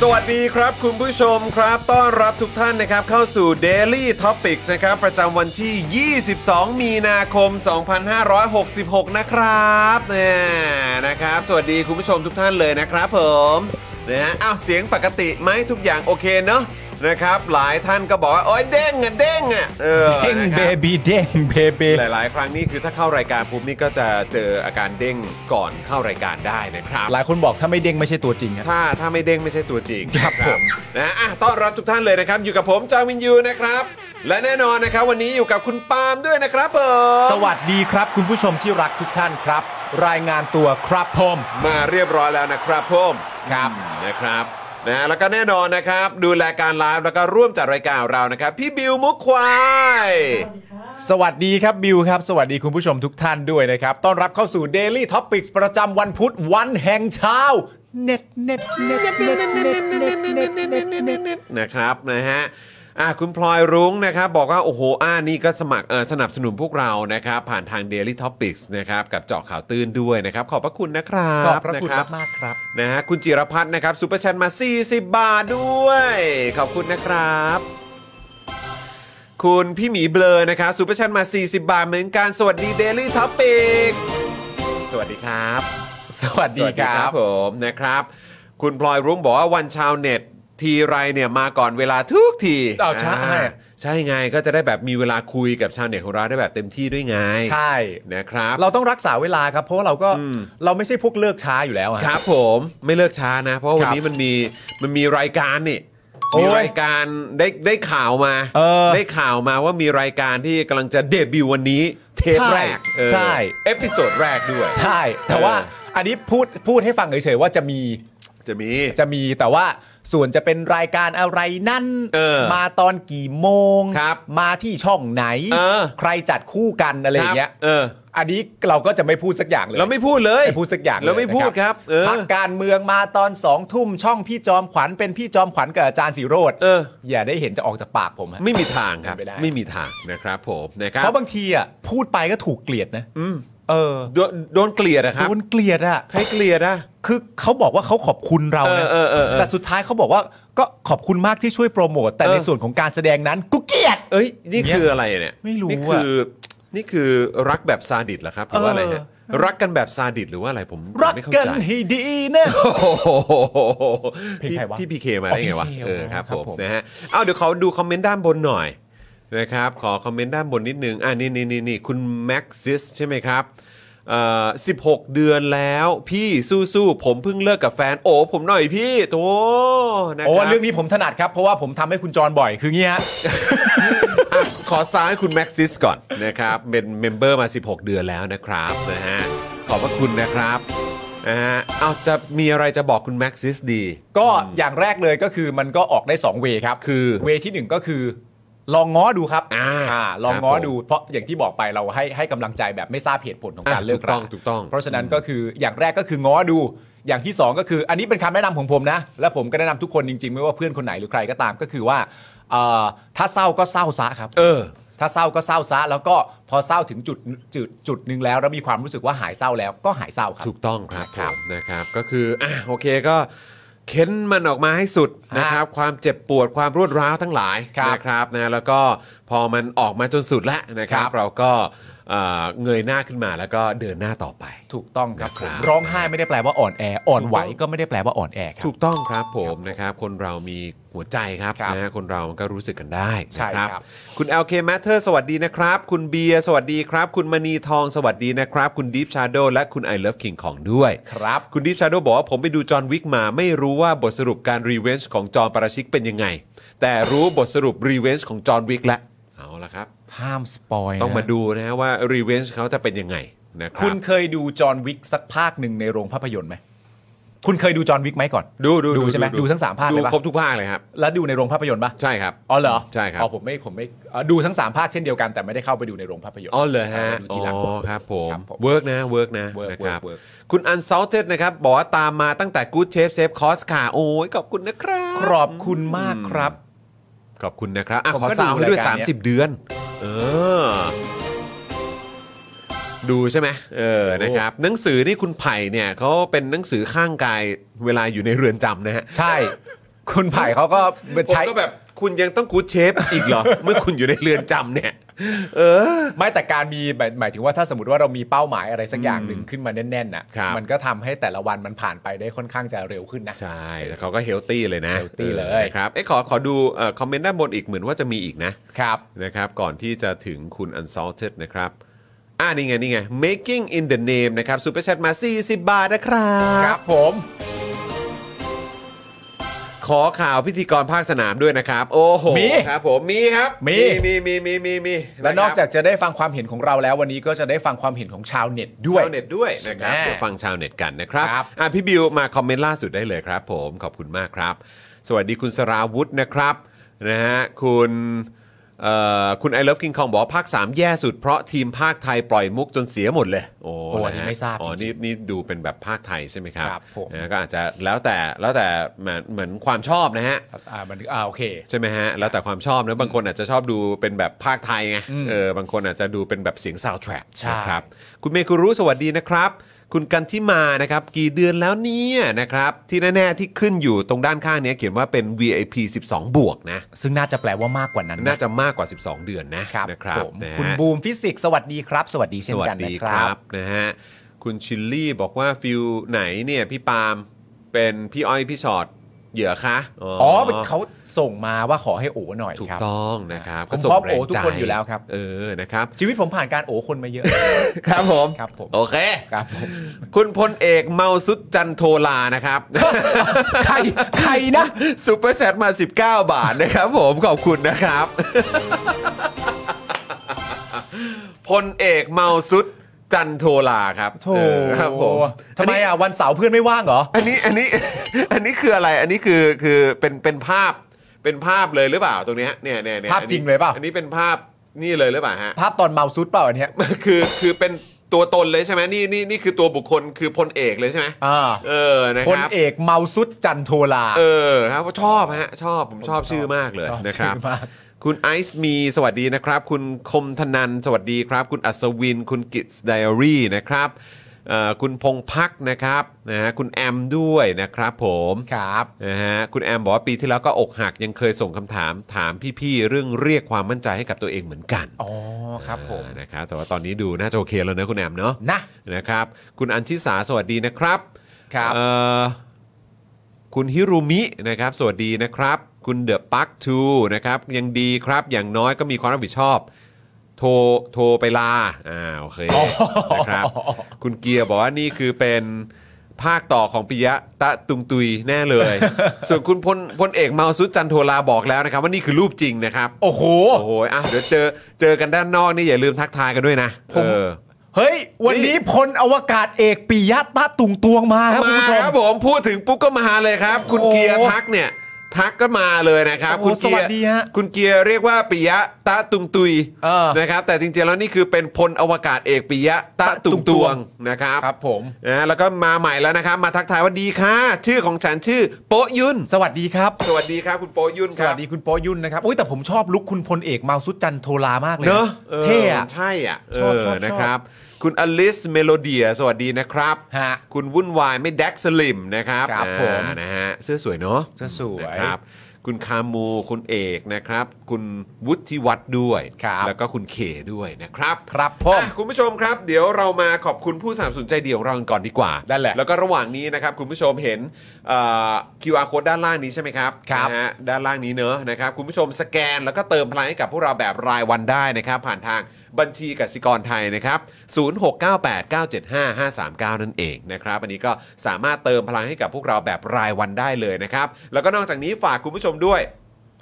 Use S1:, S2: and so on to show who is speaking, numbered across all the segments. S1: สวัสดีครับคุณผู้ชมครับ ต้อนรับทุกท่านนะครับเข้าสู่ Daily Topics นะครับ ประจำวันที่ 22 มีนาคม 2566 นะครับเนี่ยนะครับ สวัสดีคุณผู้ชมทุกท่านเลยนะครับผมนะฮะอ้าวเสียงปกติไหมทุกอย่างโอเคเนอะนะครับ หลายท่านก็บอกว่า โอ้ยเด้งอ่ะเด้งอ่ะเออ
S2: เด้ง
S1: นะค
S2: เบ
S1: รับ
S2: บีเด้งเบเบ
S1: หลาย ๆ ครั้งนี่คือถ้าเข้ารายการปุ๊บนี่ก็จะเจออาการเด้งก่อนเข้ารายการได้นะครับ
S2: หลายคนบอกถ้าไม่เด้งไม่ใช่ตัวจริงอะ
S1: ถ้าถ้าไม่เด้งไม่ใช่ตัวจริง
S2: ครับผม
S1: นะอ่ะต้อนรับทุกท่านเลยนะครับ อยู่กับผมจางวินยูนะครับ และแน่นอนนะครับ วันนี้อยู่กับคุณปาล์มด้วยนะครับผม
S2: สวัสดีครับ คุณผู้ชมที่รักทุกท่านครับ รายงานตัวครับผม
S1: มาเรียบร้อยแล้วนะครับผม
S2: ครับ
S1: อืมนะครับนะแล้วก็แน่นอนนะครับ ดูแลการไลฟ์แล้วก็ร่วมจัดรายการเรานะครับ พี่บิวมุกควาย
S2: สวัสดีครับบิวครับ สวัสดีคุณผู้ชมทุกท่านด้วยนะครับ ต้อนรับเข้าสู่ Daily Topics ประจำวันพุธวันแห่งเช้าเน็ตเน็ตเน็ตเน็ตเน็ตเน็ตเน็ตเน็ตเน็ตเน็ตเน็ต
S1: นะครับนะฮะอ่ะคุณพลอยรุ้งนะครับ บอกว่า โอ้โหอ่านี่ก็สมัครเออสนับสนุนพวกเรานะครับ ผ่านทาง Daily Topics นะครับ กับเจาะข่าวตื่นด้วยนะครับ ขอบพระคุณนะครับ
S2: ขอบพระคุณ
S1: น
S2: มากๆครับ
S1: นะฮะคุณจิรพัฒน์นะครับซูเปอร์แชทมา 40 บาทด้วย ขอบคุณนะครับ คุณพี่หมีเบลอนะครับซูเปอร์แชทมา 40 บาทเหมือนกันสวัสดี Daily Topic สวัสดีครับ
S2: สวัสดี
S1: ส
S2: ค
S1: วัส
S2: รับ
S1: ผมนะครับ คุณพลอยรุ้งบอกว่าวันชาวเน็ต ทีไรเนี่ยมาก่อนเวลาทุกที
S2: อ้าวใช่
S1: อ่าใช่ไงก็จะได้แบบมีเวลาคุยกับชาวเน็ตของเราได้แบบเต็มที่ด้วยไง
S2: ใช่
S1: นะครับ
S2: เราต้องรักษาเวลาครับ เพราะว่าเราก็
S1: อืม
S2: เราไม่ใช่พวกเลิกช้าอยู่แล้วอะ
S1: ครับผมไม่เลิกช้านะ เพราะว่า
S2: ครับ
S1: วันนี้มันมีมันมีรายการนี่
S2: โอ้ย
S1: มีรายการได้ได้ข่าวมา
S2: เออ
S1: ได้ข่าวมาว่ามีรายการที่กำลังจะเดบิวต์วันนี้เทป
S2: ใช่
S1: แรกเออ
S2: ใช่
S1: เอพิโซดแรกด้วย
S2: ใช่ แต่ว่า
S1: เอ
S2: อันนี้พูดพูดให้ฟังเฉยๆว่าจะมี
S1: จะมี
S2: จะมีแต่ว่าส่วนจะเป็นรายการอะไรนั่น
S1: เออ
S2: มาตอนกี่โมง
S1: ครับ
S2: มาที่ช่องไหน
S1: เออ
S2: ใครจัดคู่กันอะไรอย่างเงี้ย
S1: เออ
S2: อันนี้เราก็จะไม่พูดสักอย่างเลย
S1: เราไม่พูดเลย
S2: ไม่พูดสักอย่างลย
S1: เราไม่พูดครับเออ
S2: พักการเมืองมาตอนสองทุ่มช่องพี่จอมขวัญเป็นพี่จอมขวัญกับอาจารย์สีโรด
S1: เออ
S2: อย่าได้เห็นจะออกจากปากผมฮะ
S1: ไม่มีทางครับ
S2: ไม่ได้
S1: มีทางนะครับผมนะครับ
S2: เพราะบางทีอ่ะพูดไปก็ถูกเกลียดนะ
S1: อืม
S2: เออ
S1: โดนโดนเกลียดอะครับ
S2: โดนเกลียดอ่ะ
S1: ใครเกลียดอะ
S2: คือเขาบอกว่าเขาขอบคุณเรานะ
S1: เออเออเออ
S2: แต่สุดท้ายเขาบอกว่าก็ขอบคุณมากที่ช่วยโปรโมท แต่ในส่วนของการแสดงนั้นกูเกลียด
S1: เอ้ยนี่คืออะไรเนี่ย
S2: ไม่รู้อะ
S1: นี่คือนี่คือรักแบบซาดิสเหรอครับหรือว่าอะไรฮะ
S2: เอ
S1: รักกันแบบซาดิสหรือว่าอะไรผมผม
S2: รัก
S1: ไม่เข้า
S2: กัน
S1: ใจ
S2: ให้ดีนะ
S1: โอ้โห
S2: เพลงใครวะ
S1: พี่พีเคมาได้ไงวะ
S2: อ๋อ PK
S1: เออครับ
S2: ครับ
S1: ผ
S2: ผม ม
S1: นะฮะเอาเดี๋ยวเขาดูคอมเมนต์ด้านบนหน่อยนะครับขอคอมเมนต์ด้านบนนิดนึงอ่านี่นี่นี่นี่คุณแม็กซิสใช่ไหมครับเอ่อ16 เดือนแล้วพี่สู้ๆผมเพิ่งเลิกกับแฟนโอ้ผมหน่อยพี่โตนะค
S2: โอ้
S1: รับ
S2: เรื่องนี้ผมถนัดครับ เพราะว่าผมทำให้คุณจรบ่อยคืองี้ฮะ
S1: อ่ะขอซ้ายคุณแม็กซิสก่อนนะครับ เป็นเมมเบอร์มา 16 เดือนแล้วนะครับนะฮะขอบพระคุณนะครับนะฮะเอาจะมีอะไรจะบอกคุณแม็กซิสดี
S2: ก็อย่างแรกเลยก็คือมันก็ออกได้2เวครับ
S1: คือ
S2: เวที่หนึ่งก็คือ ลองง้อดูครับ
S1: อ่า
S2: าลองง้อ
S1: ครับผม
S2: ดูเพราะอย่างที่บอกไปเราให้ให้กำลังใจแบบไม่ทราบเหตุผลของการ
S1: อ่ะ
S2: เลิก
S1: ถูก
S2: รา
S1: ต้องถูกต้อง
S2: เพราะฉะนั้นก็คืออย่างแรกก็คือง้อดู อย่างที่สองก็คืออันนี้เป็นคำแนะนำของผมนะ และผมก็แนะนำทุกคนจริงๆ ไม่ว่าเพื่อนคนไหนหรือใครก็ตามก็คือว่าเอ่อถ้าเศร้าก็เศร้าซะครับ
S1: เออ
S2: ถ้าเศร้าก็เศร้าซะแล้วก็พอเศร้าถึงจุดจุดจุดหนึ่งแล้ว แล้วมีความรู้สึกว่าหายเศร้าแล้วก็หายเศร้าครับ
S1: ถูกต้องครับ
S2: ครับ
S1: ผมนะครับก็คืออ่ะโอเคก็เค้นมันออกมาให้สุดนะครับ ความเจ็บปวดความรวดร้าวทั้งหลาย
S2: ครับ
S1: นะครับนะแล้วก็พอมันออกมาจนสุดแล้วนะครับ
S2: ครับ
S1: เราก็เอ่อเงยหน้าขึ้นมาแล้วก็เดินหน้าต่อไป
S2: ถูกต้องครับผม
S1: ครับ
S2: ร้องไห้ไม่ได้แปลว่าอ่อนแอ อ่อนไหวก็ไม่ได้แปลว่าอ่อนแอครับ
S1: ถูกต้องครับผมนะครับคนเรามีหัวใจครับ
S2: ครับ
S1: นะคนเรามันก็รู้สึกกันได้
S2: ใช่
S1: นะค
S2: ครั
S1: รับบ คุณ LK Matter สวัสดีนะครับ คุณเบียร์สวัสดีครับ คุณมณีทองสวัสดีนะครับ คุณ Deep Shadow และคุณ I Love King ของด้วย
S2: ครับ
S1: คุณดิฟชาโดบอกว่าผมไปดูจอห์นวิกมาไม่รู้ว่าบทสรุปการรีเวนจ์ของจอห์นปาราชิกเป็นยังไง แต่รู้บทสรุปรีเวนจ์ของจอห์นวิกแล้วเอาละครับ
S2: ห้ามสปอยนะ
S1: ต้องมาดูนะฮะว่ารีเวนจ์เขาจะเป็นยังไงนะครั
S2: คุ
S1: บ
S2: ณเคยดูจอห์นวิกสักภาคหนึ่งในโรงภาพยนตร์ไหมคุณเคยดูจอห์นวิกไหมก่อน
S1: ดูดู
S2: ดูใช่ไหมดูทั้งสามภาค
S1: ดู
S2: เลยปะ
S1: ครบทุกภาคเลยครับ
S2: แล้วดูในโรงภาพยนตร์ปะ
S1: ใช่ครับ
S2: อ๋อเหรอ
S1: ใช่ครับ
S2: อ๋อผมไม่ผมไม่เอ่อดูทั้งสามภาคเช่นเดียวกันแต่ไม่ได้เข้าไปดูในโรงภาพยนตร์
S1: อ๋อเลยฮะอ๋
S2: ดูทีหลัง
S1: อครับผม
S2: ครับผม
S1: เวิร์กนะเวิร์กนะ
S2: work
S1: นะครับ
S2: work work
S1: คุณอันซ l ลเ d นะครับบอกว่าตามมาตั้งแต่กู๊ดเชฟเซฟคอสค่ะโอ้ยขอบคุณนะครับ
S2: ขอบคุณมากครับ
S1: ขอบคุณนะครับอะ
S2: ผม
S1: ขอ
S2: ก็ดู
S1: สาวให้ด้วย
S2: รายการเนี้ย
S1: 30 เดือน เออ ดูใช่ไหมเออ
S2: โอ้
S1: นะครับ หนังสือนี่คุณไผ่เนี่ยเขาเป็นหนังสือข้างกายเวลาอยู่ในเรือนจำนะฮะ
S2: ใช่ คุณไผ่เขาก็
S1: ผม
S2: ใช้
S1: ก็แบบคุณยังต้องกูดเชฟอีกเหร อ เมื่อคุณอยู่ในเรือนจำเนี่ย เออ
S2: ไม่แต่การมีหมายหมายถึงว่าถ้าสมมติว่าเรามีเป้าหมายอะไรสักอย่างหนึ่งขึ้นมาแน่นๆน่ะ
S1: ครับ
S2: มันก็ทำให้แต่ละวันมันผ่านไปได้ค่อนข้างจะเร็วขึ้นนะ
S1: ใช่แล้วเขาก็เฮลตี้เลยนะ
S2: healthy เลย
S1: ออนะครับ เอ้ยขอขอดูเอ่อคอมเมนต์ด้านบนอีกเหมือนว่าจะมีอีกนะ
S2: ครับ
S1: นะครับก่อนที่จะถึงคุณ Unsalted นะครับอ่านี่ไง นี่ไง making in the name นะครับซูเปอร์แชทมา 40 บาทนะครั
S2: ค
S1: บ
S2: รับผม
S1: ขอข่าวพิธีกรภาคสนามด้วยนะครับ โอ้โห
S2: มี
S1: ครับผมมีครับ
S2: มี
S1: มีมีมีมีมีะครั
S2: และ
S1: บ
S2: นอกจากจะได้ฟังความเห็นของเราแล้ววันนี้ก็จะได้ฟังความเห็นของชาวเน็ตด้วย
S1: ชาวเน็ตด้วยนะครับ
S2: แน่
S1: เดี๋ยวฟังชาวเน็ตกันนะครับ
S2: ครับ
S1: อ่ะพี่บิวมาคอมเมนต์ล่าสุดได้เลยครับผมขอบคุณมากครับ สวัสดีคุณสราวุธนะครับนะฮะคุณเอ่อคุณไอเลิฟกิงคองบอกว่าภาค 3 แย่สุดเพราะทีมภาคไทยปล่อยมุกจนเสียหมดเลย โอ้
S2: โอ้อันนี้
S1: ะฮะ
S2: ไม่ทราบ
S1: อ๋อ
S2: จริ
S1: นี่
S2: ง
S1: นี่ดูเป็นแบบภาคไทยใช่ไหมครับ
S2: ครับผม
S1: นะก็อาจจะแล้วแต่แล้วแต่เหมือนเหมือนความชอบนะฮะ
S2: ครับอ่ามันอ่าโอเค
S1: ใช่ไหมฮะ แล้วแต่ความชอบนะบางคนอาจจะชอบดูเป็นแบบภาคไทยไงเออบางคนอาจจะดูเป็นแบบเสียงซาวด์แทร็ก
S2: ใช่
S1: นะครับคุณเมคุรู้สวัสดีนะครับ คุณกันที่มานะครับกี่เดือนแล้วเนี่ยนะครับ ที่แน่ ๆ ที่ขึ้นอยู่ตรงด้านข้างเนี้ยเขียนว่าเป็น VIP 12 บวกนะ
S2: ซึ่งน่าจะแปลว่ามากกว่านั้น
S1: น่าจะมากกว่า 12 เดือนนะครับ นะครับ
S2: ผม
S1: นะฮะ
S2: คุณบูมฟิสิกส์สวัสดีครับ สวัสดีเช่
S1: ส
S2: น
S1: วัส
S2: กันนะ
S1: ดี
S2: ค
S1: ค
S2: รั
S1: รับ บนะฮะคุณชิลลี่บอกว่าฟิลไหนเนี่ยพี่ปาล์มเป็นพี่อ้อยพี่ชอตเหยื่อคะ
S2: อ๋อมันเขาส่งมาว่าขอให้โอหน่อย
S1: ถูก
S2: ครับ
S1: ต้องนะครับ
S2: ผม
S1: ส่ง
S2: ชอบโอ
S1: แรงใจ
S2: ทุกคนอยู่แล้วครับ
S1: เออนะครับ
S2: ชีวิตผมผ่านการโอคน มาเยอะ
S1: ครับผม
S2: ครับผม
S1: โอเค
S2: ครับผม
S1: คุณพลเอกเมาสุดจันโทลานะครับ
S2: ใครใครนะ
S1: ซูเปอร์แชทมา 19 บาทนะครับผมขอบคุณนะครับ พลเอกเมาสุดจันโทลาครับ
S2: โถ
S1: เออครับผม
S2: ทำไมอ่ะวันเสาร์เพื่อนไม่ว่างเหรอ
S1: อันนี้อันนี้ อันนี้ คืออะไรอันนี้คือคือเป็นเป็นภาพเป็นภาพเลยหรือเปล่าตรงเนี้ยเนี่ยเนี่ยนี่
S2: ภาพจริงเลยเปล่า
S1: อันนี้เป็นภาพนี่เลยหรือเปล่าฮะ
S2: ภาพตอนเมาซุดเปล่าอันเนี้ย
S1: คือคือเป็นตัวตนเลยใช่ไหมนี่นี่นี่คือตัวบุคคลคือพลเอกเลยใช่ไหม
S2: อ่า
S1: เออนะ
S2: พ
S1: ค
S2: ล
S1: รับ
S2: เอกเมาซุดจันโทลา
S1: เออครับชอบฮะชอบผมชอบชื่อมากเลย
S2: ชอบ
S1: นะครับ
S2: ชื่อมาก
S1: คุณไอซ์มีสวัสดีนะครับ คุณคมธนันสวัสดีครับ คุณอัศวิน คุณกิตส์ไดอารี่นะครับเอ่อคุณพงพักนะครับนะฮะคุณแอมด้วยนะครับผม
S2: ครับ
S1: นะฮะคุณแอมบอกว่าปีที่แล้วก็อกหักยังเคยส่งคำถามถามพี่ๆเรื่องเรียกความมั่นใจให้กับตัวเองเหมือนกัน
S2: อ๋อครับผม
S1: อ่านะครับแต่ว่าตอนนี้ดูน่าจะโอเคแล้วนะคุณแอมเนาะ
S2: นะ
S1: นะครับ คุณอัญชิสาสวัสดีนะครับ
S2: ครับ
S1: เอ่อคุณฮิรุมินะครับ สวัสดีนะครับ คุณเดอะปักทูนะครับยังดีครับอย่างน้อยก็มีความรับผิดชอบ โทรโทรไปลาอ่าโอเคนะครับ คุณเกียร์บอกว่านี่คือเป็นภาคต่อของปิยะตะตุงตุยแน่เลย ส่วนคุณพลพลเอกเมาสุดจันโทลาบอกแล้วนะครับ ว่านี่คือรูปจริงนะครับ
S2: โอ้โห
S1: โอ้โหอ่ะเดี๋ยวเจอเจอกันด้านนอกนี่อย่าลืมทักทายกันด้วยนะ
S2: ผม
S1: เออ
S2: เฮ้ย วันนี้พลอวกาศเอกปิยะตะตุงตวงมาครับคุณ
S1: มา
S2: ผู้ช
S1: ค
S2: ม
S1: รับผมพูดถึงปุ๊บก็มาเลยครับ คุณ
S2: โอ้
S1: เกียร์ทักเนี่ย ทักก็มาเลยนะครับ
S2: โอ้
S1: คุณเกีย
S2: สวัสดีฮะ
S1: คุณเกียร์เรียกว่าปิยะตะตุงตุย
S2: เออ
S1: นะครับแต่จริงๆแล้วนี่คือเป็นพลอวกาศเอกปิยะตะตุงตวงนะครับ
S2: ครับผม
S1: นะแล้วก็มาใหม่แล้วนะครับ มาทักทายว่าดีค่ะ ชื่อของฉันชื่อโปะยุน
S2: สวัสดีครับ
S1: สวัสดีครับคุณโปะยุนค
S2: ส
S1: รั
S2: วั
S1: บ
S2: สดีคุณโปอยุ่นนะครับอุ้ยแต่ผมชอบลุคคุณพลเอกเมาสุจันทร์โทลามากเลย
S1: เนอะออ
S2: เท่อะ
S1: ใช่อ่ะเอ
S2: ชอบ
S1: อ
S2: ชอบชอบ
S1: นะครับ คุณอลิสเมโลเดียสวัสดีนะครับ
S2: ฮะ
S1: คุณวุ่นวายไม่แดกสลิมนะครับ
S2: ครับ
S1: อ่า
S2: ผม
S1: นะฮะเสื้อสวยเนาะ
S2: เสื้อสวย
S1: นะครับ คุณคามูคุณเอกนะครับ คุณวุฒิวัฒน์ด้วย
S2: ครับ
S1: แล้วก็คุณเคด้วยนะครับ
S2: ครับผม
S1: อ่ะคุณผู้ชมครับ เดี๋ยวเรามาขอบคุณผู้สนับสนุนใจเดียวเรากันก่อนดีกว่า
S2: ได้แหละ
S1: แล้วก็ระหว่างนี้นะครับ คุณผู้ชมเห็นเอ่อ QR code ด้านล่างนี้ใช่ไหมครับ
S2: ครับ
S1: นะฮะด้านล่างนี้เนอะนะครับ คุณผู้ชมสแกนแล้วก็เติมพลังให้กับพวกเราแบบรายวันได้นะครับ ผ่านทางบัญชีกสิกรไทยนะครับ 0698975539 นั่นเองนะครับ อันนี้ก็สามารถเติมพลังให้กับพวกเราแบบรายวันได้เลยนะครับ แล้วก็นอกจากนี้ฝากคุณผู้ชมด้วย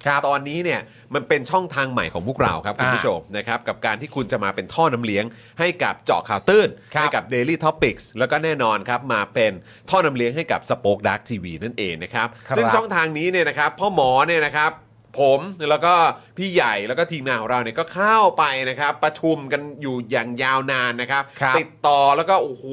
S2: ครับ
S1: ตอนนี้เนี่ยมันเป็นช่องทางใหม่ของพวกเราครับ คุณผู้ชมนะครับกับการที่คุณจะมาเป็นท่อน้ำเลี้ยง ให้กับเจาะข่าวตื้น
S2: ครับ
S1: ให้กับ Daily Topics แล้วก็แน่นอนครับมาเป็นท่อน้ำเลี้ยงให้กับสป็อคดักทีวีนั่นเองนะครับ
S2: ครับ
S1: ซึ่งช่องทางนี้เนี่ยนะครับพ่อหมอเนี่ยนะครับ ผมแล้วก็พี่ใหญ่แล้วก็ทีมงานของเราเนี่ยก็เข้าไปนะครับ ประชุมกันอยู่อย่างยาวนานนะครับ
S2: ครับ
S1: ติดต่อแล้วก็โอ้โห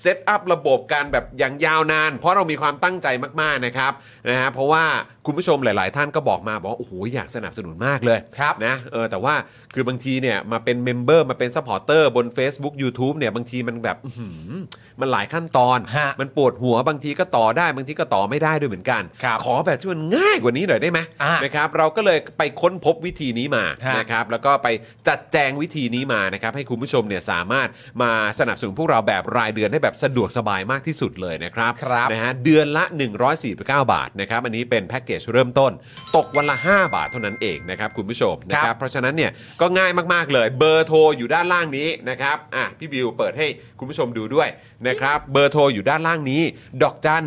S1: เซตอัพระบบการแบบอย่างยาวนาน เพราะเรามีความตั้งใจมาก ๆ นะครับนะฮะเพราะว่าคุณผู้ชมหลาย ๆ ท่านก็บอกมาบอกว่าโอ้โหอยากสนับสนุนมากเลย
S2: ครับ
S1: นะเออแต่ว่าคือบางทีเนี่ยมาเป็นเมมเบอร์มาเป็นซัพพอร์เตอร์บน Facebook YouTube เนี่ยบางทีมันแบบอื้อหือมันหลายขั้นตอน
S2: ฮะ
S1: มันปวดหัวบางทีก็ต่อได้บางทีก็ต่อไม่ได้ด้วยเหมือนกัน
S2: ครับ
S1: ขอแบบที่มันง่ายกว่านี้หน่อยได้ไหม
S2: อ่า
S1: นะครับเราก็เลยไปค้นพบวิธีนี้มา
S2: ฮะ
S1: นะครับ นะครับแล้วก็ไปจัดแจงวิธีนี้มานะครับให้คุณผู้ชมเนี่ยสามารถมาสนับสนุนพวกเราแบบรายเดือนได้แบบสะดวกสบายมากที่สุดเลยนะครับ
S2: ครับ
S1: นะฮะเดือนละ 149 บาทนะครับอันนี้เป็นแพ็กเกจเริ่มต้น ตกวันละ 5 บาทเท่านั้นเองนะครับคุณผู้ชมนะค
S2: ครั
S1: รับบ เพราะฉะนั้นเนี่ยก็ง่ายมากๆเลยเบอร์โทรอยู่ด้านล่างนี้นะครับอ่ะพี่บิวเปิดให้คุณผู้ชมดูด้วยนะครับเบอร์โทรอยู่ด้านล่างนี้ ดอกจัน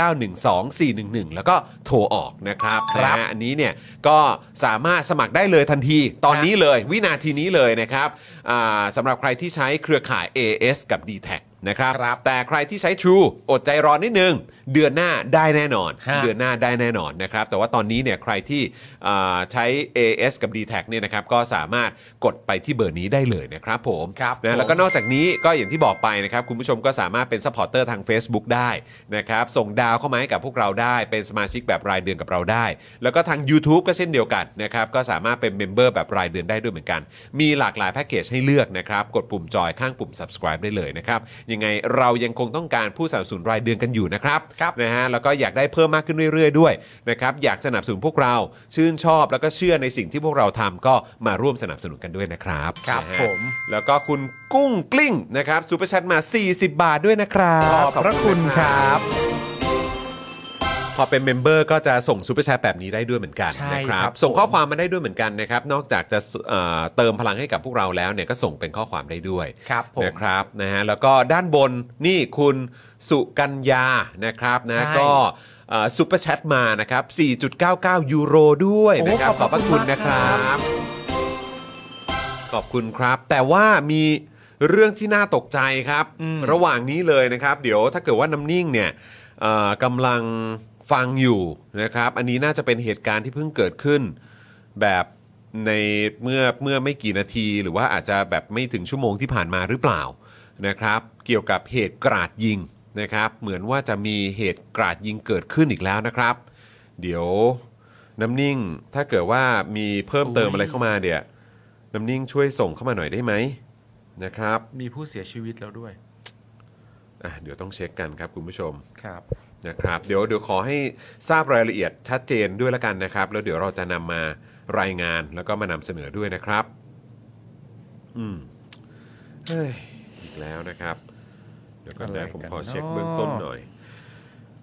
S1: 489912411 แล้วก็โทรออกนะครับ
S2: ครับ
S1: นะฮะอันนี้เนี่ยก็สามารถสมัครได้เลยทันที ตอนนี้เลยวินาทีนี้เลยนะครับอ่าสำหรับใครที่ใช้เครือข่าย AS กับ d t แทนะครับ
S2: ครับ
S1: แต่ใครที่ใช้ True อดใจรอนิดนึง เดือนหน้าได้แน่นอน
S2: ฮะ
S1: เดือนหน้าได้แน่นอนนะครับ แต่ว่าตอนนี้เนี่ยใครที่อ่าใช้ AS กับ d t แทเนี่ยนะครับก็สามารถกดไปที่เบอร์นี้ได้เลยนะครับผม
S2: ครับ
S1: นะแล้วก็
S2: ผม
S1: นอกจากนี้ก็อย่างที่บอกไปนะครับคุณผู้ชมก็สามารถเป็นสปอร์เตอร์ทาง Facebook ได้นะครับส่งดาวเข้ามาให้กับพวกเราได้เป็นสมาชิกแบบรายเดือนกับเราได้ แล้วก็ทาง YouTube ก็เช่นเดียวกันนะครับก็สามารถเป็นเมมเบอร์แบบรายเดือนได้ด้วยเหมือนกัน มีหลากหลายแพ็กเกจให้เลือกนะครับกดปุ่มจอยข้างปุ่ม subscribe ได้เลยนะครับยังไงเรายังคงต้องการผู้สนับสนุนรายเดือนกันอยู่นะครับ
S2: ครับ
S1: นะฮะแล้วก็อยากได้เพิ่มมากขึ้นเรื่อยๆด้วยนะครับอยากสนับสนุนพวกเราชื่นชอบแล้วก็เชื่อในสิ่งที่พวกเราทำก็มาร่วมสนับสนุนกันด้วยนะครับ
S2: ครับ
S1: นะฮะ
S2: ผม
S1: แล้วก็คุณกุ้งกลิ้งนะครับซูเปอร์แชทมา 40 บาทด้วยนะครับ
S2: ขอบพระคุณครับ
S1: พอเป็นเมมเบอร์ก็จะส่งซูเปอร์แชทแบบนี้ได้ด้วยเหมือนกัน
S2: ใช่
S1: นะค
S2: ครั
S1: รับบ ส่งข้อความมาได้ด้วยเหมือนกันนะครับนอกจากจะเอ่อเติมพลังให้กับพวกเราแล้วเนี่ยก็ส่งเป็นข้อความได้ด้วย
S2: ครับผม
S1: นะครับนะฮะแล้วก็ด้านบนนี่คุณสุกัญญานะครับนะ
S2: ใช่
S1: ก็ซูเปอร์แชทมานะครับ 4.99 ยูโรด้วยนะครับข
S2: โอ้ข
S1: อ
S2: อ
S1: บบ พ
S2: พ
S1: ระ
S2: ระคุ
S1: คุณ
S2: ณ
S1: นะค
S2: มากครั
S1: รับ บ ขอบคุณครับ แต่ว่ามีเรื่องที่น่าตกใจครับ
S2: อืม
S1: ระหว่างนี้เลยนะครับ เดี๋ยวถ้าเกิดว่าน้ำนิ่งเนี่ยเอ่อกำลังฟังอยู่นะครับ อันนี้น่าจะเป็นเหตุการณ์ที่เพิ่งเกิดขึ้น แบบในเมื่อเมื่อไม่กี่นาที หรือว่าอาจจะแบบไม่ถึงชั่วโมงที่ผ่านมาหรือเปล่านะครับ เกี่ยวกับเหตุกราดยิงนะครับ เหมือนว่าจะมีเหตุกราดยิงเกิดขึ้นอีกแล้วนะครับ เดี๋ยวน้ำนิ่งถ้าเกิดว่ามีเพิ่มเติม
S2: อุ๊ย
S1: อะไรเข้ามาเดี๋ยว น้ำนิ่งช่วยส่งเข้ามาหน่อยได้ไหมนะครับ
S2: มีผู้เสียชีวิตแล้วด้วย
S1: อ่ะเดี๋ยวต้องเช็คกันครับคุณผู้ชม
S2: ครับ
S1: นะครับเดี๋ยวเดี๋ยวขอให้ทราบรายละเอียดชัดเจนด้วยละกันนะครับ แล้วเดี๋ยวเราจะนำมารายงานแล้วก็มานำเสนอด้วยนะครับอืมเฮ้ยอีกแล้วนะครับ เดี๋ยวก่อน
S2: อะไร
S1: นะ
S2: กัน
S1: ผมขอเช็ค
S2: เนาะ
S1: เบื้องต้นหน่อย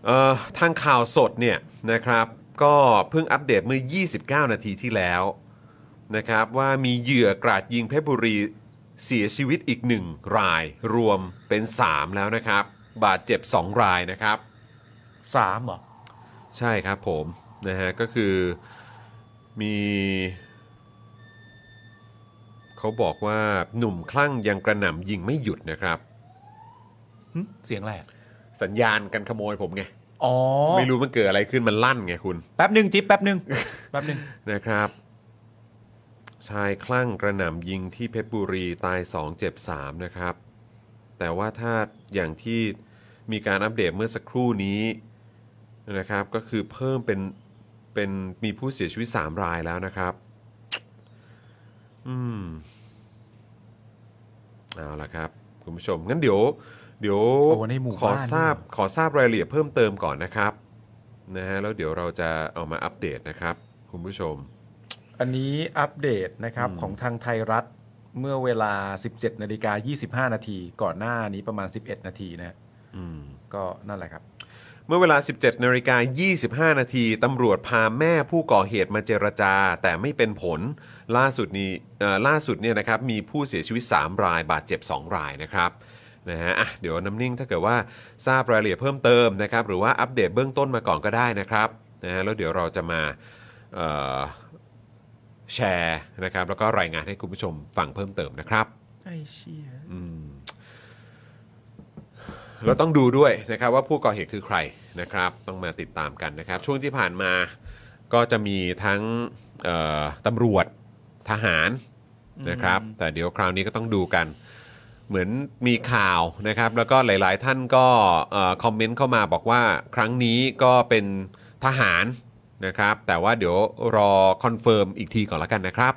S1: เอ่อทางข่าวสดเนี่ยนะครับ ก็เพิ่งอัปเดตเมื่อ 29 นาทีที่แล้ว นะครับว่ามีเหยื่อกราดยิงเพชรบุรีเสียชีวิตอีกหนึ่งรายรวมเป็น 3 แล้วนะครับ บาดเจ็บ 2 รายนะครับ
S2: สามเหรอ
S1: ใช่ครับผมนะฮะก็คือมีเขาบอกว่าหนุ่มคลั่งยังกระหน่ำยิงไม่หยุดนะครับ
S2: เสียงอะไรอะ
S1: สัญญาณกันขโมยผมไง
S2: อ๋อ
S1: ไม่รู้มันเกิดอะไรขึ้นมันลั่นไงคุณ
S2: แป๊บหนึ่งจิ๊บแป๊บ หนึ่งแป๊บหนึ่ง
S1: นะครับ ชายคลั่งกระหน่ำยิงที่เพชรบุรีตาย 2 เจ็บ 3 นะครับ แต่ว่าถ้าอย่างที่มีการอัปเดตเมื่อสักครู่นี้นะครับ ก็คือเพิ่มเป็นเป็นมีผู้เสียชีวิต 3 รายแล้วนะครับ อืมเอาละครับ คุณผู้ชม งั้นเดี๋ยว เดี๋ยว
S2: โอ้ในหมู่
S1: ขอ
S2: บ้าน
S1: ทราบขอทราบรายละเอียดเพิ่มเติมก่อนนะครับนะฮะแล้วเดี๋ยวเราจะเอามาอัปเดตนะครับ คุณผู้ชม
S2: อันนี้อัปเดตนะครับของทางไทยรัฐเมื่อเวลา 17นาฬิกา25 นาที ก่อนหน้านี้ประมาณ 11 นาทีนะฮะ
S1: อืม
S2: ก็นั่นแหละครับ
S1: เมื่อเวลา 17นาฬิกา25 นาทีตำรวจพาแม่ผู้ก่อเหตุมาเจรจา แต่ไม่เป็นผล ล่าสุดนี้เอ่อล่าสุดเนี่ยนะครับ มีผู้เสียชีวิต 3 ราย บาดเจ็บ 2 รายนะครับ นะฮะอ่ะเดี๋ยวน้ำนิ่งถ้าเกิดว่าทราบรายละเอียดเพิ่มเติมนะครับ หรือว่าอัปเดตเบื้องต้นมาก่อนก็ได้นะครับนะฮะแล้วเดี๋ยวเราจะมาเอ่อแชร์นะครับ แล้วก็รายงานให้คุณผู้ชมฟังเพิ่มเติมนะครับ
S2: ไอ้เชี่ย
S1: อืมเราต้องดูด้วยนะครับว่าผู้ก่อเหตุคือใครนะครับ ต้องมาติดตามกันนะครับ ช่วงที่ผ่านมาก็จะมีทั้งเอ่อตำรวจทหารนะครับ แต่เดี๋ยวคราวนี้ก็ต้องดูกัน เหมือนมีข่าวนะครับ แล้วก็หลาย ๆ ท่านก็เอ่อคอมเมนต์เข้ามาบอกว่าครั้งนี้ก็เป็นทหารนะครับ แต่ว่าเดี๋ยวรอคอนเฟิร์มอีกทีก่อนละกันนะครับ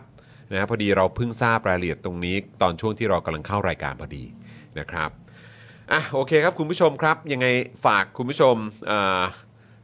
S1: นะพอดีเราเพิ่งทราบรายละเอียดตรงนี้ ตอนช่วงที่เรากำลังเข้ารายการพอดีนะครับอ่ะโอเคครับคุณผู้ชมครับ ยังไงฝากคุณผู้ชมเอ่อ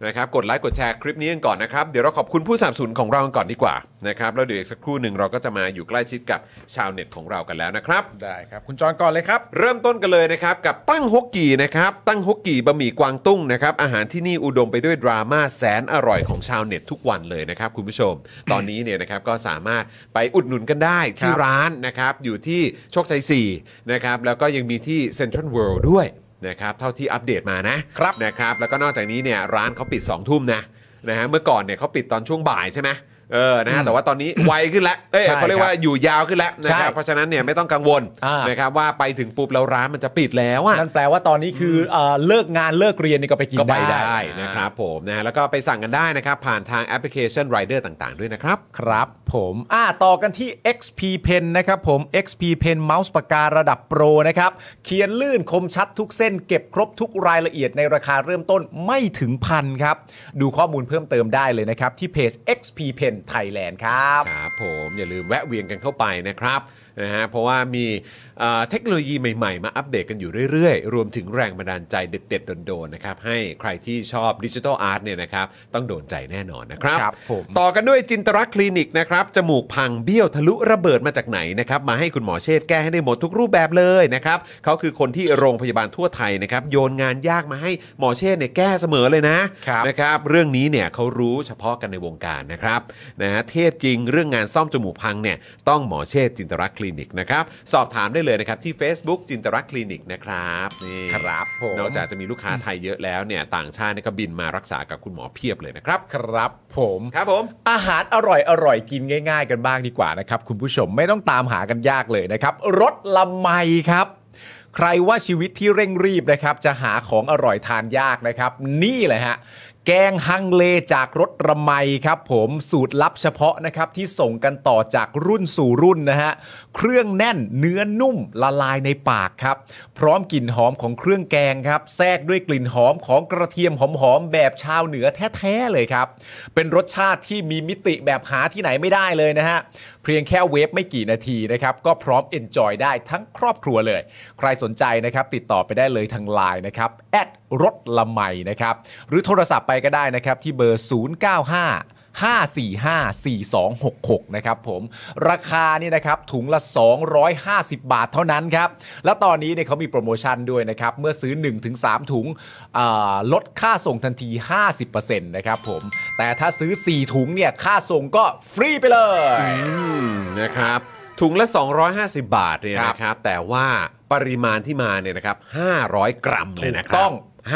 S1: นะครับกดไลค์กดแชร์คลิปนี้กันก่อนนะครับ เดี๋ยวเราขอบคุณผู้สนับสนุนของเรากันก่อนดีกว่านะครับแล้วเดี๋ยวอีกสักครู่หนึ่งเราก็จะมาอยู่ใกล้ชิดกับชาวเน็ตของเรากันแล้วนะครับ
S2: ได้ครับ คุณจอนก่อนเลยครับ
S1: เริ่มต้นกันเลยนะครับกับตั้งฮกกี่นะครับตั้งฮกกี่บะหมี่กวางตุ้งนะครับอาหารที่นี่อุดมไปด้วยดราม่าแสนอร่อยของชาวเน็ตทุกวันเลยนะครับคุณผู้ชม ตอนนี้เนี่ยนะครับก็สามารถไปอุดหนุนกันได้ที่
S2: ครับ
S1: ร้านนะครับอยู่ที่โชคชัย4นะครับแล้วก็ยังมีที่เซ็นทรัลเวิลด์ด้วยนะครับเท่าที่อัปเดตมานะครับ นะครับแล้วก็นอกจากนี้เนี่ยร้านเขาปิด 2 ทุ่มนะนะฮะเมื่อก่อนเนี่ยเขาปิดตอนช่วงบ่ายใช่ไหมเออนะฮะแต่ว่าตอนนี้ไวขึ้นแล้วเอ้ย
S2: ใช่
S1: เขาเรียกว่า
S2: ครับ
S1: อยู่ยาวขึ้นแล้วนะครั
S2: ใช่
S1: บเพราะฉะนั้นเนี่ยไม่ต้องกังวล
S2: อ่าน
S1: นะครับว่าไปถึงปุ๊บแล้วร้านมันจะปิดแล้วอ่ะ
S2: นั่นแปลว่าตอนนี้คือเอ่อเลิกงานเลิกเรียนนี่ก็ไปกิน
S1: ก็ไป
S2: ได้
S1: ได้นะครับผมนะฮะแล้วก็ไปสั่งกันได้นะครับ ผ่านทางแอปพลิเคชัน Rider ต่างๆ ด้วยนะครับ
S2: ครับผมอ่าต่อกันที่ XP Pen นะครับผม XP Pen เมาส์ปากการะดับโปรนะครับ เขียนลื่นคมชัดทุกเส้นเก็บครบทุกรายละเอียดในราคาเริ่มต้นไม่ถึงพันครับ ดูข้อมูลเพิ่มเติมได้เลยนะครับ ที่เพจ XP Pen Thailand ครับ
S1: ครับผมอย่าลืมแวะเวียนกันเข้าไปนะครับนะฮะเพราะว่ามีเอ่อเทคโนโลยีใหม่ๆ มาอัปเดตกันอยู่เรื่อยๆ รวมถึงแรงบันดาลใจเด็ดๆ โดนๆนะครับให้ใครที่ชอบดิจิทัลอาร์ตเนี่ยนะครับต้องโดนใจแน่นอนนะครับ
S2: ครับผม
S1: ต่อกันด้วยจินตรักษณ์คลินิกนะครับจมูกพังเบี้ยวทะลุระเบิดมาจากไหนนะครับมาให้คุณหมอเชษฐ์แก้ให้ได้หมดทุกรูปแบบเลยนะครับเขาคือคนที่โรงพยาบาลทั่วไทยนะครับโยนงานยากมาให้หมอเชษฐ์เนี่ยแก้เสมอเลยนะ
S2: ครับ
S1: นะครับเรื่องนี้เนี่ยเขารู้เฉพาะกันในวงการนะครับนะฮะเทพจริงเรื่องงานซ่อมจมูกพังเนี่ยต้องหมอเชษจินตรักษณ์คลินิกนะครับสอบถามได้เลยนะครับที่ Facebook จินตรักษณ์คลินิกนะครับนี่
S2: ครับผม
S1: นอกจากจะมีลูกค้าไทยเยอะแล้วเนี่ยต่างชาติเนี่ยก็บินมารักษากับคุณหมอเพียบเลยนะครับ
S2: ครับผม
S1: ครับผม
S2: อาหารอร่อยอร่อยกินง่าย ๆ กันบ้างดีกว่านะครับ คุณผู้ชมไม่ต้องตามหากันยากเลยนะครับรสละไมครับ ใครว่าชีวิตที่เร่งรีบนะครับ จะหาของอร่อยทานยากนะครับ นี่แหละฮะแกงฮังเลจากรสระไมครับผมสูตรลับเฉพาะนะครับที่ส่งกันต่อจากรุ่นสู่รุ่นนะฮะเครื่องแน่นเนื้อนุ่มละลายในปากครับ พร้อมกลิ่นหอมของเครื่องแกงครับแทรกด้วยกลิ่นหอมของกระเทียมหอมๆแบบชาวเหนือแท้ๆเลยครับ เป็นรสชาติที่มีมิติแบบหาที่ไหนไม่ได้เลยนะฮะ เพียงแค่เวฟไม่กี่นาทีนะครับ ก็พร้อม enjoy ได้ทั้งครอบครัวเลย ใครสนใจนะครับ ติดต่อไปได้เลยทางไลน์นะครับแอดรถละไมนะครับ หรือโทรศัพท์ไปก็ได้นะครับ ที่เบอร์ 095 545-4266 นะครับผม ราคานี่นะครับถุงละ 250 บาทเท่านั้นครับ และตอนนี้เนี่ยเขามีโปรโมชั่นด้วยนะครับ เมื่อซื้อ 1-3 ถุงอ่าลดค่าส่งทันที 50%นะครับผม แต่ถ้าซื้อ 4 ถุงเนี่ย ค่าส่งก็ฟรีไปเลย
S1: อืมนะครับถุงละ 250 บาทเนี่ย
S2: ครับ
S1: นะครับแต่ว่าปริมาณที่มาเนี่ยนะครับ500 กรัมเล
S2: ถู
S1: ย
S2: ก
S1: นะครับ
S2: ต้อง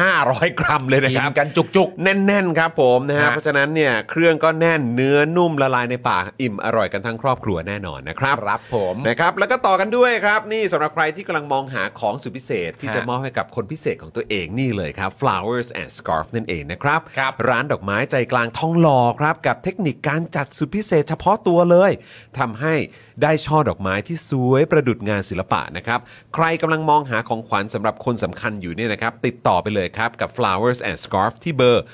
S1: 500 กรัมเลยนะ
S2: กิ
S1: ครับ
S2: นกันจุก
S1: แน่นๆครับผมนะฮะ
S2: ฮะ
S1: เพราะฉะนั้นเนี่ยเครื่องก็แน่นเนื้อนุ่มละลายในปากอิ่มอร่อยกันทั้งครอบครัวแน่นอนนะครับ
S2: ๆครับผม
S1: นะครับแล้วก็ต่อกันด้วยครับนี่สำหรับใครที่กำลังมองหาของสุดพิเศษ ที่
S2: ฮะ
S1: จะมอบให้กับคนพิเศษของตัวเองนี่เลยครับ flowers and scarf นั่นเองนะครับ
S2: ครับ
S1: ร้านดอกไม้ใจกลางทองหล่อครับ กับเทคนิคการจัดสุดพิเศษเฉพาะตัวเลยทำให้ได้ช่อดอกไม้ที่สวยประดุจงานศิลปะนะครับใครกำลังมองหาของขวัญสำหรับคนสำคัญอยู่เนี่ยนะครับติดต่อไปเลยครับกับ flowers and scarf ที่เบอร์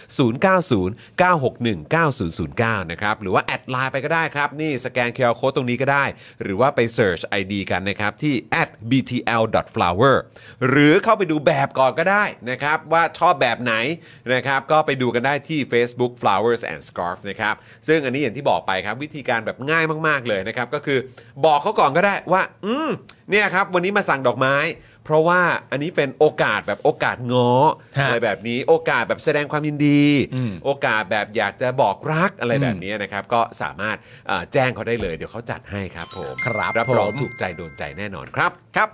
S1: 0909619009 นะครับหรือว่าแอดไลน์ไปก็ได้ครับนี่สแกน QR Code ตรงนี้ก็ได้ หรือว่าไป Search ID กันนะครับ ที่ @btl.flower หรือเข้าไปดูแบบก่อนก็ได้นะครับ ว่าชอบแบบไหนนะครับ ก็ไปดูกันได้ที่ Facebook flowers and scarf นะครับ ซึ่งอันนี้อย่างที่บอกไปครับ วิธีการแบบง่ายมาก ๆ เลยนะครับ ก็คือบอกเขาก่อนก็ได้ว่า อืม เนี่ยครับ วันนี้มาสั่งดอกไม้ เพราะว่าอันนี้เป็นโอกาสแบบโอกาสง้อ
S2: ฮะ
S1: อะไรแบบนี้โอกาสแบบแสดงความยินดี โอกาสแบบอยากจะบอกรักอะไรแบบนี้นะครับ ก็สามารถเอ่อแจ้งเขาได้เลยเดี๋ยวเขาจัดให้ครับผม
S2: ครับ
S1: รับรอง
S2: ผม
S1: ถูกใจโดนใจแน่นอนครับ
S2: ครับ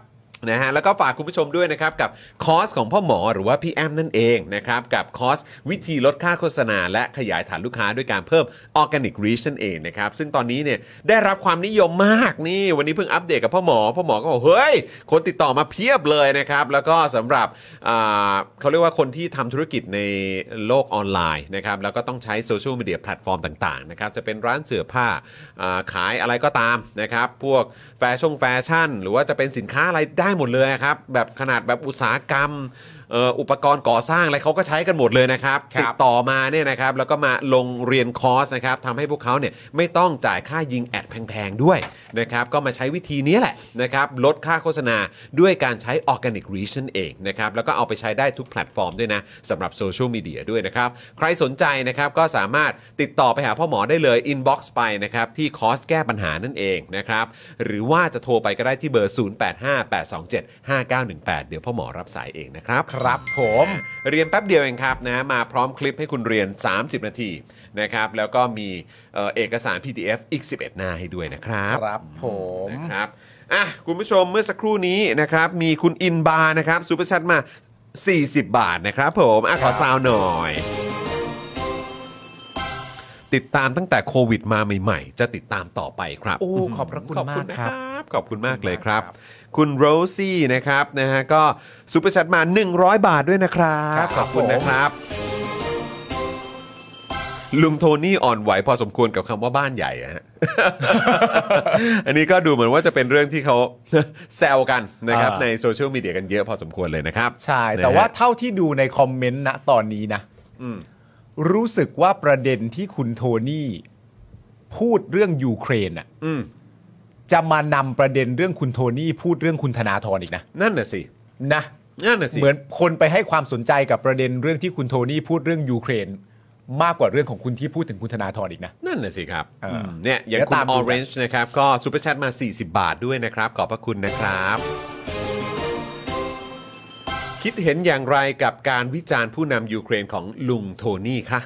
S1: นะฮะแล้วก็ฝากคุณผู้ชมด้วยนะครับ กับคอร์สของพ่อหมอหรือว่าพี่แอมนั่นเองนะครับ กับคอร์สวิธีลดค่าโฆษณา และขยายฐานลูกค้าด้วยการเพิ่มออร์แกนิกรีชนั่นเองนะครับ ซึ่งตอนนี้เนี่ยได้รับความนิยมมากนี่ วันนี้เพิ่งอัปเดตกับพ่อหมอ พ่อหมอก็บอกเฮ้ย คนติดต่อมาเพียบเลยนะครับ แล้วก็สำหรับอ่าเขาเรียกว่าคนที่ทำธุรกิจในโลกออนไลน์นะครับแล้วก็ต้องใช้โซเชียลมีเดียแพลตฟอร์มต่างๆนะครับจะเป็นร้านเสื้อผ้าอ่าขายอะไรก็ตามนะครับ พวกแฟชั่นแฟชั่น หรือว่าจะเป็นสินค้าอะไรได้หมดเลยครับ แบบขนาดแบบอุตสาหกรรมเอ่ออุปกรณ์ก่อสร้างอะไรเขาก็ใช้กันหมดเลยนะครับ
S2: ครับ
S1: ติดต่อมาเนี่ยนะครับแล้วก็มาลงเรียนคอร์สนะครับทำให้พวกเขาเนี่ยไม่ต้องจ่ายค่ายิงแอดแพงๆด้วยนะครับก็มาใช้วิธีนี้แหละนะครับลดค่าโฆษณาด้วยการใช้ออร์แกนิกรีชนั่นเองนะครับแล้วก็เอาไปใช้ได้ทุกแพลตฟอร์มด้วยนะสำหรับโซเชียลมีเดียด้วยนะครับ ใครสนใจนะครับก็สามารถติดต่อไปหาพ่อหมอได้เลยอินบ็อกซ์ไปนะครับที่คอร์สแก้ปัญหานั่นเองนะครับหรือว่าจะโทรไปก็ได้ที่เบอร์ 0858275918 เดี๋ยวพ่อหมอรับสายเองนะครับ
S2: ครับผม
S1: เรียนแป๊บเดียวเองครับนะมาพร้อมคลิปให้คุณเรียน 30 นาทีนะครับแล้วก็มีเอ่อเอกสาร PDF อีก 11 หน้าให้ด้วยนะครับ
S2: ครับผม
S1: นะครับอ่ะคุณผู้ชมเมื่อสักครู่นี้นะครับมีคุณอินบาร์นะครับซูเปอร์ชัดมา 40 บาทนะครับผมอ่ะขอซาวหน่อย ติดตามตั้งแต่โควิดมาใหม่ ๆ จะติดตามต่อไปครับ
S2: โอ้ขอบพระคุณมากครั
S1: ค
S2: บ
S1: รับขอบคุณมากเลยครับ
S2: ขอบคุณมาก
S1: คุณโรซี่นะครับนะฮะก็ซูเปอร์แชทมา 100 บาทด้วยนะครับ
S2: ครับ
S1: ขอบคุณ
S2: ผม
S1: นะครับ ลุงโทนี่อ่อนไหวพอสมควรกับคำว่าบ้านใหญ่อะฮ ะ อันนี้ก็ดูเหมือนว่าจะเป็นเรื่องที่เขา แซวกันนะครับในโซเชียลมีเดียกันเยอะพอสมควรเลยนะครับ
S2: ใช่ แต่ว่า
S1: นะฮะ
S2: เท่าที่ดูในคอมเมนต์ณตอนนี้นะ
S1: อืม
S2: รู้สึกว่าประเด็นที่คุณโทนี่ พูดเรื่องยูเครนอ่ะ
S1: อืม
S2: จะมานำประเด็นเรื่องคุณโทนี่ พูดเรื่องคุณธนาธรอีกนะ
S1: นั่นน่ะสิ
S2: นะ
S1: นั่นน่ะสิ
S2: เหมือนคนไปให้ความสนใจกับประเด็นเรื่องที่คุณโทนี่พูดเรื่องยูเครน มากกว่าเรื่องของคุณที่พูดถึงคุณธนาธรอีกนะ
S1: นั่นน่ะสิครับ
S2: เอออื
S1: มเนี่ยอย่าง
S2: เดี๋ยว
S1: คุณ
S2: ตามดู
S1: อ
S2: กั
S1: อน เรนจ์นะครับก็ซูเปอร์แชทมา 40 บาทด้วยนะครับ ขอบพระคุณนะครับ คิดเห็นอย่างไรกับการวิจารณ์ผู้นำยูเครนของลุงโทนี่คะ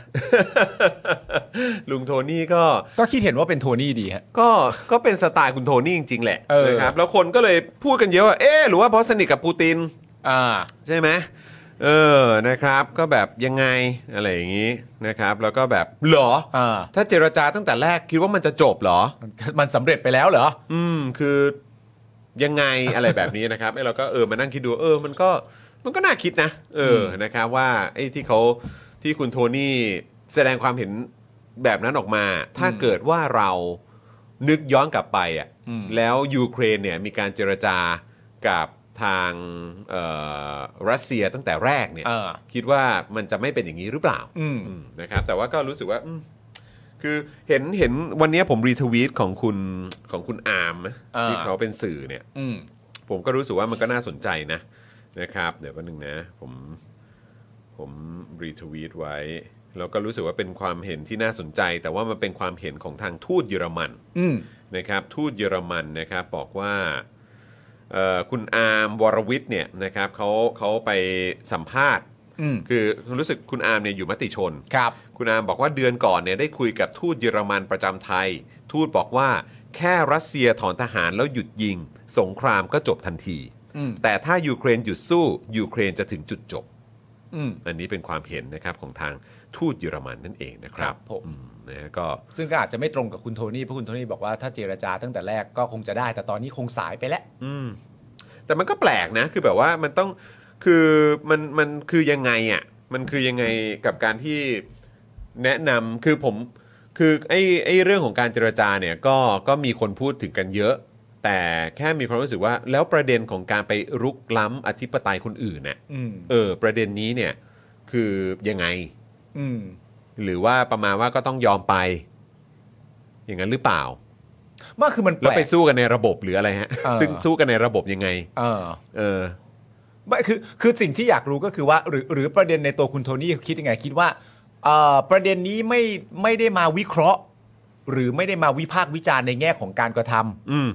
S1: ลุงโทนี่ก็
S2: ก็คิดเห็นว่าเป็นโทนี่ดีฮะ
S1: ก็ก็เป็นสไตล์คุณโทนี่จริง ๆ แหละ
S2: เออ
S1: นะครับแล้วคนก็เลยพูดกันเยอะว่าเอ๊ะหรือว่าเพราะสนิทกับปูติน
S2: อ่า
S1: ใช่ไหมเออนะครับ ก็แบบยังไงอะไรอย่างนี้นะครับ แล้วก็แบบเหรอ
S2: อ่า
S1: ถ้าเจรจาตั้งแต่แรกคิดว่ามันจะจบเหรอ
S2: มันมันสำเร็จไปแล้วเหรอ
S1: อืมคือยังไงอะไรแบบนี้นะครับไอ้เราก็เออมานั่งคิดดูเออมันก็มันก็น่าคิดนะ เอออนะครับว่าไอ้ที่เขาที่คุณโทนี่แสดงความเห็นแบบนั้นออกมา ถ้าเกิดว่าเรานึกย้อนกลับไปอ่ะ
S2: อืม
S1: แล้วยูเครนเนี่ยมีการเจรจากับทางเอ่อรัสเซียตั้งแต่แรกเนี่ย
S2: อ่า
S1: คิดว่ามันจะไม่เป็นอย่างนี้หรือเปล่า
S2: อืม
S1: อืมนะครับ แต่ว่าก็รู้สึกว่าอืมคือเห็นเห็นวันนี้ผมรีทวีตของคุณของคุณอาร์มนะ
S2: อ่า
S1: ที่เขาเป็นสื่อเนี่ย
S2: อืม
S1: ผมก็รู้สึกว่ามันก็น่าสนใจนะนะครับ เดี๋ยวแป๊บนึงนะผมผมรีทวีตไว้แล้วก็รู้สึกว่าเป็นความเห็นที่น่าสนใจ แต่ว่ามันเป็นความเห็นของทางทูตเยอรมัน
S2: อืม
S1: นะครับทูตเยอรมันนะครับบอกว่าเอ่อคุณอาร์มวรวิทย์เนี่ยนะครับเขาเขาไปสัมภาษณ์
S2: อืม
S1: คือรู้สึกคุณอาร์มเนี่ยอยู่มติชน
S2: ครับ
S1: คุณอาร์มบอกว่าเดือนก่อนเนี่ยได้คุยกับทูตเยอรมันประจำไทย ทูตบอกว่าแค่รัสเซียถอนทหารแล้วหยุดยิง สงครามก็จบทันที
S2: อืม
S1: แต่ถ้ายูเครนหยุดสู้ยูเครนจะถึงจุดจบ
S2: อืม
S1: อันนี้เป็นความเห็นนะครับของทางทูตเยอรมันนั่นเองนะครับ
S2: ครับผม
S1: อืนะฮะก็
S2: ซึ่งก็อาจจะไม่ตรงกับคุณโทนี่เพราะคุณโทนี่บอกว่าถ้าเจรจาตั้งแต่แรกก็คงจะได้ แต่ตอนนี้คงสายไปแล้ว
S1: อืมแต่มันก็แปลกนะ คือแบบว่ามันต้องคือมันมันคือยังไงอ่ะมันคือยังไงกับการที่แนะนำคือผมคือไอ้ไอ้เรื่องของการเจรจาเนี่ยก็ก็มีคนพูดถึงกันเยอะ แต่แค่มีความรู้สึกว่าแล้วประเด็นของการไปรุกล้ำอธิปไตยคนอื่นเนี่ย
S2: อืม
S1: เออ ประเด็นนี้เนี่ยคือยังไง
S2: อืม
S1: หรือว่าประมาณว่าก็ต้องยอมไป อย่างนั้นหรือเปล่า
S2: มากคือมันแป
S1: แล้ว
S2: ล
S1: ไป
S2: ก
S1: สู้กันในระบบหรืออะไรฮะ
S2: เออ
S1: ซึ่งสู้กันในระบบยังไง
S2: เออ
S1: เออ
S2: ไม่คือคือสิ่งที่อยากรู้ก็คือว่าหรือหรือประเด็นในตัวคุณโทนี่คิดยังไงคิดว่าเอ่อประเด็นนี้ไม่ไม่ได้มาวิเคราะห์ หรือไม่ได้มาวิพากษ์วิจารณ์ในแง่ของการกระทำ
S1: อืม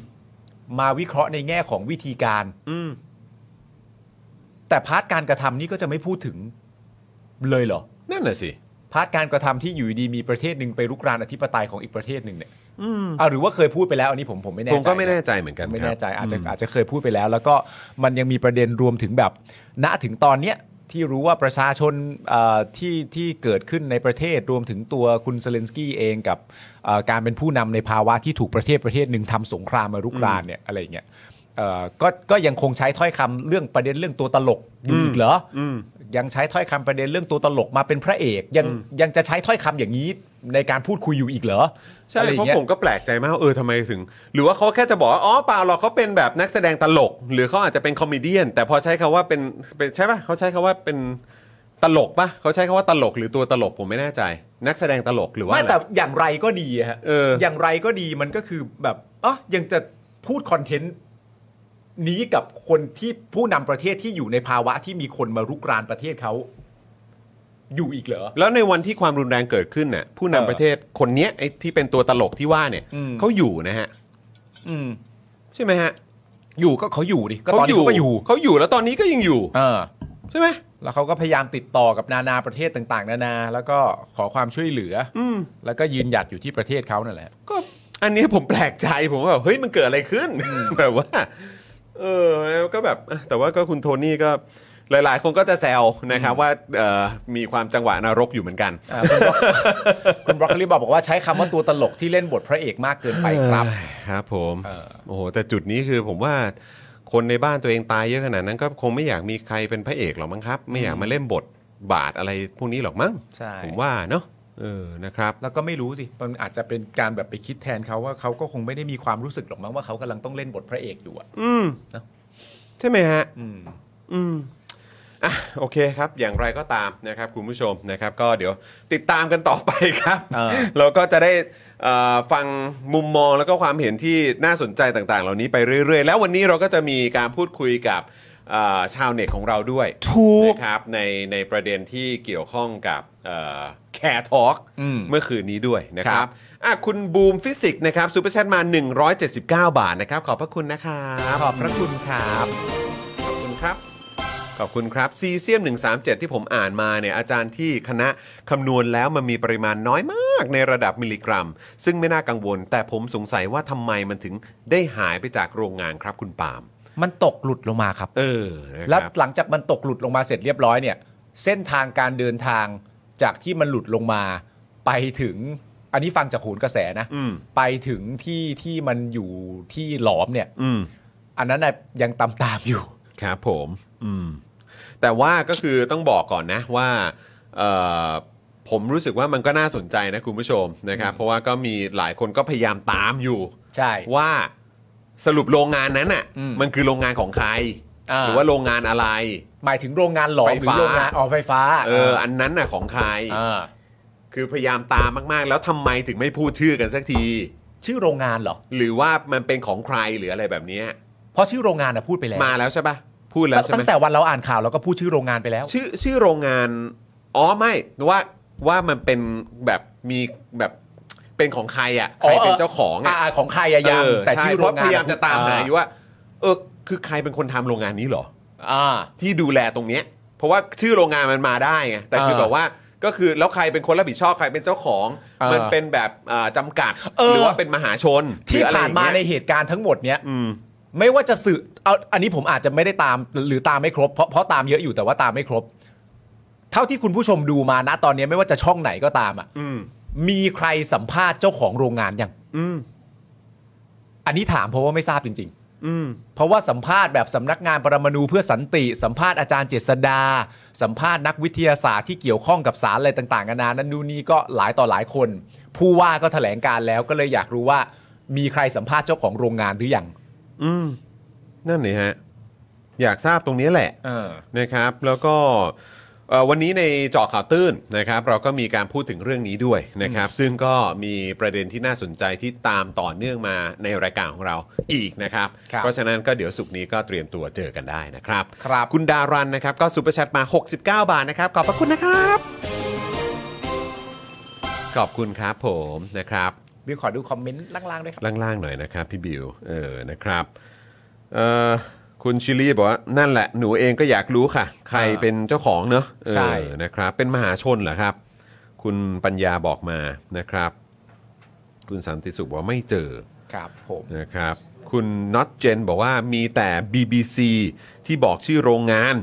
S2: มาวิเคราะห์ในแง่ของวิธีการ
S1: อืม
S2: แต่พาร์ทการกระทำนี่ก็จะไม่พูดถึงเลยเหรอ
S1: นั่นน่ะสิ
S2: พาร์ทการกระทำที่อยู่ดีๆมีประเทศหนึ่งไปรุกรานอธิปไตยของอีกประเทศหนึ่งเนี่ยอ่าหรือว่าเคยพูดไปแล้วอันนี้ผมผมไม่แน่ใจ
S1: ผมก็ไม่แน่
S2: นะ
S1: ใจเหมือนกัน
S2: ไม่
S1: ครั
S2: แน่
S1: บ
S2: ใจอาจจะอาจจะเคยพูดไปแล้ว แล้วก็มันยังมีประเด็นรวมถึงแบบ ณถึงตอนเนี้ยที่รู้ว่าประชาชนเอ่อที่ที่เกิดขึ้นในประเทศรวมถึงตัวคุณเซเลนสกี้เองกับเอ่อการเป็นผู้นำในภาวะที่ถูกประเทศประเทศหนึ่งทำสงครามมารุกรานเนี่ยอะไรอย่างเงี้ยเอ่อก็ก็ยังคงใช้ถ้อยคำเรื่องประเด็นเรื่องตัวตลกอยู่อีกเหรอ
S1: อืม
S2: ยังใช้ถ้อยคำประเด็นเรื่องตัวตลกมาเป็นพระเอกยังยังจะใช้ถ้อยคำอย่างนี้ในการพูดคุยอยู่อีกเหรอ
S1: ใช่
S2: อะไรอ
S1: เพ
S2: ย่า
S1: ราะ
S2: งเงี้ย
S1: ผมก็แปลกใจมากว่าเออทำไมถึง หรือว่าเขาแค่จะบอกว่าอ๋อเปล่าหรอกเขาเป็นแบบนักแสดงตลก หรือเขาอาจจะเป็นคอมเมเดี้นแต่พอใช้คำว่าเป็นเป็นใช่ปะเขาใช้คำว่าเป็นตลกปะเขาใช้คำว่าตลกหรือตัวตลกผมไม่แน่ใจ นักแสดงตลกหรือว่า
S2: ไม่
S1: อะไร
S2: แต่อย่างไรก็ดีอะฮะ
S1: เอออ
S2: ย่างไรก็ดีมันก็คือแบบอ๋อยังจะพูดคอนเทนต์นี้กับคนที่ผู้นำประเทศที่อยู่ในภาวะที่มีคนมารุกรานประเทศเขาอยู่อีกเหรอ
S1: แล้วในวันที่ความรุนแรงเกิดขึ้นน่ะผู้นำ
S2: เออ
S1: ประเทศคนเนี้ยไอ้ที่เป็นตัวตลกที่ว่าเนี่ย
S2: อืม
S1: เขาอยู่นะฮะ
S2: อืม
S1: ใช่ไหมฮะ
S2: อยู่ก็เขาอยู่ดิก็ตอนนี้เขาก็อยู่
S1: เขาอยู่แล้วตอนนี้ก็ยังอยู่
S2: เออ
S1: ใช่ไหม
S2: แล้วเขาก็พยายามติดต่อกับนานาประเทศต่างๆ นานา แล้วก็ขอความช่วยเหลืออแล้วก็ยืนหยัดอยู่ที่ประเทศเขานั่นแหละ
S1: ก็อันนี้ผมแปลกใจผมว่าแบบเฮ้ยมันเกิดอะไรขึ้น แบบว่า เออแล้วก็แบบอ่ะแต่ว่าก็คุณโทนี่ก็หลาย ๆ คนก็จะแซวนะครับว่าเอ่อมีความจังหวะนรกอยู่เหมือนกัน
S2: อ่าคุณบล็อกคุณบล็อกโคลีบอกบอกว่าใช้คำว่าตัวตลกที่เล่นบทพระเอกมากเกินไปครับ
S1: เอ้ยครับผม
S2: เออ
S1: โอ้โหแต่จุดนี้คือผมว่าคนในบ้านตัวเองตายเยอะขนาดนั้นก็คงไม่อยากมีใครเป็นพระเอกหรอกมั้งครับ ไม่อยากมาเล่นบทบาทอะไรพวกนี้หรอกมั้ง
S2: ใช่
S1: ผมว่าเนาะเออนะครับ
S2: แล้วก็ไม่รู้สิมันอาจจะเป็นการแบบไปคิดแทนเขาว่าเขาก็คงไม่ได้มีความรู้สึกหรอกมั้งว่าเขากำลังต้องเล่นบทพระเอกอยู่อะ
S1: อืมใช่ไหมฮะ
S2: อืม
S1: อืมอ่ะโอเคครับ อย่างไรก็ตามนะครับคุณผู้ชมนะครับ ก็เดี๋ยวติดตามกันต่อไปครับ
S2: เออ
S1: เราก็จะได้เอ่อฟังมุมมองแล้วก็ความเห็นที่น่าสนใจต่างๆ เหล่านี้ไปเรื่อยๆ แล้ววันนี้เราก็จะมีการพูดคุยกับเอ่อชาวเน็ตของเราด้วย
S2: ถูก
S1: นะครับในในประเด็นที่เกี่ยวข้องกับแคร์ทอล์ก
S2: อืม
S1: เมื่อคืนนี้ด้วยนะค
S2: ครั
S1: รับบ อ่ะคุณบูมฟิสิกส์นะครับซูเปอร์แชทมา 179 บาทนะครับ ขอบพระคุณนะครับ
S2: ขอบพระคุณครับ
S1: ขอบคุณครับ ขอบคุณครับซีเซียม 137 ที่ผมอ่านมาเนี่ยอาจารย์ที่คณะคำนวณแล้วมันมีปริมาณน้อยมากในระดับมิลลิกรัม ซึ่งไม่น่ากังวล แต่ผมสงสัยว่าทำไมมันถึงได้หายไปจากโรงงานครับคุณปาล์ม
S2: มันตกหลุดลงมาครับ
S1: เออนะ
S2: แล้ว
S1: ครับ
S2: หลังจากมันตกหลุดลงมาเสร็จเรียบร้อยเนี่ย เส้นทางการเดินทางจากที่มันหลุดลงมาไปถึง อันนี้ฟังจากโหนกระแสนะ
S1: อืม
S2: ไปถึงที่ที่มันอยู่ที่หลอมเนี่ย
S1: อืม
S2: อันนั้นน่ะยังตามตามๆอยู่
S1: ครับผม อืม แต่ว่าก็คือต้องบอกก่อนนะว่าเอ่อผมรู้สึกว่ามันก็น่าสนใจนะคุณผู้ชมนะครับ เพราะว่าก็มีหลายคนก็พยายามตามอยู่
S2: ใช่
S1: ว่าสรุปโรงงานนั้นอ่ะ
S2: อืม
S1: มันคือโรงงานของใคร
S2: อ่า
S1: หรือว่าโรงงานอะไร
S2: หมายถึงโรงงานหลอม
S1: ไฟ
S2: หรือ
S1: ฟ้า
S2: โรงงานอ๋อไฟฟ้า
S1: เอออันนั้นน่ะของใคร
S2: อ่า
S1: คือพยายามตามมากๆ แล้วทำไมถึงไม่พูดชื่อกันสักที
S2: ชื่อโรงงานเหรอ
S1: หรือว่ามันเป็นของใครหรืออะไรแบบเนี้ย
S2: เพราะชื่อโรงงานนะพูดไปแล้ว
S1: มาแล้วใช่ปะพูดแล้วใช่ไหม
S2: ตั้งแต่วันเราอ่านข่าวเราก็พูดชื่อโรงงานไปแล้ว
S1: ชื่อชื่อโรงงานอ๋อไม่ว่าว่ามันเป็นแบบมีแบบเป็นของใครอ่ะใครเป็นเจ้าของ
S2: อ่าของใครอะยัง
S1: เออ
S2: แต่
S1: ใ
S2: ชื่อโรงงาน
S1: เพะพยายามจะตามหาอยู่
S2: ว่า
S1: ว่า เออคือใครเป็นคนทำโรงงานนี้เหรอ
S2: อ่า
S1: ที่ดูแลตรงเนี้ยเพราะว่าชื่อโรงงานมันมาได้ไงแต่คือ
S2: เออ
S1: แบบว่าก็คือแล้วใครเป็นคนรับผิดชอบใครเป็นเจ้าของ
S2: เออ
S1: มันเป็นแบบอ่าจำกัด
S2: เออ
S1: หรือว่าเป็นมหาชน
S2: ที่
S1: หรืออะไร
S2: ผ่านมา
S1: อย่ง
S2: ใน
S1: เงี้ย
S2: เหตุการณ์ทั้งหมดเนี้ย
S1: อืม
S2: ไม่ว่าจะสื่อเอาอันนี้ผมอาจจะไม่ได้ตามหรือตามไม่ครบเพราะเพราะตามเยอะอยู่แต่ว่าตามไม่ครบ เท่าที่คุณผู้ชมดูมานะตอนนี้ไม่ว่าจะช่องไหนก็ตามอ่ะ
S1: อืม
S2: มีใครสัมภาษณ์เจ้าของโรงงานยัง
S1: อืม
S2: อันนี้ถามเพราะว่าไม่ทราบจริง ๆ
S1: อืม
S2: เพราะว่าสัมภาษณ์แบบสำนักงานปรมาณูเพื่อสันติ สัมภาษณ์อาจารย์เจษดา สัมภาษณ์นักวิทยาศาสตร์ที่เกี่ยวข้องกับสารอะไรต่างๆนานานั้นดูนนี่ก็หลายต่อหลายคน ผู้ว่าก็แถลงการแล้วก็เลยอยากรู้ว่า มีใครสัมภาษณ์เจ้าของโรงงานหรือยัง
S1: อืม นั่นนี่ฮะ อยากทราบตรงนี้แหละ
S2: เออ
S1: นะครับ แล้วก็เอ่อวันนี้ในเจาะข่าวตื้นนะครับ เราก็มีการพูดถึงเรื่องนี้ด้วยนะครับ ซึ่งก็มีประเด็นที่น่าสนใจที่ตามต่อเนื่องมาในรายการของเราอีกนะครับ
S2: ครับ
S1: เพราะฉะนั้นก็เดี๋ยวสุกร์นี้ก็เตรียมตัวเจอกันได้นะครับ
S2: ครับ
S1: คุณดารันนะครับ ก็ซูเปอร์แชทมา 69 บาทนะครับ ขอบพระคุณนะครับ ขอบคุณครับผมนะครับ
S2: บิวขอดูคอมเมนต์ล่างๆด้วยครับ
S1: ล่างๆหน่อยนะครับพี่บิว เออ นะครับเอ่อคุณชิลลี่บอกว่า นั่นแหละ หนูเองก็อยากรู้ค่ะ ใคร
S2: อ่า
S1: เป็นเจ้าของเนอะเออ
S2: ใช่
S1: นะครับ เป็นมหาชนเหรอครับ คุณปัญญาบอกมานะครับ คุณสันติสุขบอกว่าไม่เจอ
S2: ครับ ผม
S1: นะครับ คุณน็อตเจนบอกว่ามีแต่ BBC ที่บอกชื่อโรงงาน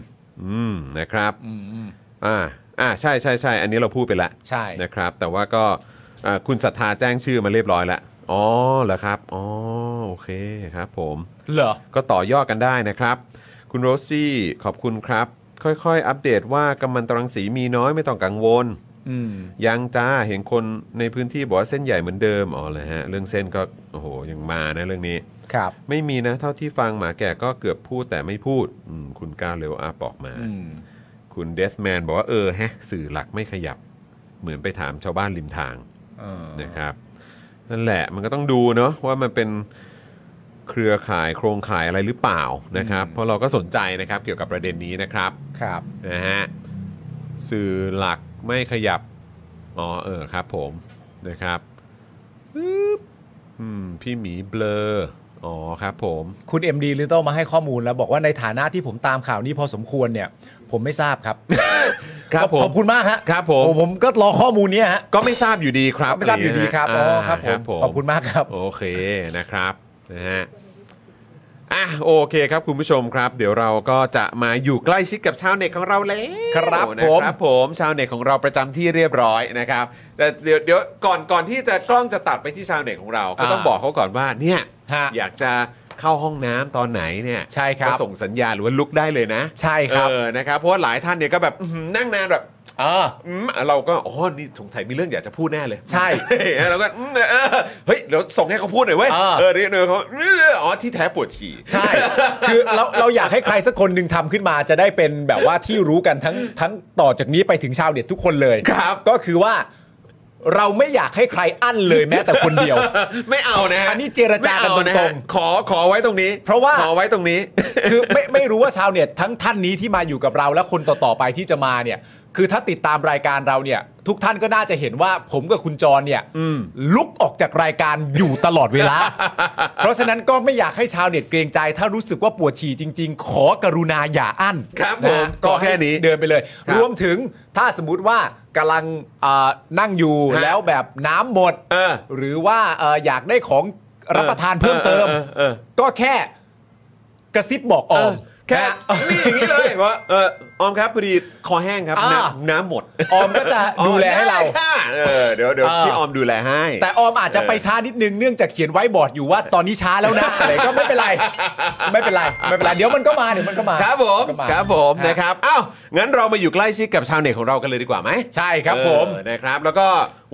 S1: อืม นะครับ
S2: อืม
S1: อ่า อ่า ใช่ใช่ใช่อันนี้เราพูดไปแล้ว
S2: ใช่
S1: นะครับ แต่ว่าก็อ่าคุณศรัทธาแจ้งชื่อมาเรียบร้อยแล้ว อ๋อ เหรอครับ อ๋อ โอเคครับผม
S2: ๆเหรอ
S1: ก็ต่อยอดกันได้นะครับ คุณโรซี่ขอบคุณครับ ค่อยๆ อัปเดตว่ากำมันตรังสีมีน้อยไม่ต้องกังวล
S2: อืม
S1: ยังจ้าเห็นคนในพื้นที่บอกว่าเส้นใหญ่เหมือนเดิม อ๋อเลยฮะ เรื่องเส้นก็ โอ้โห ยังมานะเรื่องนี้
S2: ครับ
S1: ไม่มีนะ เท่าที่ฟังหมาแก่ก็เกือบพูดแต่ไม่พูดอืมคุณก้าวเลวอาบอกมา
S2: อืม
S1: คุณเดสแมนบอกว่า เออแฮะ สื่อหลักไม่ขยับ เหมือนไปถามชาวบ้านริมทาง
S2: เออ
S1: นะครับ นั่นแหละมันก็ต้องดูเนาะว่ามันเป็นเครือข่ายโครงข่ายอะไรหรือเปล่านะครับ เพราะเราก็สนใจนะครับเกี่ยวกับประเด็นนี้นะครับ
S2: ครับ
S1: นะฮะสื่อหลักไม่ขยับ อ๋อเออครับผมนะครับปึ๊บอืมพี่หมีเบลออ๋อครับผม
S2: คุณ MD ลิตเติ้ลมาให้ข้อมูลแล้วบอกว่าในฐานะที่ผมตามข่าวนี้พอสมควรเนี่ย ผมไม่ทราบครับ
S1: ครับผม
S2: ขอบคุณมากฮะ
S1: ครับผม
S2: โอ้ผมก็รอข้อมูลเนี้ยฮะ
S1: ก็ไม่ทราบอยู่ดีครับ
S2: ไม่ทราบอยู่ดีครับอ๋อครับ
S1: า
S2: ผมขอบคุณมากครับ
S1: โอเคนะครับนะฮะอ่ะโอเคครับคุณผู้ชมครับ เดี๋ยวเราก็จะมาอยู่ใกล้ชิดกับชาวเน็ตของเราแล้ว
S2: ครับ
S1: นะ
S2: ผม
S1: ครับผมชาวเน็ตของเราประจำที่เรียบร้อยนะครับ แต่เดี๋ยวเดี๋ยวก่อนก่อนที่จะกล้องจะตัดไปที่ชาวเน็ตของเรา ก็ต้อง
S2: อ่า
S1: บอกเขาก่อนว่าเนี่ย
S2: ฮะ
S1: อยากจะเข้าห้องน้ำตอนไหนเนี่ย
S2: ใช่ครับ
S1: ก็ส่งสัญญาณหรือว่าลุกได้เลยนะ
S2: ใช่ครับ
S1: เออนะครับเพราะว่าหลายท่านเนี่ยก็แบบอื้อหือนั่งนานแบบ
S2: เออ
S1: อืมเราก็อ๋อนี่สงสัยมีเรื่องอยากจะพูดแน่เลย
S2: ใช่
S1: เราก็อืม เออเฮ้ยเดี๋ยวส่งให้เขาพูดหน่อยเว้ย
S2: อ่า
S1: เออนี่เดี๋ยวเขาอ๋อที่แท้ปวดฉี่
S2: ใช่ คือเราเราอยากให้ใครสักคนหนึ่งทำขึ้นมาจะได้เป็นแบบว่าที่รู้กันทั้งทั้งต่อจากนี้ไปถึงชาวเน็ตทุกคนเลย
S1: ครับ
S2: ก็คือว่าเราไม่อยากให้ใครอั้นเลยแม้แต่คนเดียว
S1: ไม่เอานะฮะ
S2: อันนี้เจรจา
S1: ไม่เอ
S2: กัน
S1: นะ
S2: ตร
S1: ฮะ
S2: ง
S1: ขอขอไว้ตรงนี้
S2: เพราะว่า
S1: ขอไว้ตรงนี้
S2: คือ ไม่ไม่รู้ว่าชาวเน็ตทั้งท่านนี้ที่มาอยู่กับเราและคนต่อๆไปที่จะมาเนี่ย คือถ้าติดตามรายการเราเนี่ย ทุกท่านก็น่าจะเห็นว่าผมกับคุณจรเนี่ยลุกออกจากรายการอยู่ตลอดเวลา เพราะฉะนั้นก็ไม่อยากให้ชาวเน็ตเกรงใจ ถ้ารู้สึกว่าปวดฉี่จริง ๆ ขอกรุณาอย่าอั้น
S1: ครับ
S2: นะฮะ
S1: ผม
S2: ก็
S1: ขอแค่
S2: ให้
S1: นี้
S2: เดินไปเลย
S1: ครับ
S2: รวมถึงถ้าสมมติว่ากำลังอ่านั่งอยู่
S1: ฮะ
S2: แล้วแบบน้ำหมด
S1: เออ
S2: หรือว่าเอ่ออยากได้ของรับประทานเพิ่มเติม
S1: เออเออเออ
S2: ก็แค่กระซิบบอกอ
S1: เอ
S2: อ
S1: อ
S2: ม
S1: แค่
S2: นะ
S1: นี่อย่างนี้เลยว่าเออออมครับพอดีคอแห้งครับ
S2: อ่า
S1: น้ำน้ำหมด
S2: ออมก็จะดูแลให้เรา
S1: อ๋อได้ค่ะเออเดี๋ยวเดี๋ยว
S2: เออ
S1: พี่ออมดูแลให้
S2: แต่ออมอาจจะไปช้านิดนึงเนื่องจากเขียนไว้บอร์ดอยู่ว่าตอนนี้ช้าแล้ว นะอะไรก็ไม่เป็นไร ไม่เป็นไรไม่เป็นไรเดี๋ยวมันก็มาเดี๋ยวมันก็มา
S1: ครับผม
S2: นก็า
S1: ครับผม
S2: ฮ
S1: นะครับอ้าวงั้นเรามาอยู่ใกล้ชิดกับชาวเน็ตของเรากันเลยดีกว่าไหม
S2: ใช่ครับ
S1: เออ
S2: ผม
S1: นะครับ แล้วก็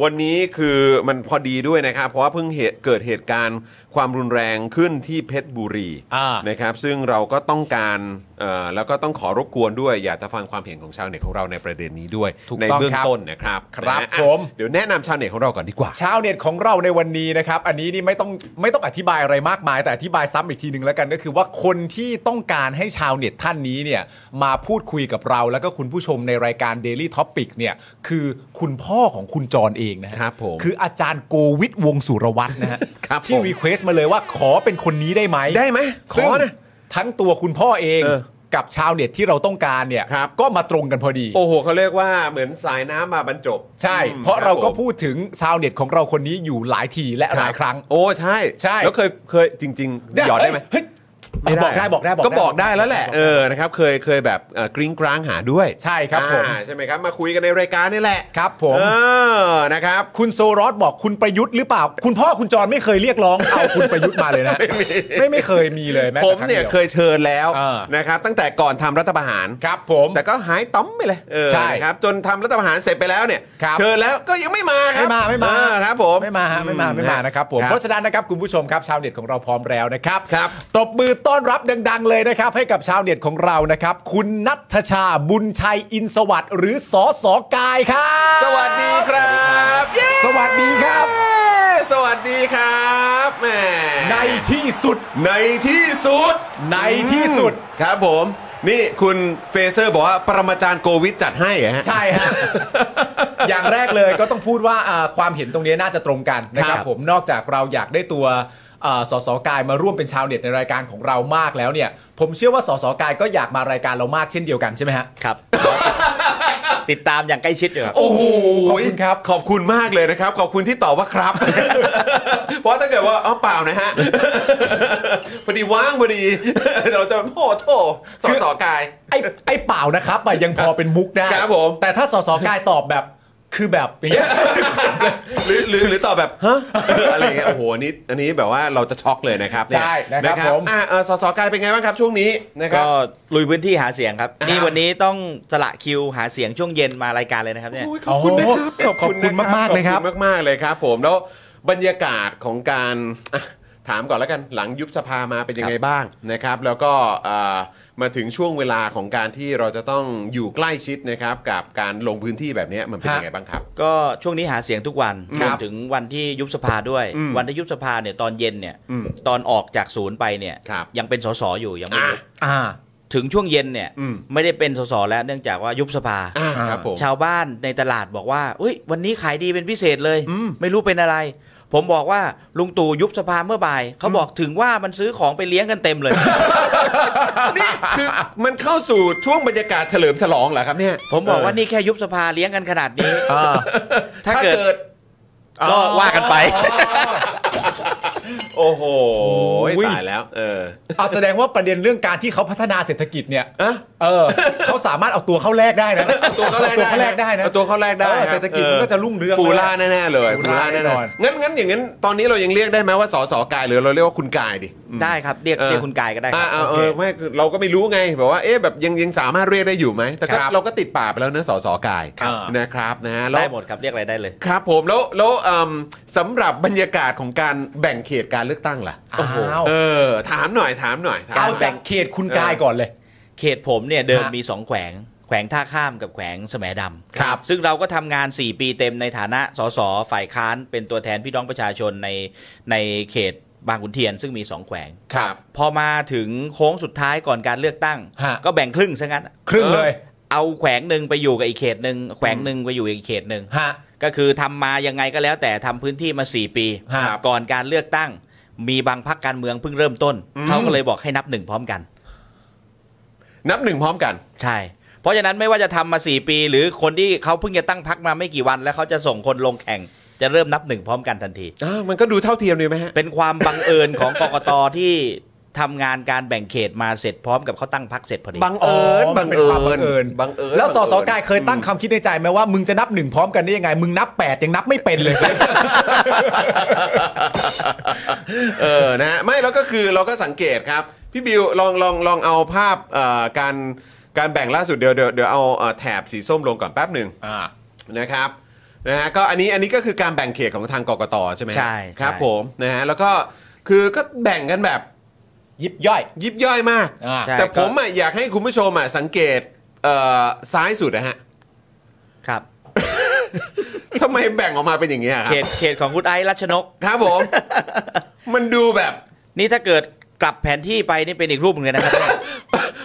S1: วันนี้คือมันพอดีด้วยนะครับ เพราะว่าเพิ่งเหตุเกิดเหตุการณ์ความรุนแรงขึ้นที่เพชรบุรี
S2: อ่า
S1: นะครับ ซึ่งเราก็ต้องการเอ่อแล้วก็ต้องขอรบกวนด้วย อยากจะฟังความเห็นของชาวเน็ตของเราในประเด็นนี้ด้วย
S2: ถูก
S1: ใน
S2: ต้อง
S1: เบื้อง
S2: ครับ
S1: ต้นนะครับ
S2: ครับ
S1: นะฮะอ่ะ
S2: ผม
S1: เดี๋ยวแนะนำชาวเน็ตของเราก่อนดีกว่า
S2: ชาวเน็ตของเราในวันนี้นะครับ อันนี้นี่ไม่ต้องไม่ต้องอธิบายอะไรมากมาย แต่อธิบายซ้ำอีกทีหนึ่งแล้วกันก็คือว่าคนที่ต้องการให้ชาวเน็ตท่านนี้เนี่ยมาพูดคุยกับเราแล้วก็คุณผู้ชมในรายการ Daily t o p i c เนี่ยคือคุณพ่อของคุณจรเองนะฮะ
S1: ครับผม
S2: คืออาจารย์โกวิทวงศ์สุรวัตรนะฮะ
S1: ครับผม
S2: ที่รีเควสต์มาเลยว่าขอเป็นคนนี้ได้ไหม
S1: ได้ไหมข
S2: ซึ่ง
S1: อนะ
S2: ทั้งตัวคุณพ่อเอง
S1: เออ
S2: กับชาวเน็ตที่เราต้องการเนี่ย
S1: ครับ
S2: ก็มาตรงกันพอดี
S1: โอ้โหเขาเรียกว่าเหมือนสายน้ำมาบรรจบ
S2: ใช่
S1: อืม
S2: เพราะ
S1: คบ
S2: เราก็
S1: ผม
S2: พูดถึงชาวเน็ตของเราคนนี้อยู่หลายทีและหลายครั้ง
S1: โอ้ใช่
S2: ใช่
S1: แล้วเคยเคยจริง ๆ หยอดได้ไหม
S2: เฮ้ย
S1: ไม่ได้
S2: บอกได้บอกได้บอกได้
S1: ก็บอกได้แล้วแหละเออนะครับเคยเคยแบบเอ่อกริ้งกร้างหาด้วย
S2: ใช่ครับผม
S1: อ่าใช่ไหมครับมาคุยกันในรายการนี่แหละ
S2: ครับผม
S1: เออนะครับ
S2: คุณโซรอสบอกคุณประยุทธ์หรือเปล่า คุณพ่อคุณจรไม่เคยเรียก ร้อง เอาคุณประยุทธ์มาเลยนะ
S1: ไม่มี
S2: ไม่ไม่เคยมีเลยแม้แต่
S1: ผม
S2: รั้ง
S1: เนี่ย
S2: ดีว
S1: เคยเชิญแล้ว
S2: เออ
S1: นะครับตั้งแต่ก่อนทำรัฐประหาร
S2: ครับผม
S1: แต่ก็หายต้อมไปเลยเออ
S2: ใช่
S1: นะครับจนทำรัฐประหารเสร็จไปแล้วเนี่ย
S2: ครับ
S1: เชิญแล้วก็ยังไม่มาครั
S2: ไม่
S1: บ
S2: มาไม่มา
S1: เออครับผม
S2: ไม่มาฮะไม่มาไม่มานะครับผม
S1: ครับ
S2: เพราะฉะนั้นนะครับคุณผู้ชมครับชาวเน็ตของเราพร้อมแล้วนะครับ
S1: ครับ
S2: ตบมือต้อนรับดัง ๆ เลยนะครับ ให้กับชาวเน็ตของเรานะครับ คุณนัทชาบุญชัยอินสวัสดิ์หรือสอสอกายครับ
S1: สวัสดีครับเย้
S2: สวัสดีครับ
S1: สวัสดีครับแหม
S2: ในที่สุด
S1: ในที่สุด
S2: ในที่สุด
S1: ครับผม นี่คุณเฟเซอร์บอกว่าปรมาจารย์โกวิทจัดให้เหรอฮะ
S2: ใช่ ฮะ อย่างแรกเลยก็ต้องพูดว่าอ่าความเห็นตรงนี้น่าจะตรงกันนะครั
S1: ครับ บ
S2: ผมนอกจากเราอยากได้ตัวอ่าสสกายมาร่วมเป็นชาวเน็ตในรายการของเรามากแล้วเนี่ย ผมเชื่อว่าสสกายก็อยากมารายการเรามากเช่นเดียวกันใช่ไหมฮะ
S3: ครับ ติดตามอย่างใกล้ชิดอยู่ครับ
S1: โอ้โห
S2: ขอบคุณครับ
S1: ขอบคุณมากเลยนะครับ ขอบคุณที่ตอบว่า ครับ เพราะถ้าเกิดว่าอ้าวเปล่านะฮะ พอดีว่างพอดี เราจะโอ้โถสอดต่อกาย
S2: ไอ้ไอ้เปล่านะครับอะยังพอเป็นมุกได้
S1: ครับผม
S2: แต่ถ้าสสกายตอบแบบคือแบบอย่างเงี้ย
S1: หรือหรือหรือตอบแบบฮะอะไรเงี้ยโอ้โหอันนี้อันนี้แบบว่าเราจะช็อกเลยนะครับเนี่ย
S2: ใช่นะครับผม
S1: อ่ะเอ่อสอดต่อกายเป็นไงบ้างครับช่วงนี้นะครับ
S3: ก็ลุยพื้นที่หาเสียงครับ
S1: ครับ
S3: นี่วันนี้ต้องสละคิวหาเสียงช่วงเย็นมารายการเลยนะครับเนี่ย
S1: โอ้ยขอบคุณนะครับ
S2: โอ้โหขอบคุณมากๆเลยครับ
S1: ขอบคุณมากๆเลยครับผมแล้วบรรยากาศของการอ่ะถามก่อนแล้วกันหลังยุบสภามาเป็นยังไงบ้างนะครับ แล้วก็อ่ามาถึงช่วงเวลาของการที่เราจะต้องอยู่ใกล้ชิดนะครับกับการลงพื้นที่แบบเนี้ยมันเป็น
S2: ฮะ
S1: ยังไงบ้างครับ
S3: ก็ช่วงนี้หาเสียงทุกวัน
S1: ค
S3: ร
S1: รับ
S3: วมถึงวันที่ยุบสภาด้วย
S1: อืม
S3: วันที่ยุบสภาเนี่ยตอนเย็นเนี่ย
S1: อืม
S3: ตอนออกจากศูนย์ไปเนี่ย
S1: ครับ
S3: ยังเป็นสสอยู่ยังไม่
S1: อ่ะ
S3: ยุบ
S2: อ่า
S3: ถึงช่วงเย็นเนี่ย
S1: อืม
S3: ไม่ได้เป็นสสแล้วเนื่องจากว่ายุบสภา
S1: อ่า
S2: อ่า
S1: ครับผม
S3: ชาวบ้านในตลาดบอกว่าเอ้ย วันนี้ขายดีเป็นพิเศษเลย ไม่รู้เป็นอะไร ผมบอกว่าลุงตู่ยุบสภาเมื่อบ่าย เขาบอกถึงว่ามันซื้อของไปเลี้ยงกันเต็มเลย
S1: นี่คือมันเข้าสู่ช่วงบรรยากาศเฉลิมฉลองเหรอครับเนี่ย
S3: ผมบอกว่านี่แค่ยุบสภาเลี้ยงกันขนาดนี้ ถ้าเกิด ก็ว่ากันไป
S1: โอ้โห
S2: อุ้ย
S1: ตายแล้ว เออ
S2: อ่ะแสดงว่าประเด็นเรื่องการที่เขาพัฒนาเศรษฐกิจเนี่ย
S1: อ่ะ
S2: เออเขาสามารถเอาตัวเข้าแลกได้นะ
S1: เอาตัวเขาแรกได้
S2: อตัวเข้าแลกได้นะ
S1: เอาตัวเขาแรกได้
S2: ออเศรษฐกิจมันก็จะรุ่งเรือง
S1: ฟูล่าแน่ๆเลย
S2: ฟูล่าแน่นอน
S1: งั้นงั้นอย่างงั้นตอนนี้เรายังเรียกได้ไหมว่าสสกายหรือเราเรียกว่าคุณกายดิ
S3: ได้ครับเรียกเรียกคุณกายก็ได้ค
S1: อ่า
S3: รับ
S1: เอา
S3: โอ
S1: เอ
S3: เค
S1: อไม่คือเราก็ไม่รู้ไงแบบว่าเอ๊ะแบบยังยังสามารถเรียกได้อยู่ไหมแต่ก็
S2: ครับ
S1: เราก็ติดปากไปแล้วเนื้อะสสกาย
S2: ครับ
S1: นะครับนะฮะแล้ว
S3: ได้หมดครับเรียกอะไรได้เลย
S1: ครับผมแล้วแล้วเอิ่มสำหรับบรรยากาศของการแบ่งเขตการเลือกตั้งล่ะ
S2: อ้าว
S1: เออ ถามหน่อยถามหน่อยถมหน่
S2: เอา
S1: ย
S2: จากเขตคุณกายก่อนเลย
S3: เขตผมเนี่ยเดิม
S2: ฮะ
S3: มี 2 แขวง แขวงท่าข้ามกับแขวงแสมดำ
S1: ครับ
S3: ซึ่งเราก็ทำงาน 4 ปีเต็มในฐานะสสฝ่ายค้านเป็นตัวแทนพี่น้องประชาชนในในเขตบางขุนเทียน ซึ่งมี 2 แขวง
S1: ครับ
S3: พอมาถึงโค้งสุดท้ายก่อนการเลือกตั้ง
S2: ฮะ
S3: ก็แบ่งครึ่งซะงั้น
S2: ครึ่งเลย
S3: เอาแขวงหนึ่งไปอยู่กับอีกเขตหนึ่งแขวงหนึ่งไปอยู่อีกเขตหนึ่ง
S2: ฮะ
S3: ก็คือทำมายังไงก็แล้วแต่ทำพื้นที่มา 4 ปี
S2: ฮะ
S3: ก่อนการเลือกตั้ง มีบางพักการเมืองเพิ่งเริ่มต้นเขาก็เลยบอกให้นับหนึ่งพร้อมกัน
S1: นับหนึ่งพร้อมกัน
S3: ใช่ เพราะฉะนั้นไม่ว่าจะทำมา 4 ปี หรือคนที่เขาเพิ่งจะตั้งพักมาไม่กี่วัน แล้วเขาจะส่งคนลงแข่ง จะเริ่มนับหนึ่งพร้อมกันทันที
S1: อ้าวมันก็ดูเท่าเทียมดีไหมฮะ
S3: เป็นความบังเอิญของ กกตที่ทำงานการแบ่งเขตมาเสร็จพร้อมกับเขาตั้งพักเสร็จพอดี
S1: บังเอิญ
S2: มันเป็นความบังเอิญ
S1: บังเอิญ
S2: แล้วสส
S1: บังเอิญ
S2: กายเคยตั้งคำคิดในใจไหมว่ามึงจะนับหนึ่งพร้อมกันได้ยังไง มึงนับแปดยังนับไม่เป็นเลย
S1: เออนะฮะไม่แล้วก็คือเราก็สังเกตครับ พี่บิวลองลองลองเอาภาพเอ่อการการแบ่งล่าสุดเดี๋ยวเดี๋ยวเดี๋ยวเอาเอ่อแถบสีส้มลงก่อนแป๊บหนึ่ง
S2: อ่า
S1: นะครับนะฮะก็อันนี้อันนี้ก็คือการแบ่งเขตของทางกกตใช่ไหมฮะ
S3: ใช่
S1: ครับ
S3: ใช่
S1: ผมนะฮะแล้วก็คือก็แบ่งกันแบบ
S2: ยิบย่อย
S1: ยิบย่อยมาก
S2: อ่า
S3: ใช่
S1: แต่ผมอ่ะอยากให้คุณผู้ชมอ่ะสังเกตเอ่อซ้ายสุดนะฮะ
S3: ครับ
S1: ทำไมแบ่งออกมาเป็นอย่างนี้ยครั
S3: เข
S1: บ
S3: ตเขตของคุณไอ้รัชนก
S1: ครับผม มันดูแบบ
S3: นี่ถ้าเกิดกลับแผนที่ไปนี่เป็นอีกรูปหนึงเลยนะครับ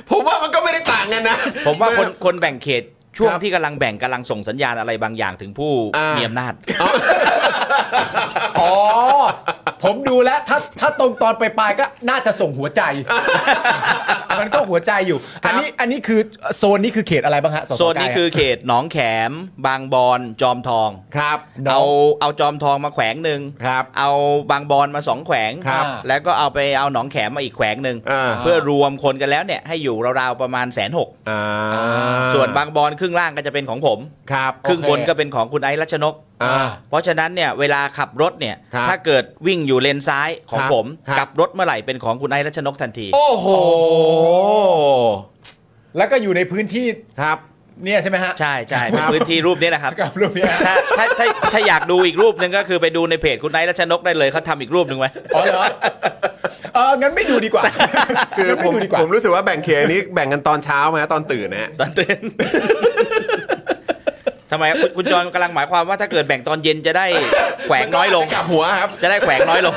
S1: ผมว่ามันก็ไม่ได้ต่างกันนะ
S3: ผมว่าคนคนแบ่งเขตช่วง
S1: ครับ
S3: ที่กำลังแบ่งกำลังส่งสัญญาณอะไรบางอย่างถึงผู้
S1: อ่ามี
S3: มีอำนาจ
S2: อ๋อ ผมดูแล้ว ถ้าถ้าตรงตอนไปปลายๆก็น่าจะส่งหัวใจ มันก็หัวใจอยู่ อันนี้อันนี้คือโซนนี้คือเขตอะไรบ้างฮะสส
S3: โซนนี้
S2: กายะ
S3: คือเขตหนองแขม บางบอนจอมทอง
S2: ครับ
S3: เอา
S2: น้ง
S3: เอาจอมทองมาแขวงหนึ่ง
S2: ครับ
S3: เอาบางบอนมาสองแขวง
S2: ครับ
S3: แล้วก็เอาไปเอาหนองแขมมาอีกแขวงหนึ่ง
S1: อ่า
S3: เพื่อรวมคนกันแล้วเนี่ยให้อยู่ราวๆประมาณแสนหก
S1: อ่า
S3: ส่วนบางบอนครึ่งล่างก็จะเป็นของผม
S1: ครับ
S3: ครึ่งบนก็เป็นของคุณไอซ์รัชนก
S1: อ่า
S3: เพราะฉะนั้นเนี่ยเวลาขับรถเนี่ย
S1: ครับ
S3: ถ้าเกิดวิ่งอยู่เลนซ้ายของ
S1: ครับ
S3: ผม
S1: ครับ
S3: กลับรถเมื่อไหร่เป็นของคุณไอซ์รัชนกทันที
S1: โอ้โห
S2: แล้วก็อยู่ในพื้นที่
S1: ครับ
S2: เนี่ยใช่ไหมฮะ
S3: ใช่ใช่
S1: ครับ
S3: พื้นที่รูปนี้แหละครับ
S2: กับรูปเนี้ย
S3: ถ้าถ้าถ้าถ้าอยากดูอีกรูปหนึ่งก็คือไปดูในเพจคุณไนท์รัชนกได้เลยเขาทำอีกรูปหนึ่งไว้
S2: อ๋อเหรอเอองั้นไม่ดูดีกว่า
S1: คือ
S2: งั้น
S1: ผม
S2: ไดูดีกว่า
S1: ผมรู้สึกว่าแบ่งเขตนี้แบ่งกันตอนเช้ามาตอนตื่นนะฮะ
S3: ตอนตื่น ทำไมคุณคุณจรกำลังหมายความว่าถ้าเกิดแบ่งตอนเย็นจะได้แขวงน้อยลง
S1: กลับหัวครับ
S3: จะได้แขวงน้อยลง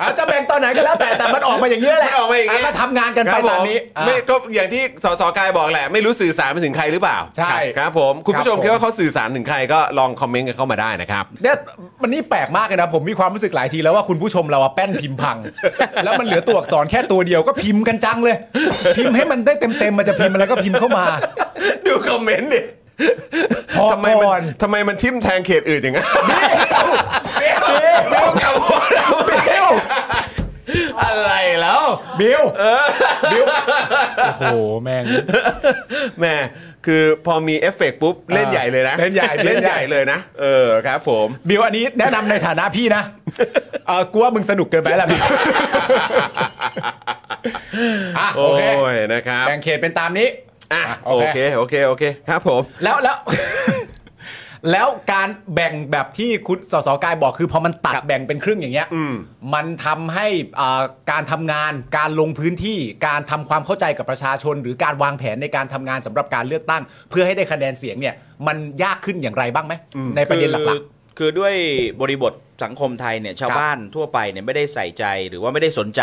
S2: อาจจะแบ่งตอนไหนก็แล้วแต่แต่มันออกมาอย่างนี้ยแหละ
S1: มันออกมาอย่างนี้
S2: ะก็ทำงานกันไปตามนี้
S1: ครับผมไม่
S2: อ่ะ
S1: ก็อย่างที่สสกายบอกแหละ ไม่รู้สื่อสารไปถึงใครหรือเปล่า
S2: ใช่
S1: ครับผมคุณผู้ชม
S2: ครับผม
S1: คิดว่าเขาสื่อสารถึงใครก็ลองคอมเมนต์กันเข้ามาได้นะครับ
S2: เนี่ยมันนี่แปลกมากเลยนะ ผมมีความรู้สึกหลายทีแล้วว่าคุณผู้ชมเราอะแป้นพิมพ์พัง แล้วมันเหลือตัวอักษรแค่ตัวเดียวก็พิมพ์กันจังเลย พิมพ์ให้มันได้เต็มๆมันจะพิมพ์อะไรก็พิมพ์เข้ามา
S1: ดูคอมเมนต์ดิ
S2: พอ
S1: ทำไมมั
S2: ก่อน
S1: ทำไมมันทิ่มแทงเขตอื่นอย่างนั้นเดี๋ยวเดี๋ยวเดี๋ยวกลับหัวแล้ว
S2: บิว
S1: อะไรแล้ว
S2: บิวบิวโอ้โหแม่ง
S1: แหม่คือพอมีเอฟเฟกต์ปุ๊บ เล่นใหญ่เลยนะ
S2: เล่นใหญ่เล่
S1: เล่น
S2: น
S1: ให
S2: ใหญ่
S1: ญ่เลยนะ เออครับผม
S2: บิวอันนี้แนะนำในฐานะพี่นะเออกูว่ามึงสนุกเกินไปแล้วบิวอ่ะโอ
S1: โอ้
S2: เค
S1: ยนะครับ
S2: แบ่งเขตเป็นตามนี้
S1: อ่ะ
S2: โอ
S1: โอ
S2: เค
S1: เค โอเค โอเค ครับผม
S2: แล้วแล้ว แล้วการแบ่งแบบที่คุณสสกายบอกคือพอมันตัดแบ่งเป็นครึ่งอย่างเงี้ย
S1: อืม
S2: มันทำให้อ่าการทำงานการลงพื้นที่การทำความเข้าใจกับประชาชน หรือการวางแผนในการทำงานสำหรับการเลือกตั้ง เพื่อให้ได้คะแนนเสียงเนี่ย มันยากขึ้นอย่างไรบ้างไหม
S1: อืม
S2: ใน ประเด็นหลัก
S3: คือคือด้วยบริบทสังคมไทยเนี่ยชาว
S2: ครับ
S3: บ้านทั่วไปเนี่ยไม่ได้ใส่ใจหรือว่าไม่ได้สนใจ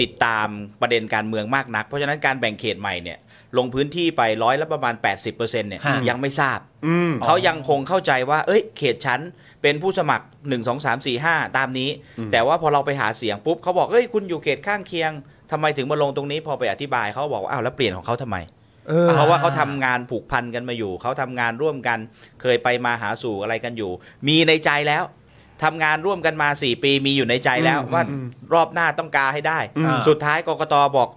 S3: ติดตามประเด็นการเมืองมากนัก เพราะฉะนั้นการแบ่งเขตใหม่เนี่ยลงพื้นที่ไปร้อยละประมาณ 80%เนี่ย
S2: ฮะ
S3: ยังไม่ทราบ
S1: อืม
S3: เขายังคงเข้าใจว่า เอ้ย เขตชั้นเป็นผู้สมัคร 1 2 3 4 5 ตามนี้ แต่ว่าพอเราไปหาเสียงปุ๊บเขาบอก เอ้ย คุณอยู่เขตข้างเคียงทำไมถึงมาลงตรงนี้ พอไปอธิบายเขาบอกว่า อ้าว แล้วเปลี่ยนของเขาทำไม
S1: เออ
S3: เพราะว่าเขาทำงานผูกพันกันมาอยู่ เขาทำงานร่วมกัน เคยไปมาหาสู่อะไรกันอยู่ มีในใจแล้วทำงานร่วมกันมา 4 ปีมีอยู่ในใจแล้วว่ารอบหน้าต้องการให้ได้
S2: อืม
S3: สุดท้ายกกตบอก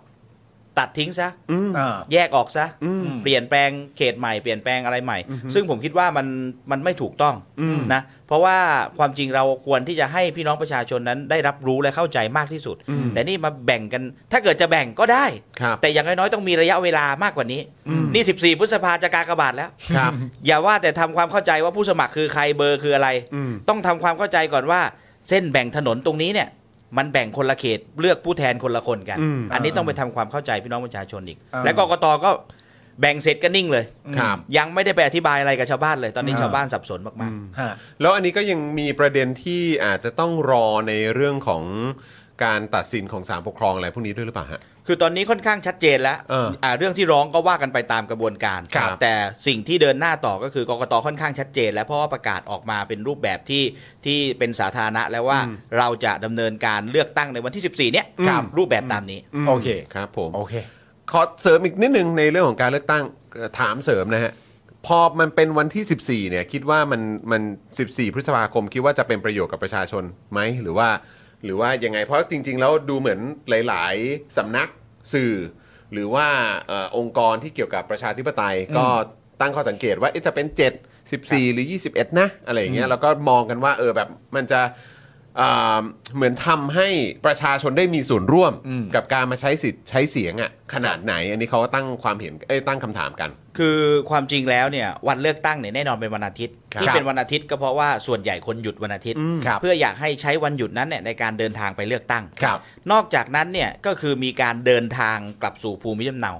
S3: ตัดทิ้งซะ
S1: อืม
S2: ๆอ่า
S3: แยกออกซะ
S2: อืม
S3: เปลี่ยนแปลงเขตใหม่เปลี่ยนแปลงอะไรใหม่ ซึ่งผมคิดว่ามันมันไม่ถูกต้อง
S2: อืม
S3: นะเพราะว่าความจริงเราควรที่จะให้พี่น้องประชาชนนั้นได้รับรู้และเข้าใจมากที่สุด แต่นี่มาแบ่งกัน ถ้าเกิดจะแบ่งก็ได้
S1: ครับ
S3: แต่อย่างน้อยๆต้องมีระยะเวลามากกว่านี้ นี่ 14 พฤษภาจะกากบาทแล้ว
S1: ครับ
S3: อย่าว่าแต่ทำความเข้าใจว่าผู้สมัครคือใครเบอร์คืออะไร
S1: อืม
S3: ต้องทำความเข้าใจก่อนว่า เส้นแบ่งถนนตรงนี้เนี่ย มันแบ่งคนละเขตเลือกผู้แทนคนละคนกัน
S1: อืม
S3: อันนี้ต้องไปทำความเข้าใจพี่น้องประชาชนอีก
S2: อ่า
S3: และกกตก็แบ่งเสร็จก็นิ่งเลย
S1: ครับ
S3: ยังไม่ได้ไปอธิบายอะไรกับชาวบ้านเลย ตอนนี้
S2: อ่า
S3: ชาวบ้านสับสนมาก
S2: ฮะ
S1: แล้วอันนี้ก็ยังมีประเด็นที่อาจจะต้องรอในเรื่องของการตัดสินของศาลปกครองอะไรพวกนี้ด้วยหรือเปล่าฮะ
S3: ๆ คือตอนนี้ค่อนข้างชัดเจนแล้ว
S1: เอออ่
S3: าเรื่องที่ร้องก็ว่ากันไปตามกระบวนการ
S1: ครับ
S3: แต่สิ่งที่เดินหน้าต่อก็คือกกตค่อนข้างชัดเจน แล้วเพราะว่าประกาศออกมาเป็นรูปแบบที่ที่เป็นสาธารณะแล้วว่า
S1: อืม
S3: เราจะดำเนินการเลือกตั้งในวันที่ 14 เนี่ย
S1: ครับ
S3: รูปแบบตามนี้
S1: ม
S2: โอเค
S1: ครับผม
S2: โอเค
S1: ขอเสริมอีกนิดนึงในเรื่องของการเลือกตั้งเอ่อถามเสริมนะฮะ พอมันเป็นวันที่ 14 เนี่ย คิดว่ามันมัน 14 พฤษภาคม คิดว่าจะเป็นประโยชน์กับประชาชนไหมหรือว่า หรือว่ายังไงเพราะจริง ๆ แล้วดูเหมือนหลาย ๆสำนักสื่อ หรือว่าเออองค์กรที่เกี่ยวกับประชาธิปไตย ก็ตั้งข้อสังเกตว่าเอ๊ะจะเป็น 7 14 หรือ 21 นะอะไรอย่างเงี้ยแล้วก็มองกันว่าเออแบบมันจะ อ่าเหมือนทำให้ประชาชนได้มีส่วนร่วม
S2: อืม
S1: กับการมาใช้สิทธิ์ใช้เสียงอะขนาดไหน อันนี้เขาก็ตั้งความเห็นเอ้ยตั้งคำถามกัน
S3: คือความจริงแล้วเนี่ยวันเลือกตั้งเนี่ยแน่นอนเป็นวันอาทิตย์
S1: ครับ
S3: ที่เป็นวันอาทิตย์ก็เพราะว่าส่วนใหญ่คนหยุดวันอาทิตย์
S2: ครับ
S3: เพื่ออยากให้ใช้วันหยุดนั้นเนี่ยในการเดินทางไปเลือกตั้ง
S2: ครับ
S3: นอกจากนั้นเนี่ยก็คือมีการเดินทางกลับสู่ภูมิลำเนา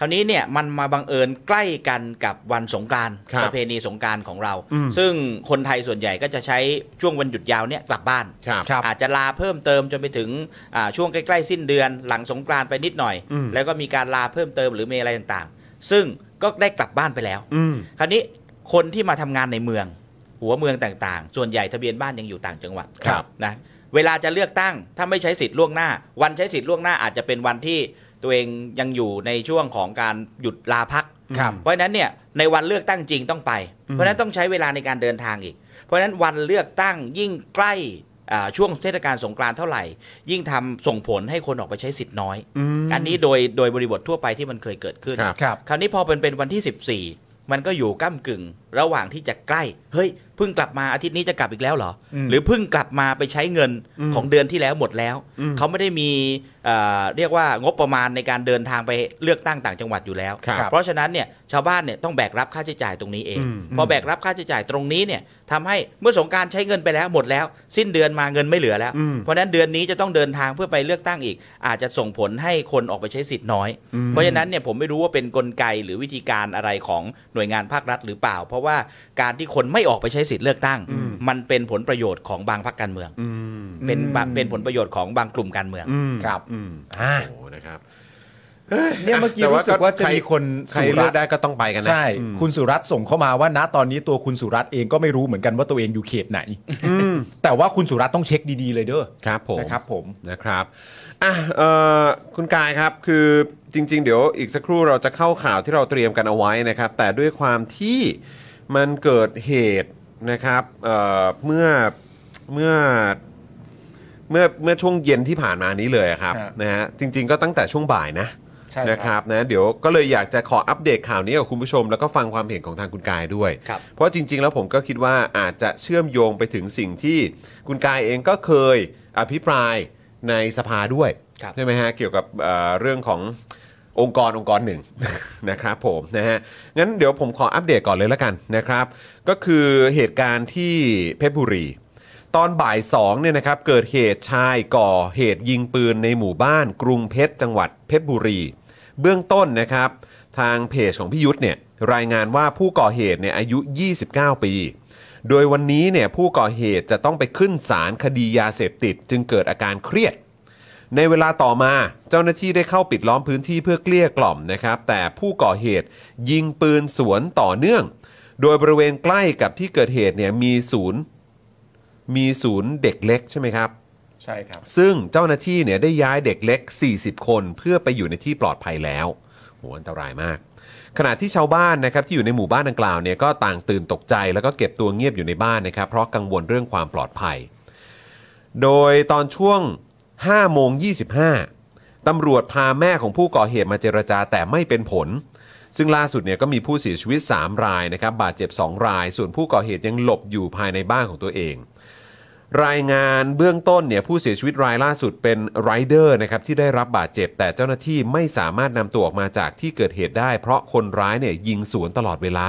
S3: คราวนี้เนี่ยมันมาบังเอิญใกล้กันกับวันสงกรานต์
S1: ครับ
S3: ประเพณีสงกรานต์ของเรา ซึ่งคนไทยส่วนใหญ่ก็จะใช้ช่วงวันหยุดยาวเนี่ยกลับบ้าน
S1: ครับ
S2: ครับ
S3: อาจจะลาเพิ่มเติมจนไปถึงอ่าช่วงใกล้ๆ สิ้นเดือนหลังสงกรานต์ไปนิดหน่อย แล้วก็มีการลาเพิ่มเติมหรือมีอะไรต่างๆ ซึ่งก็ได้กลับบ้านไปแล้ว คราวนี้คนที่มาทำงานในเมือง หัวเมืองต่างๆ ส่วนใหญ่ทะเบียนบ้านยังอยู่ต่างจังหวัด
S1: ครับ
S3: นะ เวลาจะเลือกตั้งถ้าไม่ใช้สิทธิ์ล่วงหน้า วันใช้สิทธิ์ล่วงหน้าอาจจะเป็นวันที่ตัวเองยังอยู่ในช่วงของการหยุดลาพัก
S2: ครับ
S3: เพราะฉะนั้นเนี่ยในวันเลือกตั้งจริงต้องไป เพราะฉะนั้นต้องใช้เวลาในการเดินทางอีก เพราะฉะนั้นวันเลือกตั้งยิ่งใกล้อ่าช่วงเทศกาลสงกรานต์เท่าไหร่ ยิ่งทำส่งผลให้คนออกไปใช้สิทธิ์น้อย อันนี้โดยโดยบริบททั่วไปที่มันเคยเกิดขึ้น
S1: ครับ
S2: ครับ
S3: คราวนี้พอเป็นเป็นวันที่ 14 มันก็อยู่ก้ากึ่ง ระหว่างที่จะใกล้ เฮ้ยเพิ่งกลับมาอาทิตย์นี้จะกลับอีกแล้วเหรอ
S2: อืม
S3: หรือเพิ่งกลับมาไปใช้เงินของเดือนที่แล้วหมดแล้ว
S1: อืม
S3: เขาไม่ได้มีเอ่อเรียกว่างบประมาณในการเดินทางไปเลือกตั้งต่างจังหวัดอยู่แล้ว
S1: ครับ
S3: เพราะฉะนั้นเนี่ยชาวบ้านเนี่ยต้องแบกรับค่าใช้จ่ายตรงนี้เอง
S1: อืม
S3: พอแบกรับค่าใช้จ่ายตรงนี้เนี่ยทำให้เมื่อสงกรารใช้เงินไปแล้วหมดแล้ว สิ้นเดือนมาเงินไม่เหลือแล้ว
S1: อืม
S3: เพราะฉะนั้นเดือนนี้จะต้องเดินทางเพื่อไปเลือกตั้งอีก อาจจะส่งผลให้คนออกไปใช้สิทธิ์น้อย
S1: อืม
S3: เพราะฉะนั้นเนี่ยผมไม่รู้ว่าเป็นกลไกหรือวิธีการอะไรของหน่วยงานภาครัฐหรือเปล่า เพราะว่าการที่คนไม่ออกไปใช้สิทธิ์เลือกตั้ง มันเป็นผลประโยชน์ของบางพรรคการเมือง
S1: อืม
S3: เป็นบะเป็นผลประโยชน์ของบางกลุ่มการเมือง
S1: อืม
S2: ครับ
S1: อืม
S2: อ่ะ
S1: โอ้นะครับ
S2: เนี่ยเมื่อกี้
S1: แต่ว่า
S2: รู้สึกว่าจะ
S1: ใคร
S2: มีคน
S1: ใคร
S2: สุ
S1: เลือ
S2: รัต
S1: ก
S2: น์
S1: ได้ก็ต้องไปกันนะ
S2: ใช่
S1: อืม
S2: คุณสุรัตน์ส่งเข้ามาว่าณตอนนี้ตัวคุณสุรัตน์เองก็ไม่รู้เหมือนกันว่าตัวเองอยู่เขตไหน
S1: อืม
S2: แต่ว่าคุณสุรัตน์ต้องเช็คดีๆเลยเด้อ
S1: ครับผม
S2: นะครับผม
S1: นะครับอ่ะเอ่อคุณกายครับคือจริง ๆ เดี๋ยวอีกสักครู่เราจะเข้าข่าวที่เราเตรียมกันเอาไว้นะครับ แต่ด้วยความที่มันเกิดเหตุนะครับเอ่อเมื่อเมื่อเมื่อเมื่อช่วงเย็นที่ผ่านมานี้เลยครับ
S2: ฮะ
S1: นะฮะจริง ๆ ก็ตั้งแต่ช่วงบ่ายนะ
S2: ใช่
S1: นะครับนะเดี๋ยวก็เลยอยากจะขออัปเดตข่าวนี้กับคุณผู้ชม แล้วก็ฟังความเห็นของทางคุณกายด้วย
S3: ครับ
S1: เพราะจริง ๆ แล้วผมก็คิดว่าอาจจะเชื่อมโยงไปถึงสิ่งที่คุณกายเองก็เคยอภิปรายในสภาด้วย
S3: ครับ
S1: ใช่ไหมฮะ เกี่ยวกับเอ่อเรื่องขององค์กรองค์กรหนึ่ง นะครับผมนะฮะงั้นเดี๋ยวผมขออัปเดตก่อนเลยละกันนะครับ ก็คือเหตุการณ์ที่เพชรบุรี ตอนบ่าย2เนี่ยนะครับเกิดเหตุชายก่อเหตุยิงปืนในหมู่บ้านกรุงเพชรจังหวัดเพชรบุรี เบื้องต้นนะครับ ทางเพจของพี่ยุทธเนี่ยรายงานว่าผู้ก่อเหตุเนี่ยอายุ 29 ปี โดยวันนี้เนี่ยผู้ก่อเหตุจะต้องไปขึ้นศาลคดียาเสพติด จึงเกิดอาการเครียด ในเวลาต่อมาเจ้าหน้าที่ได้เข้าปิดล้อมพื้นที่เพื่อเกลี้ยกล่อมนะครับ แต่ผู้ก่อเหตุยิงปืนสวนต่อเนื่อง โดยบริเวณใกล้กับที่เกิดเหตุเนี่ยมีศูนย์มีศูนย์เด็กเล็กใช่ไหมครับ
S2: ใช่ครับ
S1: ซึ่งเจ้าหน้าที่เนี่ยได้ย้ายเด็กเล็ก 40 คนเพื่อไปอยู่ในที่ปลอดภัยแล้วโหอันตรายมาก ขณะที่ชาวบ้านนะครับที่อยู่ในหมู่บ้านดังกล่าวเนี่ยก็ต่างตื่นตกใจแล้วก็เก็บตัวเงียบอยู่ในบ้านนะครับ เพราะกังวลเรื่องความปลอดภัย โดยตอนช่วง5โมง25ตำรวจพาแม่ของผู้ก่อเหตุมาเจรจาแต่ไม่เป็นผล ซึ่งล่าสุดเนี่ยก็มีผู้เสียชีวิต 3 รายนะครับบาดเจ็บ 2 ราย ส่วนผู้ก่อเหตุยังหลบอยู่ภายในบ้านของตัวเอง รายงานเบื้องต้นเนี่ยผู้เสียชีวิตรายล่าสุดเป็นไรเดอร์นะครับที่ได้รับบาดเจ็บ แต่เจ้าหน้าที่ไม่สามารถนำตัวออกมาจากที่เกิดเหตุได้ เพราะคนร้ายเนี่ยยิงสวนตลอดเวลา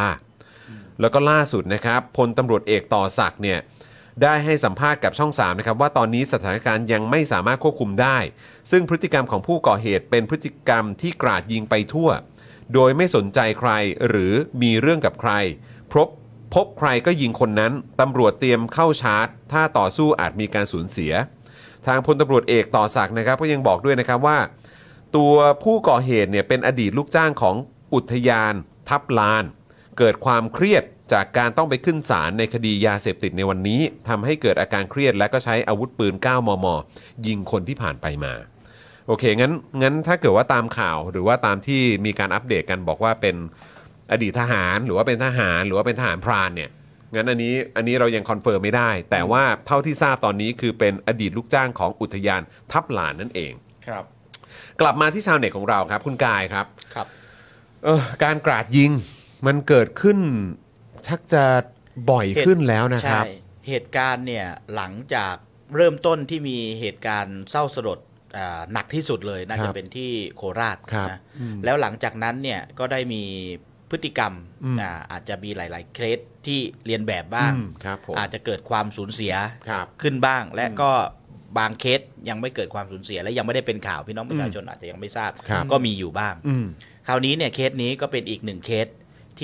S1: แล้วก็ล่าสุดนะครับพลตำรวจเอกต่อศักดิ์เนี่ยได้ให้สัมภาษณ์กับช่อง3นะครับว่าตอนนี้สถานการณ์ยังไม่สามารถควบคุมได้ ซึ่งพฤติกรรมของผู้ก่อเหตุเป็นพฤติกรรมที่กราดยิงไปทั่ว โดยไม่สนใจใครหรือมีเรื่องกับใครพบ พบใครก็ยิงคนนั้น ตำรวจเตรียมเข้าชาร์จ ถ้าต่อสู้อาจมีการสูญเสีย ทางพลตำรวจเอกต่อศักดิ์นะครับ ก็ยังบอกด้วยนะครับว่า ตัวผู้ก่อเหตุเนี่ยเป็นอดีตลูกจ้างของอุทยาน ทับลาน เกิดความเครียดจากการต้องไปขึ้นศาลในคดียาเสพติดในวันนี้ทำให้เกิดอาการเครียดและก็ใช้อาวุธปืน 9 มม ยิงคนที่ผ่านไปมา โอเคงั้นงั้นถ้าเกิดว่าตามข่าวหรือว่าตามที่มีการอัปเดตกันบอกว่าเป็นอดีตทหารหรือว่าเป็นทหารหรือว่าเป็นทหารพรานเนี่ยงั้นอันนี้อันนี้เรายังคอนเฟิร์มไม่ได้ แต่ว่าเท่าที่ทราบตอนนี้คือเป็นอดีตลูกจ้างของอุทยานทับหลานนั่นเอง
S2: ครับ
S1: กลับมาที่ชาวเน็ตของเราครับ คุณกายครับ
S3: ครับ
S1: เออการกราดยิงมันเกิดขึ้นชักจะบ่อยขึ้นแล้วนะครับ
S3: ใช่เหตุการณ์เนี่ยหลังจากเริ่มต้นที่มีเหตุการณ์เศร้าสลดอ่าหนักที่สุดเลยน่า
S1: ครั
S3: จะ
S1: บ
S3: เป็นที่โคราช
S1: ครับ
S3: นะแล้วหลังจากนั้นเนี่ยก็ได้มีพฤติกรรม
S1: อืม
S3: อ่าอาจจะมีหลาย ๆ เคสที่เรียนแบบบ้าง
S1: อืมครับผม
S3: อาจจะเกิดความสูญเสีย
S1: ครับ
S3: ขึ้นบ้าง และก็บางเคสยังไม่เกิดความสูญเสีย และยังไม่ได้เป็นข่าวพี่น้องประชาชนอาจจะยังไม่ทราบ
S1: ครับ
S3: ก็มีอยู่บ้าง
S1: อืม
S3: คราวนี้เนี่ยเคสนี้ก็เป็นอีกหนึ่งเคส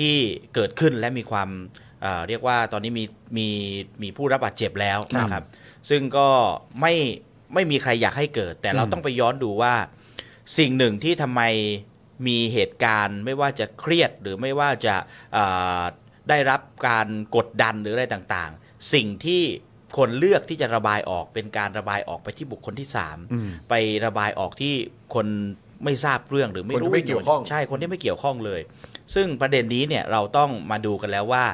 S3: ที่เกิดขึ้นและมีความเอ่อเรียกว่าตอนนี้มีมีมีผู้รับบาดเจ็บแล้ว
S1: ครับ
S3: นะครับ ซึ่งก็ไม่ไม่มีใครอยากให้เกิด แต่เรา
S1: อืม
S3: ต้องไปย้อนดูว่าสิ่งหนึ่งที่ทำไมมีเหตุการณ์ไม่ว่าจะเครียดหรือไม่ว่าจะเอ่อได้รับการกดดันหรืออะไรต่างๆ สิ่งที่ คนเลือกที่จะระบายออกเป็นการระบายออกไปที่บุคคลที่สาม
S1: อืม
S3: ไประบายออกที่คนไม่ทราบเรื่องหรือไม่
S1: คนที่
S3: รู้
S1: ไม่เกี่ยวข้อง
S3: ใช่คนที่ไม่เกี่ยวข้องเลย ซึ่งประเด็นนี้เนี่ยเราต้องมาดูกันแล้วว่า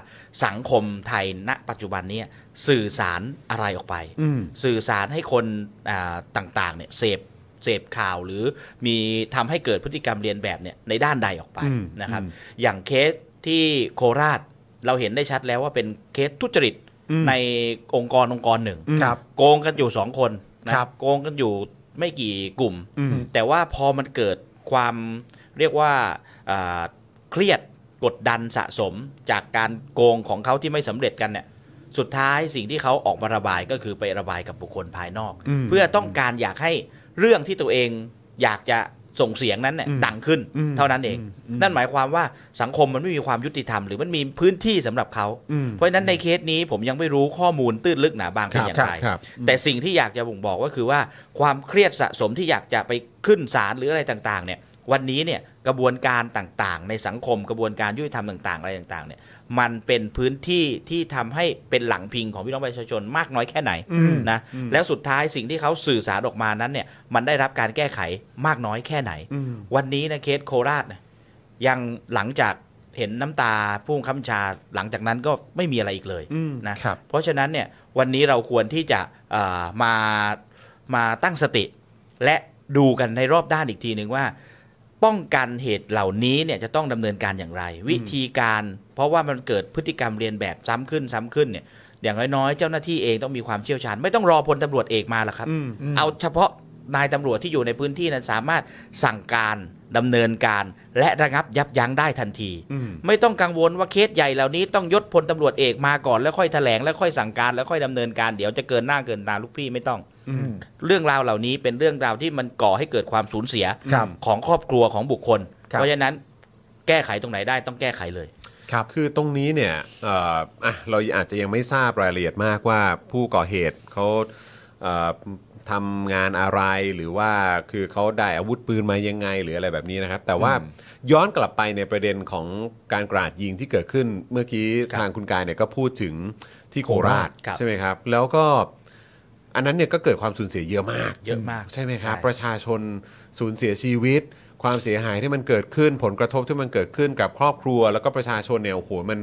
S3: สังคมไทยณปัจจุบันเนี้สื่อสารอะไรออกไป
S1: อืม
S3: สื่อสารให้คนอ่าต่างๆเนี่ยเสพเสพข่าวหรือมีทำให้เกิดพฤติกรรมเรียนแบบเนี่ยในด้านใดออกไป
S1: อืม
S3: นะครับ
S1: อืม
S3: อย่างเคสที่โคราชเราเห็นได้ชัดแล้วว่าเป็นเคสทุจริต
S1: อืม
S3: ในองค์กรองค์กรหนึ่ง
S2: ครับ
S3: โกงกันอยู่สองคนนะครับ โกงกันอยู่ไม่กี่กลุ่ม
S1: อืม
S3: แต่ว่าพอมันเกิดความเรียกว่าอ่าเครียดกดดันสะสมจากการโกงของเขาที่ไม่สำเร็จกันเนี่ย สุดท้ายสิ่งที่เขาออกมาระบายก็คือไประบายกับบุคคลภายนอก
S1: อืม
S3: เพื่อต้องการอยากให้เรื่องที่ตัวเองอยากจะส่งเสียงนั้นเนี่ย
S1: อืม
S3: ดังขึ้น
S1: อืม
S3: เท่านั้นเอง
S1: อืม
S3: นั่นหมายความว่าสังคมมันไม่มีความยุติธรรมหรือมันมีพื้นที่สำหรับเขา
S1: อืม
S3: เพราะฉะนั้นในเคสนี้ผมยังไม่รู้ข้อมูลตื้นลึกหนาบางเป็นอย่างไร
S1: ครับ
S3: แต่สิ่งที่อยากจะบ่งบอกก็คือว่าความเครียดสะสมที่อยากจะไปขึ้นศาลหรืออะไรต่างๆเนี่ยวันนี้เนี่ยกระบวนการต่างๆ ในสังคมกระบวนการยุติธรรมต่างๆ อะไรต่างๆเนี่ยมันเป็นพื้นที่ที่ทำให้เป็นหลังพิงของพี่น้องประชาชนมากน้อยแค่ไหน
S1: อืม
S3: นะ
S1: อืม
S3: แล้วสุดท้ายสิ่งที่เขาสื่อสารออกมานั้นเนี่ยมันได้รับการแก้ไขมากน้อยแค่ไหน
S1: อืม
S3: วันนี้นะเคสโคราชนะยังหลังจากเห็นน้ำตาผู้บังคับบัญชาหลังจากนั้นก็ไม่มีอะไรอีกเลย
S1: อืม
S3: นะครับ เพราะฉะนั้นเนี่ยวันนี้เราควรที่จะเอ่อมามาตั้งสติ และดูกันในรอบด้านอีกทีหนึ่งว่า ป้องกันเหตุเหล่านี้เนี่ยจะต้องดำเนินการอย่างไร วิธีการ เพราะว่ามันเกิดพฤติกรรมเรียนแบบซ้ำขึ้นซ้ำขึ้นเนี่ยอย่างน้อยๆ เจ้าหน้าที่เองต้องมีความเชี่ยวชาญ ไม่ต้องรอพลตำรวจเอกมาหรอกครับ
S1: อืม
S3: เอาเฉพาะนายตำรวจที่อยู่ในพื้นที่นั้นสามารถสั่งการดำเนินการ และระงับยับยั้งได้ทันที
S1: อืม
S3: ไม่ต้องกังวลว่าเคสใหญ่เหล่านี้ต้องยศพลตำรวจเอกมาก่อนแล้วค่อยแถลงแล้วค่อยสั่งการแล้วค่อยดำเนินการเดี๋ยวจะเกินหน้าเกินตาลูกพี่ไม่ต้อง
S1: อืม
S3: เรื่องราวเหล่านี้เป็นเรื่องราวที่มันก่อให้เกิดความสูญเสีย
S2: ครับ
S3: ของครอบครัวของบุคคล
S2: ครับ
S3: เพราะฉะนั้นแก้ไขตรงไหนได้ต้องแก้ไขเลย
S2: ครับ
S1: คือตรงนี้เนี่ยเอ่ออ่ะเราอาจจะยังไม่ทราบรายละเอียดมากว่าผู้ก่อเหตุเขาเอ่อทำงานอะไรหรือว่าคือเขาได้อาวุธปืนมายังไงหรืออะไรแบบนี้นะครับ แต่ว่าย้อนกลับไปในประเด็นของการกราดยิงที่เกิดขึ้นเมื่อกี้ทางคุณกายเนี่ยก็พูดถึงที่โคราช
S3: ครับ
S1: ใช่ไหมครับ แล้วก็อันนั้นเนี่ยก็เกิดความสูญเสียเยอะมาก
S3: เยอะมาก
S1: ใช่ไหมครับ
S3: ใช่
S1: ประชาชนสูญเสียชีวิต ความเสียหายที่มันเกิดขึ้น ผลกระทบที่มันเกิดขึ้นกับครอบครัว แล้วก็ประชาชนเนี่ยโอ้โหมัน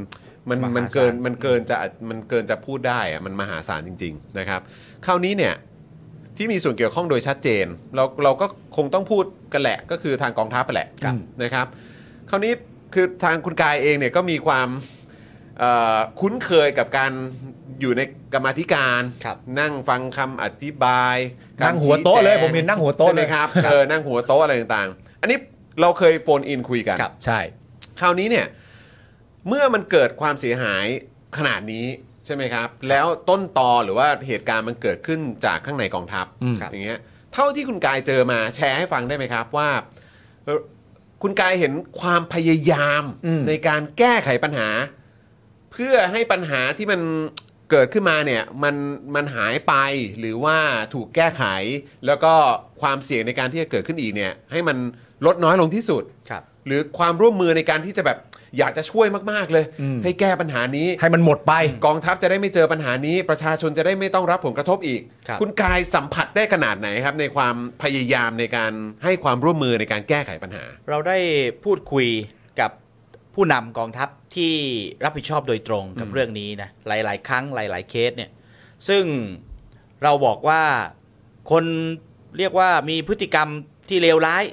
S1: มัน
S3: มหาศาล
S1: มันเกินมันเกินจะมันเกินจะพูดได้อะมันมหาศาลจริง ๆ นะครับ คราวนี้เนี่ยที่มีส่วนเกี่ยวข้องโดยชัดเจน เราเราก็คงต้องพูดกันแหละ ก็คือทางกองทัพไปแหละ
S2: ครับ
S1: นะครับ คราวนี้คือทางคุณกายเองเนี่ยก็มีความเอ่อคุ้นเคยกับการอยู่ในกรรมาธิการ
S3: ครับ
S1: นั่งฟังคำอธิบาย
S2: นั่งหัวโต๊ะ
S1: การชี้แจ
S2: เลยผมเห็นนั่งหัวโต๊ะ
S1: ใช่ไหม
S2: เลย
S1: ครับเออนั่งหัวโต๊ะอะไรต่างๆ อันนี้เราเคยโฟนอินคุยกัน
S3: ครับ
S2: ใช่
S1: คราวนี้เนี่ยเมื่อมันเกิดความเสียหายขนาดนี้ใช่ไหมครับ แล้วต้นตอหรือว่าเหตุการณ์มันเกิดขึ้นจากข้างในกองทัพ
S2: อืม
S3: ครับ
S1: อย่างเงี้ยเท่าที่คุณกายเจอมาแชร์ให้ฟังได้ไหมครับว่าเอ่อคุณกายเห็นความพยายาม
S2: อืม
S1: ในการแก้ไขปัญหา เพื่อให้ปัญหาที่มันเกิดขึ้นมาเนี่ยมันมันหายไปหรือว่าถูกแก้ไข แล้วก็ความเสี่ยงในการที่จะเกิดขึ้นอีกเนี่ยให้มันลดน้อยลงที่สุด
S3: ครับ
S1: หรือความร่วมมือในการที่จะแบบอยากจะช่วยมากๆเลย
S2: อืม
S1: ให้แก้ปัญหานี้
S2: ให้มันหมดไป
S1: กองทัพจะได้ไม่เจอปัญหานี้ ประชาชนจะได้ไม่ต้องรับผลกระทบอีก
S3: ครับ
S1: ณกายสัมผัสได้ขนาดไหนครับ ในความพยายามในการให้ความร่วมมือในการแก้ไขปัญหา
S3: เราได้พูดคุยกับผู้นำกองทัพที่รับผิดชอบโดยตรงกับเรื่องนี้นะหลาย ๆ ครั้งหลาย ๆ เคสเนี่ยซึ่งเราบอกว่าคนเรียกว่ามีพฤติกรรมที่เลวร้าย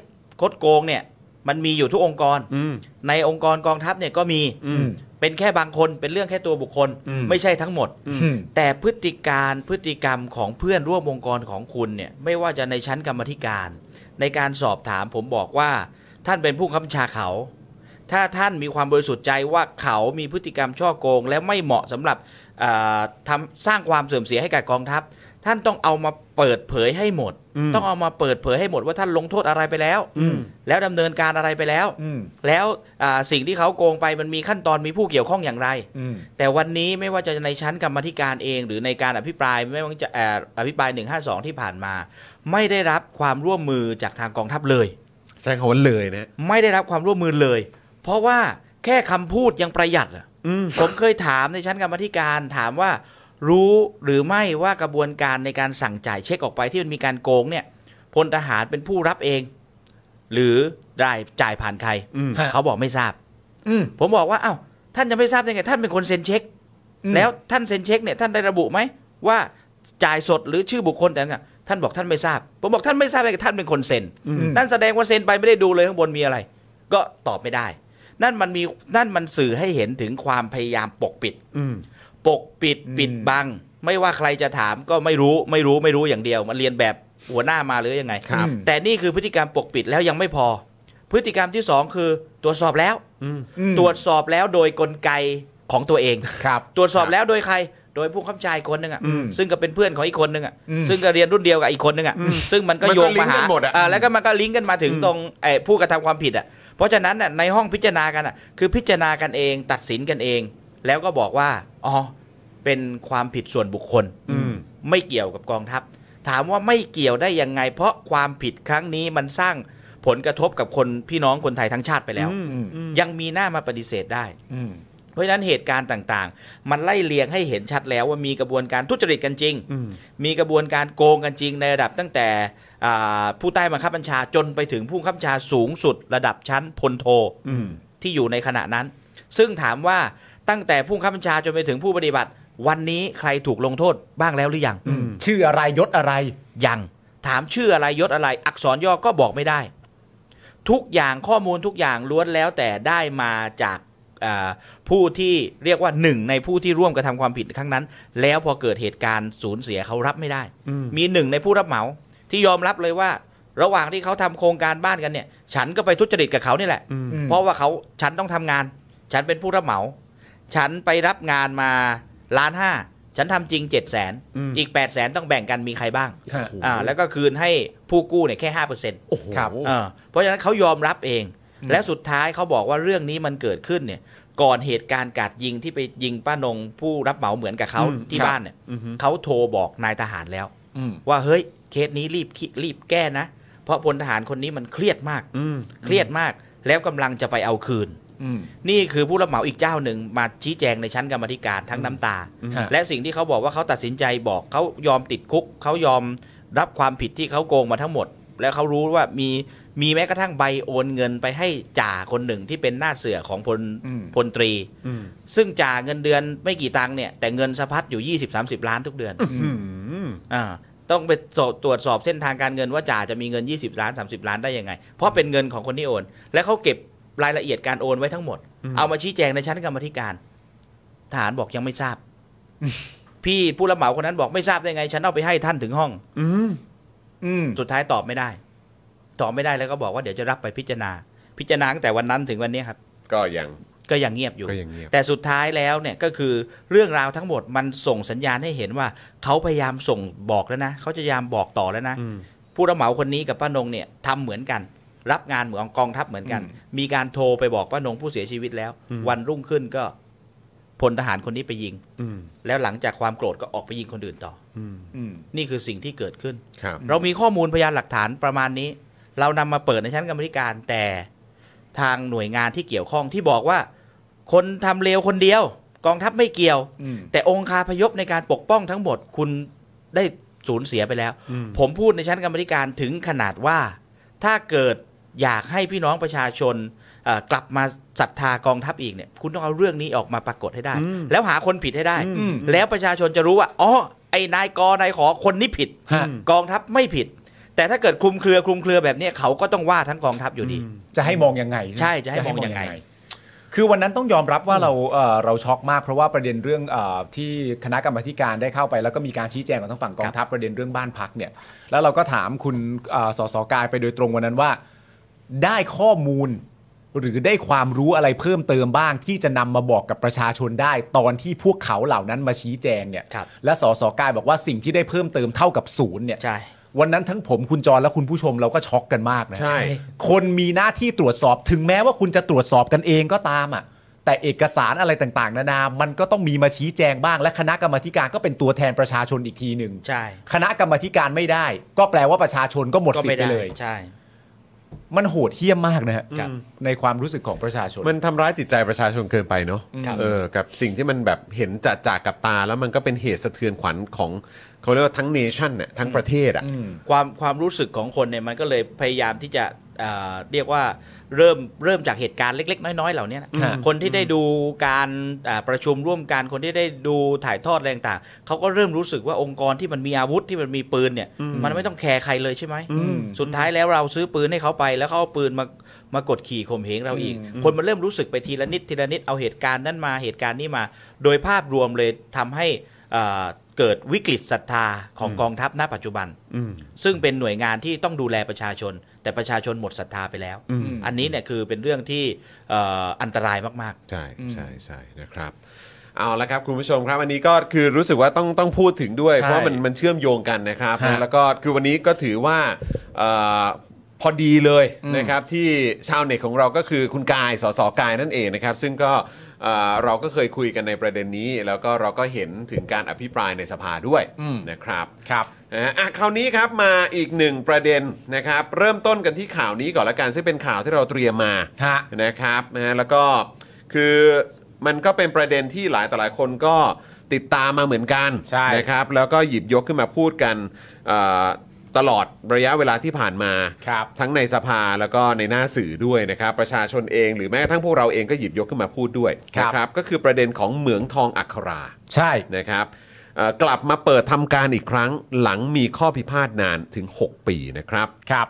S3: คดโกงเนี่ยมันมีอยู่ทุกองค์กร
S1: อืม
S3: ในองค์กรกองทัพเนี่ยก็มี
S1: อืม
S3: เป็นแค่บางคนเป็นเรื่องแค่ตัวบุคคล
S1: อืม
S3: ไม่ใช่ทั้งหมด
S2: อืม
S3: แต่พฤติการพฤติกรรมของเพื่อนร่วมองค์กรของคุณเนี่ยไม่ว่าจะในชั้นกรรมธิการ ในการสอบถามผมบอกว่า ท่านเป็นผู้ค้ำชาเขา ถ้าท่านมีความบริสุทธิ์ใจว่าเขามีพฤติกรรมช่อโกง และไม่เหมาะสำหรับเอ่อทำสร้างความเสื่อมเสียให้กับกองทัพ ท่านต้องเอามาเปิดเผยให้หมด
S1: อืม
S3: ต้องเอามาเปิดเผยให้หมดว่าท่านลงโทษอะไรไปแล้ว แล้วดำเนินการอะไรไปแล้ว
S2: อืม
S3: แล้วอ่าสิ่งที่เขาโกงไปมันมีขั้นตอนมีผู้เกี่ยวข้องอย่างไร
S2: อืม
S3: แต่วันนี้ไม่ว่าจะในชั้นกรรมธิการเอง หรือในการอภิปรายไม่ว่าจะเอ่ออภิปราย 152 ที่ผ่านมา ไม่ได้รับความร่วมมือจากทางกองทัพเลย
S1: ใช้คำว่าเลยนะ
S3: ไม่ได้รับความร่วมมือเลย เพราะว่าแค่คำพูดยังประหยัดอะผมเคยถามในชั้นกรรมธิการถามว่า รู้หรือไม่ว่ากระบวนการในการสั่งจ่ายเช็คออกไปที่มันมีการโกงเนี่ยพลทหารเป็นผู้รับเอง หรือได้จ่ายผ่านใคร
S1: อืม
S2: ฮะ
S3: เขาบอกไม่ทราบ
S2: อืม
S3: ผมบอกว่าอ้าวท่านจะไม่ทราบได้ไงท่านเป็นคนเซ็นเช็ค
S2: อืม
S3: แล้วท่านเซ็นเช็คเนี่ยท่านได้ระบุไหมว่าจ่ายสดหรือชื่อบุคคลแต่ละท่านบอกท่านไม่ทราบ ผมบอกท่านไม่ทราบได้ไงท่านเป็นคนเซ็น
S2: อืม
S3: ท่านแสดงว่าเซ็นไปไม่ได้ดูเลยข้างบนมีอะไร ก็ตอบไม่ได้ นั่นมันมีนั่นมันสื่อให้เห็นถึงความพยายามปกปิด
S1: อืม
S3: ปกปิด
S2: อืม
S3: ปิดบัง ไม่ว่าใครจะถามก็ไม่รู้ไม่รู้ไม่รู้อย่างเดียว มันเรียนแบบหัวหน้ามาหรือยังไง
S1: ครับ
S3: แต่นี่คือพฤติกรรมปกปิดแล้วยังไม่พอ พฤติกรรมที่สองคือตรวจสอบแล้ว
S1: อืม
S2: อืม
S3: ตรวจสอบแล้วโดยกลไกของตัวเอง
S2: ครับ
S3: ตรวจสอบแล้วโดยใคร โดยผู้ข้ามชายคนหนึ่งอ่ะ
S2: อืม
S3: ซึ่งก็เป็นเพื่อนของอีกคนหนึ่งอ่ะ
S2: อืม
S3: ซึ่งก็เรียนรุ่นเดียวกับอีกคนหนึ่งอ่ะซึ่งมันก็
S1: มันก็
S3: โยงมา
S1: ลิงก์กั
S3: หาน
S1: หมดอะ
S3: อ่าแล้วก็มันก็ลิงก์กันมาถึงตรงไอ้ผู้กระทำความผิดอ่ะเพราะฉะนั้นน่ะในห้องพิจารณากันอ่ะคือพิจารณากันเองตัดสินกันเอง แล้วก็บอกว่าอ๋อเป็นความผิดส่วนบุคคล
S1: อืม
S3: ไม่เกี่ยวกับกองทัพ ถามว่าไม่เกี่ยวได้ยังไง เพราะความผิดครั้งนี้มันสร้างผลกระทบกับคนพี่น้องคนไทยทั้งชาติไปแล้ว
S1: อืม
S2: อืม
S3: ยังมีหน้ามาปฏิเสธได้
S2: อืม
S3: เพราะฉะนั้นเหตุการณ์ต่างๆ มันไล่เลียงให้เห็นชัดแล้วว่ามีกระบวนการทุจริตกันจริง
S1: อืม
S3: มีกระบวนการโกงกันจริงในระดับตั้งแต่อ่าผู้ใต้บังคับบัญชาจนไปถึงผู้บังคับบัญชาสูงสุด ระดับชั้นพลโท
S1: อืม
S3: ที่อยู่ในขณะนั้น ซึ่งถามว่าตั้งแต่ผู้บังคับบัญชาจนไปถึงผู้ปฏิบัติ วันนี้ใครถูกลงโทษบ้างแล้วหรือยัง
S2: อืมชื่ออะไรยศอะไร
S3: ยังถามชื่ออะไรยศอะไร อักษรย่อก็บอกไม่ได้ ทุกอย่างข้อมูลทุกอย่างล้วนแล้วแต่ได้มาจากเอ่อผู้ที่เรียกว่าหนึ่งในผู้ที่ร่วมกระทำความผิดครั้งนั้น แล้วพอเกิดเหตุการณ์สูญเสียเขารับไม่ได้
S1: อืม
S3: มีหนึ่งในผู้รับเหมาที่ยอมรับเลยว่า ระหว่างที่เขาทำโครงการบ้านกันเนี่ย ฉันก็ไปทุจริตกับเขานี่แหละ
S1: อืม
S2: อืม
S3: เพราะว่าเขาฉันต้องทำงาน ฉันเป็นผู้รับเหมา ฉันไปรับงานมาล้านห้าฉันทำจริงเจ็ดแสน
S1: อืม
S3: อีกแปดแสนต้องแบ่งกันมีใครบ้าง
S2: ฮะ
S3: อ่าแล้วก็คืนให้ผู้กู้เนี่ยแค่ห้าเปอร์เซ็นต์
S2: โอ้โหครับ
S3: เพราะฉะนั้นเขายอมรับเอง และสุดท้ายเขาบอกว่าเรื่องนี้มันเกิดขึ้นเนี่ยก่อนเหตุการณ์กราดยิงที่ไปยิงป้านงผู้รับเหมาเหมือนกับเขา
S1: อืม
S3: ที่
S1: ครับ
S3: บ้านเนี่ย
S1: อืม
S3: เขาโทรบอกนายทหารแล้ว
S2: อืม
S3: ว่าเฮ้ยเคสนี้รีบคิดรีบแก้นะ เพราะพลทหารคนนี้มันเครียดมาก
S1: อืม
S3: เครียดมากแล้วกำลังจะไปเอาคืน
S2: อืม
S3: นี่คือผู้รับเหมาอีกเจ้าหนึ่งมาชี้แจงในชั้นกรรมาธิการทั้งน้ำตา
S2: ฮะ
S3: และสิ่งที่เขาบอกว่าเขาตัดสินใจบอกเขายอมติดคุก เขายอมรับความผิดที่เขาโกงมาทั้งหมด แล้วเขารู้ว่ามีมีแม้กระทั่งใบโอนเงินไปให้จ่าคนหนึ่งที่เป็นหน้าเสือของพล
S2: อืม
S3: พลตรี
S1: อืม
S3: ซึ่งจ่าเงินเดือนไม่กี่ตังค์เนี่ยแต่เงินสะพัดอยู่ 20-30 ล้านทุกเดือน
S1: อืม
S3: อ่าต้องไปสอบตรวจสอบเส้นทางการเงินว่าจ่าจะมีเงิน 20 ล้าน 30 ล้านได้ยังไง เพราะเป็นเงินของคนที่โอน และเขาเก็บรายละเอียดการโอนไว้ทั้งหมด
S1: อืม
S3: เอามาชี้แจงในชั้นกรรมาธิการ ทหารบอกยังไม่ ทราบ พี่ผู้รับเหมาคนนั้นบอกไม่ทราบได้ไง ฉันเอาไปให้ท่านถึงห้อง
S1: อืม
S2: อืม
S3: สุดท้ายตอบไม่ได้ ตอบไม่ได้แล้วก็บอกว่าเดี๋ยวจะรับไปพิจารณา พิจารณาตั้งแต่วันนั้นถึงวันนี้ครับ
S1: ก็ยัง
S3: ก็ยังเงียบอยู่
S1: ก็ยังเงียบ
S3: แต่สุดท้ายแล้วเนี่ยก็คือเรื่องราวทั้งหมดมันส่งสัญญาณให้เห็นว่า เขาพยายามส่งบอกแล้วนะเขาจะพยายามบอกต่อแล้วนะ
S1: อืม
S3: ผู้รับเหมาคนนี้กับป้านงเนี่ยทำเหมือนกัน รับงานเหมือนกองทัพเหมือนกัน
S2: อืม
S3: มีการโทรไปบอกป้านงผู้เสียชีวิตแล้ว
S1: อืม
S3: วันรุ่งขึ้นก็พลทหารคนนี้ไปยิง
S1: อืม
S3: แล้วหลังจากความโกรธก็ออกไปยิงคนอื่นต่อ
S1: อืม
S2: อืม
S3: นี่คือสิ่งที่เกิดขึ้น
S1: ครับ
S3: เรามีข้อมูลพยานหลักฐานประมาณนี้ เรานำมาเปิดในชั้นกรรมธิการแต่ทางหน่วยงานที่เกี่ยวข้องที่บอกว่า คนทำเลวคนเดียว กองทัพไม่เกี่ยว
S2: อืม
S3: แต่องค์คาพยพในการปกป้องทั้งหมดคุณได้สูญเสียไปแล้ว
S1: อืม
S3: ผมพูดในชั้นกรรมธิการถึงขนาดว่า ถ้าเกิดอยากให้พี่น้องประชาชนเอ่อกลับมาศรัทธากองทัพอีกเนี่ยคุณต้องเอาเรื่องนี้ออกมาปรากฏให้ได้ แล้วหาคนผิดให้ได้
S2: อืม
S3: แล้วประชาชนจะรู้ว่าอ๋อไอ้นายกนายขอคนนี้ผิด
S2: ฮะ
S3: กองทัพไม่ผิด แต่ถ้าเกิดคลุมเครือคลุมเครือแบบเนี้ยเขาก็ต้องว่าทั้งกองทัพอยู่ดี
S2: จะให้มองยังไง
S3: ใช่จะให้มองยังไง
S2: คือวันนั้นต้องยอมรับว่าเราเอ่อเราช็อกมาก เพราะว่าประเด็นเรื่องเออที่คณะกรรมาธิการได้เข้าไป แล้วก็มีการชี้แจงของทางฝั่งกองทัพประเด็นเรื่องบ้านพักเนี่ย แล้วเราก็ถามคุณเอ่อสสกายไปโดยตรงวันนั้นว่า ได้ข้อมูล หรือได้ความรู้อะไรเพิ่มเติมบ้างที่จะนำมาบอกกับประชาชนได้ ตอนที่พวกเขาเหล่านั้นมาชี้แจงเนี่ย
S3: ครับ
S2: และสสกายบอกว่าสิ่งที่ได้เพิ่มเติมเท่ากับศูนย์เนี่ย
S3: ใช่
S2: วันนั้นทั้งผมคุณจรและคุณผู้ชมเราก็ช็อกกันมากนะ
S1: ใช่
S2: คนมีหน้าที่ตรวจสอบถึงแม้ว่าคุณจะตรวจสอบกันเองก็ตามอ่ะ แต่เอกสารอะไรต่างๆ นานา มันก็ต้องมีมาชี้แจงบ้าง และคณะกรรมาธิการก็เป็นตัวแทนประชาชนอีกทีหนึ่ง
S3: ใช่
S2: คณะกรรมาธิการไม่ได้ ก็แปลว่าประชาชนก็หมด
S3: ก็
S2: สิท
S3: ไม่
S2: ธิ์ไป
S3: ได้
S2: เลย
S3: ใช่
S2: มันโหดเหี้ยมมากนะฮะ
S1: ครับ
S2: ในความรู้สึกของประชาชน
S1: มันทำร้ายจิตใจประชาชนเกินไปเนาะ
S3: ครับ
S1: เออกับสิ่งที่มันแบบเห็นจัดจากกับตา แล้วมันก็เป็นเหตุสะเทือนขวัญของเขาเรียกว่าทั้งเนชั่นน่ะทั้งประเทศอ่ะ
S3: ความความรู้สึกของคนเนี่ยมันก็เลยพยายามที่จะเอ่อเรียกว่าเริ่มเริ่มจากเหตุการณ์เล็ก ๆ น้อยๆ เหล่านี้นะ
S2: ฮะ
S3: คนที่ได้ดูการอ่าประชุมร่วมกันคนที่ได้ดูถ่ายทอดอะไรต่างๆเขาก็เริ่มรู้สึกว่าองค์กรที่มันมีอาวุธที่มันมีปืนเนี่ยมันไม่ต้องแคร์ใครเลยใช่ไหมสุดท้ายแล้วเราซื้อปืนให้เขาไป แล้วเขาเอาปืนมามากดขี่ข่มเหงเราอีก คนมันเริ่มรู้สึกไปทีละนิดทีละนิดเอาเหตุการณ์นั้นมาเหตุการณ์นี้มา โดยภาพรวมเลยทำให้เอ่อเกิดวิกฤตศรัทธาของกองทัพณปัจจุบัน ซึ่งเป็นหน่วยงานที่ต้องดูแลประชาชน แต่ประชาชนหมดศรัทธาไปแล้ว อันนี้เนี่ยคือเป็นเรื่องที่เอ่ออันตรายมาก
S1: ใช่ใช่ใช่นะครับ เอาละครับคุณผู้ชมครับอันนี้ก็คือรู้สึกว่าต้องต้องพูดถึงด้วย
S2: ใช่
S1: เพราะมันมันเชื่อมโยงกันนะครับ
S2: ฮะ
S1: นะแล้วก็คือวันนี้ก็ถือว่าเอ่อพอดีเลยนะครับที่ชาวเน็ตของเราก็คือคุณกายสสกายนั่นเองนะครับ ซึ่งก็เอ่อเราก็เคยคุยกันในประเด็นนี้ แล้วก็เราก็เห็นถึงการอภิปรายในสภาด้วย
S2: อืม
S1: นะครับ
S2: ครับ
S1: นะฮะอ่ะคราวนี้ครับมาอีกหนึ่งประเด็นนะครับ เริ่มต้นกันที่ข่าวนี้ก่อนละกันซึ่งเป็นข่าวที่เราเตรียมมา
S2: ฮะ
S1: นะครับนะฮะแล้วก็คือมันก็เป็นประเด็นที่หลายต่อหลายคนก็ติดตามมาเหมือนกัน
S2: ใช่
S1: นะครับ แล้วก็หยิบยกขึ้นมาพูดกันเอ่อตลอดระยะเวลาที่ผ่านมา
S2: ครับ
S1: ทั้งในสภาแล้วก็ในหน้าสื่อด้วยนะครับ ประชาชนเองหรือแม้กระทั่งพวกเราเองก็หยิบยกขึ้นมาพูดด้วย
S2: ครับ
S1: นะครับก็คือประเด็นของเหมืองทองอัครา
S2: ใช่
S1: นะครับเอ่อกลับมาเปิดทำการอีกครั้งหลังมีข้อพิพาทนานถึง 6 ปีนะครับ
S2: ครับ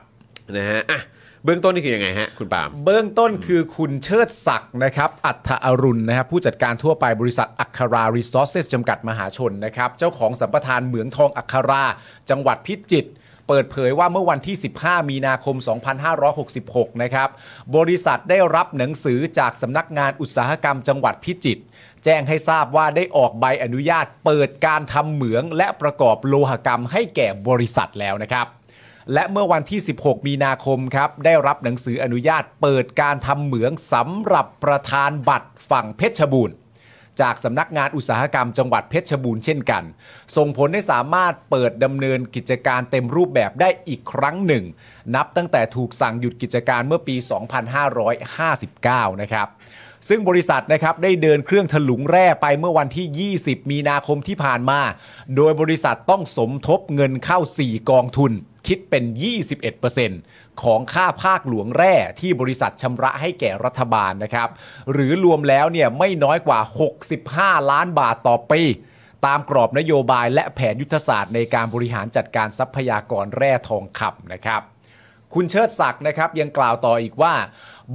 S1: นะฮะอ่ะเบื้องต้นนี่คือยังไงฮะ คุณปาล์ม
S2: เบื้องต้นคือคุณเชิดศักดิ์นะครับ อัฏฐอรุณนะครับผู้จัดการทั่วไปบริษัทอัครารีซอสเซสจำกัดมหาชนนะครับ เจ้าของสัมปทานเหมืองทองอัครา จังหวัดพิจิตรเปิดเผยว่าเมื่อวันที่ 15 มีนาคม 2566 นะครับ บริษัทได้รับหนังสือจากสำนักงานอุตสาหกรรมจังหวัดพิจิตร แจ้งให้ทราบว่าได้ออกใบอนุญาต เปิดการทำเหมืองและประกอบโลหกรรมให้แก่บริษัทแล้วนะครับ และเมื่อวันที่ 16 มีนาคมครับ ได้รับหนังสืออนุญาตเปิดการทำเหมืองสำหรับประธานบัตรฝั่งเพชรบูรณ์ จากสำนักงานอุตสาหกรรมจังหวัดเพชรบูรณ์เช่นกัน ส่งผลให้สามารถเปิดดำเนินกิจการเต็มรูปแบบได้อีกครั้งหนึ่ง นับตั้งแต่ถูกสั่งหยุดกิจการเมื่อปี 2559 นะครับ ซึ่งบริษัทนะครับได้เดินเครื่องถลุงแร่ไปเมื่อวันที่ 20 มีนาคมที่ผ่านมา โดยบริษัทต้องสมทบเงินเข้า 4 กองทุน คิดเป็น 21%ของค่าภาคหลวงแร่ที่บริษัทชำระให้แก่รัฐบาลนะครับ หรือรวมแล้วเนี่ยไม่น้อยกว่า 65 ล้านบาทต่อปี ตามกรอบนโยบายและแผนยุทธศาสตร์ในการบริหารจัดการทรัพยากรแร่ทองคำนะครับ คุณเชิดศักดิ์นะครับยังกล่าวต่ออีกว่า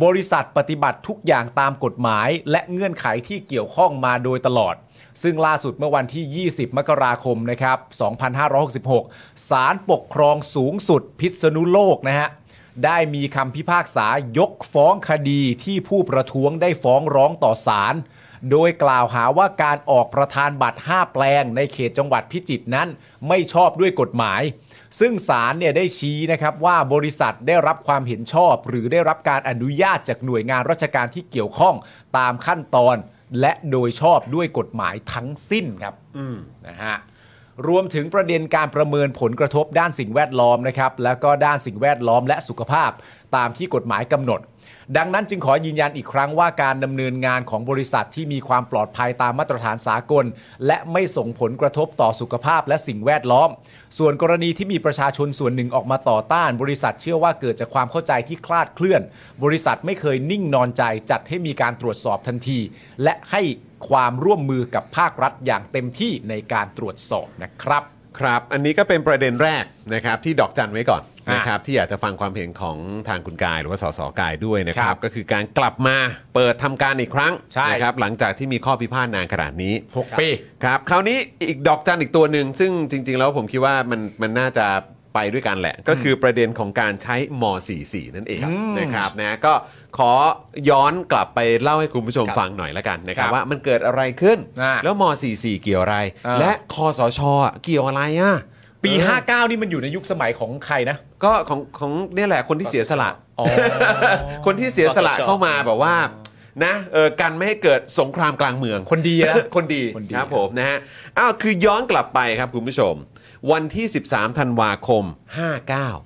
S2: บริษัทปฏิบัติทุกอย่างตามกฎหมาย และเงื่อนไขที่เกี่ยวข้องมาโดยตลอด ซึ่งล่าสุดเมื่อวันที่ 20 มกราคมนะครับ 2566 ศาลปกครองสูงสุดพิษณุโลกนะฮะ ได้มีคำพิพากษายกฟ้องคดีที่ผู้ประท้วงได้ฟ้องร้องต่อศาล โดยกล่าวหาว่าการออกประธานบัตร 5 แปลงในเขตจังหวัดพิจิตรนั้นไม่ชอบด้วยกฎหมาย ซึ่งศาลเนี่ยได้ชี้นะครับว่าบริษัทได้รับความเห็นชอบ หรือได้รับการอนุญาตจากหน่วยงานราชการที่เกี่ยวข้องตามขั้นตอน และโดยชอบด้วยกฎหมายทั้งสิ้นครับนะฮะ รวมถึงประเด็นการประเมินผลกระทบด้านสิ่งแวดล้อมนะครับ แล้วก็ด้านสิ่งแวดล้อมและสุขภาพตามที่กฎหมายกำหนด ดังนั้นจึงขอยืนยันอีกครั้งว่าการดำเนินงานของบริษัทที่มีความปลอดภัยตามมาตรฐานสากล และไม่ส่งผลกระทบต่อสุขภาพและสิ่งแวดล้อม ส่วนกรณีที่มีประชาชนส่วนหนึ่งออกมาต่อต้าน บริษัทเชื่อว่าเกิดจากความเข้าใจที่คลาดเคลื่อน บริษัทไม่เคยนิ่งนอนใจจัดให้มีการตรวจสอบทันที และให้ความร่วมมือกับภาครัฐอย่างเต็มที่ในการตรวจสอบนะครับ
S1: ครับ อันนี้ก็เป็นประเด็นแรกนะครับที่ดอกจันไว้ก่อน
S2: อ่ะ
S1: นะครับที่อยากจะฟังความเห็นของทางคุณกายหรือว่าสสกายด้วยนะค
S2: ค
S1: รั
S2: รับ บ
S1: ก็คือการกลับมาเปิดทำการอีกครั้ง
S2: ใช่
S1: นะครับหลังจากที่มีข้อพิพาทนานขนาดนี้
S2: 6 ปี
S1: ครับคราวนี้อีกดอกจันอีกตัวหนึ่งซึ่งจริง ๆ แล้วผมคิดว่ามันมันน่าจะไปด้วยกันแหละ ก็คือประเด็นของการใช้ม .44 นั่นเองนะครับนะก็ขอย้อนกลับไปเล่าให้คุณผู้ชมฟังหน่อยละกันนะครับ
S2: ครับ
S1: ว่ามันเกิดอะไรขึ้น
S2: อ่า
S1: แล้วม .44 เกี่ยวอะไร
S2: อ่า
S1: และคอสชเกี่ยวอะไรอ่ะ
S2: ปี
S1: เออ
S2: 59 นี่มันอยู่ในยุคสมัยของใครนะ
S1: ก็ของของเนี่ยแหละคนที่เสียสละ
S2: อ๋อ
S1: คนที่เสียสละเข้ามาแบบว่า นะเออกันไม่ให้เกิดสงครามกลางเมือง
S2: คนดีนะ
S1: คนดี
S2: คนดี
S1: ครับผมนะฮะอ้าวคือย้อนกลับไปครับคุณผู้ชม วันที่ 13 ธันวาคม 59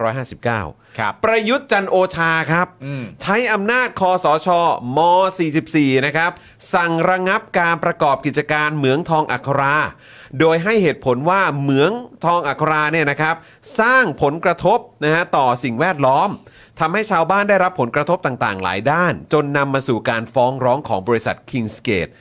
S1: 2559
S2: ครับ
S1: ประยุทธ์จันทร์โอชาครับ
S2: อืม
S1: ใช้อำนาจคอสชม 44 นะครับ สั่งระงับการประกอบกิจการเหมืองทองอัครา โดยให้เหตุผลว่าเหมืองทองอัคราเนี่ยนะครับ สร้างผลกระทบนะฮะต่อสิ่งแวดล้อมทำให้ชาวบ้านได้รับผลกระทบต่างๆ หลายด้าน จนนำมาสู่การฟ้องร้องของบริษัท Kingsgate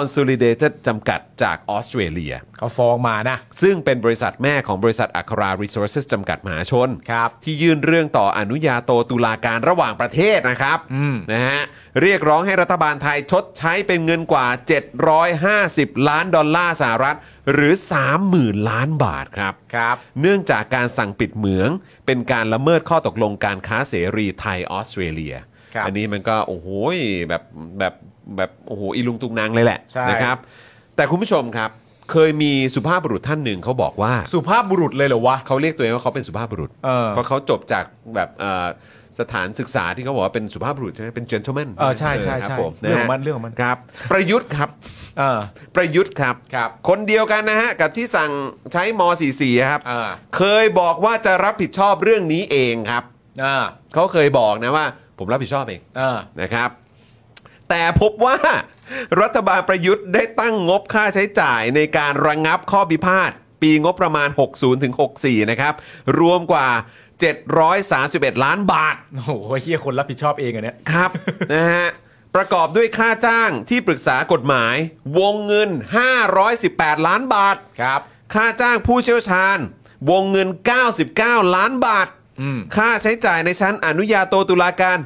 S1: Consolidated จำกัดจากออสเตรเลีย
S2: เขาฟ้องมานะ
S1: ซึ่งเป็นบริษัทแม่ของบริษัทอัครา Resources จำกัดมหาชน
S2: ครับ
S1: ที่ยื่นเรื่องต่ออนุญาโตตุลาการระหว่างประเทศนะครับนะฮะเรียกร้องให้รัฐบาลไทยชดใช้เป็นเงินกว่า 750 ล้านดอลลาร์สหรัฐ หรือ 30,000 ล้านบาทครับ
S2: ครับ
S1: เนื่องจากการสั่งปิดเหมือง เป็นการละเมิดข้อตกลงการค้าเสรีไทยออสเตรเลีย
S2: ครับ
S1: อันี้มันก็โอ้โหยแบบแบบแบบโอ้โหอีลุงตุงนางเลยแหละ
S2: ใช่
S1: นะครับ แต่คุณผู้ชมครับ เคยมีสุภาพบุรุษท่านหนึ่งเขาบอกว่า
S2: สุภาพบุรุษเลยเหรอวะ
S1: เขาเรียกตัวเองว่าเขาเป็นสุภาพบุรุษ
S2: เออ
S1: เพราะเขาจบจากแบบเอ่อสถานศึกษาที่เขาบอกว่าเป็นสุภาพบุรุษใช่ไหมเป็น gentleman
S2: เออใช่ใช่
S1: ครับ
S2: ใช่
S1: ผม
S2: เรื่องของมันเรื่องของมัน
S1: ครับ ประยุทธ์ครับ
S2: เออ
S1: ประยุทธ์ครับ
S2: ครับ
S1: คนเดียวกันนะฮะ กับที่สั่งใช้ม .44 ครับ
S2: อ่า
S1: เคยบอกว่าจะรับผิดชอบเรื่องนี้เองครับ
S2: เอ่า
S1: เขาเคยบอกนะว่า ผมรับผิดชอบเอง
S2: อ่า
S1: นะครับ แต่พบว่า รัฐบาลประยุทธ์ได้ตั้งงบค่าใช้จ่ายในการระงงับข้อพิพาท ปีงบประมาณ 60ถึง64 นะครับ รวมกว่า 731 ล้านบาท
S2: โอ้โหเฮียคนรับผิดชอบเองอันเนี้ย
S1: ครับ นะฮะ ประกอบด้วยค่าจ้างที่ปรึกษากฎหมาย วงเงิน 518 ล้านบาท
S2: ครับ
S1: ค่าจ้างผู้เชี่ยวชาญ วงเงิน 99 ล้านบาท
S2: อืม
S1: ค่าใช้จ่ายในชั้นอนุญาโตตุลาการ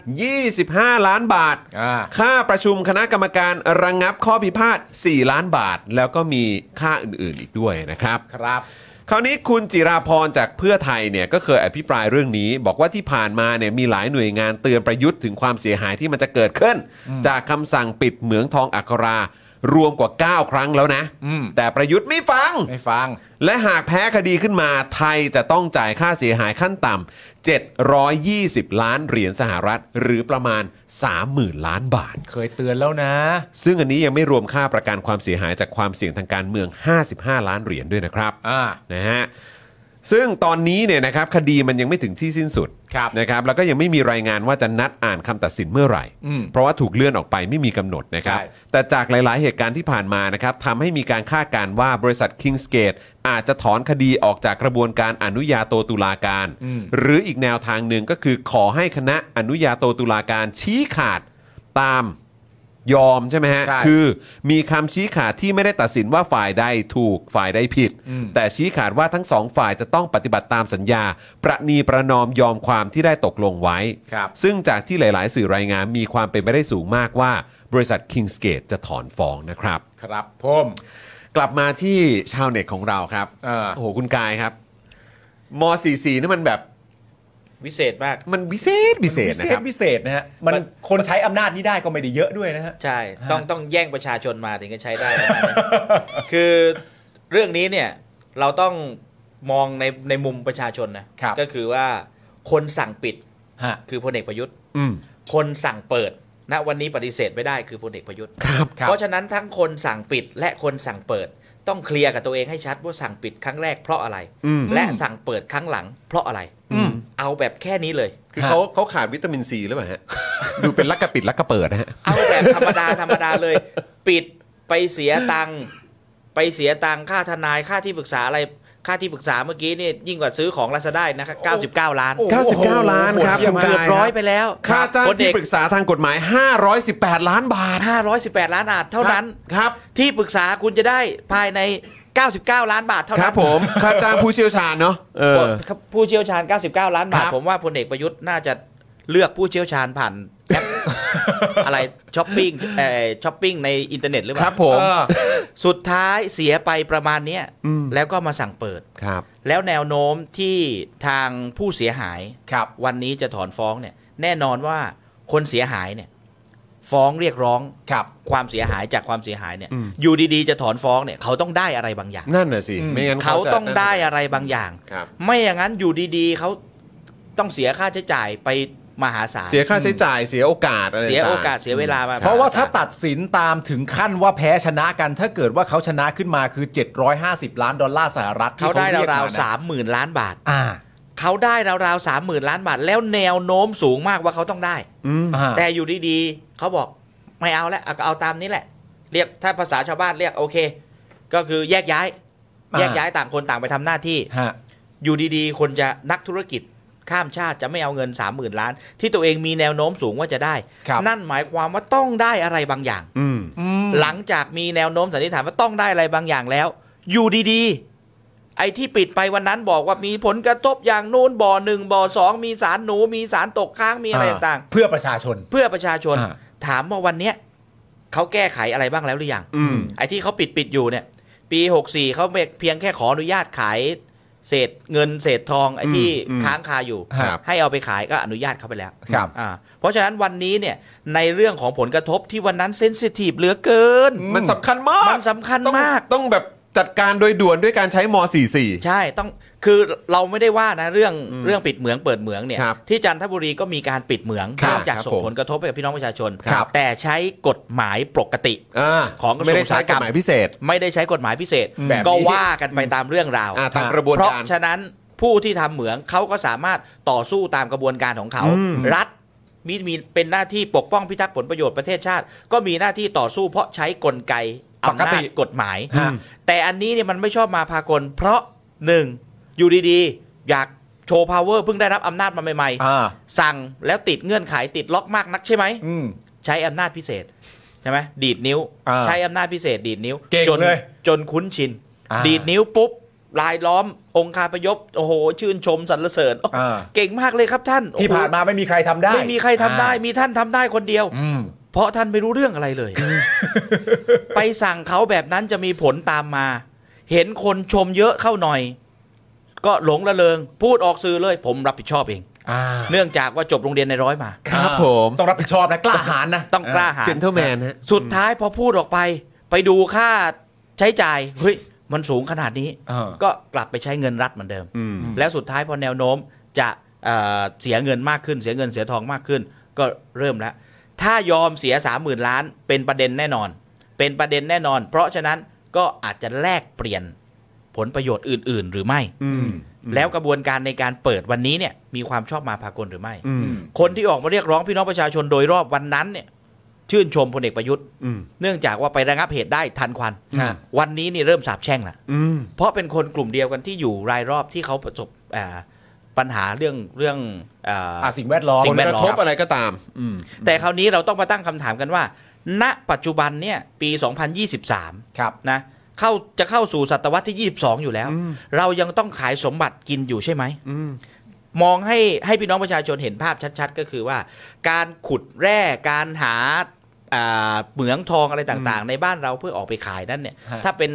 S1: 25 ล้านบาท
S2: อ่า
S1: ค่าประชุมคณะกรรมการระงงับข้อพิพาท 4 ล้านบาท แล้วก็มีค่าอื่นๆอีกด้วยนะครับ
S2: ครับ
S1: คราวนี้คุณจิราพรจากเพื่อไทยเนี่ยก็เคยอภิปรายเรื่องนี้ บอกว่าที่ผ่านมาเนี่ยมีหลายหน่วยงานเตือนประยุทธ์ถึงความเสียหายที่มันจะเกิดขึ้น จากคำสั่งปิดเหมืองทองอัครา รวมกว่า 9 ครั้งแล้วนะ
S2: อืม
S1: แต่ประยุทธ์ไม่ฟัง
S2: ไม่ฟัง
S1: และหากแพ้คดีขึ้นมาไทยจะต้องจ่ายค่าเสียหายขั้นต่ำ720 ล้านเหรียญสหรัฐ หรือประมาณ 30,000 ล้านบาท
S2: เคยเตือนแล้วนะ
S1: ซึ่งอันนี้ยังไม่รวมค่าประกันความเสียหายจากความเสี่ยงทางการเมือง 55 ล้านเหรียญด้วยนะครับ
S2: อ่า
S1: นะฮะ ซึ่งตอนนี้เนี่ยนะครับคดีมันยังไม่ถึงที่สิ้นสุด
S2: ครับ
S1: นะครับ แล้วก็ยังไม่มีรายงานว่าจะนัดอ่านคำตัดสินเมื่อไหร่
S2: อืม
S1: เพราะว่าถูกเลื่อนออกไปไม่มีกำหนดนะครับ
S2: ใช่
S1: แต่จากหลาย ๆ เหตุการณ์ที่ผ่านมานะครับทำให้มีการคาดการณ์ว่าบริษัท Kingsgate อาจจะถอนคดีออกจากกระบวนการอนุญาโตตุลาการ หรืออีกแนวทางหนึ่งก็คือขอให้คณะอนุญาโตตุลาการชี้ขาดตามยอมใช่ไหมฮะ
S2: ใช่
S1: คือมีคำชี้ขาดที่ไม่ได้ตัดสินว่าฝ่ายใดถูกฝ่ายใดผิด แต่ชี้ขาดว่าทั้งสองฝ่ายจะต้องปฏิบัติตามสัญญา ประนีประนอมยอมความที่ได้ตกลงไว้
S2: ครับ
S1: ซึ่งจากที่หลาย ๆ สื่อรายงานมีความเป็นไปได้สูงมากว่า บริษัท Kingsgate จะถอนฟ้องนะครับ
S2: ครับผม
S1: กลับมาที่ชาวเน็ตของเราครับ
S2: เออ
S1: โอ้โหคุณกายครับม .44 นี่มันแบบ
S3: วิเศษมาก
S1: มันพิเศษพิเศษ
S2: พิ
S1: นะ
S2: เศ
S1: ค
S2: ษ
S1: รับ
S2: พิเศษนะฮะ มัน
S3: มัน
S2: คนใช้อำนาจนี้ได้ก็ไม่ได้เยอะด้วยนะฮะ
S3: ใช่ ต้องต้องแย่งประชาชนมาถึงจะใช้ ได้ประมาณนั้น คือเรื่องนี้เนี่ยเราต้องมองในในมุมประชาชนนะครับ ก็คือว่าคนสั่งปิด
S2: ฮะ
S3: คือพลเอกประยุทธ์
S1: อืม
S3: คนสั่งเปิดณวันนี้ปฏิเสธไม่ได้คือพลเอกประยุทธ์
S1: ครับ
S2: ครับ
S3: เพราะฉะนั้นทั้งคนสั่งปิดและคนสั่งเปิด ต้องเคลียร์กับตัวเองให้ชัดว่าสั่งปิดครั้งแรกเพราะอะไร
S1: อืม
S3: และสั่งเปิดครั้งหลัง เพราะอะไรเอาแบบแค่นี้เลย
S1: คือเขาเขาขาดวิตามินซีหรือเปล่าฮะ ดูเป็นลักกระปิดลักกระเปิดนะฮะ
S3: เอาแบบธรรมดา ธรรมดาเลย ปิดไปเสียตังค์ไปเสียตังค่าทนายค่าที่ปรึกษาอะไรค่าที่ปรึกษาเมื่อกี้นี่ยิ่งกว่าซื้อของลาซาด้านะครับ99 ล้าน
S1: โอ้โห99ล้านครับ
S2: โหดเยี่ยม
S1: คุณ
S2: มาก
S1: กา
S3: เกือบร้อยไปแล้ว
S1: ค่าจ้าง
S3: คน
S1: ที่
S3: เอก
S1: ปรึกษาทางกฎหมาย 518 ล้านบาท
S3: 518 ล้านบาทเท่านั้น
S1: ครับ
S3: ที่ปรึกษาคุณจะได้ภายใน 99 ล้านบาทเท่า
S1: ค
S3: นั้น
S1: รับผม ค่าจ้างผู้เชี่ยวชาญเนาะเออ
S3: ผู้เชี่ยวชาญ 99 ล้านบา
S1: ค
S3: ท
S1: รับ
S3: ผมว่าพลเอกประยุทธ์น่าจะเลือกผู้เชี่ยวชาญผ่านแอป อะไรช้อปปิ้งเอ่อช้อปปิ้งในอินเทอร์เน็ตหรือเป
S1: ค
S3: ล่า
S1: รับผม
S2: เออ
S3: สุดท้ายเสียไปประมาณเนี้ย
S1: อืม
S3: แล้วก็มาสั่งเปิด
S1: ครับ
S3: แล้วแนวโน้มที่ทางผู้เสียหาย
S2: ครับ
S3: วันนี้จะถอนฟ้องเนี่ย แน่นอนว่าคนเสียหายเนี่ย ฟ้องเรียกร้อง
S2: ครับ
S3: ความเสียหายจากความเสียหายเนี่ย
S1: อืม
S3: อยู่ดีๆ จะถอนฟ้องเนี่ยเขาต้องได้อะไรบางอย่าง
S1: นั่นน่ะสิ
S2: อืม
S1: ไม่งั้น
S3: เขา
S1: จะ
S3: ต้องได้
S1: นั่นน่
S3: อะไรบางอย่าง
S1: ครับ
S3: ไม่อย่างนั้นอยู่ดีๆเขาต้องเสียค่าใช้จ่ายไป มหาศาล
S1: เสียค่าใช้จ่ายเสียโอกาสอะไร
S3: เสีย
S1: ต่งๆ
S3: โอกาสเสียเวลามา
S2: เพราะว่าถ้าม
S3: หศล
S2: ตัดสินตามถึงขั้นว่าแพ้ชนะกัน ถ้าเกิดว่าเขาชนะขึ้นมาคือ 750 ล้านดอลลาร์สหรัฐที่
S3: เขาได้
S2: เรียก
S3: ราว
S2: นะ
S3: ๆสามหมื่นล้านบาท
S2: อ่า
S3: เขาได้ราวๆสามหมื่นล้านบาท แล้วแนวโน้มสูงมากว่าเขาต้องได้
S1: อืม
S2: อ่า
S3: แต่อยู่ดีๆ เขาบอกไม่เอาแล้วเอาตามนี้แหละ เรียกถ้าภาษาชาวบ้านเรียกโอเค ก็คือแยกย้าย แยกย้ายต่างคนต่างไปทำหน้าที่
S2: ฮะ
S3: อยู่ดีๆ คนจะนักธุรกิจข้ามชาติจะไม่เอาเงิน 30,000 ล้าน ที่ตัวเองมีแนวโน้มสูงว่าจะได้
S2: ครับ
S3: นั่นหมายความว่าต้องได้อะไรบางอย่าง
S1: อืม
S2: อืม
S3: หลังจากมีแนวโน้มสันนิษฐานว่าต้องได้อะไรบางอย่างแล้ว อยู่ดีๆ ไอ้ที่ปิดไปวันนั้นบอกว่ามีผลกระทบอย่างนู้นบ่อหนึ่งบ่อสองมีสารหนูมีสารตกค้างมีอะไรต่าง
S2: เพื่อประชาชน
S3: ๆ เพื่อประชาชน
S2: อ่า
S3: ถามว่าวันเนี้ยเขาแก้ไขอะไรบ้างแล้วหรือยัง
S1: อืม
S3: ไอ้ที่เขาปิดปิดอยู่เนี่ย ปี 64เขาเพียงแค่ขออนุญาตขายเศษเงินเศษทองไอ้ที่ค้างคาอยู่
S2: ครับ
S3: ให้เอาไปขายก็อนุญาตเขาไปแล้ว
S2: ครับ
S3: อ่าเพราะฉะนั้นวันนี้เนี่ยในเรื่องของผลกระทบที่วันนั้นเซนซิทีฟเหลือเกิน
S1: มันสำคัญมาก
S3: มันสำคัญ
S1: ต้อง
S3: มาก
S1: ต้องแบบจัดการโดยด่วนด้วยการใช้ม
S3: ใช่ต้องคือเราไม่ได้ว่านะเรื่องเรื่องปิดเหมืองเปิดเหมืองเนี่ย
S1: ครับ
S3: ที่จันทบุรีก็มีการปิดเหมือง
S1: ครับ
S3: นอกจาก
S1: ครับ
S3: ส่ง
S1: ผม
S3: ผลกระทบไปกับพี่น้องประชาชน
S1: ครับ
S3: แต่ใช้กฎหมายปกติ
S1: 44อ่า
S3: ของกระทรวง
S1: ไม่ได้ใช้
S3: อุ
S1: ก
S3: ตสาหกร
S1: ฎ
S3: รม
S1: หมายพิเศษ
S3: ไม่ได้ใช้กฎหมายพิเศษ
S1: แบบนี้
S3: ก็ว่ากันไปตามเรื่องราว
S1: อ่าตามกระบวนการ
S3: เพราะฉะนั้นผู้ที่ทำเหมืองเขาก็สามารถต่อสู้ตามกระบวนการของเขา
S1: อืม
S3: รัฐมีมีเป็นหน้าที่ปกป้องพิทักษ์ผลประโยชน์ประเทศชาติ ก็มีหน้าที่ต่อสู้เพราะใช้กลไก
S2: ปก
S3: อำนา
S2: ติ
S3: จกฎหมาย
S2: ฮะ
S3: แต่อันนี้เนี่ยมันไม่ชอบมาพากล เพราะหนึ่งอยู่ดีๆ อยากโชว์ power เพิ่งได้รับอำนาจมาใหม่
S2: อ่า
S3: ๆ สั่งแล้วติดเงื่อนไขติดล็อกมากนักใช่ไหม
S2: อืม
S3: ใช้อำนาจพิเศษใช่ไหมดีดนิ้ว
S2: อ่า
S3: ใช้อำนาจพิเศษดีดนิ้ว
S2: เก่ง
S3: จน
S2: เลย
S3: จนคุ้นชิน
S2: อ่า
S3: ดีดนิ้วปุ๊บลายล้อม องคาพยพโอ้โห ชื่นชมสรรเสริญโอ้
S2: อ่า
S3: เก่งมากเลยครับท่าน
S2: ที่
S3: โอ้โห
S2: ผ่านมาไม่มีใครทำได้
S3: ไม่มีใครทำได้มีท่านทำได้คนเดียว
S2: อืม
S3: เพราะท่านไม่รู้เรื่องอะไรเลย ไปสั่งเขาแบบนั้นจะมีผลตามมา เห็นคนชมเยอะเข้าหน่อย ก็หลงระเริง พูดออกสื่อเลย ผมรับผิดชอบเอง
S2: อ่า
S3: เนื่องจากว่าจบโรงเรียนในร้อยมา
S1: ครับผม
S2: ต้องรับผิดชอบนะกล้าหาญนะ
S3: ต้องกล้าหาญ
S1: เจนเทลแมนฮะ
S3: สุดท้ายพอพูดออกไป ไปดูค่าใช้จ่ายเฮ้ยมันสูงขนาดนี้
S2: เออ
S3: ก็กลับไปใช้เงินรัฐเหมือนเดิม
S1: อืม
S3: แล้วสุดท้ายพอแนวโน้มจะเอ่อเสียเงินมากขึ้น เสียเงินเสียทองมากขึ้น ก็เริ่มแล้ว ถ้ายอมเสีย 30,000 ล้าน เป็นประเด็นแน่นอน เป็นประเด็นแน่นอน เพราะฉะนั้นก็อาจจะแลกเปลี่ยนผลประโยชน์อื่น ๆ หรือไม่
S1: อืม
S3: แล้วกระบวนการในการเปิดวันนี้เนี่ยมีความชอบมาพากลหรือไม่
S1: อืม
S3: คนที่ออกมาเรียกร้องพี่น้องประชาชนโดยรอบวันนั้นเนี่ยชื่นชมพลเอกประยุทธ์
S1: อืม
S3: เนื่องจากว่าไประงับเหตุได้ทันควัน
S2: ฮะ
S3: วันนี้นี่เริ่มสาบแช่งละ
S1: อืม
S3: เพราะเป็นคนกลุ่มเดียวกันที่อยู่รายรอบที่เขาประสบอ่าปัญหาเรื่องเรื่องอ่า
S2: อ่ะสิ่งแวดล้อม
S3: สิ่งแวดล้อม
S1: กระทบอะไรก็ตาม อืม
S3: แต่คราวนี้เราต้องมาตั้งคำถามกันว่า ณ ปัจจุบันเนี่ยปี 2023
S2: ครับ
S3: นะเข้าจะเข้าสู่ศตวรรษที่ 22 อยู่แล้ว เรายังต้องขายสมบัติกินอยู่ใช่ไหม
S1: อืม
S3: มองให้ให้พี่น้องประชาชนเห็นภาพชัด ๆ ก็คือว่า การขุดแร่การหาอ่าเหมืองทองอะไรต่างๆ ในบ้านเราเพื่อออกไปขายนั่นเนี่ย
S2: ฮะ
S3: ถ้าเป็น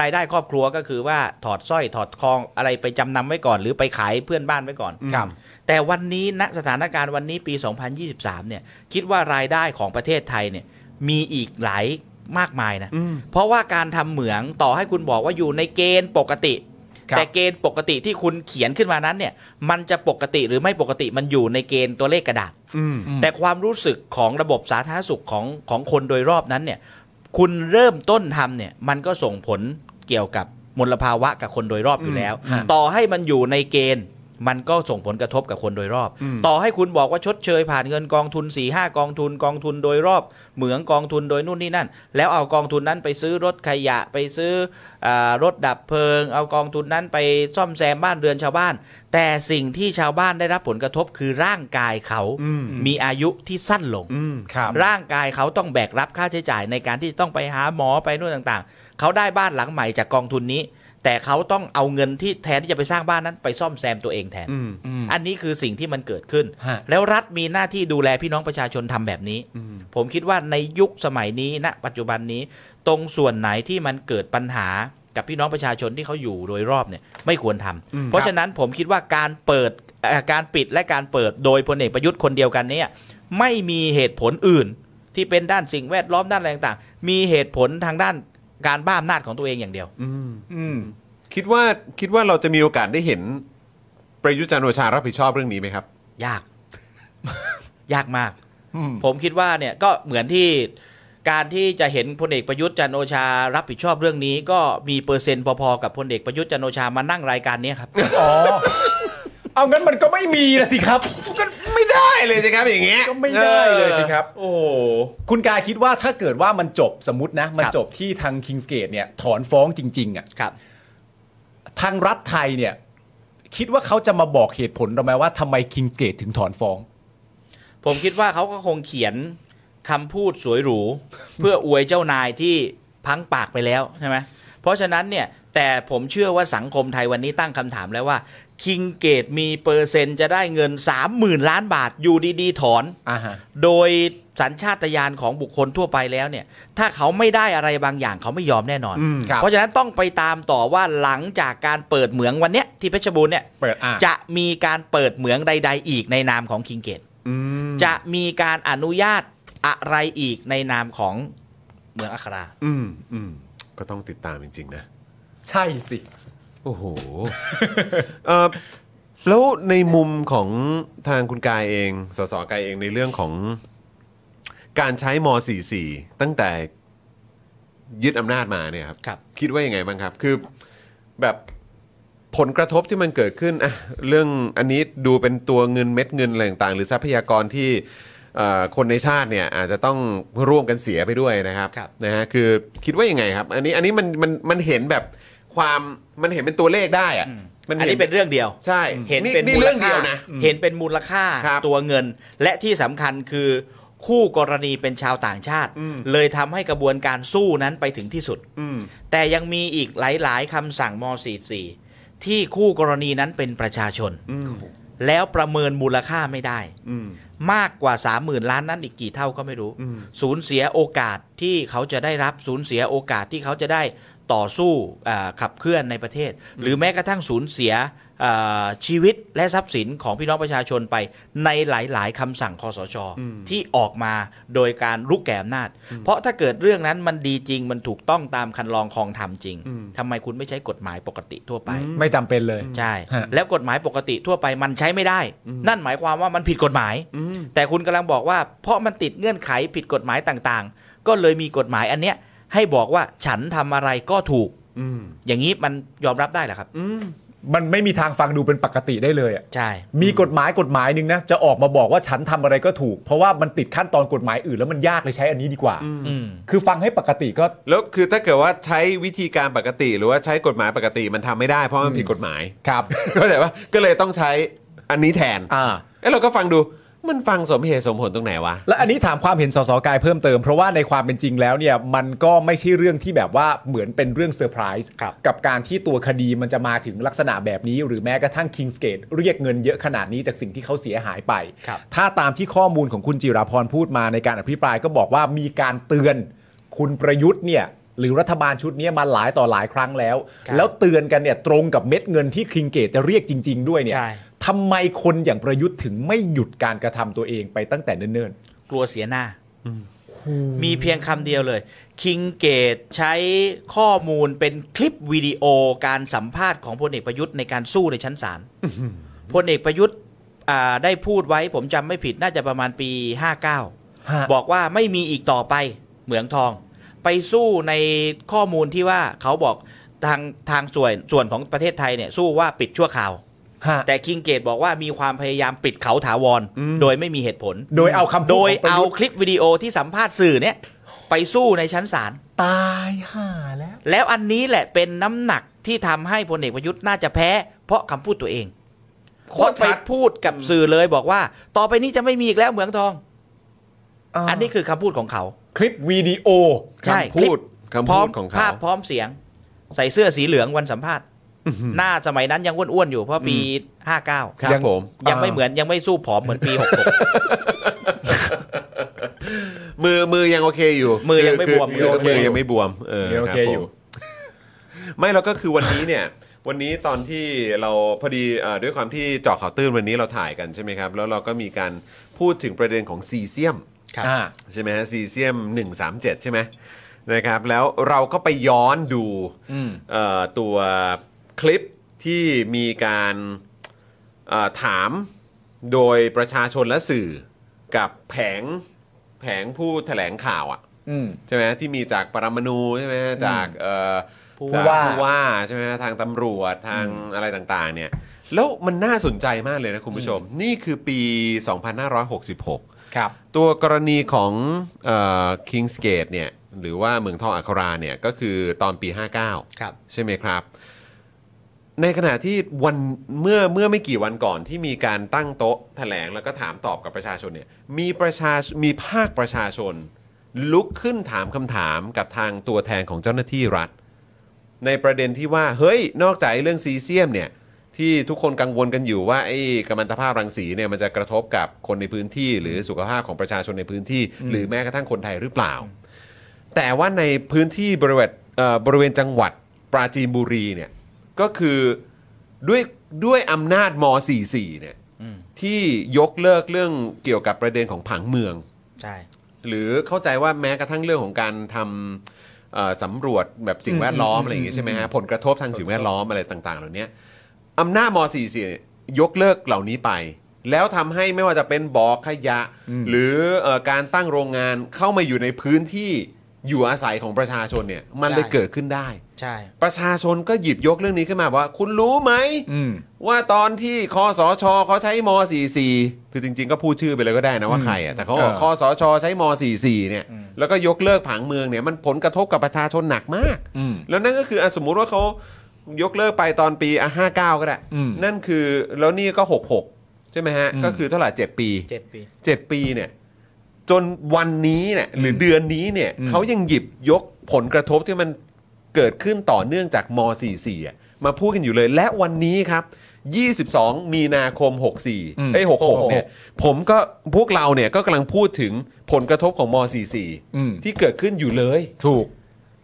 S3: รายได้ครอบครัวก็คือว่าถอดสร้อยถอดทองอะไรไปจำนำไว้ก่อน หรือไปขายเพื่อนบ้านไว้ก่อน
S2: ครับ
S3: แต่วันนี้ณสถานการณ์วันนี้ปี 2023 เนี่ยคิดว่ารายได้ของประเทศไทยเนี่ยมีอีกหลายมากมายนะ
S1: อืม
S3: เพราะว่าการทำเหมืองต่อให้คุณบอกว่าอยู่ในเกณฑ์ปกติ
S2: ครับ
S3: แต่เกณฑ์ปกติที่คุณเขียนขึ้นมานั้นเนี่ยมันจะปกติหรือไม่ปกติมันอยู่ในเกณฑ์ตัวเลขกระดาษ
S1: อืม
S3: แต่ความรู้สึกของระบบสาธารณสุขของของคนโดยรอบนั้นเนี่ยคุณเริ่มต้นทำเนี่ยมันก็ส่งผลเกี่ยวกับมลภาวะกับคนโดยรอบอยู่แล้ว
S2: ฮะ
S3: ต่อให้มันอยู่ในเกณฑ์ มันก็ส่งผลกระทบกับคนโดยรอบ
S1: อืม
S3: ต่อให้คุณบอกว่าชดเชยผ่านเงินกองทุน4ี่ห้ากองทุนกองทุนโดยรอบ เหมืองกองทุนโดยนู่นนี่นั่น แล้วเอากองทุนนั้นไปซื้อรถขยะไปซื้ออารถดับเพลิง เอากองทุนนั้นไปซ่อมแซมบ้านเรือนชาวบ้าน แต่สิ่งที่ชาวบ้านได้รับผลกระทบคือร่างกายเขา
S1: อืม
S3: มีอายุที่สั้นลง
S1: อืม
S2: ครับ
S3: ร่างกายเขาต้องแบกรับค่าใช้จ่ายในการที่ต้องไปหาหมอไปนู่นต่างๆ เขาได้บ้านหลังใหม่จากกองทุนนี้ แต่เขาต้องเอาเงินที่แทนที่จะไปสร้างบ้านนั้นไปซ่อมแซมตัวเองแทน
S1: อืม
S3: อันนี้คือสิ่งที่มันเกิดขึ้น
S2: ฮะ
S3: แล้วรัฐมีหน้าที่ดูแลพี่น้องประชาชนทำแบบนี้
S1: อืม
S3: ผมคิดว่าในยุคสมัยนี้ณปัจจุบันนี้ ตรงส่วนไหนที่มันเกิดปัญหากับพี่น้องประชาชนที่เขาอยู่โดยรอบเนี่ยไม่ควรทำ
S1: อืม
S3: เพราะฉะนั้นผมคิดว่าการเปิดเอ่อการปิดและการเปิดโดยพลเอกประยุทธ์คนเดียวกันเนี่ยไม่มีเหตุผลอื่น ที่เป็นด้านสิ่งแวดล้อมด้านอะไรต่างๆ มีเหตุผลทางด้านการบ้าอำนาจของตัวเองอย่างเดียว
S1: อืม
S2: อืม
S1: คิดว่าคิดว่าเราจะมีโอกาสได้เห็น ประยุทธ์จันทร์โอชารับผิดชอบเรื่องนี้ไหมครับ
S3: ยาก ยากมาก
S2: อืม
S3: ผมคิดว่าเนี่ยก็เหมือนที่การที่จะเห็นพลเอกประยุทธ์จันทร์โอชารับผิดชอบเรื่องนี้ ก็มีเปอร์เซ็นต์พอๆกับพลเอกประยุทธ์จันทร์โอชามานั่งรายการเนี้ยครับ
S2: อ๋อ เอางั้นมันก็ไม่มีนะสิครับ
S1: ก็ไม่ได้เลยสิครับอย่างเงี้ย
S2: ก็ไม่ได้เลยสิครับ
S1: โอ้โห
S2: คุณกายคิดว่าถ้าเกิดว่ามันจบสมมตินะ มัน
S3: ครับ
S2: จบที่ทางคิงสเกตเนี่ยถอนฟ้องจริงๆอ่ะ
S3: ครับ
S2: ทางรัฐไทยเนี่ย คิดว่าเขาจะมาบอกเหตุผลเราไหมว่าทำไมคิงสเกตถึงถอนฟ้อง
S3: ผมคิดว่าเขาก็คงเขียนคำพูดสวยหรู เพื่ออวยเจ้านายที่พังปากไปแล้วใช่ไหมเพราะฉะนั้นเนี่ยแต่ผมเชื่อว่าสังคมไทยวันนี้ตั้งคำถามแล้วว่าคิงเกตมีเปอร์เซ็นต์จะได้เงิน 30,000 ล้านบาทอยู่ดีๆ ถอน
S2: อ่าฮะ
S3: โดยสัญชาตญาณของบุคคลทั่วไปแล้วเนี่ย ถ้าเขาไม่ได้อะไรบางอย่างเขาไม่ยอมแน่นอน
S2: อืมครับ
S3: เพราะฉะนั้นต้องไปตามต่อว่าหลังจากการเปิดเหมืองวันเนี้ยที่เพชรบูรณ์เนี่ย
S2: เปิดอ่า
S3: จะมีการเปิดเหมืองใด ๆ อีกในนามของคิงเกตจะมีการอนุญาตอะไรอีกในนามของเหมืองอัครา
S1: อืมอืมก็ต้องติดตามจริง ๆ นะ
S2: ใช่สิ
S1: โอ้โห เอ่อแล้วในมุมของทางคุณกายเอง สสกายเองในเรื่องของการใช้ม .44 ตั้งแต่ยึดอำนาจมาเนี่ยครับ
S3: ครับ
S1: คิดว่ายังไงบ้างครับ คือแบบผลกระทบที่มันเกิดขึ้นอะเรื่องอันนี้ดูเป็นตัวเงินเม็ดเงินอะไรต่างๆ หรือทรัพยากรที่เอ่อคนในชาติเนี่ยอาจจะต้องร่วมกันเสียไปด้วยนะครับ
S3: ครับ
S1: นะฮะคือคิดว่ายังไงครับ อันนี้อันนี้มันมันมันเห็นแบบความมันเห็นเป็นตัวเลขได้อะมั
S3: อันนี้เป็นเรื่องเดียว
S1: ใช่
S3: เห็นเป็น
S1: นี่
S3: มูล
S1: เรื่อง
S3: ค่า
S1: เดียวนะ
S3: เห็นเป็นมูลค่า
S1: ครับ
S3: ตัวเงิน และที่สำคัญคือคู่กรณีเป็นชาวต่างชาติ
S1: อืม
S3: เลยทำให้กระบวนการสู้นั้นไปถึงที่สุด
S1: อืม
S3: แต่ยังมีอีกหลาย ๆคำสั่งม .44 ที่คู่กรณีนั้นเป็นประชาชน
S1: อืม
S3: แล้วประเมินมูลค่าไม่ได้
S1: อืม
S3: มากกว่า 30,000 ล้านนั้นอีกกี่เท่าก็ไม่รู้
S1: อืม
S3: สูญเสียโอกาสที่เขาจะได้รับสูญเสียโอกาสที่เขาจะได้ต่อสู้เอ่อขับเคลื่อนในประเทศ หรือแม้กระทั่งสูญเสียเอ่อชีวิตและทรัพย์สินของพี่น้องประชาชนไปในหลาย ๆคำสั่งคอสชที่ออกมาโดยการลุกแก่อำนาจ เพราะถ้าเกิดเรื่องนั้นมันดีจริง มันถูกต้องตามคันลองคลองธรรมจริงทำไมคุณไม่ใช้กฎหมายปกติทั่วไป
S2: ไม่จำเป็นเลย
S3: ใช่
S2: ฮะ
S3: แล้วกฎหมายปกติทั่วไปมันใช้ไม่ได้ นั่นหมายความว่ามันผิดกฎหมาย แต่คุณกำลังบอกว่า เพราะมันติดเงื่อนไขผิดกฎหมายต่างๆ ก็เลยมีกฎหมายอันเนี้ย ให้บอกว่าฉันทำอะไรก็ถูก
S1: อืม
S3: อย่างนี้มันยอมรับได้เหรอครับ
S1: อืม
S2: มันไม่มีทางฟังดูเป็นปกติได้เลยอ่ะ
S3: ใช่
S2: มีกฎหมายกฎหมายหนึ่งนะ จะออกมาบอกว่าฉันทำอะไรก็ถูก เพราะว่ามันติดขั้นตอนกฎหมายอื่นแล้วมันยากเลยใช้อันนี้ดีกว่า
S3: อืม
S2: คือฟังให้ปกติก็
S1: แล้วคือถ้าเกิดว่าใช้วิธีการปกติ หรือว่าใช้กฎหมายปกติมันทำไม่ได้เพราะมันผิดกฎหมาย
S2: ครับ
S1: ก็เลยว่าก็เลยต้องใช้อันนี้แทน
S2: อ่า
S1: เอ้เราก็ฟังดูมันฟังสมเหตุสมผลตรงไหนวะ
S2: และอันนี้ถามความเห็นสสกายเพิ่มเติม เพราะว่าในความเป็นจริงแล้วเนี่ยมันก็ไม่ใช่เรื่องที่แบบว่าเหมือนเป็นเรื่องเซอร์ไพรส์
S3: ครับ
S2: กับการที่ตัวคดีมันจะมาถึงลักษณะแบบนี้ หรือแม้กระทั่งคิงสเกตเรียกเงินเยอะขนาดนี้จากสิ่งที่เขาเสียหายไป
S3: ครับ
S2: ถ้าตามที่ข้อมูลของคุณจิราพรพูดมาในการอภิปรายก็บอกว่ามีการเตือนคุณประยุทธ์เนี่ยหรือรัฐบาลชุดเนี้ยมาหลายต่อหลายครั้งแล้ว
S3: ครับ
S2: แล้วเตือนกันเนี่ยตรงกับเม็ดเงินที่คิงเกตจะเรียกจริง ๆ ด้วยเนี่ย
S3: ใช่
S2: ทำไมคนอย่างประยุทธ์ถึงไม่หยุดการกระทำตัวเองไปตั้งแต่เนิ่นๆ
S3: กลัวเสียหน้า มีเพียงคำเดียวเลย คิงเกตใช้ข้อมูลเป็นคลิปวิดีโอการสัมภาษณ์ของพลเอกประยุทธ์ในการสู้ในชั้นศาลพลเอกประยุทธ์อ่าได้พูดไว้ผมจำไม่ผิดน่าจะประมาณปี
S2: ฮะ
S3: 59 บอกว่าไม่มีอีกต่อไปเหมืองทอง ไปสู้ในข้อมูลที่ว่าเขาบอกทางทางส่วนส่วนของประเทศไทยเนี่ยสู้ว่าปิดชั่วคราว
S2: ฮะ
S3: แต่คิงเกตบอกว่ามีความพยายามปิดเขาถาวร โดยไม่มีเหตุผล
S2: โดยเอาคำพู
S3: โดย
S2: ของประ
S3: เอา
S2: ทธ์
S3: คลิปวิดีโอที่สัมภาษณ์สื่อเนี่ยไปสู้ในชั้นศาล
S2: ตายห่าแล้ว
S3: แล้วอันนี้แหละเป็นน้ำหนักที่ทำให้พลเอกประยุทธ์น่าจะแพ้ เพราะคำพูดตัวเอง
S1: โคต
S3: เพ
S1: รชั
S3: ราะไป
S1: ด
S3: พูดกับสื่อเลยบอกว่า ต่อไปนี้จะไม่มีอีกแล้วเหมืองทอง อันนี้คือคำพูดของเขา
S2: คลิปวิดีโอ
S3: ใช่
S1: คำพูด
S3: ลิป
S1: คำพูดของเขา
S3: พร้มภาพพร้อมเสียง ใส่เสื้อสีเหลืองวันสัมภาษณ์ หน้าสมัยนั้นยังอ้วนๆอยู่เพราะปีห้าเก้า
S1: ครับ
S2: ยัง
S1: ผม
S3: ยังไม่เหมือนยังไม่สู้ผอมเหมือนปีหก
S1: มือมือยังโอเคอยู่
S3: มือยังไม่บวม
S1: คือคือ
S2: มื
S1: มื
S2: อ
S1: อ
S2: โอเคอยู่
S1: ยังไม่บวมเออ
S2: ยังโอเค
S1: รับผม
S2: อยู่
S1: ไม่แล้วก็คือวันนี้เนี่ย วันนี้ตอนที่เราพอดีเอ่อด้วยความที่เจาะข่าวตื้นวันนี้เราถ่ายกันใช่ไหมครับ แล้วเราก็มีการพูดถึงประเด็นของซีเซียม
S3: ครับ
S2: อ่า
S1: ใช่ไหมฮะซีเซียม 137 ใช่ไหมนะครับ แล้วเราก็ไปย้อนดู
S2: อืม
S1: เอ่อตัวคลิปที่มีการเอ่อถาม โดยประชาชนและสื่อกับแผงแผงผู้แถลงข่าวอ่ะ
S2: อืม
S1: ใช่ไหมที่มีจากปรมาณูใช่ไหมจากเอ่อ
S3: ผู้
S1: จาก
S2: ว่า
S1: ผู้ว่าใช่ไหมทางตำรวจทางอะไรต่างๆเนี่ยแล้วมันน่าสนใจมากเลยนะคุณผู้ชม นี่คือปี 2566
S2: ครับ
S1: ตัวกรณีของคิงสเกตเนี่ยหรือว่าเมืองทองอัคราเนี่ยก็คือตอนปี 59
S3: ครับ
S1: ใช่ไหมครับ ในขณะที่วันเมื่อเมื่อไม่กี่วันก่อนที่มีการตั้งโต๊ะแถลงแล้วก็ถามตอบกับประชาชนเนี่ยมีประชามีภาคประชาชน ลุกขึ้นถามคำถามกับทางตัวแทนของเจ้าหน้าที่รัฐ ในประเด็นที่ว่าเฮ้ยนอกจากไอ้เรื่องซีเซียมเนี่ยที่ทุกคนกังวลกันอยู่ว่าไอ้กัมมันตภาพรังสีเนี่ยมันจะกระทบกับคนในพื้นที่ หรือสุขภาพของประชาชนในพื้นที่ หรือแม้กระทั่งคนไทยหรือเปล่า แต่ว่าในพื้นที่บริเวณเอ่อบริเวณจังหวัดปราจีนบุรีเนี่ยก็คือด้วยด้วยอำนาจม .44 เนี่ย
S3: อืม
S1: ที่ยกเลิกเรื่องเกี่ยวกับประเด็นของผังเมือง
S3: ใช่
S1: หรือเข้าใจว่าแม้กระทั่งเรื่องของการทำเอ่อสำรวจแบบสิ่งแวดล้อมอะไรอย่างเงี้ยใช่ไหมฮะผลกระทบทางสิ่งแวดล้อมอะไรต่าง ๆ เหล่านี้อำนาจม .44 เนี่ยยกเลิกเหล่านี้ไป แล้วทำให้ไม่ว่าจะเป็นบ่อขยะ หรือเอ่อการตั้งโรงงานเข้ามาอยู่ในพื้นที่อยู่อาศัยของประชาชนเนี่ยมันเลย
S3: ใช่
S1: เกิดขึ้นได้
S3: ใช่
S1: ประชาชนก็หยิบยกเรื่องนี้ขึ้นมาว่า คุณรู้ไหม
S2: อืม
S1: ว่าตอนที่คอสชเขาใช้ม .44 คือจริง ๆ ก็พูดชื่อไปเลยก็ได้นะว่าใครอ่ะแต่เขาบอก
S2: เออ
S1: คอสชใช้ม .44 เนี่ยแล้วก็ยกเลิกผังเมืองเนี่ยมันผลกระทบกับประชาชนหนักมาก
S2: อืม
S1: แล้วนั่นก็คืออะสมมุติว่าเขายกเลิกไปตอนปีอ่ะ59 ก็ได้
S2: อืม
S1: นั่นคือแล้วนี่ก็ 66 ใช่ไหมฮะ ก็คือเท่าไหร่7ปี
S3: เจ็ดปี
S1: 7 ปีเนี่ยจนวันนี้เนี่ยหรือเดือนนี้เนี่ยเขายังหยิบยกผลกระทบที่มันเกิดขึ้นต่อเนื่องจากม .44 อะมาพูดกันอยู่เลย และวันนี้ครับ 22 มีนาคม
S2: อืม
S1: 64เอ้ย66เนี่ยผมก็พวกเราเนี่ยก็กำลังพูดถึงผลกระทบของม .44
S2: อืม
S1: ที่เกิดขึ้นอยู่เลย
S2: ถูก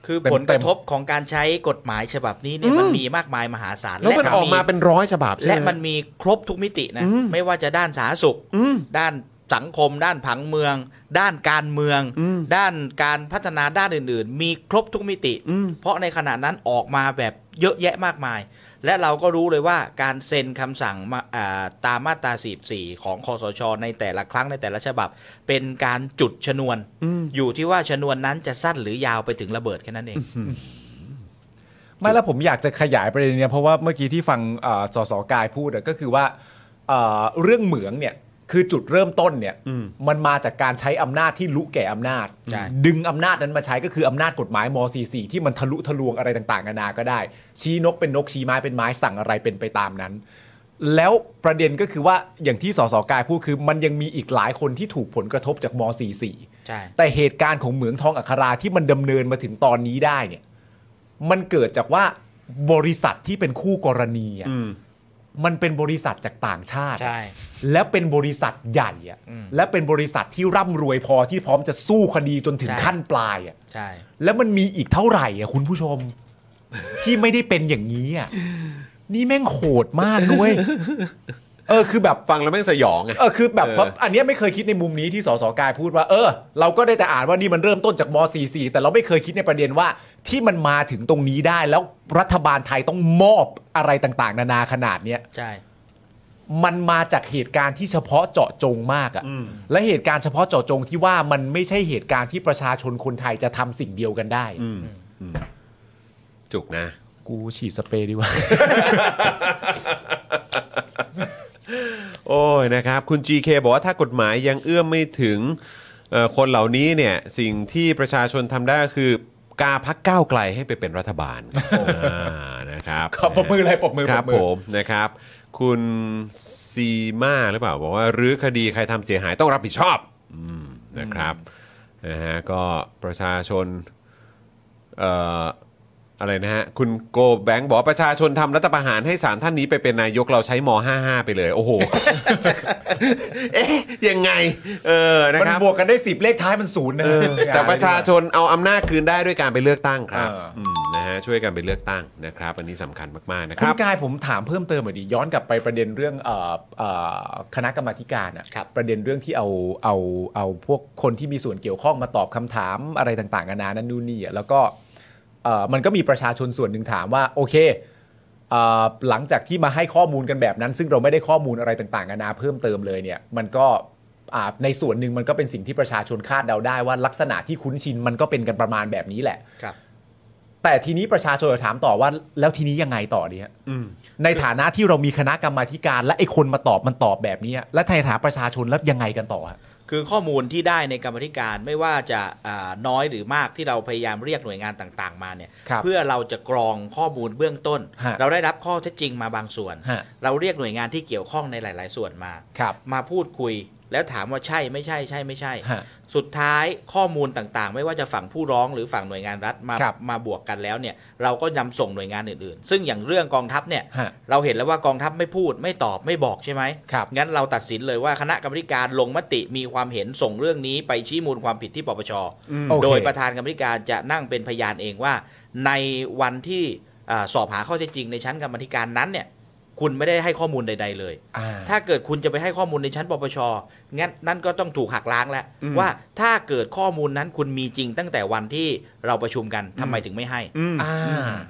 S3: คือ
S2: เต็มๆ
S3: ผลกระทบของการใช้กฎหมายฉบับนี้เนี่ยมันมีมากมายมหาศาล
S1: แล้วมันออกมาเป็นร้อยฉบับใช่ไหม
S3: และมันมีครบทุกมิตินะ
S1: อืม
S3: ไม่ว่าจะด้านสาธารณสุข
S1: อืม
S3: ด้านสังคม ด้านผังเมือง ด้านการเมือง
S1: อืม
S3: ด้านการพัฒนาด้านอื่น ๆ มีครบทุกมิติ
S1: อืม
S3: เพราะในขณะนั้นออกมาแบบเยอะแยะมากมาย และเราก็รู้เลยว่าการเซ็นคำสั่งมาอ่าตามมาตรา44 ของคอสช ในแต่ละครั้งในแต่ละฉบับ เป็นการจุดชนวน อยู่ที่ว่าชนวนนั้นจะสั้นหรือยาวไปถึงระเบิดแค่นั้นเอง
S2: ไม่แล้วผมอยากจะขยายประเด็นเนี้ยเพราะว่าเมื่อกี้ที่ฟังเอ่อสสกายพูดอะก็คือว่าเอ่อเรื่องเหมืองเนี่ยคือจุดเริ่มต้นเนี่ย
S1: อืม
S2: นมาจากการใช้อำนาจที่ลุแก่อำนาจ
S3: ใช่
S2: ดึงอำนาจนั้นมาใช้ก็คืออำนาจกฎหมายม .44 ที่มันทะลุทะลวงอะไรต่างๆนานาก็ได้ ชี้นกเป็นนกชี้ไม้เป็นไม้สั่งอะไรเป็นไปตามนั้น แล้วประเด็นก็คือว่าอย่างที่สสกายพูดคือ มันยังมีอีกหลายคนที่ถูกผลกระทบจากม .44
S3: ใช่
S2: แต่เหตุการณ์ของเหมืองทองอัคราที่มันดำเนินมาถึงตอนนี้ได้เนี่ยมันเกิดจากว่าบริษัทที่เป็นคู่กรณีอะ
S1: อืม
S2: มันเป็นบริษัทจากต่างชาติ
S3: ใช่
S2: และเป็นบริษัทใหญ่อะ
S3: อืม
S2: และเป็นบริษัทที่ร่ำรวยพอที่พร้อมจะสู้คดีจนถึง
S3: ใช่
S2: ขั้นปลายอะ
S3: ใช่
S2: แล้วมันมีอีกเท่าไหร่อะคุณผู้ชม ที่ไม่ได้เป็นอย่างนี้อะนี่แม่งโหดมากด้วย เออคือแบบ
S1: ฟังแล้วแม่งสยองไง
S2: เออคือแบบ
S1: เออ
S2: เพราะอันเนี้ยไม่เคยคิดในมุมนี้ที่สสกายพูดว่า เออ เราก็ได้แต่อ่านว่านี่มันเริ่มต้นจากม .44 แต่เราไม่เคยคิดในประเด็นว่าที่มันมาถึงตรงนี้ได้แล้วรัฐบาลไทยต้องมอบอะไรต่างๆ นานาขนาดเนี้ย
S3: ใช่
S2: มันมาจากเหตุการณ์ที่เฉพาะเจาะจงมากอะและเหตุการณ์เฉพาะเจาะจงที่ว่ามันไม่ใช่เหตุการณ์ที่ประชาชนคนไทยจะทำสิ่งเดียวกันได้
S1: จุกนะ
S2: กูฉีดสเปรย์ดีกว่า
S1: โอ้ยนะครับ คุณ GK บอกว่าถ้ากฎหมายยังเอื้อมไม่ถึงเอ่อคนเหล่านี้เนี่ย สิ่งที่ประชาชนทำได้ก็คือกาพักก้าวไกลให้ไปเป็นรัฐบาลอ่านะครับ
S2: ขอบปรบมือเลยปรบมือ
S1: ครับ
S2: ปรบมือ
S1: ผมนะครับ คุณซีมาหรือเปล่าบอกว่ารื้อคดีใครทำเสียหายต้องรับผิดชอบอืมนะครับนะฮะก็ประชาชน เอ่ออะไรนะฮะ คุณโกแบงค์บอกว่าประชาชนทำรัฐประหารให้ 3 ท่านนี้ไปเป็นนายกเราใช้ม 55 ไปเลย โอ้โห เอ๊ะ ยังไง เออนะ
S2: มัน
S1: ครับ
S2: บวกกันได้สิบเลขท้ายมันศูนย์นะ
S1: เออแต่ประชาชนเอาอำนาจคืนได้ด้วยการไปเลือกตั้งครับ
S2: เอออื
S1: มนะฮะช่วยกันไปเลือกตั้งนะครับ อันนี้สำคัญมาก ๆ นะค
S2: คุณ
S1: รับ
S2: กายผมถามเพิ่มเติมหน่อยดิย้อนกลับไปประเด็นเรื่องเอ่อเอ่อคณะกรรมาธิการอะ
S3: ครับ
S2: ประเด็นเรื่องที่เอาเอาเอาพวกคนที่มีส่วนเกี่ยวข้องมาตอบคำถามอะไรต่างๆนานานั่นนู่นนี่อะแล้วก็เอ่อมันก็มีประชาชนส่วนหนึ่งถามว่า โอเค เอ่อหลังจากที่มาให้ข้อมูลกันแบบนั้น ซึ่งเราไม่ได้ข้อมูลอะไรต่างๆนานาเพิ่มเติมเลยเนี่ยมันก็อ่าในส่วนหนึ่งมันก็เป็นสิ่งที่ประชาชนคาดเดาได้ว่าลักษณะที่คุ้นชินมันก็เป็นกันประมาณแบบนี้แหละ
S3: ครับ
S2: แต่ทีนี้ประชาชนจะถามต่อว่าแล้วทีนี้ยังไงต่อดีฮะในฐานะที่เรามีคณะกรรมาธิการ และไอ้คนมาตอบมันตอบแบบนี้และในฐานะประชาชนแล้วยังไงกันต่อฮะ
S3: คือข้อมูลที่ได้ในกรรมาธิการไม่ว่าจะอ่าน้อยหรือมากที่เราพยายามเรียกหน่วยงานต่างๆ มาเนี่ย
S2: ครับ
S3: เพื่อเราจะกรองข้อมูลเบื้องต้น
S2: ฮะ
S3: เราได้รับข้อเท็จจริงมาบางส่วน
S2: ฮะ
S3: เราเรียกหน่วยงานที่เกี่ยวข้องในหลาย ๆ ส่วนมา
S2: ครับ
S3: มาพูดคุยแล้วถามว่าใช่ไม่ใช่ใช่ไม่ใช่
S2: ฮะ
S3: สุดท้ายข้อมูลต่างๆ ไม่ว่าจะฝั่งผู้ร้องหรือฝั่งหน่วยงานรัฐมา
S2: ครับ
S3: มาบวกกันแล้วเนี่ยเราก็นำส่งหน่วยงานอื่นๆ ซึ่งอย่างเรื่องกองทัพเนี่ย
S2: ฮะ
S3: เราเห็นแล้วว่ากองทัพไม่พูดไม่ตอบไม่บอกใช่ไหม
S2: ครับ
S3: งั้นเราตัดสินเลยว่าคณะกรรมการลงมติมีความเห็นส่งเรื่องนี้ไปชี้มูลความผิดที่ปปช
S2: โอเค
S3: โดยประธานกรรมการจะนั่งเป็นพยานเองว่า ในวันที่อ่าสอบหาข้อเท็จจริงในชั้นกรรมธิการนั้นเนี่ยคุณไม่ได้ให้ข้อมูลใด ๆเลย
S2: อ่า
S3: ถ้าเกิดคุณจะไปให้ข้อมูลในชั้นปปช งั้นนั่นก็ต้องถูกหักล้างแล้ว ว่าถ้าเกิดข้อมูลนั้นคุณมีจริงตั้งแต่วันที่เราประชุมกันทำไมถึงไม่ให้
S1: อืม
S2: อ่า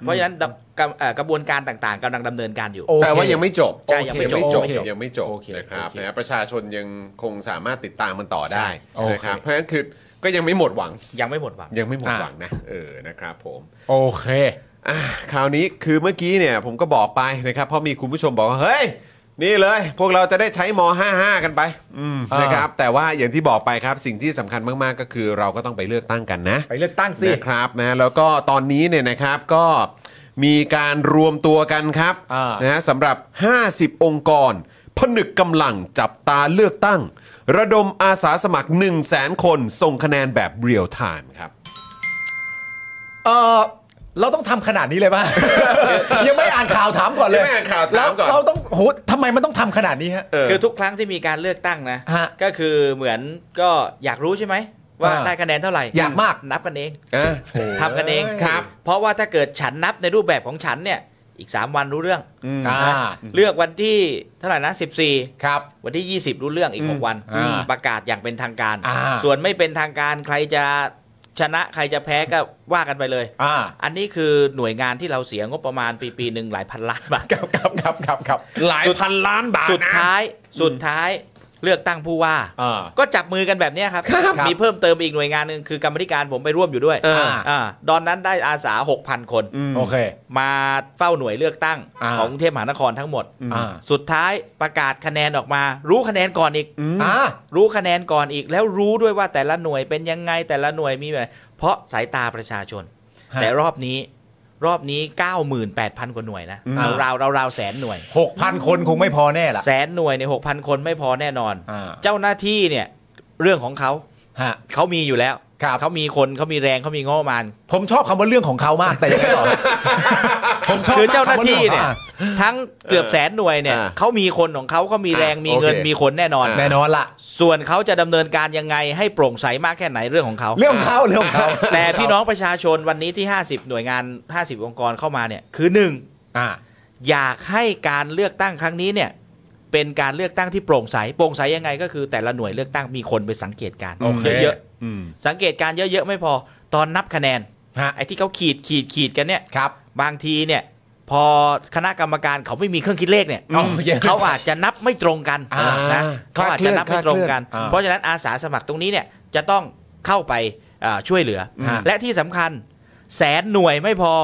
S3: เพราะฉะนั้นดำกำเอ่อกระบวนการต่างๆกำลังดำเนินการอยู่
S2: โอเค
S1: แต่ว่ายังไม่จบ
S3: ใช่ยังไม่จบ
S1: ยัง
S2: โอ
S1: ไม่
S2: เค
S1: จบยังไม่จบ
S2: โอเค
S1: นะครับ
S2: โอเค
S1: นะประชาชนยังคงสามารถติดตามมันต่อได้
S2: ใช่
S1: นะครับ
S2: โอเค
S1: เพราะฉะนั้นคือก็ยังไม่หมดหวัง
S3: ยังไม่หมดหวัง
S1: ยังไม่หมดหวังนะเออนะครับผม
S2: โอเค
S1: อ่ะคราวนี้คือเมื่อกี้เนี่ยผมก็บอกไปนะครับเพราะมีคุณผู้ชมบอกว่าเฮ้ยนี่เลย พวกเราจะได้ใช้ม 55 กันไปอืม
S2: อ่าน
S1: นะครับแต่ว่าอย่างที่บอกไปครับสิ่งที่สำคัญมากๆ ก็คือเราก็ต้องไปเลือกตั้งกันนะ
S2: ไปเลือกตั้งสิ
S1: นะครับนะแล้วก็ตอนนี้เนี่ยนะครับก็มีการรวมตัวกันครับ
S2: อ่าน
S1: นะสำหรับ 50 องค์กร ผนึกกำลังจับตาเลือกตั้ง ระดมอาสาสมัคร 1 0 0 0 0 0 คนส่งคะแนนแบบเรียลไทม์ครับ
S2: เออเราต้องทำขนาดนี้เลยป่ะ ยังไม่อ่านข่าวถามก่อนเล
S1: ยั
S2: ย
S1: งไม่อ่านข่าวถามก่อน
S2: เรเราต้องโหทำไมมันต้องทำขนาดนี้ฮะ
S1: เออ
S3: คือทุกครั้งที่มีการเลือกตั้งนะ
S2: ฮะ
S3: ก็คือเหมือนก็อยากรู้ใช่ไหม ว่า
S2: อ่า
S3: ได้คะแนนเท่าไหร่
S2: อยากมาก
S3: นับกันเอง
S1: อ่ะ
S3: ทำกันเอง
S1: ครับ
S3: เพราะว่าถ้าเกิดฉันนับในรูปแบบของฉันเนี่ยอีก 3 วันรู้เรื่อง
S1: อืม
S2: อ่า
S3: เลือกวันที่เท่าไหร่นะ14
S2: ครับ
S3: วันที่ 20 รู้เรื่องอีก 6 วัน
S2: อ่า
S3: ประกาศอย่างเป็นทางการ
S2: อ่า
S3: ส่วนไม่เป็นทางการใครจะชนะใครจะแพ้ก็ว่ากันไปเลย
S2: อ่า
S3: อันนี้คือหน่วยงานที่เราเสียงบประมาณปีปีๆหนึ่งหลายพันล้านบาท
S2: ครับครับครับครับครับ
S1: หลายพันล้านบาท
S3: สุด
S1: นะ
S3: ท้ายสุดท้ายเลือกตั้งผู้ว่า
S2: อ่า
S3: ก็จับมือกันแบบเนี้ยครับ
S2: ครับ
S3: มีเพิ่มเติมอีกหน่วยงานหนึ่งคือกรรมธิการผมไปร่วมอยู่ด้วย
S2: อ่า
S3: อ่าตอนนั้นได้อาสา 6,000 คน
S2: โอเค
S3: มาเฝ้าหน่วยเลือกตั้ง
S2: อ่า
S3: ของกรุงเทพมหานครทั้งหมด
S2: อ่า
S3: สุดท้ายประกาศคะแนนออกมา รู้คะแนนก่อนอีก
S2: อ่า
S3: รู้คะแนนก่อนอีกแล้วรู้ด้วยว่าแต่ละหน่วยเป็นยังไงแต่ละหน่วยมีอะไรเพราะสายตาประชาชน
S2: ฮะ
S3: แต่รอบนี้รอบนี้ 98,000 กว่าหน่วยนะ
S2: อืม
S3: เอาราวราวราวแสนหน่วย
S2: หกพันคนคงไม่พอแน่ละ
S3: แสนหน่วยในย6,000 คนไม่พอแน่นอน
S2: อ่า
S3: เจ้าหน้าที่เนี่ยเรื่องของเขา
S2: ฮะ
S3: เขามีอยู่แล้ว
S2: ครับ
S3: เขามีคนเขามีแรงเขามีงบประมาณ
S2: ผมชอบคำว่าเรื่องของเขามากแต่ยัง ไม่ตอบ ผมชอบ
S3: คื
S2: ม
S3: อ
S2: ก
S3: เจ้าหน้าที่เนี่
S2: คำ
S3: ย
S2: ว่ารื่องของขา
S3: ทั้งเกือบแสนหน่วยเนี่ย
S1: อ่า
S3: เขามีคนของเขาเขามีแรงมีเงิน
S1: โอเค
S3: มีคนแน่นอน
S1: อ่า
S2: แน่นอนละ
S3: ส่วนเขาจะดำเนินการยังไงให้โปร่งใสมากแค่ไหนเรื่องของเขา
S2: เรื่องของเขาเรื่องของเขา
S3: แต่พี่น้องประชาชนวันนี้ที่ 50 หน่วยงาน 50 องค์กรเข้ามาเนี่ยคือหนึ่ง
S2: อ่า
S3: อยากให้การเลือกตั้งครั้งนี้เนี่ยเป็นการเลือกตั้งที่โปร่งใสโปร่งใสยังไงก็คือแต่ละหน่วยเลือกตั้งมีคนไปสังเกตการณ์
S2: โอเค
S3: เยอะๆสังเกตการณ์เยอะๆไม่พอตอนนับคะแนน
S2: ฮะ
S3: ไอ้ที่เขาขีดขีดขีดกันเนี่ย
S2: ครับ
S3: บางทีเนี่ยพอคณะกรรมการเขาไม่มีเครื่องคิดเลขเนี่ย
S2: อ๋ อเยอะ
S3: เขาอาจจะนับไม่ตรงกัน
S2: อ่า
S3: นะเขาอาจจะนับไม่ตรงกัน
S2: คลาดเคลื่อนอ่า
S3: เพราะฉะนั้นอาสาสมัครตรงนี้เนี่ยจะต้องเข้าไปเอ่อช่วยเหลือ
S2: ฮะ
S3: และที่สำคัญแสนหน่วยไม่พอ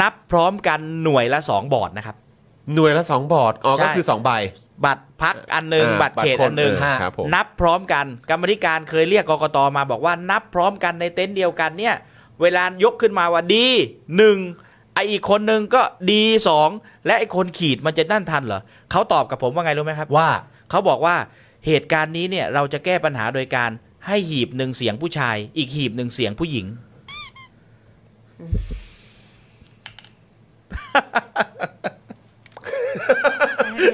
S3: นับพร้อมกันหน่วยละ 2 บอร์ดนะครับ
S1: หน่วยละ 2 บอร์ดอ๋อ
S3: ใช่
S1: ก็คือ 2 ใบ
S3: บัตรพักอันหนึ่ง
S1: อ่า
S3: บัตรเขต
S1: บัตรคน
S3: อันหนึ่ง
S1: เออ
S3: ฮะ
S1: ครับผม
S3: นับพร้อมกันกรรมธิการเคยเรียกกกตมาบอกว่านับพร้อมกันในเต็นท์เดียวกันเนี่ย เวลายกขึ้นมาว่าดีหนึ่งไออีกคนหนึ่งก็ดีสองและไอคนขีดมันจะนั่นทันเหรอเขาตอบกับผมว่าไงรู้ไหมครับ
S2: ว่า
S3: เขาบอกว่าเหตุการณ์นี้เนี่ยเราจะแก้ปัญหาโดยการให้หีบหนึ่งเสียงผู้ชาย อีกหีบหนึ่งเสียงผู้หญิง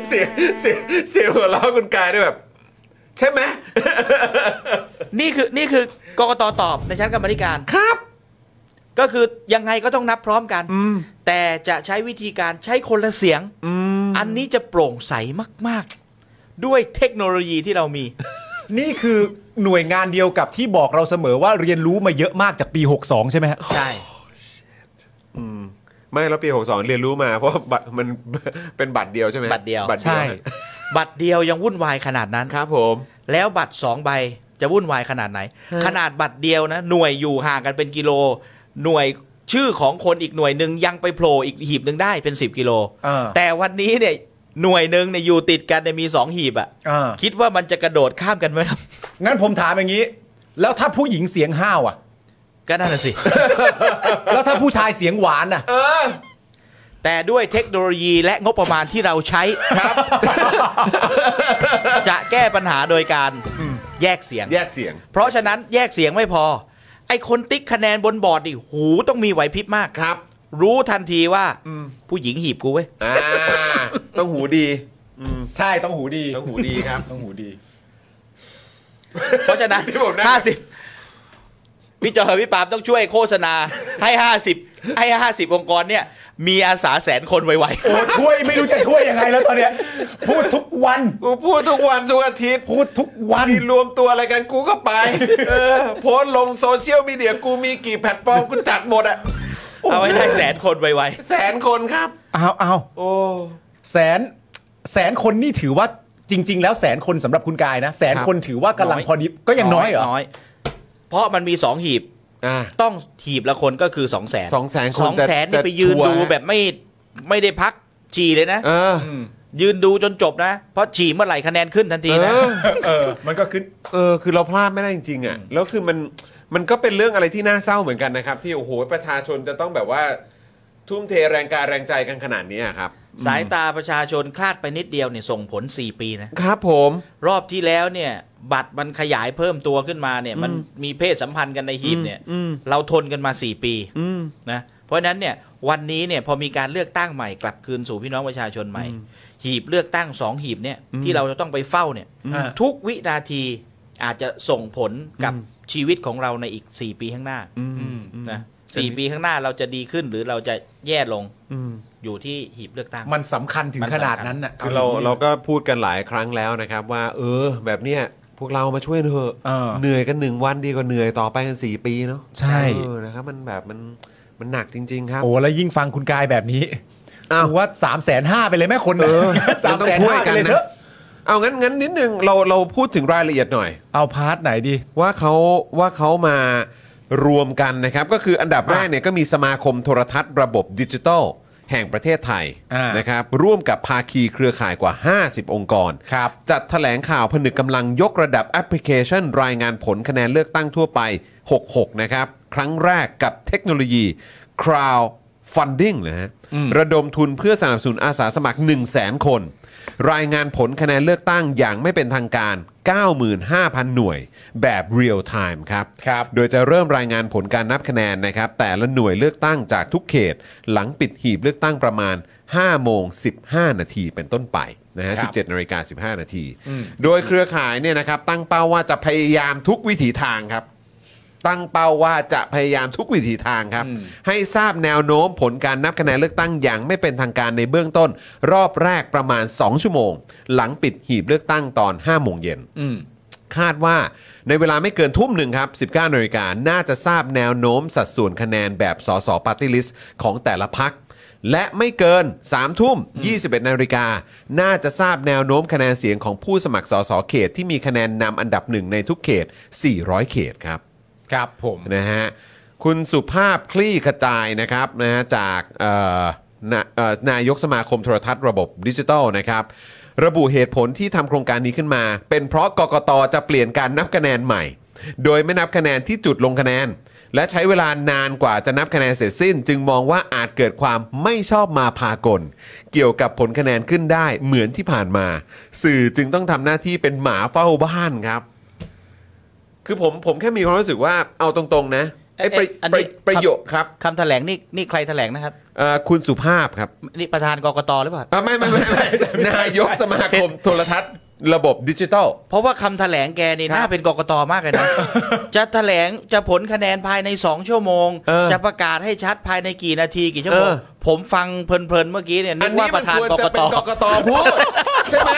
S1: เสียงเสียงเสียงหัวเราะคุณกายด้วยแบบ ใช่ไหม
S3: นี่คือนี่คือกกตตอบในชั้นกรรมาธิการ
S1: ครับ
S3: ก็คือยังไงก็ต้องนับพร้อมกัน แต่จะใช้วิธีการใช้คนละเสียง อันนี้จะโปร่งใสมาก ๆ ด้วยเทคโนโลยีที่เรามี
S2: นี่คือหน่วยงานเดียวกับที่บอกเราเสมอว่าเรียนรู้มาเยอะมากจากปี 62 ใช่ไหมฮะ
S3: ใช่
S1: ไม่แล้วปี 62 เรียนรู้มาเพราะบัตรมัน เป็นบัตรเดียวใช่ไหม
S3: บัตรเดียว
S1: บัตรเดียว
S2: ใช่
S1: ฮะ
S3: บัตรเดียวยังวุ่นวายขนาดนั้น
S1: ครับผม
S3: แล้วบัตรสองใบจะวุ่นวายขนาดไหน ขนาดบัตรเดียวนะ หน่วยอยู่ห่างกันเป็นกิโล หน่วยชื่อของคนอีกหน่วยหนึ่งยังไปโผล่อีกหีบหนึ่งได้เป็น 10 กิโล
S2: เออ
S3: แต่วันนี้เนี่ยหน่วยหนึ่งเนี่ยอยู่ติดกันเนี่ยมี 2 หีบอะ
S2: เออ
S3: คิดว่ามันจะกระโดดข้ามกันไหมครับ
S2: งั้นผมถามอย่างนี้ แล้วถ้าผู้หญิงเสียงห้าวอ่ะ
S3: ก็นั่นน่ะสิ
S2: แล้วถ้าผู้ชายเสียงหวานอ่ะ
S3: แต่ด้วยเทคโนโลยีและงบประมาณที่เราใช้ครับ จะแก้ปัญหาโดยการแยกเสียง
S1: แยกเสียง
S3: เพราะฉะนั้นแยกเสียงไม่พอ ไอ้คนติ๊กคะแนนบนบอร์ดดิหูต้องมีไหวพริบมาก
S1: ครับ
S3: รู้ทันทีว่าผู้หญิงหีบกูเว้ย
S1: อ่า ต้องหูดี
S2: ใช่ต้องหูดี
S1: ต้องหูดีครับ
S2: ต้องหูดี
S3: เพราะฉะนั้น
S1: ที่ผมนั่ง
S3: ห้าสิบพี่จอยพี่ปาล์มต้องช่วยโฆษณาให้ห้าสิบให้ห้าสิบองค์กรเนี่ย มีอาสาแสนคนไว
S2: โอ้ช่วยไม่รู้จะช่วยยังไงแล้วตอนเนี้ย พูดทุกวัน
S1: กูพูดทุกวันทุกอาทิตย์
S2: พูดทุกวัน
S1: มีรวมตัวอะไรกันกูก็ไป เออ โพสต์ลงโซเชียลมีเดียกูมีกี่แพลตฟอร์มกูจัดหมดอะ
S3: ๆ เอาไว้ได้แสนคนไว
S1: แสนคนครับ
S2: เอาเอา
S1: โอ้
S2: แสน แสนคนนี่ถือว่าจริง ๆ แล้วแสนคนสำหรับคุณกายนะ แสนคนถือว่ากำลังพอดีก็
S3: ๆ
S2: ยังน้อยเหรอ
S3: น้อยเพราะมันมีสองหีบ
S1: อ่า
S3: ต้องหีบละคนก็คือสองแสน
S1: สองแสนคน
S3: สองแสน
S1: จะ
S3: นี่ไปยืน
S1: จะ
S3: ดู
S1: ทัวร์
S3: แบบไม่ไม่ได้พักฉี่เลยนะ
S1: เออ
S3: มยืนดูจนจบนะ เพราะฉี่เมื่อไหร่คะแนนขึ้นทันทีนะ
S1: เออ
S2: เออ มันก็ขึ้น
S1: เออคือเราพลาดไม่ได้จริงๆอ่ะแล้วคือมันมันก็เป็นเรื่องอะไรที่น่าเศร้าเหมือนกันนะครับ ที่โอ้โหประชาชนจะต้องแบบว่า ทุ่มเทแรงกายแรงใจกันขนาดนี้อะครับ
S3: สายตาประชาชนคลาดไปนิดเดียวเนี่ยส่งผล 4 ปีนะ
S1: ครับผม
S3: รอบที่แล้วเนี่ย บัตรมันขยายเพิ่มตัวขึ้นมาเนี่ย มันมีเพศสัมพันธ์กันในหีบเนี่ย เราทนกันมา 4 ปีนะเพราะฉะนั้นเนี่ยวันนี้เนี่ยพอมีการเลือกตั้งใหม่กลับคืนสู่พี่น้องประชาชนใหม่ หีบเลือกตั้งสองหีบเนี่ยที่เราจะต้องไปเฝ้าเนี่ย
S2: อืม
S3: ทุกวินาทีอาจจะส่งผลกับชีวิตของเราในอีก 4 ปีข้างหน้านะสี่ปีข้างหน้าเราจะดีขึ้นหรือเราจะแย่ลงอยู่ที่หีบเลือกตั้ง
S2: มันสำคัญถึงขนาดนั้นน่ะ
S1: คือเราเราก็พูดกันหลายครั้งแล้วนะครับ ว่า เออ แบบเนี้ยพวกเรามาช่วยเถอะ
S2: เออ
S1: เหนื่อยกันหนึ่งวันดีกว่าเหนื่อยต่อไปกันสี่ปีเนาะ
S2: ใช่
S1: เออนะครับมันแบบมันมันหนักจริง ๆ ครับ
S2: โอ้แล้วยิ่งฟังคุณกายแบบนี้
S1: อ้าว
S2: กูว่าสามแสนห้าไปเลยแม่คนนะ
S1: เออ
S2: สาม
S1: ต้อง
S2: แสน
S1: ช่วย
S2: ห้า
S1: กั
S2: ไป
S1: นนะ
S2: เลยเถอะ
S1: เอางั้นงั้นนิดนึงเราเราพูดถึงรายละเอียดหน่อย
S2: เอาพาร์ทไหนดี
S1: ว่าเขาว่าเขามารวมกันนะครับ ก็คืออันดับแรกเนี่ยก็มีสมาคมโทรทัศน์ระบบดิจิทัล แห่งประเทศไทย
S2: อ่าน
S1: นะครับ ร่วมกับภาคีเครือข่ายกว่า 50 องค์กร
S2: ครับ
S1: จัดถแถลงข่าวผนึกกำลังยกระดับแอปพลิเคชัน รายงานผลคะแนนเลือกตั้งทั่วไป 66 นะครับ ครั้งแรกกับเทคโนโลยี Crowd Funding นะฮะระดมทุนเพื่อสนับสนุนอาสาสมัคร 1 0 0 0 0 0 คน รายงานผลคะแนนเลือกตั้งอย่างไม่เป็นทางการ 95,000 หน่วยแบบเรียลไทม์ครับ
S2: ครับ
S1: โดยจะเริ่มรายงานผลการนับคะแนนนะครับ แต่ละหน่วยเลือกตั้งจากทุกเขต หลังปิดหีบเลือกตั้งประมาณ 5 โมง 15 นาทีเป็นต้นไปนะฮะ
S2: ครับ
S1: 17นาฬิกา15 นาที โดยเครือข่ายเนี่ยนะครับ ตั้งเป้าว่าจะพยายามทุกวิถีทางครับ ตั้งเป้าว่าจะพยายามทุกวิถีทางครับ ให้ทราบแนวโน้มผลการนับคะแนนเลือกตั้งอย่างไม่เป็นทางการในเบื้องต้น รอบแรกประมาณ 2 ชั่วโมง หลังปิดหีบเลือกตั้งตอน 5 โมงเย็น
S2: อืม
S1: คาดว่าในเวลาไม่เกินทุ่มหนึ่งครับ 19นาฬิกาน่าจะทราบแนวโน้มสัดส่วนคะแนนแบบสสปาร์ตี้ลิสต์ของแต่ละพัก และไม่เกิน 3 ทุ่ม 21นาฬิกาน่าจะทราบแนวโน้มคะแนนเสียงของผู้สมัครสสเขตที่มีคะแนนนำอันดับหนึ่งในทุกเขต 400 เขตครับ
S2: ครับผม
S1: นะฮะคุณสุภาพคลี่ขจายนะครับนะฮะจากเอ่อนะเอ่อนายกสมาคมโทรทัศน์ระบบดิจิทัลนะครับระบุเหตุผลที่ทำโครงการนี้ขึ้นมา เป็นเพราะกกตจะเปลี่ยนการนับคะแนนใหม่ โดยไม่นับคะแนนที่จุดลงคะแนน และใช้เวลานานกว่าจะนับคะแนนเสร็จสิ้น จึงมองว่าอาจเกิดความไม่ชอบมาพากล เกี่ยวกับผลคะแนนขึ้นได้เหมือนที่ผ่านมา สื่อจึงต้องทำหน้าที่เป็นหมาเฝ้าบ้านครับ คือผมผมแค่มีความรู้สึกว่าเอาตรงๆนะไอ้ประ
S3: เอ๊ะอัน
S1: ป
S3: นี้
S1: ระประโยคครับ
S3: คำแถลงนี่นี่ใครแถลงนะครับ
S1: เอ่อคุณสุภาพครับ
S3: นี่ประธานกกตหรือเปล่า
S1: อ่ะไม่ไม่ไม่ไม่นายกสมาคมโทรทัศน์ระบบดิจิทัล
S3: เพราะว่าคำแถลงแกนี่
S1: ครับ
S3: น่าเป็นกกตมากเลย นะ จะแถลงจะผลคะแนนภายใน 2 ชั่วโมง
S1: เออ
S3: จะประกาศให้ชัดภายในกี่นาทีกี่ชั่วโมง
S1: เออ
S3: ผมฟังเพลินๆเมื่อกี้เนี่ยนึ
S1: อั
S3: ก
S1: น
S3: ว่า
S1: นี้
S3: ป
S1: มัน
S3: ระธาน
S1: ควร
S3: ก
S1: จะ
S3: ก
S1: เป็
S3: ต
S1: นกกตพูด ใช่ไหม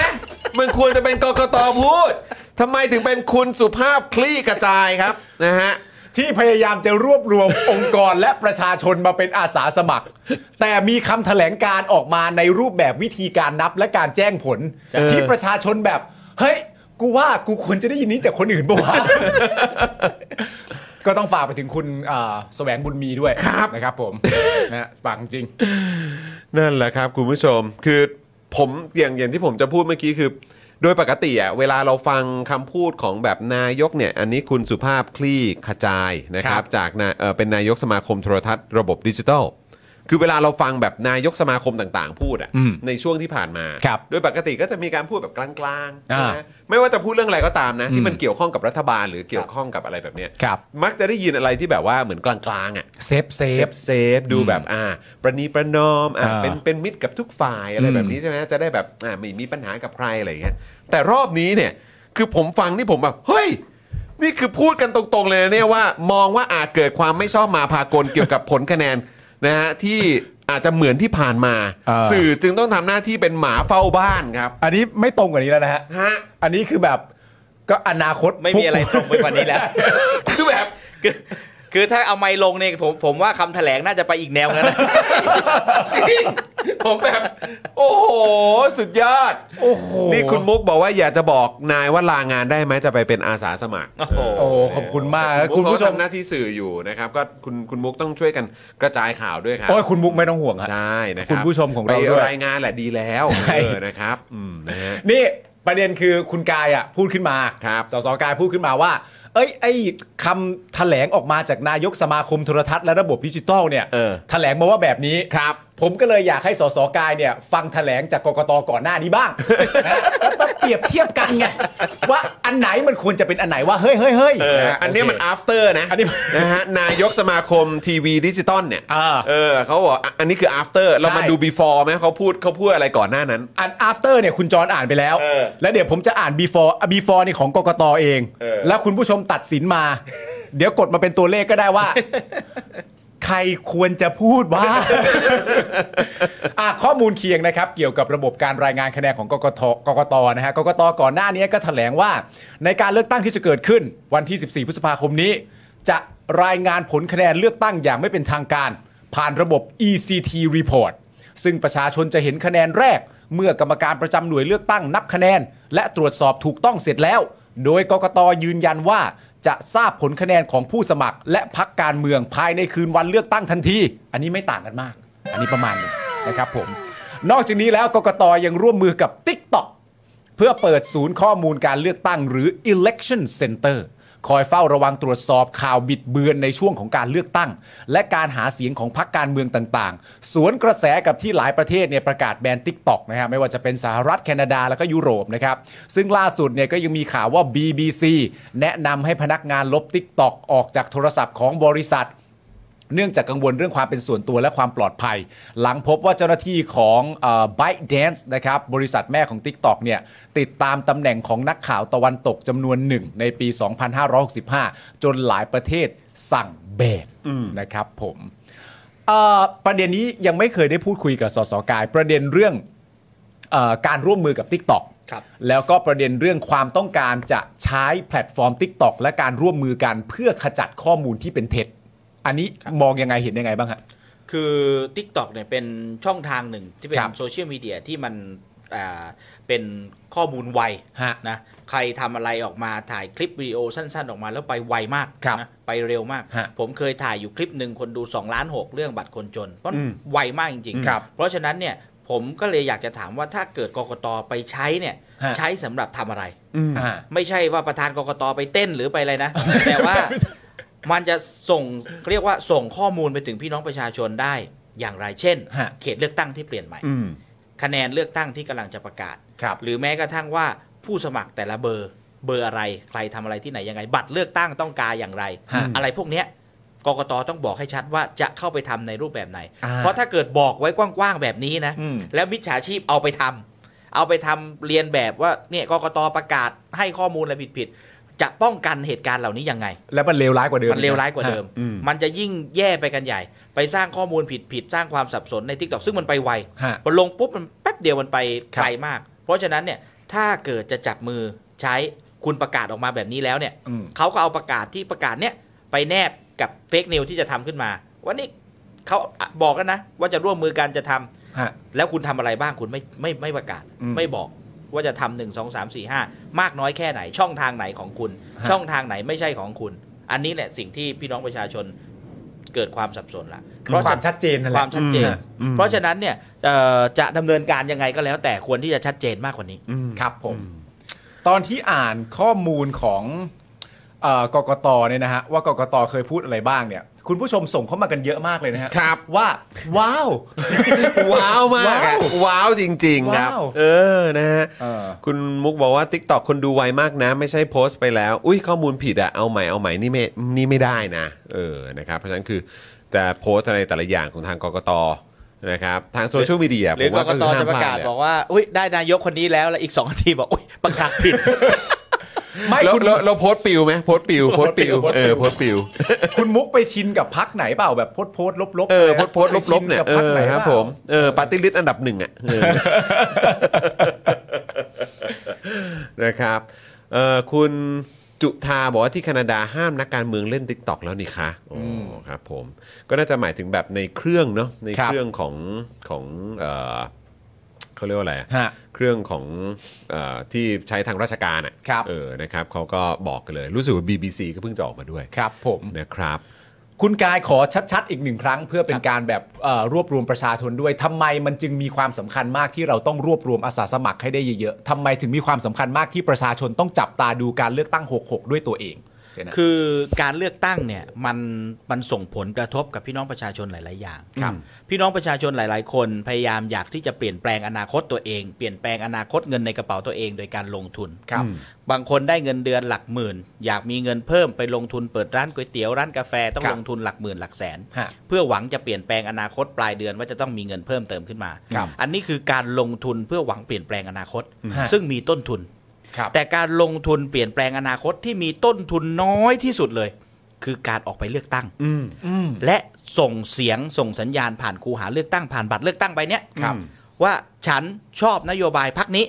S1: มันควรจะเป็นกกตพูดทำไมถึงเป็นคุณสุภาพคลี่กระจายครับนะฮะ
S2: ที่พยายามจะรวบรวม องค์กรและประชาชนมาเป็นอาสาสมัคร แต่มีคำแถลงการออกมาในรูปแบบวิธีการนับและการแจ้งผล ที่ประชาชนแบบ เฮ้ย กูว่ากูควรจะได้ยินนี้จากคนอื่นปะวะ ก็ต้องฝากไปถึงคุณอ่าแสวงบุญมีด้วยนะครับ ผมนะฮะฝากจริง
S1: นั่นแหละครับคุณผู้ชมคือผมอย่างอย่างที่ผมจะพูดเมื่อกี้คือ โดยปกติอะเวลาเราฟังคำพูดของแบบนายกเนี่ย อันนี้คุณสุภาพคลี่ขจายนะครั
S2: ครับ บ
S1: จากนะเอ่อเป็นนายกสมาคมโทรทัศน์ระบบดิจิทัล คือเวลาเราฟังแบบนายกสมาคมต่างๆ พูดอะ
S2: อืม
S1: ในช่วงที่ผ่านมา
S2: ครับ
S1: โดยปกติก็จะมีการพูดแบบกลางๆ
S2: อ่า
S1: ใช่ไหมไม่ว่าจะพูดเรื่องอะไรก็ตามนะ
S2: อื
S1: ที่
S2: ม
S1: มันเกี่ยวข้องกับรัฐบาลหรือเกี่ยวข้องกับอะไรแบบเนี้ย
S2: ครับ
S1: มักจะได้ยินอะไรที่แบบว่าเหมือนกลางๆอะ
S2: เซฟเซ
S1: เซ
S2: ฟ
S1: ฟเซฟดูแบบอ่า ประนีประนอมอ่า
S2: อ่า
S1: เป็นเป็นมิตรกับทุกฝ่ายอะไร
S2: อืม
S1: แบบนี้ใช่ไหมจะได้แบบอ่าไม่มีปัญหากับใครอะไรอย่างเงี้ยแต่รอบนี้เนี่ยคือผมฟังนี่ผมแบบเฮ้ย นี่คือพูดกันตรงๆเลยนะเนี่ยว่ามองว่าอาจเกิดความไม่ชอบมาพากล เกี่ยวกับผลคะแนนนะฮะที่อาจจะเหมือนที่ผ่านมา
S2: อ่า
S1: สื่อจึงต้องทำหน้าที่เป็นหมาเฝ้าบ้านครับ
S2: อันนี้ไม่ตรงกว่านี้แล้วนะฮะ
S1: ฮะ
S2: อันนี้คือแบบก็อนาคต
S3: ไม่มีอะไรตรงไปกว่านี้แล้ว
S1: คือแบบ
S3: คือคือถ้าเอาไม้ลงเนี่ยผมผมว่าคำแถลงน่าจะไปอีกแนว นั้นนะ
S1: จริงผมแบบ โอ้โห สุดยอด
S2: โอ้โห
S1: นี่คุณมุกบอกว่าอยากจะบอกนายว่าลางานได้ไหมจะไปเป็นอาสาสมัคร
S3: โอ้โห
S2: โอ้ขอบคุณมากนะ
S1: คุ
S2: คุณ ณ
S1: ผู้
S2: ผู้
S1: ช
S2: ช
S1: ม
S2: ม
S1: หน้าที่สื่ออยู่นะครับ ก็คุณคุณมุกต้องช่วยกันกระจายข่าวด้วยครับ
S2: โอ้ยคุณมุกไม่ต้องห่วงฮะ
S1: ใช่นะครับ
S2: คุณผู้ชมของเรา
S1: ไป
S2: ด้วย
S1: รายงานแหละดีแล้ว
S2: ใช่
S1: เออนะครับอืมนะฮะ
S2: นี่ประเด็นคือคุณกายอ่ะพูดขึ้นมา
S1: ครับ
S2: สสกายพูดขึ้นมาว่า เอ้ยไอ้คำแถลงออกมาจากนายกสมาคมโทรทัศน์และระบบดิจิตอลเนี่ย
S1: เออ
S2: แถลงมาว่าแบบนี้
S1: ครับ
S2: ผมก็เลยอยากให้สสกายเนี่ย ฟังแถลงจากกกตก่อนหน้านี้บ้าง นะแล้วมาเปรียบเทียบกันไงว่าอันไหนมันควรจะเป็นอันไหนว่าเฮ้ยเฮ้ยเฮ้ย
S1: เออ
S2: ะ
S1: อันเนี้ยมัน
S2: โเค
S1: after นะ
S2: อันนี้
S1: นะฮะนายกสมาคมทีวีดิจิตอลเนี่ย
S2: อ่า
S1: เออเขาบอกอ่ะอันนี้คือ after เรามา
S2: ใช่
S1: ดู before ไหมเขาพูดเขาพูดอะไรก่อนหน้านั้น
S2: อัน after เนี่ยคุณจรอ่านไปแล้ว
S1: เออ
S2: แล้วเดี๋ยวผมจะอ่าน before อ่ะ before นี่ของกกตเอง
S1: เออ
S2: แล้วคุณผู้ชมตัดสินมา เดี๋ยวกดมาเป็นตัวเลขก็ได้ ว่า ใครควรจะพูดว่า อ่ะข้อมูลเคียงนะครับ เกี่ยวกับระบบการรายงานคะแนนของกกตกกตนะฮะกกตก่อนหน้านี้ก็แถลงว่า ในการเลือกตั้งที่จะเกิดขึ้น วันที่ 14 พฤษภาคมนี้ จะรายงานผลคะแนนเลือกตั้งอย่างไม่เป็นทางการ ผ่านระบบ ECT report ซึ่งประชาชนจะเห็นคะแนนแรก เมื่อกรรมการประจำหน่วยเลือกตั้งนับคะแนน และตรวจสอบถูกต้องเสร็จแล้ว โดยกกตยืนยันว่า จะทราบผลคะแนนของผู้สมัคร และพักการเมืองภายในคืนวันเลือกตั้งทันที อันนี้ไม่ต่างกันมาก อันนี้ประมาณหนึงนะครับผม นอกจากนี้แล้วกกตยังร่วมมือกับ TikTok เพื่อเปิดศูนย์ข้อมูลการเลือกตั้งหรือ election center คอยเฝ้าระวังตรวจสอบข่าวบิดเบือนในช่วงของการเลือกตั้ง และการหาเสียงของพรรคการเมืองต่างๆ สวนกระแสกับที่หลายประเทศเนี่ยประกาศแบน TikTok นะฮะไม่ว่าจะเป็นสหรัฐแคนาดาแล้วก็ยุโรปนะครับ ซึ่งล่าสุดเนี่ยก็ยังมีข่าวว่า BBC แนะนำให้พนักงานลบ TikTok ออกจากโทรศัพท์ของบริษัท เนื่องจากกังวลเรื่องความเป็นส่วนตัวและความปลอดภัย หลังพบว่าเจ้าหน้าที่ของเอ่อ ByteDance นะครับบริษัทแม่ของ TikTok เนี่ยติดตามตำแหน่งของนักข่าวตะวันตกจำนวนหนึ่งในปี 2565 จนหลายประเทศสั่งแบนนะครับผมเอ่อประเด็นนี้ยังไม่เคยได้พูดคุยกับสสกาย ประเด็นเรื่องเออการร่วมมือกับ TikTok
S3: ครับ
S2: แล้วก็ประเด็นเรื่องความต้องการจะใช้แพลตฟอร์ม TikTok และการร่วมมือกันเพื่อขจัดข้อมูลที่เป็นเท็จ อันนี้มองยังไงเห็นยังไงบ้างฮะ
S3: คือ TikTok เนี่ยเป็นช่องทางหนึ่งที่เป็
S2: ครั
S3: น
S2: บ
S3: โซเชียลมีเดียที่มันอ่าเป็นข้อมูลไว
S2: ฮะ
S3: นะใครทำอะไรออกมาถ่ายคลิปวิดีโอสั้นๆ ออกมาแล้วไปไวมาก
S2: ครับ
S3: นะไปเร็วมาก
S2: ฮะ
S3: ผมเคยถ่ายอยู่คลิปหนึ่งคนดู2ล้าน6เรื่องบัตรคนจน เพราะ
S1: อืม
S3: ไวมากจริง
S2: ครับ
S3: เพราะฉะนั้นเนี่ยผมก็เลยอยากจะถามว่าถ้าเกิดกกตไปใช้เนี่ย
S2: ฮะ
S3: ใช้สำหรับทำอะไร
S2: อ่า
S3: ไม่ใช่ว่าประธานกกตไปเต้นหรือไปอะไรนะ แต่ว่ามันจะส่งเรียกว่าส่งข้อมูลไปถึงพี่น้องประชาชนได้อย่างไรเช่น
S2: ฮะ
S3: เขตเลือกตั้งที่เปลี่ยนใหม่
S1: อืม
S3: คะแนนเลือกตั้งที่กำลังจะประกาศ
S2: ครับ
S3: หรือแม้กระทั่งว่าผู้สมัครแต่ละเบอร์เบอร์อะไร ใครทำอะไรที่ไหนยังไง บัตรเลือกตั้งต้องการอย่างไร
S2: ฮะ
S3: อะไรพวกเนี้ยกกตต้องบอกให้ชัดว่าจะเข้าไปทำในรูปแบบไหน
S2: อ่า
S3: เพราะถ้าเกิดบอกไว้กว้างๆแบบนี้นะ
S2: อืม
S3: แล้วมิจฉาชีพเอาไปทำเอาไปทำเรียนแบบว่าเนี่ยกกตประกาศให้ข้อมูลอะไรผิดๆจะป้องกันเหตุการณ์เหล่านี้ยังไง
S2: แล้วมันเลวร้ายกว่าเดิม
S3: มันเลวร้ายกว่าเดิม
S2: ฮะ
S1: อืม
S3: มันจะยิ่งแย่ไปกันใหญ่ ไปสร้างข้อมูลผิดๆ สร้างความสับสนในทิกตอกซึ่งมันไปไว
S2: ฮะ
S3: พอลงปุ๊บมันแป๊บเดียวมันไป
S2: ครับ
S3: ไกลมาก เพราะฉะนั้นเนี่ยถ้าเกิดจะจับมือใช้คุณประกาศออกมาแบบนี้แล้วเนี่ย
S2: อืม
S3: เขาก็เอาประกาศที่ประกาศเนี่ยไป ไปแนบกับเฟกนิวที่จะทำขึ้นมา วันนี้เขาบอกแล้วนะ ว่าจะร่วมมือกันจะทำ
S2: ฮะ
S3: แล้วคุณทำอะไรบ้างคุณไม่ไม่ไม่ประกาศ
S2: อืม
S3: ไม่บอกว่าจะทำหนึ่งสองสามสี่ห้ามากน้อยแค่ไหน ช่องทางไหนของคุณ
S2: ฮะ
S3: ช่องทางไหนไม่ใช่ของคุณ อันนี้แหละสิ่งที่พี่น้องประชาชนเกิดความสับสนละเพราะ
S2: ค
S3: ฉะ
S2: วา
S3: นั้
S2: ม
S3: น
S2: ชัดเจนนั่นแห
S3: ค
S2: ละ
S3: วามชัดเจน
S1: อืม
S3: เพราะฉะนั้นเนี่ยเอ่อจะดำเนินการยังไงก็แล้ว แต่ควรที่จะชัดเจนมากกว่านี้
S1: อืม
S2: ครับผม ตอนที่อ่านข้อมูลของเออกกตเนี่ยนะฮะว่ากกตเคยพูดอะไรบ้างเนี่ย คุณผู้ชมส่งเข้ามากันเยอะมากเลยนะฮะ
S1: ครับ
S2: ว่าว้าว
S1: ว้าวมากอะ
S2: ว้าว
S1: ว้าวจริง ๆ ครับ
S2: ว้าว
S1: เออนะฮะ
S2: เออ
S1: คุณมุกบอกว่า t ิ k t o k คนดูไวมากนะ ไม่ใช่โพสต์ไปแล้ว อุ้ยข้อมูลผิดอะเอาใหม่เอาใหม่นี่ไม่นี่ไม่ได้นะ เออนะครับ เพราะฉะนั้นคือจะโพสต์อะไรแต่ละอย่างของทางกกตนะครับ ทางโซเชียลมีเดีย
S3: หรือกกตจะประกาศบอกว่า อุ้ยได้นายกคนนี้แล้วแล้วอีกสองนาทีบอก อุ้ยประกาศผิด
S2: ไม่
S1: เรา
S2: คุณ
S1: เราเราโพสต์ปิวไหมโพสต์ปิวโพสต์ปิว
S2: โพสต์ปิว
S1: เออโพสต์ปิว
S2: คุณมุกไปชินกับพักไหนเปล่าแบบโพสต์โพสต์ลบลบ
S1: เออโพสต์โพสต์ลบๆเนี่ยเอ
S2: พัก
S1: อ
S2: ไหน
S1: ครับ
S2: เป
S1: ผ
S2: ล่าม
S1: เออปาร์ตี้ลิสต์อันดับหนึ่งอ่ะเออ นะครับเออคุณจุธาบอกว่าที่แคนาดาห้ามนักการเมืองเล่น t ิ k t o k แล้วนี่คะโอ้ครับผมก็น่าจะหมายถึงแบบในเครื่องเนาะในเครื่องของของเออเขาเรียกว่าอะไรอะ
S2: ฮะ
S1: เครื่องของเออที่ใช้ทางราชการอ่ะ
S2: ครับ
S1: เออนะครับเขาก็บอกกันเลย รู้สึกว่า BBC ก็เพิ่งจะออกมาด้วย
S2: ครับผม
S1: นะครับ
S2: คุณกายขอชัดๆ อีกหนึ่งครั้ง เพื่อเป็นการแบบเอ่อรวบรวมประชาชนด้วยทำไมมันจึงมีความสำคัญมากที่เราต้องรวบรวมอาสาสมัครให้ได้เยอะๆทำไมถึงมีความสำคัญมากที่ประชาชนต้องจับตาดูการเลือกตั้ง 66 ด้วยตัวเองเจนะ
S3: คือการเลือกตั้งเนี่ยมันมันส่งผลกระทบกับพี่น้องประชาชนหลาย ๆ อย่าง
S2: ครับ
S3: พี่น้องประชาชนหลาย ๆ คนพยายามอยากที่จะเปลี่ยนแปลงอนาคตตัวเอง เปลี่ยนแปลงอนาคตเงินในกระเป๋าตัวเองโดยการลงทุน
S2: ครับอืม
S3: บางคนได้เงินเดือนหลักหมื่น อยากมีเงินเพิ่มไปลงทุนเปิดร้านก๋วยเตี๋ยวร้านกาแฟต้อง
S2: ครับ
S3: ลงทุนหลักหมื่นหลักแสน
S2: ฮะ
S3: เพื่อหวังจะเปลี่ยนแปลงอนาคตปลายเดือนว่าจะต้องมีเงินเพิ่มเติมขึ้นมา
S2: ครับ
S3: อันนี้คือการลงทุนเพื่อหวังเปลี่ยนแปลงอนาคต
S2: ฮะ
S3: ซึ่งมีต้นทุน
S2: ครับ
S3: แต่การลงทุนเปลี่ยนแปลงอนาคตที่มีต้นทุนน้อยที่สุดเลย คือการออกไปเลือกตั้ง
S1: อืม
S2: อืม
S3: และส่งเสียงส่งสัญญาณผ่านคูหาเลือกตั้งผ่านบัตรเลือกตั้งไปเนี้ย
S2: ครับ
S3: ว่าฉันชอบนโยบายพักนี้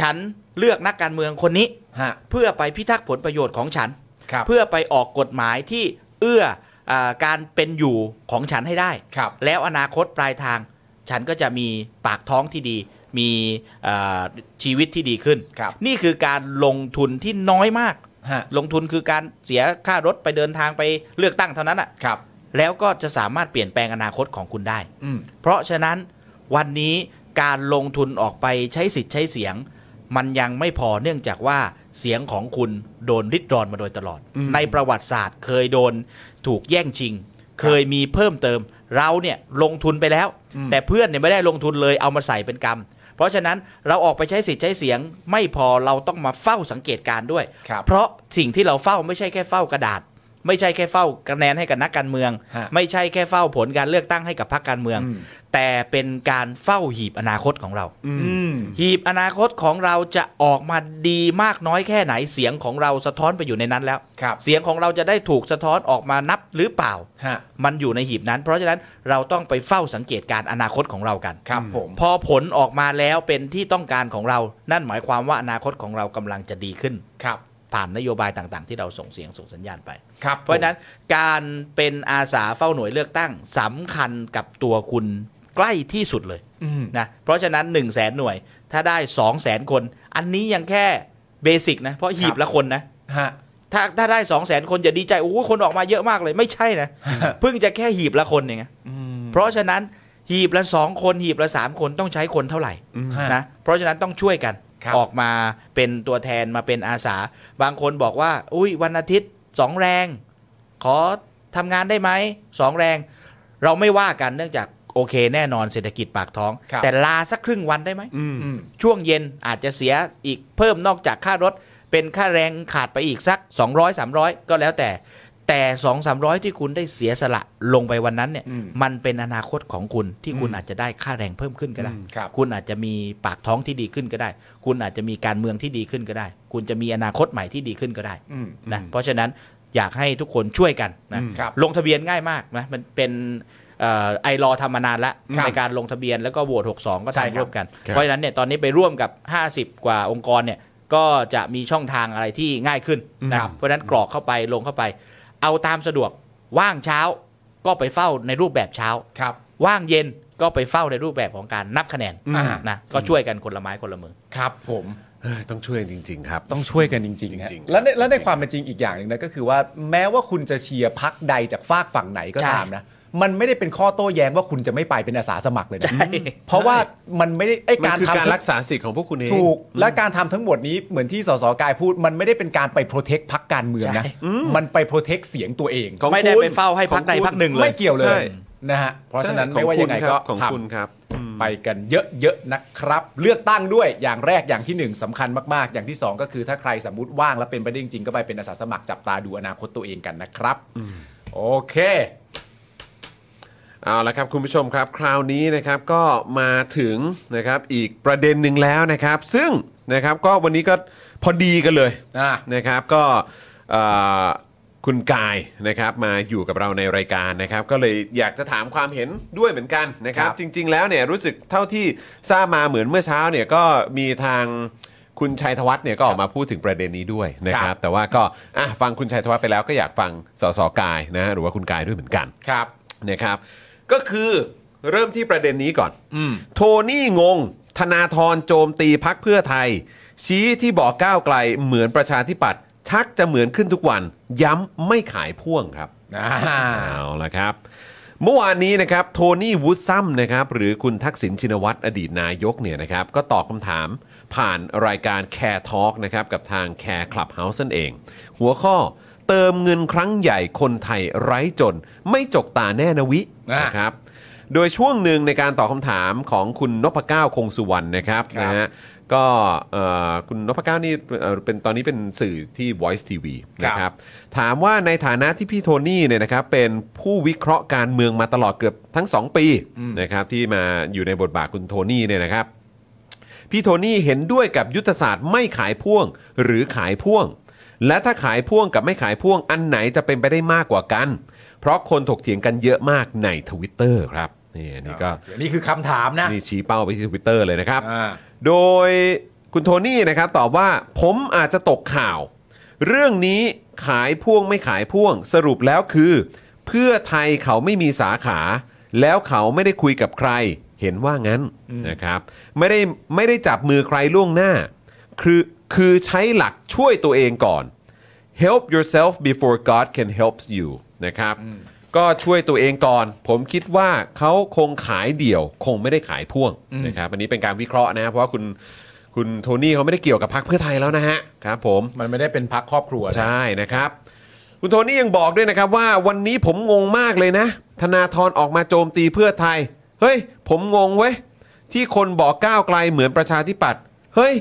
S3: ฉันเลือกนักการเมืองคนนี้
S2: ฮะ
S3: เพื่อไปพิทักษ์ผลประโยชน์ของฉัน
S2: ครับ
S3: เพื่อไปออกกฎหมายที่เอื้ออาการเป็นอยู่ของฉันให้ได้
S2: ครับ
S3: แล้วอนาคตปลายทาง ฉันก็จะมีปากท้องที่ดี มีเอ่อชีวิตที่ดีขึ้น
S2: ครับ
S3: นี่คือการลงทุนที่น้อยมาก
S2: ฮะ
S3: ลงทุนคือการเสียค่ารถไปเดินทางไปเลือกตั้งเท่านั้นอ่ะ
S2: ครับ
S3: แล้วก็จะสามารถเปลี่ยนแปลงอนาคตของคุณได้
S2: อืม
S3: เพราะฉะนั้นวันนี้การลงทุนออกไปใช้สิทธิ์ใช้เสียง มันยังไม่พอเนื่องจากว่าเสียงของคุณโดนริดรอนมาโดยตลอด ในประวัติศาสตร์เคยโดนถูกแย่งชิง เคยมีเพิ่มเติม เราเนี่ยลงทุนไปแล้ว
S2: อืม
S3: แต่เพื่อนเนี่ยไม่ได้ลงทุนเลยเอามาใส่เป็นกรรม เพราะฉะนั้นเราออกไปใช้สิทธิ์ใช้เสียง ไม่พอเราต้องมาเฝ้าสังเกตการณ์ด้วย
S2: ครับ
S3: เพราะสิ่งที่เราเฝ้าไม่ใช่แค่เฝ้ากระดาษ ไม่ใช่แค่เฝ้าคะแนนให้กับนักการเมือง
S2: ฮะ
S3: ไม่ใช่แค่เฝ้าผลการเลือกตั้งให้กับพรรคการเมือง
S2: อืม
S3: แต่เป็นการเฝ้าหีบอนาคตของเรา
S2: อืม
S3: หีบอนาคตของเราจะออกมาดีมากน้อยแค่ไหนเสียงของเราสะท้อนไปอยู่ในนั้นแล้ว
S2: ครับ
S3: เสียงของเราจะได้ถูกสะท้อนออกมานับหรือเปล่า
S2: ฮะ
S3: มันอยู่ในหีบนั้น เพราะฉะนั้นเราต้องไปเฝ้าสังเกตการณ์อนาคตของเรากัน
S2: ครับผม
S3: พอผลออกมาแล้วเป็นที่ต้องการของเรา นั่นหมายความว่าอนาคตของเรากำลังจะดีขึ้น
S2: ครับ
S3: ผ่านนโยบายต่างๆ ที่เราส่งเสียงส่งสัญญาณไป
S2: ครับ
S3: เพราะฉะนั้นการเป็นอาสาเฝ้าหน่วยเลือกตั้งสำคัญกับตัวคุณใกล้ที่สุดเลย
S2: อืม
S3: นะเพราะฉะนั้น 1 0 0 0 0แสนหน่วย ถ้าได้ 2 0 0แสนคน อันนี้ยังแค่เบสิกนะ เพราะหี
S2: ครับ บ
S3: ละคนนะ
S2: ฮะ
S3: ถ้าถ้าได้ 2 0 0แสนคนอย่าดีใจโอ้โหคนออกมาเยอะมากเลยไม่ใช่นะ เพิ่งจะแค่หีบละคนเองนะ
S2: อืม
S3: เพราะฉะนั้นหีบละ 2 คนหีบละ 3 คนต้องใช้คนเท่าไหร่
S2: ฮะ
S3: นะเพราะฉะนั้นต้องช่วยกัน
S2: ครับ
S3: ออกมาเป็นตัวแทนมาเป็นอาสา บางคนบอกว่า อุ้ยวันอาทิตย์สองแรง ขอทำงานได้ไหมสองแรง เราไม่ว่ากันเนื่องจากโอเคแน่นอนเศรษฐกิจปากท้อง
S2: ครับ
S3: แต่ลาสักครึ่งวันได้ไหม
S2: อืม
S3: ช่วงเย็นอาจจะเสียอีกเพิ่มนอกจากค่ารถ เป็นค่าแรงขาดไปอีกสัก 200 300 ก็แล้วแต่ แต่ 2 300 ที่คุณได้เสียสละลงไปวันนั้นเนี่ย
S2: อืม
S3: มันเป็นอนาคตของคุณที่คุณอาจจะได้ค่าแรงเพิ่มขึ้นก็ได้
S2: อืมครับ
S3: คุณอาจจะมีปากท้องที่ดีขึ้นก็ได้ คุณอาจจะมีการเมืองที่ดีขึ้นก็ได้ คุณจะมีอนาคตใหม่ที่ดีขึ้นก็ได้
S2: อืม
S3: นะเพราะฉะนั้นอยากให้ทุกคนช่วยกันนะครับ ลงทะเบียนง่ายมากนะมันเป็นไอรอ ILAW ทำมานานแล้ว
S2: ครับ
S3: ในการลงทะเบียนแล้วก็โหวต62 ก็
S2: ใช่ครั
S3: ทำ
S2: บ
S3: ร่วมกัน
S1: ครับ
S3: เพราะฉะนั้นเนี่ยตอนนี้ไปร่วมกับ 50 กว่าองค์กรเนี่ยก็จะมีช่องทางอะไรที่ง่ายขึ้นนะครับเพราะฉะนั้นกรอกเข้าไปลงเข้าไป เอาตามสะดวกว่างเช้าก็ไปเฝ้าในรูปแบบเช้า
S2: ครับ
S3: ว่างเย็นก็ไปเฝ้าในรูปแบบของการนับคะแนน
S2: อ่า
S3: นะก็ช่วยกันคนละไม้คนละมือ
S2: ครับผม
S1: เฮ้ยต้องช่วยจริง ๆ ครับ
S2: ต้องช่วยกันจริงๆฮะ
S1: จริงๆ
S2: และใน
S1: ครับ
S2: และในความเป็นจริงอีกอย่างหนึ่งนะก็คือว่าแม้ว่าคุณจะเชียร์พักใดจากฝากฝั่งไหนก็ตามนะ มันไม่ได้เป็นข้อโต้แย้งว่าคุณจะไม่ไปเป็นอาสาสมัครเลยนะ
S3: ใช่
S2: เพราะว่ามันไม่ได้ไอ
S1: มัน
S2: การ
S1: คือ
S2: ทำ
S1: การรักษาสิทธิ์ของพวกคุณเอง
S2: ถูก และการทำทั้งหมดนี้เหมือนที่สสกายพูด มันไม่ได้เป็นการไปโปรเทคพักการเมืองนะ
S3: ใช่
S2: มันไปโปรเทคเสียงตัวเอง
S1: ของ
S3: ไม่ได้
S1: คุณ
S3: ไปเฝ้าให้พักใด
S1: ของคุณ
S3: พักหนึ่งเล
S2: ไม่
S3: ย
S2: เกี่ยวเล
S1: ใช่
S2: ยนะฮะเพราะฉะนั้น
S1: ใช่
S2: ไม่ว่ายังไงก็
S1: ของ
S2: ทำ
S1: คุณครับของคุณครับ
S2: ไปกันเยอะๆนะครับ เลือกตั้งด้วยอย่างแรกอย่างที่หนึ่งสำคัญมากๆ อย่างที่สองก็คือถ้าใครสมมติว่างและเป็นไปได้จริงๆก็ไปเป็นอาสาสมัครจับตาดูอนาคตตัวเองกันนะครับโอเค
S1: เอาละครับคุณผู้ชมครับคราวนี้นะครับก็มาถึงนะครับอีกประเด็นหนึ่งแล้วนะครับ ซึ่งนะครับก็วันนี้ก็พอดีกันเลย
S2: อ่า
S1: นะครับก็เอ่อคุณกายนะครับมาอยู่กับเราในรายการนะครับ ก็เลยอยากจะถามความเห็นด้วยเหมือนกันนะครับ
S2: ครับ
S1: จริง ๆ แล้วเนี่ยรู้สึกเท่าที่ทราบมาเหมือนเมื่อเช้าเนี่ยก็มีทางคุณชัยธวัฒน์เนี่ยก็ออกมาพูดถึงประเด็นนี้ด้วยนะค
S2: ค
S1: รั
S2: รับ บ
S1: แต่ว่าก็อ่ะฟังคุณชัยธวัฒน์ไปแล้วก็อยากฟังสสกายนะหรือว่าคุณกายด้วยเหมือนกัน
S2: ครับ
S1: นะครับก็คือเริ่มที่ประเด็นนี้ก่อน
S2: อืม
S1: โทนี่งง ธนาธรโจมตีพักเพื่อไทย ชี้ที่บอกก้าวไกลเหมือนประชาธิปัตย์ชักจะเหมือนขึ้นทุกวัน ย้ำไม่ขายพ่วงครับ
S2: อ่า
S1: เอาละครับ เมื่อวานนี้นะครับโทนี่วูดซัมนะครับหรือคุณทักษิณชินวัตรอดีตนายกเนี่ยนะครับก็ตอบคำถามผ่านรายการ Care Talk นะครับกับทาง Care Clubhouse นั่นเอง หัวข้อเติมเงินครั้งใหญ่คนไทยไร้จน ไม่จกตาแน่นะวิ
S2: อ่าน
S1: นะครับ โดยช่วงหนึ่งในการตอบคำถามของคุณนพก้าวคงสุวรรณนะครับ
S2: ครับ
S1: นะฮะก็เอ่อคุณนพก้าวนี่เอ่อเป็นตอนนี้เป็นสื่อที่ Voice TV นะครับถามว่าในฐานะที่พี่โทนี่เนี่ยนะครับเป็นผู้วิเคราะห์การเมืองมาตลอดเกือบทั้ง 2 ปีนะครับที่มาอยู่ในบทบาทคุณโทนี่เนี่ยนะครับ พี่โทนี่เห็นด้วยกับยุทธศาสตร์ไม่ขายพ่วงหรือขายพ่วง และถ้าขายพ่วงกับไม่ขายพ่วงอันไหนจะเป็นไปได้มากกว่ากัน เพราะคนถกเถียงกันเยอะมากในทวิตเตอร์ครับนี่อันนี่ก็
S2: นี่คือคำถามนะ
S1: นี่ชี้เป้าไปที่ทวิตเตอร์เลยนะครับ
S2: อ่า
S1: โดยคุณโทนี่นะครับตอบว่าผมอาจจะตกข่าว เรื่องนี้ขายพ่วงไม่ขายพ่วง สรุปแล้วคือ เพื่อไทยเขาไม่มีสาขา แล้วเขาไม่ได้คุยกับใคร เห็นว่างั้นนะครับไม่ได้ไม่ได้จับมือใครล่วงหน้า คือคือใช้หลักช่วยตัวเองก่อน help yourself before God can help you นะครับ ก็ช่วยตัวเองก่อน ผมคิดว่าเขาคงขายเดี่ยว คงไม่ได้ขายพ่วงนะครับอันนี้เป็นการวิเคราะห์นะ เพราะว่าคุณคุณโทนี่เขาไม่ได้เกี่ยวกับพรรคเพื่อไทยแล้วนะฮะครับผม
S2: มันไม่ได้เป็นพักครอบครัวนะ
S1: ใช่นะครับ คุณโทนี่ยังบอกด้วยนะครับว่าวันนี้ผมงงมากเลยนะ ธนาธรออกมาโจมตีเพื่อไทย เฮ้ย ผมงงเว้ย ที่คนบอกก้าวไกลเหมือนประชาธิปัตย์เฮ้ย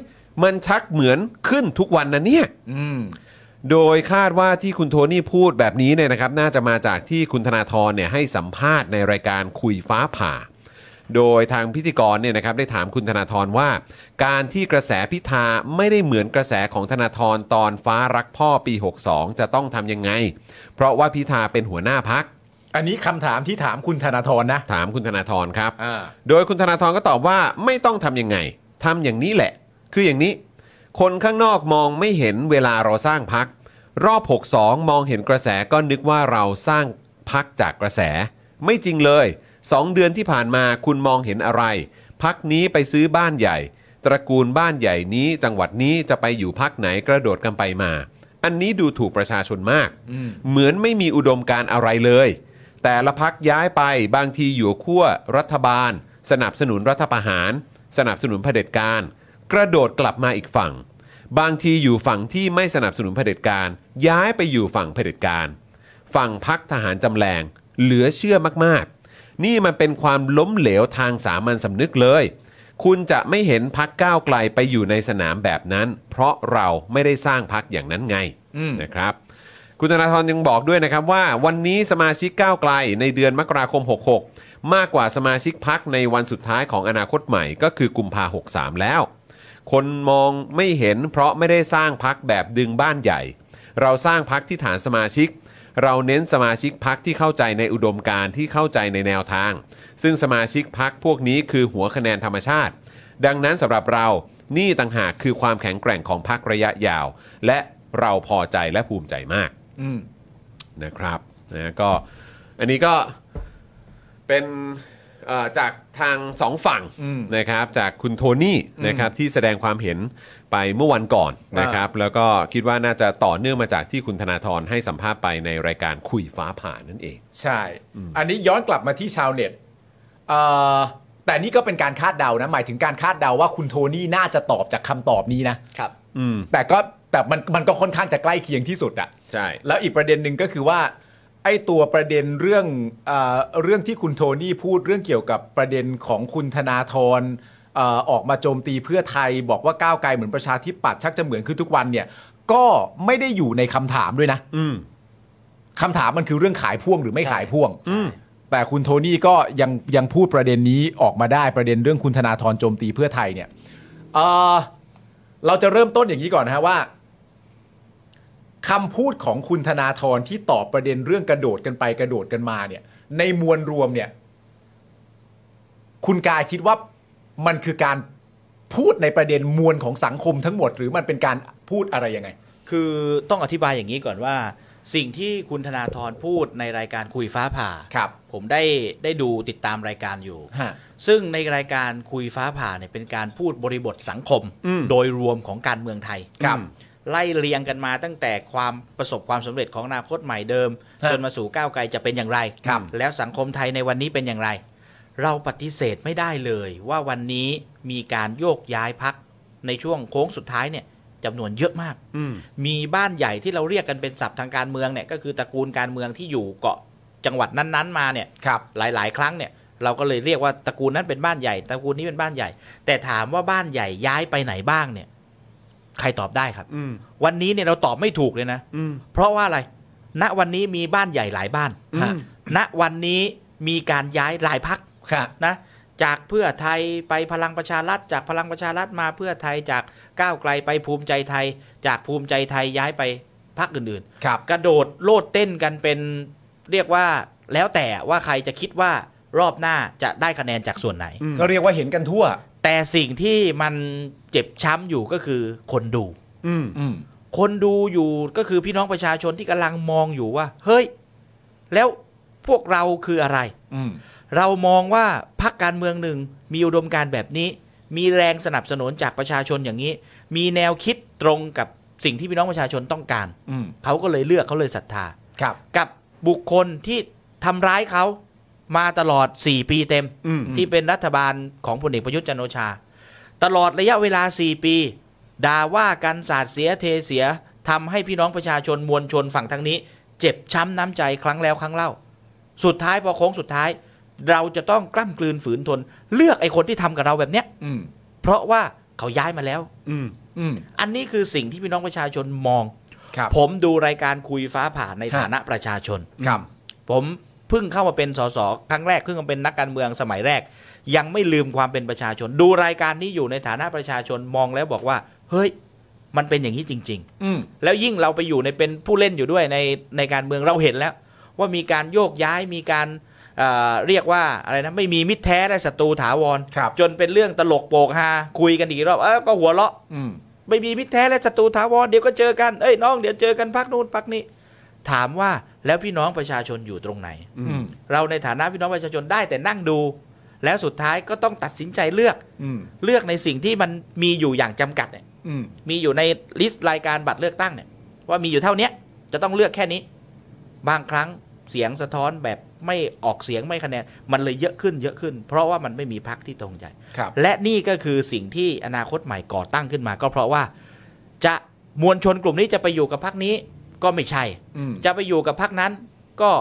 S1: มันชักเหมือนขึ้นทุกวันนะเนี่ย
S2: อืม
S1: โดยคาดว่าที่คุณโทนี่พูดแบบนี้เนี่ยนะครับ น่าจะมาจากที่คุณธนาธรเนี่ยให้สัมภาษณ์ในรายการคุยฟ้าผ่า โดยทางพิธีกรเนี่ยนะครับได้ถามคุณธนาธรว่า การที่กระแสพิธาไม่ได้เหมือนกระแสของธนาธรตอนฟ้ารักพ่อปี 62 จะต้องทำยังไง เพราะว่าพิธาเป็นหัวหน้าพัก
S2: อันนี้คำถามที่ถามคุณธนาธรนะ
S1: ถามคุณธนาธรครับ
S2: อ่า
S1: โดยคุณธนาธรก็ตอบว่าไม่ต้องทำยังไงทำอย่างนี้แหละ คืออย่างนี้ คนข้างนอกมองไม่เห็นเวลาเราสร้างพัก รอบ 62 มองเห็นกระแสก็นึกว่าเราสร้างพักจากกระแส ไม่จริงเลย 2 เดือนที่ผ่านมาคุณมองเห็นอะไร พักนี้ไปซื้อบ้านใหญ่ ตระกูลบ้านใหญ่นี้จังหวัดนี้จะไปอยู่พักไหนกระโดดกันไปมา อันนี้ดูถูกประชาชนมาก เหมือนไม่มีอุดมการณ์อะไรเลย แต่ละพักย้ายไปบางทีอยู่ขั้วรัฐบาล สนับสนุนรัฐประหาร สนับสนุนเผด็จการ กระโดดกลับมาอีกฝั่ง บางทีอยู่ฝั่งที่ไม่สนับสนุนเผด็จการ ย้ายไปอยู่ฝั่งเผด็จการ ฝั่งพักทหารจำแรงเหลือเชื่อมากๆ นี่มันเป็นความล้มเหลวทางสามัญสำนึกเลย คุณจะไม่เห็นพักก้าวไกลไปอยู่ในสนามแบบนั้น เพราะเราไม่ได้สร้างพักอย่างนั้นไง
S2: อืม
S1: นะครับ คุณธนาธรยังบอกด้วยนะครับว่าวันนี้สมาชิกก้าวไกลในเดือนมกราคม 66 มากกว่าสมาชิกพักในวันสุดท้ายของอนาคตใหม่ก็คือกุมภา63 แล้ว คนมองไม่เห็นเพราะไม่ได้สร้างพักแบบดึงบ้านใหญ่ เราสร้างพักที่ฐานสมาชิก เราเน้นสมาชิกพักที่เข้าใจในอุดมการณ์ที่เข้าใจในแนวทาง ซึ่งสมาชิกพักพวกนี้คือหัวคะแนนธรรมชาติ ดังนั้นสำหรับเรานี่ต่างหากคือความแข็งแกร่งของพักระยะยาว และเราพอใจและภูมิใจมาก
S2: อืม
S1: นะครับนะก็อันนี้ก็เป็นเอ่อจากทางสองฝั่งนะครับจากคุณโทนี่นะครับที่แสดงความเห็นไปเมื่อวันก่อนนะครับแล้วก็คิดว่าน่าจะต่อเนื่องมาจากที่คุณธนาธรให้สัมภาษณ์ไปในรายการคุยฟ้าผ่านั่นเอง
S2: ใช่ อันนี้ย้อนกลับมาที่ชาวเน็ตเอ่อแต่นี่ก็เป็นการคาดเดานะ หมายถึงการคาดเดาว่าคุณโทนี่น่าจะตอบจากคำตอบนี้นะ
S3: ครับ
S1: อืม
S2: แต่ก็แต่มันมันก็ค่อนข้างจะใกล้เคียงที่สุดอะ
S1: ใช่
S2: แล้วอีกประเด็นหนึ่งก็คือว่า ไอ้ตัวประเด็นเรื่องเออเรื่องที่คุณโทนี่พูดเรื่องเกี่ยวกับประเด็นของคุณธนาธรเอ่อออกมาโจมตีเพื่อไทย บอกว่าก้าวไกลเหมือนประชาธิปัตย์ชักจะเหมือนขึ้นทุกวันเนี่ย ก็ไม่ได้อยู่ในคำถามด้วยนะ
S1: อืม
S2: คำถามมันคือเรื่องขายพ่วงหรือไม่ขายพ่วง
S1: อืม
S2: แต่คุณโทนี่ก็ยังยังพูดประเด็นนี้ออกมาได้ประเด็นเรื่องคุณธนาธรโจมตีเพื่อไทยเนี่ยเอ่อเราจะเริ่มต้นอย่างนี้ก่อนนะฮะว่าคำพูดของคุณธนาธรที่ตอบประเด็นเรื่องกระโดดกันไปกระโดดกันมาเนี่ย ในมวลรวมเนี่ย คุณกายคิดว่ามันคือการพูดในประเด็นมวลของสังคมทั้งหมด หรือมันเป็นการพูดอะไรยังไง
S3: คือต้องอธิบายอย่างนี้ก่อนว่า สิ่งที่คุณธนาธรพูดในรายการคุยฟ้าผ่า
S2: ครับ
S3: ผมได้ได้ดูติดตามรายการอยู่
S2: ฮะ
S3: ซึ่งในรายการคุยฟ้าผ่าเนี่ยเป็นการพูดบริบทสังคม
S1: อืม
S3: โดยรวมของการเมืองไทย
S2: ครับ
S3: ไล่เรียงกันมาตั้งแต่ความประสบความสำเร็จของอนาคตใหม่เดิม
S2: ฮะ
S3: จนมาสู่ก้าวไกลจะเป็นอย่างไร
S2: ครับ
S3: แล้วสังคมไทยในวันนี้เป็นอย่างไร เราปฏิเสธไม่ได้เลย ว่าวันนี้มีการโยกย้ายพักในช่วงโค้งสุดท้ายเนี่ยจำนวนเยอะมาก
S1: อืม
S3: มีบ้านใหญ่ที่เราเรียกกันเป็นศัพท์ทางการเมืองเนี่ยก็คือตระกูลการเมืองที่อยู่เกาะจังหวัดนั้นๆมาเนี่ย
S2: ครับ
S3: หลาย ๆ ครั้งเนี่ยเราก็เลยเรียกว่าตระกูลนั้นเป็นบ้านใหญ่ตระกูลนี้เป็นบ้านใหญ่ แต่ถามว่าบ้านใหญ่ย้ายไปไหนบ้างเนี่ยใครตอบได้ครับ
S1: อืม
S3: วันนี้เนี่ยเราตอบไม่ถูกเลยนะ
S1: อืม
S3: เพราะว่าอะไร ณวันนี้มีบ้านใหญ่หลายบ้าน
S1: อืม
S3: ฮะณวันนี้มีการย้ายหลายพัก
S2: ค่ะ
S3: นะจากเพื่อไทยไปพลังประชารัฐ จากพลังประชารัฐมาเพื่อไทยจากก้าวไกลไปภูมิใจไทย จากภูมิใจไทยย้ายไปพักอื่นๆ
S2: ครับ
S3: กระโดดโลดเต้นกันเป็นเรียกว่าแล้วแต่ว่าใครจะคิดว่ารอบหน้าจะได้คะแนนจากส่วนไหน
S2: ก็เรียกว่าเห็นกันทั่ว
S3: แต่สิ่งที่มันเจ็บช้ำอยู่ก็คือคนดู
S1: อืม
S2: อืม
S3: คนดูอยู่ก็คือพี่น้องประชาชนที่กำลังมองอยู่ว่า เฮ้ย แล้วพวกเราคืออะไร
S2: อืม
S3: เรามองว่าพรรคการเมืองหนึ่งมีอุดมการณ์แบบนี้ มีแรงสนับสนุนจากประชาชนอย่างนี้ มีแนวคิดตรงกับสิ่งที่พี่น้องประชาชนต้องการ
S2: อืม
S3: เขาก็เลยเลือกเขาเลยศรัทธา
S2: ครับ
S3: กับบุคคลที่ทำร้ายเขามาตลอด 4 ปีเต็ม
S1: อืม
S3: ที่เป็นรัฐบาลของพลเอกประยุทธ์จันทร์โอชา ตลอดระยะเวลา 4 ปีด่าว่ากันสาดเสียเทเสียทำให้พี่น้องประชาชนมวลชนฝั่งทางนี้ เจ็บช้ำน้ำใจครั้งแล้วครั้งเล่า สุดท้ายพอโค้งสุดท้าย เราจะต้องกล้ำกลืนฝืนทน เลือกไอ้คนที่ทำกับเราแบบเนี้ย
S2: อืม
S3: เพราะว่าเขาย้ายมาแล้ว
S1: อืม
S2: อืม
S3: อันนี้คือสิ่งที่พี่น้องประชาชนมอง
S2: ครับ
S3: ผมดูรายการคุยฟ้าผ่าใน
S2: ครับ
S3: ฐานะประชาชน
S2: ครับ
S3: ผมเพิ่งเข้ามาเป็นสสครั้งแรกเพิ่งมาเป็นนักการเมืองสมัยแรก ยังไม่ลืมความเป็นประชาชน ดูรายการนี้อยู่ในฐานะประชาชนมองแล้วบอกว่า เฮ้ย มันเป็นอย่างนี้จริง
S2: อืม
S3: ๆ แล้วยิ่งเราไปอยู่ในเป็นผู้เล่นอยู่ด้วยในในการเมืองเราเห็นแล้ว ว่ามีการโยกย้ายมีการเอ่อเรียกว่าอะไรนะไม่มีมิตรแท้และศัตรูถาวร
S2: ครับ
S3: จนเป็นเรื่องตลกโปกฮาคุยกันอีกรอบเออก็หัวเราะ
S2: อืม
S3: ไม่มีมิตรแท้และศัตรูถาวรเดี๋ยวก็เจอกัน เอ้ยน้องเดี๋ยวเจอกันพักนู้นพักนี้ ถามว่าแล้วพี่น้องประชาชนอยู่ตรงไหน
S2: อืม
S3: เราในฐานะพี่น้องประชาชนได้แต่นั่งดู แล้วสุดท้ายก็ต้องตัดสินใจเลือก
S2: อืม
S3: เลือกในสิ่งที่มันมีอยู่อย่างจำกัดเนี่ย
S2: อืม
S3: มีอยู่ในลิสต์รายการบัตรเลือกตั้งเนี่ยว่ามีอยู่เท่าเนี้ยจะต้องเลือกแค่นี้ บางครั้งเสียงสะท้อนแบบไม่ออกเสียงไม่คะแนนมันเลยเยอะขึ้นเยอะขึ้น เพราะว่ามันไม่มีพักที่ตรงใจ
S2: ครับ
S3: และนี่ก็คือสิ่งที่อนาคตใหม่ก่อตั้งขึ้นมา ก็เพราะว่าจะมวลชนกลุ่มนี้จะไปอยู่กับพักนี้ก็ไม่ใช่
S2: อืม
S3: จะไปอยู่กับพักนั้นก็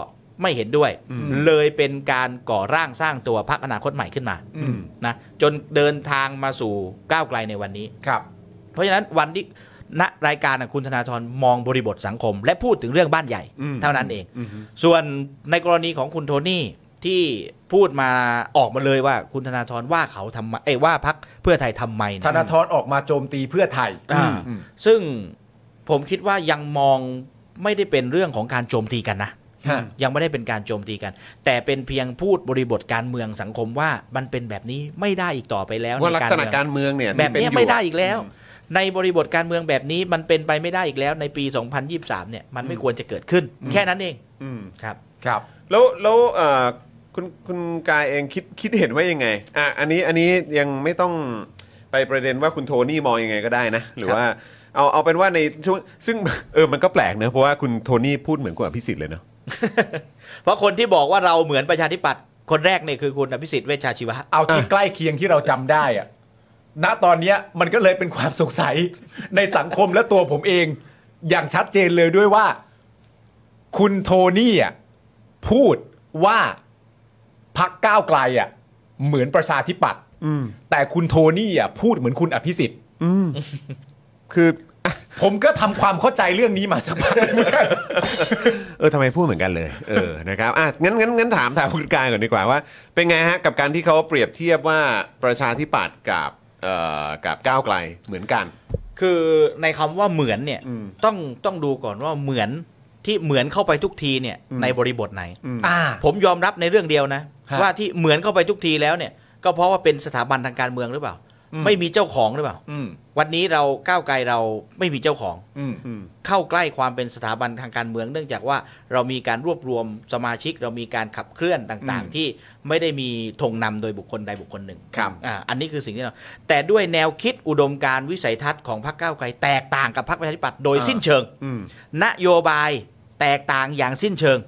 S3: ไม่เห็นด้วย
S1: อืม
S3: เลยเป็นการก่อร่างสร้างตัวพักอนาคตใหม่ขึ้นมา
S2: อืม
S3: นะจนเดินทางมาสู่ก้าวไกลในวันนี้
S2: ครับ
S3: เพราะฉะนั้นวันที่ณรายการน่ะคุณธนาธรมองบริบทสังคม และพูดถึงเรื่องบ้านใหญ่
S1: อืม
S3: เท่านั้นเอง
S1: อืม
S3: ส่วนในกรณีของคุณโทนี่ที่พูดมาออกมาเลยว่าคุณธนาธรว่าเขาทำไมเอ้ยว่าพักเพื่อไทยทำไมเย
S2: ธนาธรออกมาโจมตีเพื่อไทย
S3: อ่า
S2: อืม
S3: ซึ่งผมคิดว่ายังมองไม่ได้เป็นเรื่องของการโจมตีกันนะ
S2: ฮะ
S3: ยังไม่ได้เป็นการโจมตีกัน แต่เป็นเพียงพูดบริบทการเมืองสังคมว่ามันเป็นแบบนี้ไม่ได้อีกต่อไปแล้ว
S1: ว่าลักษณะ
S3: ใน
S1: การเมืองเนี่ย
S3: แบบ
S1: ที่เป็
S3: นี้
S1: อยู่
S3: ไม่ได้อีกแล้ว ในบริบทการเมืองแบบนี้มันเป็นไปไม่ได้อีกแล้วในปี 2023 เนี่ยมันไม่ควรจะเกิดขึ้น แค่นั้นเอง
S1: อืม
S3: ครับ
S2: ครับ
S1: แล้วแล้วเอ่อคุณคุณกายเองคิดคิดเห็นว่ายังไงอ่ะอันนี้อันนี้ยังไม่ต้องไปประเด็นว่าคุณโทนี่มองยังไงก็ได้นะ หรือ
S3: ครับ
S1: ว่าเอาเอาเป็นว่าในช่วงซึ่ง เออมันก็แปลกเนอะเพราะว่าคุณโทนี่พูดเหมือนกับพิสิทธิ์เลยเนอะ
S3: เพราะคนที่บอกว่าเราเหมือนประชาธิปัตย์คนแรกเนี่ยคือคุณอภิสิทธิ์เวชชาชีวะ
S2: เอาที่ใกล้เคียงที่เราจำได้อะณตอนเนี้ยมันก็เลยเป็นความสงสัย ในสังคมและตัวผมเอง อย่างชัดเจนเลยด้วยว่า คุณโทนี่อะพูดว่าพักก้าวไกลอะเหมือนประชาธิปัตย์แต่คุณโทนี่อะพูดเหมือนคุณอภิสิทธิ์
S1: คือ
S2: ผมก็ทำความเข้าใจเรื่องนี้มาสักพักหนึ่งเหมือนกัน
S1: เออทำไมพูดเหมือนกันเลยเอ อนะครับอ่ะงั้นงั้นงั้นถามถามคุณกายก่อนดีกว่าว่า เป็นไงฮะกับการที่เขาเปรียบเทียบว่าประชาธิปัตย์กับเอ่อกับก้าวไกลเหมือนกัน
S3: คือในคำว่าเหมือนเนี่ยต้องต้องดูก่อนว่าเหมือนที่เหมือนเข้าไปทุกทีเนี่ยในบริบทไหน
S2: อ่า
S3: ผมยอมรับในเรื่องเดียวนะ
S2: ฮะ
S3: ว่าที่เหมือนเข้าไปทุกทีแล้วเนี่ย ก็เพราะว่าเป็นสถาบันทางการเมืองหรือเปล่า
S2: อืม
S3: ไม่มีเจ้าของหรือเปล่า
S2: อืม
S3: วันนี้เราก้าวไกลเราไม่มีเจ้าของ
S2: อืม
S3: เข้าใกล้ความเป็นสถาบันทางการเมือง เนื่องจากว่าเรามีการรวบรวมสมาชิก เรามีการขับเคลื่อนต่าง
S2: อืม
S3: ๆ ที่ไม่ได้มีธงนำโดยบุคคลใดบุคคลหนึ่ง
S2: ครับ
S3: อ่าอันนี้คือสิ่งที่เราแต่ด้วยแนวคิดอุดมการณ์วิสัยทัศน์ของพรรคก้าวไกลแตกต่างกับพรรคประชาธิปัตย์โดย
S2: อ่า
S3: สิ้นเชิง
S1: อืม
S3: นโยบายแตกต่างอย่างสิ้นเชิง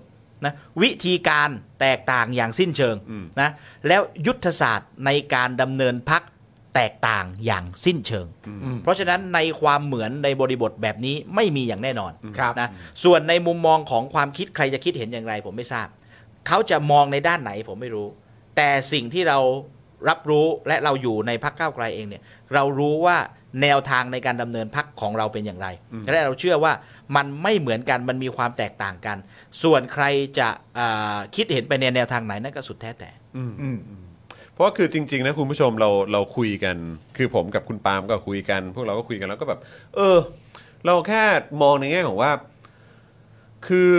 S3: นะวิธีการแตกต่างอย่างสิ้นเชิง
S1: อืม
S3: นะแล้วยุทธศาสตร์ในการดำเนินพักแตกต่างอย่างสิ้นเชิง
S2: อืม
S3: เพราะฉะนั้นในความเหมือนในบริบทแบบนี้ไม่มีอย่างแน่นอน
S2: ครับ
S3: นะส่วนในมุมมองของความคิดใครจะคิดเห็นอย่างไร ผมไม่ทราบ เขาจะมองในด้านไหนผมไม่รู้ แต่สิ่งที่เรารับรู้และเราอยู่ในพักก้าวไกลเองเนี่ยเรารู้ว่าแนวทางในการดำเนินพักของเราเป็นอย่างไรและเราเชื่อว่ามันไม่เหมือนกันมันมีความแตกต่างกัน ส่วนใครจะอ่าคิดเห็นไปในแนวทางไหนนั่นก็สุดแท้แต่
S2: อืม
S1: เพราะคือจริง ๆ นะคุณผู้ชมเราเราคุยกัน คือผมกับคุณปาล์มก็คุยกัน พวกเราก็คุยกันแล้วก็แบบ เออ เราแค่มองในแง่ของว่า คือ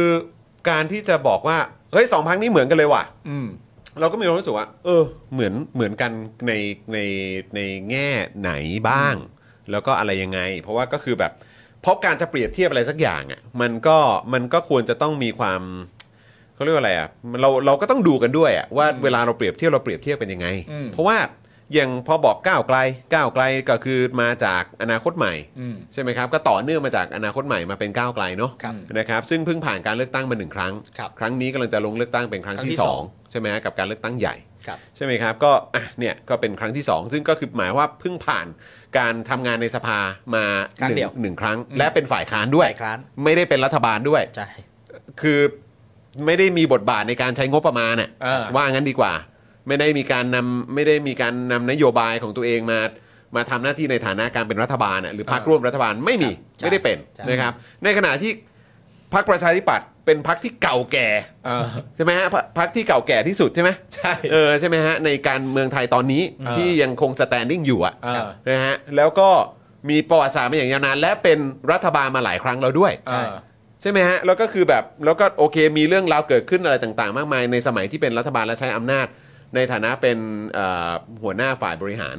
S1: การที่จะบอกว่าเฮ้ยสองพักนี้เหมือนกันเลยว่ะ
S2: อืม
S1: เราก็มีความรู้สึกว่า เออ เหมือนเหมือนกันในในในแง่ไหนบ้าง แล้วก็อะไรยังไง เพราะว่าก็คือแบบ เพราะการจะเปรียบเทียบอะไรสักอย่างอ่ะมันก็มันก็ควรจะต้องมีความเขาเรียกว่าอะไรอ่ะมันเราเราก็ต้องดูกันด้วยอ่ะว่าเวลาเราเปรียบเทียบเราเปรียบเทียบกันยังไง
S2: อืม
S1: เพราะว่าอย่างพอบอกก้าวไกลก้าวไกลก็คือมาจากอนาคตใหม่
S2: อืม
S1: ใช่ไหมครับ ก็ต่อเนื่องมาจากอนาคตใหม่มาเป็นก้าวไกลเนาะ
S3: ครับ
S1: นะครับซึ่งเพิ่งผ่านการเลือกตั้งมาหนึ่งครั้ง
S3: ครับ
S1: ครั้งนี้กำลังจะลงเลือกตั้งเป็นครั้ง
S3: ครั้งที่
S1: ที่สองใช่ไหมฮะกับการเลือกตั้งใหญ่
S3: ครับ
S1: ใช่ไหมครับก็อ่ะเนี่ยก็เป็นครั้งที่สองซึ่งก็คือหมายว่าเพิ่งผ่านการทำงานในสภามา
S3: ครั้
S1: ห
S3: ง
S1: นึ่
S3: เดียว
S1: หนึ่งครั้ง และเป็นฝ่ายค้านด้วย
S3: ฝ่ายค้าน
S1: ไม่ได้เป็นรัฐบาลด้วย
S3: ใช่
S1: คือไม่ได้มีบทบาทในการใช้งบประมาณน่ะ
S2: เออ
S1: ว่างั้นดีกว่า ไม่ได้มีการนำไม่ได้มีการนำนโยบายของตัวเองมามาทำหน้าที่ในฐานะการเป็นรัฐบาลน่ะหรือพรรคร่วมรัฐบาลไม่มี
S3: ใช่
S1: ไม่ได้เป็น
S3: ใช่
S1: นะครับ ในขณะที่พรรคประชาธิปัตย์เป็นพรรคที่เก่าแก่
S2: เออ
S1: ใช่ไหมฮะพรรคพรรคที่เก่าแก่ที่สุดใช่ไหม
S2: ใช่
S1: เออใช่ไหมฮะในการเมืองไทยตอนนี้
S2: เออ
S1: ที่ยังคงสแตนดิ้งอยู่อะ
S2: เออ
S1: นะฮะแล้วก็มีประวัติศาสตร์มาอย่างยาวนานและเป็นรัฐบาลมาหลายครั้งแล้วด้วย
S2: เออ
S1: ใช่ไหมฮะ แล้วก็คือแบบ แล้วก็โอเค มีเรื่องราวเกิดขึ้นอะไรต่างๆ มากมาย ในสมัยที่เป็นรัฐบาลและใช้อำนาจ ในฐานะเป็นเอ่อหัวหน้าฝ่ายบริหาร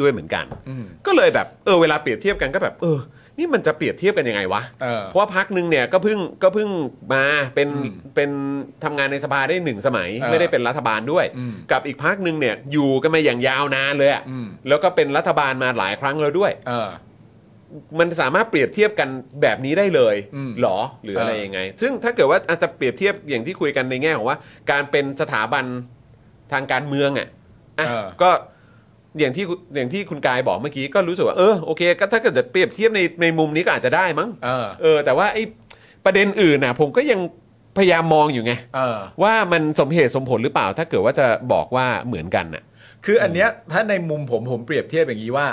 S1: ด้วยเหมือนกัน
S2: อืม
S1: ก็เลยแบบ เออ เวลาเปรียบเทียบกันก็แบบ เออ นี่มันจะเปรียบเทียบกันยังไงวะ
S2: เออ
S1: เพราะว่าพักหนึ่งเนี่ยก็เพิ่งก็เพิ่งมาเป็น
S2: อืม
S1: เป็นทำงานในสภาได้หนึ่งสมัย
S2: เออ
S1: ไม่ได้เป็นรัฐบาลด้วย
S2: อืม
S1: กับอีกพักหนึ่งเนี่ยอยู่กันมาอย่างยาวนานเลยอะ
S2: อืม
S1: แล้วก็เป็นรัฐบาลมาหลายครั้งแล้วด้วย
S2: เออ
S1: มันสามารถเปรียบเทียบกันแบบนี้ได้เลย
S2: อืม
S1: หรอหรืออะไร
S2: เออ
S1: ยังไง ซึ่งถ้าเกิดว่าอาจจะเปรียบเทียบอย่างที่คุยกันในแง่ของว่า การเป็นสถาบันทางการเมืองอ่ะอ่ะ
S2: เออ
S1: ก็อย่างที่คุณอย่างที่คุณกายบอกเมื่อกี้ก็รู้สึกว่าเออโอเคก็ถ้าเกิดจะเปรียบเทียบในในมุมนี้ก็อาจจะได้มั้ง
S2: เออ
S1: เออแต่ว่าไอ้ประเด็นอื่นน่ะ ผมก็ยังพยายามมองอยู่ไง
S2: เออ
S1: ว่ามันสมเหตุสมผลหรือเปล่า ถ้าเกิดว่าจะบอกว่าเหมือนกันน่ะ
S2: คืออันเนี้ยถ้าในมุมผมผมเปรียบเทียบอย่างนี้ว่า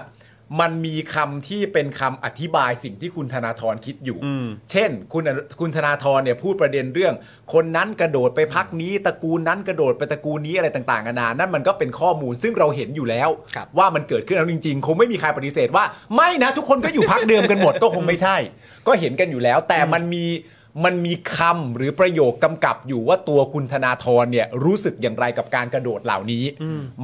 S2: มันมีคำที่เป็นคำอธิบายสิ่งที่คุณธนาธรคิดอยู่
S1: อืม
S2: เช่น คุณคุณธนาธรเนี่ยพูดประเด็นเรื่อง คนนั้นกระโดดไปพักนี้ตระกูลนั้นกระโดดไปตระกูลนี้อะไรต่างๆนานานั่นมันก็เป็นข้อมูลซึ่งเราเห็นอยู่แล้ว
S3: ครับ
S2: ว่ามันเกิดขึ้นแล้วจริงๆ คงไม่มีใครปฏิเสธว่า ไม่นะทุกคนก็อยู่พักเดิมกันหมด ก็คงไม่ใช่ ก็เห็นกันอยู่แล้ว แต่มันมี มันมีคำหรือประโยคกำกับอยู่ว่าตัวคุณธนาธรเนี่ยรู้สึกอย่างไรกับการกระโดดเหล่านี้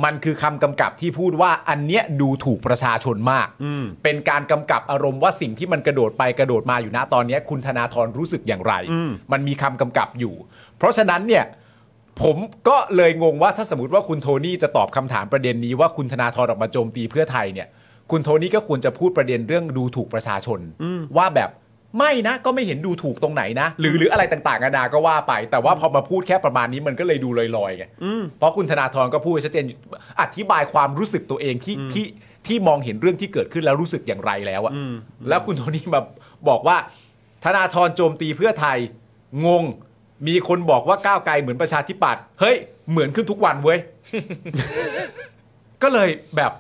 S2: มันคือคำกำกับที่พูดว่าอันเนี้ยดูถูกประชาชนมาก
S1: อืม
S2: เป็นการกำกับอารมณ์ว่าสิ่งที่มันกระโดดไปกระโดดมาอยู่นะตอนเนี้ยคุณธนาธรรู้สึกอย่างไร
S1: อืม
S2: มันมีคำกำกับอยู่ เพราะฉะนั้นเนี่ย ผมก็เลยงงว่าถ้าสมมติว่าคุณโทนี่จะตอบคำถามประเด็นนี้ว่าคุณธนาธรออกมาโจมตีเพื่อไทยเนี่ย คุณโทนี่ก็ควรจะพูดประเด็นเรื่องดูถูกประชาชน ว่าแบบไม่นะก็ไม่เห็นดูถูกตรงไหนนะ หรือหรืออะไรต่างๆนานาก็ว่าไป แต่ว่าพอมาพูดแค่ประมาณนี้มันก็เลยดูลอยๆไงเพราะคุณธนาธรก็พูดชัดเจนอธิบายความรู้สึกตัวเองที่ที่ที่มองเห็นเรื่องที่เกิดขึ้นแล้วรู้สึกอย่างไรแล้วอะแล้วคุณโทนี่มาบอกว่า ธนาธรโจมตีเพื่อไทย งง มีคนบอกว่าก้าวไกลเหมือนประชาธิปัตย์เฮ้ย เหมือนขึ้นทุกวันเว้ย ก็เลยแบบ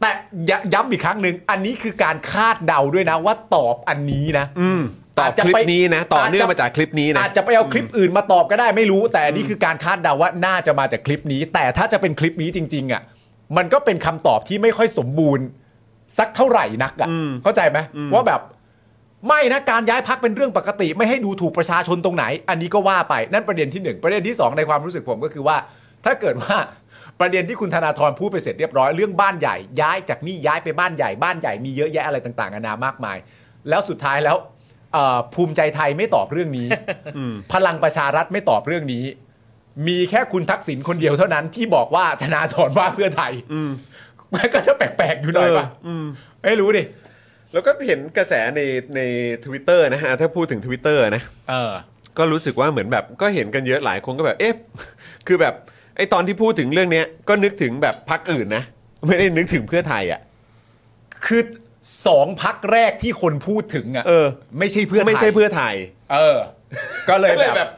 S2: แต่ย้ำย้ำอีกครั้งหนึ่งอันนี้คือการคาดเดาด้วยนะว่าตอบอันนี้นะ
S1: อืมต่อ
S2: อาจจะ
S1: คลิ
S2: ไป
S1: ปนี้นะ ต่อเนื่อง
S2: อาจจะ
S1: มาจากคลิปนี้นะ
S2: อาจจะไปเอาคลิปอื่นมาตอบก็ได้ไม่รู้ แต่อันนี่คือการคาดเดาว่าน่าจะมาจากคลิปนี้ แต่ถ้าจะเป็นคลิปนี้จริง ๆ อ่ะ มันก็เป็นคำตอบที่ไม่ค่อยสมบูรณ์ สักเท่าไหร่นักอ่ะ
S1: อืม
S2: เข้าใจไหมว่าแบบ ไม่นะการย้ายพักเป็นเรื่องปกติไม่ให้ดูถูกประชาชนตรงไหน อันนี้ก็ว่าไปนั่นประเด็นที่หนึ่งประเด็นที่สองในความรู้สึกผมก็คือว่า ถ้าเกิดว่า ประเด็นที่คุณธนาธรพูดไปเสร็จเรียบร้อยเรื่องบ้านใหญ่ ย้ายจากนี่ย้ายไปบ้านใหญ่บ้านใหญ่มีเยอะแยะอะไรต่างๆนานามากมาย แล้วสุดท้ายแล้วเอ่อภูมิใจไทยไม่ตอบเรื่อง นี้ พลังประชารัฐไม่ตอบเรื่องนี้ มีแค่คุณทักษิณคนเดียวเท่านั้นที่บอกว่าธนาธรว่าเพื่อไทยมันก็จะแปลกๆอยู่หน่อยป่ะไม่รู้ดิ
S1: แล้วก็เห็นกระแสในในทวิตเตอร์นะฮะถ้าพูดถึงทวิตเตอร์นะ
S2: เออ
S1: ก็รู้สึกว่าเหมือนแบบก็เห็นกันเยอะหลายคนก็แบบเอ๊ะ คือแบบไอ้ตอนที่พูดถึงเรื่องเนี้ยก็นึกถึงแบบพักอื่นนะ ไม่ได้นึกถึงเพื่อไทยอ่ะ
S2: คือสองพักแรกที่คนพูดถึงอ่ะ
S1: เออ
S2: ไม่ใช่เพื่อไทย
S1: ไม่ใช่เพื่อไทย
S2: เออ ก็เลย
S1: ก็เลย
S2: แบ
S1: แบบ บ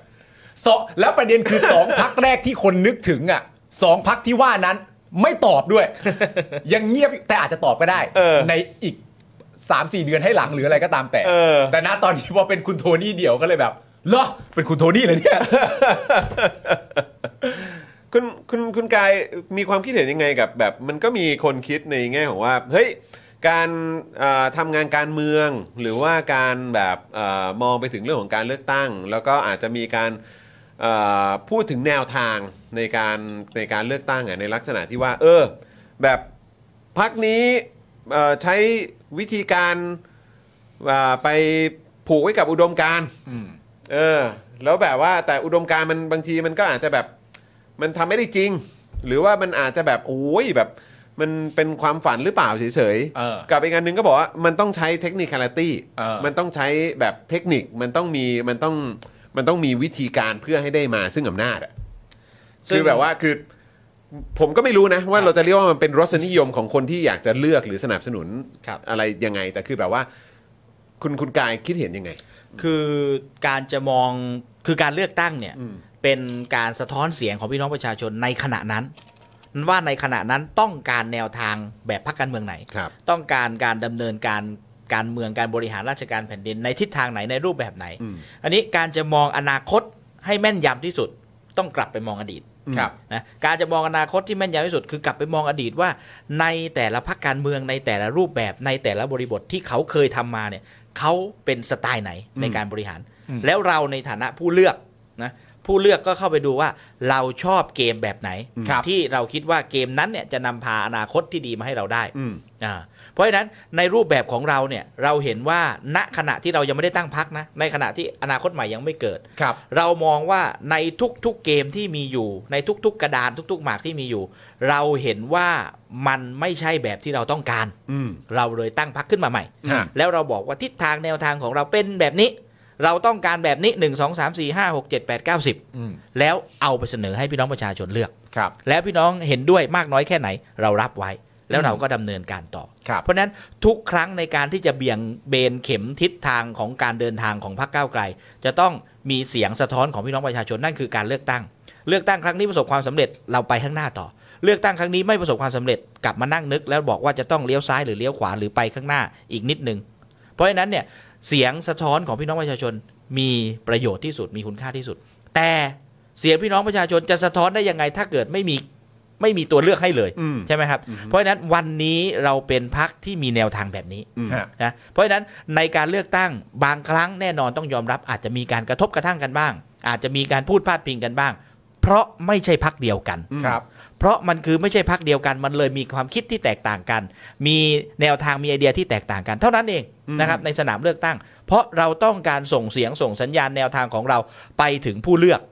S2: สองแล้วประเด็นคือสองพักแรกที่คนนึกถึงอ่ะสองพักที่ว่านั้นไม่ตอบ ด้วย ยังเงียบอยู่แต่อาจจะตอบก็ได้
S1: เออ
S2: ในอีกสามสี่เดือนให้หลังหรืออะไรก็ตามแต่
S1: เออ
S2: แต่ณตอนนี้พอเป็นคุณโทนี่เดี่ยวก็เลยแบบเหรอเป็นคุณโทนี่เลยเนี่ย
S1: คุณคุณคุณกายมีความคิดเห็นยังไงกับแบบมันก็มีคนคิดในแง่ของว่า เฮ้ย การเอ่อทำงานการเมืองหรือว่าการแบบเอ่อมองไปถึงเรื่องของการเลือกตั้ง แล้วก็อาจจะมีการเอ่อพูดถึงแนวทางในการในการเลือกตั้งอะในลักษณะที่ว่า เออ แบบพักนี้เอ่อใช้วิธีการเอ่อไปผูกไว้กับอุดมการณ์เออ แล้วแบบว่าแต่อุดมการณ์มันบางทีมันก็อาจจะแบบ มันทำไม่ได้จริง หรือว่ามันอาจจะแบบโอ้ยแบบมันเป็นความฝันหรือเปล่าเฉย
S2: เออ
S1: กับอีกอันหนึงก็บอกว่ามันต้องใช้เทคนิคคาราตี้
S2: เออ
S1: มันต้องใช้แบบเทคนิคมันต้องมีมันต้องมันต้องมีวิธีการเพื่อให้ได้มาซึ่งอำนาจอะ
S3: ซึ่ง
S1: คือแบบว่าคือผมก็ไม่รู้นะ ว่าเราจะเรียกว่ามันเป็นรสนิยมของคนที่อยากจะเลือกหรือสนับสนุน
S3: ครับ
S1: อะไรยังไง แต่คือแบบว่า คุณคุณกายคิดเห็นยังไง
S3: คือการจะมองคือการเลือกตั้งเนี่ยเป็นการสะท้อนเสียงของพี่น้องประชาชนในขณะนั้น ว่าในขณะนั้นต้องการแนวทางแบบพรรคการเมืองไหน
S1: ครับ
S3: ต้องการการดำเนินการการเมืองการบริหารราชการแผ่นดินในทิศทางไหนในรูปแบบไหน
S1: อืม
S3: อันนี้การจะมองอนาคตให้แม่นยำที่สุด ต้องกลับไปมองอดีต
S2: ครับ
S3: นะการจะมองอนาคตที่แม่นยำที่สุด คือกลับไปมองอดีตว่า ในแต่ละพักการเมืองในแต่ละรูปแบบในแต่ละบริบทที่เขาเคยทำมาเนี่ยเขาเป็นสไตล์ไหนในการบริหาร
S2: อืม
S3: แล้วเราในฐานะผู้เลือกนะผู้เลือกก็เข้าไปดูว่าเราชอบเกมแบบไหน
S2: ครับ
S3: ที่เราคิดว่าเกมนั้นเนี่ยจะนำพาอนาคตที่ดีมาให้เราได้
S1: อืม
S3: อ่าเพราะฉะนั้นในรูปแบบของเราเนี่ยเราเห็นว่าณขณะที่เรายังไม่ได้ตั้งพักนะในขณะที่อนาคตใหม่ยังไม่เกิด
S2: ครับ
S3: เรามองว่าในทุกๆเกมที่มีอยู่ ในทุกๆกระดานทุกๆหมากที่มีอยู่ เราเห็นว่ามันไม่ใช่แบบที่เราต้องการ
S1: อืม
S3: เราเลยตั้งพักขึ้นมาใหม่
S2: ฮะ
S3: แล้วเราบอกว่าทิศทางแนวทางของเราเป็นแบบนี้ เราต้องการแบบนี้ 1 2 3 4 5 6 7 8 9
S2: อืม
S3: 10 แล้วเอาไปเสนอให้พี่น้องประชาชนเลือก
S2: ครับ
S3: แล้วพี่น้องเห็นด้วยมากน้อยแค่ไหน เรารับไว้ แล้วเราก็ดำเนินการต่อ
S2: ครับ
S3: เพราะฉะนั้นทุกครั้งในการที่จะเบี่ยงเบนเข็มทิศทางของการเดินทางของพรรคก้าวไกล จะต้องมีเสียงสะท้อนของพี่น้องประชาชนนั่นคือการเลือกตั้ง เลือกตั้งครั้งนี้ประสบความสำเร็จเราไปข้างหน้าต่อ เลือกตั้งครั้งนี้ไม่ประสบความสำเร็จกลับมานั่งนึก แล้วบอกว่าจะต้องเลี้ยวซ้ายหรือเลี้ยวขวาหรือไปข้างหน้าอีกนิดนึง เพราะฉะนั้นเนี่ยเสียงสะท้อนของพี่น้องประชาชนมีประโยชน์ที่สุดมีคุณค่าที่สุด แต่เสียงพี่น้องประชาชนจะสะท้อนได้ยังไงถ้าเกิดไม่มี ไม่มีตัวเลือกให้เลย
S1: อืม
S3: ใช่ไหมครับ เพราะฉะนั้นวันนี้เราเป็นพักที่มีแนวทางแบบนี้
S1: อืม
S2: ฮะ
S3: นะเพราะฉะนั้นในการเลือกตั้งบางครั้งแน่นอนต้องยอมรับอาจจะมีการกระทบกระทั่งกันบ้าง อาจจะมีการพูดพาดพิงกันบ้าง เพราะไม่ใช่พักเดียวกัน
S2: ครับ
S3: เพราะมันคือไม่ใช่พักเดียวกัน มันเลยมีความคิดที่แตกต่างกัน มีแนวทางมีไอเดียที่แตกต่างกัน เท่านั้นเองนะครับในสนามเลือกตั้ง เพราะเราต้องการส่งเสียงส่งสัญญาณแนวทางของเราไปถึงผู้เลือก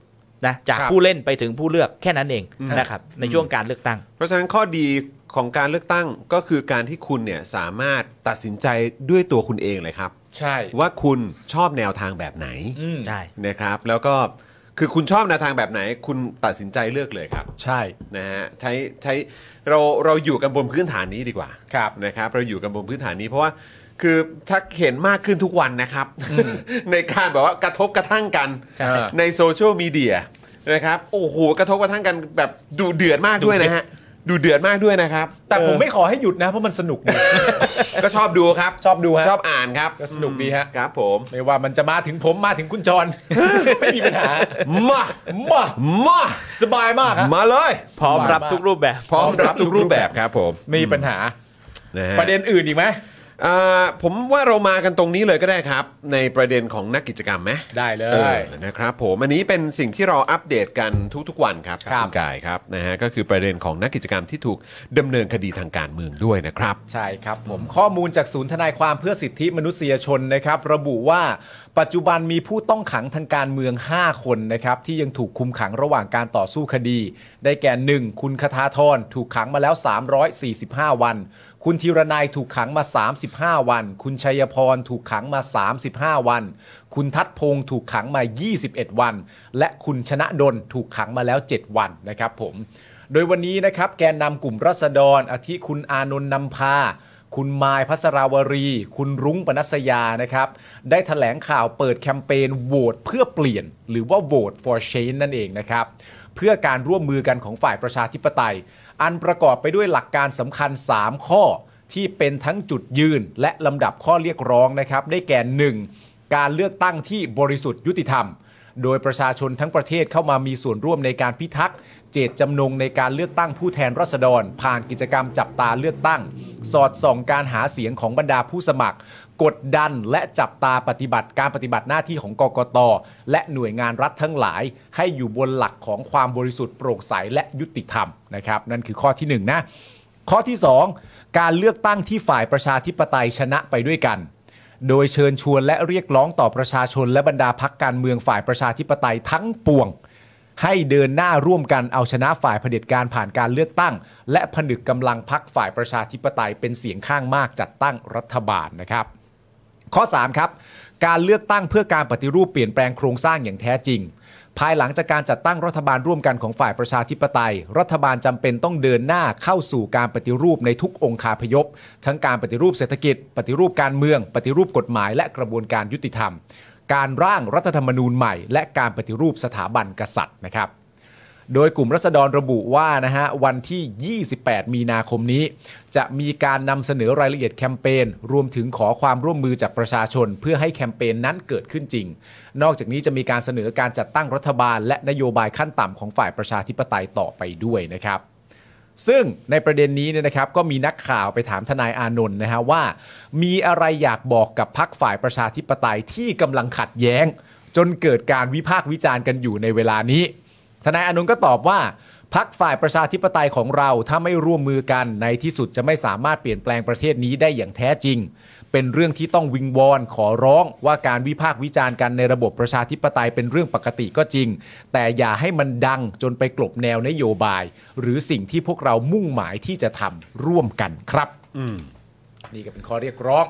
S3: นะจาก
S2: ครับ
S3: ผู้เล่นไปถึงผู้เลือกแค่นั้นเอง
S1: อืม
S3: นะครับในช่วงการเลือกตั้ง
S1: เพราะฉะนั้นข้อดีของการเลือกตั้งก็คือการที่คุณเนี่ยสามารถตัดสินใจด้วยตัวคุณเองเลยครับ
S2: ใช่
S1: ว่าคุณชอบแนวทางแบบไหน
S2: อืม
S3: ใช่
S1: นะครับ แล้วก็คือคุณชอบแนวทางแบบไหน คุณตัดสินใจเลือกเลยครับ
S2: ใช่
S1: นะฮะใช้ใช้เราเราอยู่กันบนพื้นฐานนี้ดีกว่า
S2: ครับ
S1: นะครับ เราอยู่กันบนพื้นฐานนี้เพราะว่าคือชักเห็นมากขึ้นทุกวันนะครับ ในการแบบว่ากระทบกระทั่งกัน
S2: ใช่
S1: ในโซเชียลมีเดียนะครับโอ้โหกระทบกระทั่งกันแบบดูเดือดมากด้วยนะฮะดูเดือดมากด้วยนะครับ
S2: แต่ผม
S1: เอ
S2: ไม่ขอให้หยุดนะ เพราะมันสนุกดี
S1: อก็ชอบดูครับ
S2: ชอบดูฮะ
S1: ชอบอ่านครับ
S2: ก็สนุกดีฮะ
S1: ครับ ผม
S2: ไม่ว่ามันจะมาถึงผมมาถึงคุณจร ไม่มีปัญหา
S1: มา
S2: มา
S1: มา
S2: สบายมากครับ
S1: มาเลย
S3: พร้อมรับ
S2: สบายมาก
S3: ทุกรูปแบบ
S1: พร้อมรับทุกรูปแบบครับผม
S2: ไม่มีปัญหา
S1: นะฮะ
S2: ประเด็นอื่นอีกไหม
S1: อ่าผมว่าเรามากันตรงนี้เลยก็ได้ครับ ในประเด็นของนักกิจกรรมไหม
S2: ได้เล
S1: เอย อนะครับผมอันนี้เป็นสิ่งที่เราอัปเดตกันทุกๆวันครับ
S2: ครับ
S1: ณกายครับนะฮะก็คือประเด็นของนักกิจกรรมที่ถูกดำเนินคดีทางการเมืองด้วยนะครับ
S2: ใช่ครับผมข้อมูลจากศูนย์ทนายความเพื่อสิทธิมนุษยชนนะครับ ระบุว่าปัจจุบันมีผู้ต้องขังทางการเมือง 5 คนนะครับที่ยังถูกคุมขังระหว่างการต่อสู้คดี ได้แก่ 1 คุณคทาธรถูกขังมาแล้ว 345 วัน คุณธีรนายถูกขังมา 35 วัน คุณชัยพรถูกขังมา 35 วัน คุณทัดพงศ์ถูกขังมา 21 วัน และคุณชนะดลถูกขังมาแล้ว 7 วันนะครับผม โดยวันนี้นะครับแกนนำกลุ่มรัษฎรอาทิคุณอานนท์นำพา คุณมายพัสราวรี คุณรุ้งปนัสยานะครับ ได้แถลงข่าวเปิดแคมเปญโหวตเพื่อเปลี่ยน หรือว่าโหวต for change นั่นเองนะครับ เพื่อการร่วมมือกันของฝ่ายประชาธิปไตย อันประกอบไปด้วยหลักการสำคัญ 3 ข้อ ที่เป็นทั้งจุดยืนและลำดับข้อเรียกร้องนะครับ ได้แก่ 1. การเลือกตั้งที่บริสุทธิ์ยุติธรรม โดยประชาชนทั้งประเทศเข้ามามีส่วนร่วมในการพิทักษ์ เจตจำนงในการเลือกตั้งผู้แทนราษฎร ผ่านกิจกรรมจับตาเลือกตั้ง สอดส่องการหาเสียงของบรรดาผู้สมัคร กดดันและจับตาปฏิบัติการปฏิบัติหน้าที่ของกกต และหน่วยงานรัฐทั้งหลาย ให้อยู่บนหลักของความบริสุทธิ์โปร่งใสและยุติธรรมนะครับ นั่นคือข้อที่หนึ่งนะ ข้อที่ 2 การเลือกตั้งที่ฝ่ายประชาธิปไตยชนะไปด้วยกัน โดยเชิญชวนและเรียกร้องต่อประชาชนและบรรดาพักการเมืองฝ่ายประชาธิปไตยทั้งปวง ให้เดินหน้าร่วมกันเอาชนะฝ่ายเผด็จการผ่านการเลือกตั้ง และผนึกกำลังพักฝ่ายประชาธิปไตยเป็นเสียงข้างมากจัดตั้งรัฐบาลนะครับ ข้อ 3 ครับ การเลือกตั้งเพื่อการปฏิรูปเปลี่ยนแปลงโครงสร้างอย่างแท้จริง ภายหลังจากการจัดตั้งรัฐบาลร่วมกันของฝ่ายประชาธิปไตย รัฐบาลจำเป็นต้องเดินหน้าเข้าสู่การปฏิรูปในทุกองค์คาพยพ ทั้งการปฏิรูปเศรษฐกิจ ปฏิรูปการเมือง ปฏิรูปกฎหมาย และกระบวนการยุติธรรม การร่างรัฐธรรมนูญใหม่ และการปฏิรูปสถาบันกษัตริย์นะครับ โดยกลุ่มรัษฎรระบุว่านะฮะวันที่ 28 มีนาคมนี้ จะมีการนำเสนอรายละเอียดแคมเปญรวมถึงขอความร่วมมือจากประชาชน เพื่อให้แคมเปญนั้นเกิดขึ้นจริง นอกจากนี้จะมีการเสนอการจัดตั้งรัฐบาล และนโยบายขั้นต่ำของฝ่ายประชาธิปไตยต่อไปด้วยนะครับ ซึ่งในประเด็นนี้เนี่ยนะครับก็มีนักข่าวไปถามทนายอานนท์นะฮะว่า มีอะไรอยากบอกกับพักฝ่ายประชาธิปไตยที่กำลังขัดแย้ง จนเกิดการวิพากษ์วิจารณ์กันอยู่ในเวลานี้ ทนายอานนท์ก็ตอบว่าพักฝ่ายประชาธิปไตยของเราถ้าไม่ร่วมมือกันในที่สุดจะไม่สามารถเปลี่ยนแปลงประเทศนี้ได้อย่างแท้จริง เป็นเรื่องที่ต้องวิงวอนขอร้องว่าการวิพากษ์วิจารณ์กันในระบบประชาธิปไตยเป็นเรื่องปกติก็จริง แต่อย่าให้มันดังจนไปกลบแนวนโยบาย หรือสิ่งที่พวกเรามุ่งหมายที่จะทำร่วมกันครับนี่ก็เป็นข้อเรียกร้อง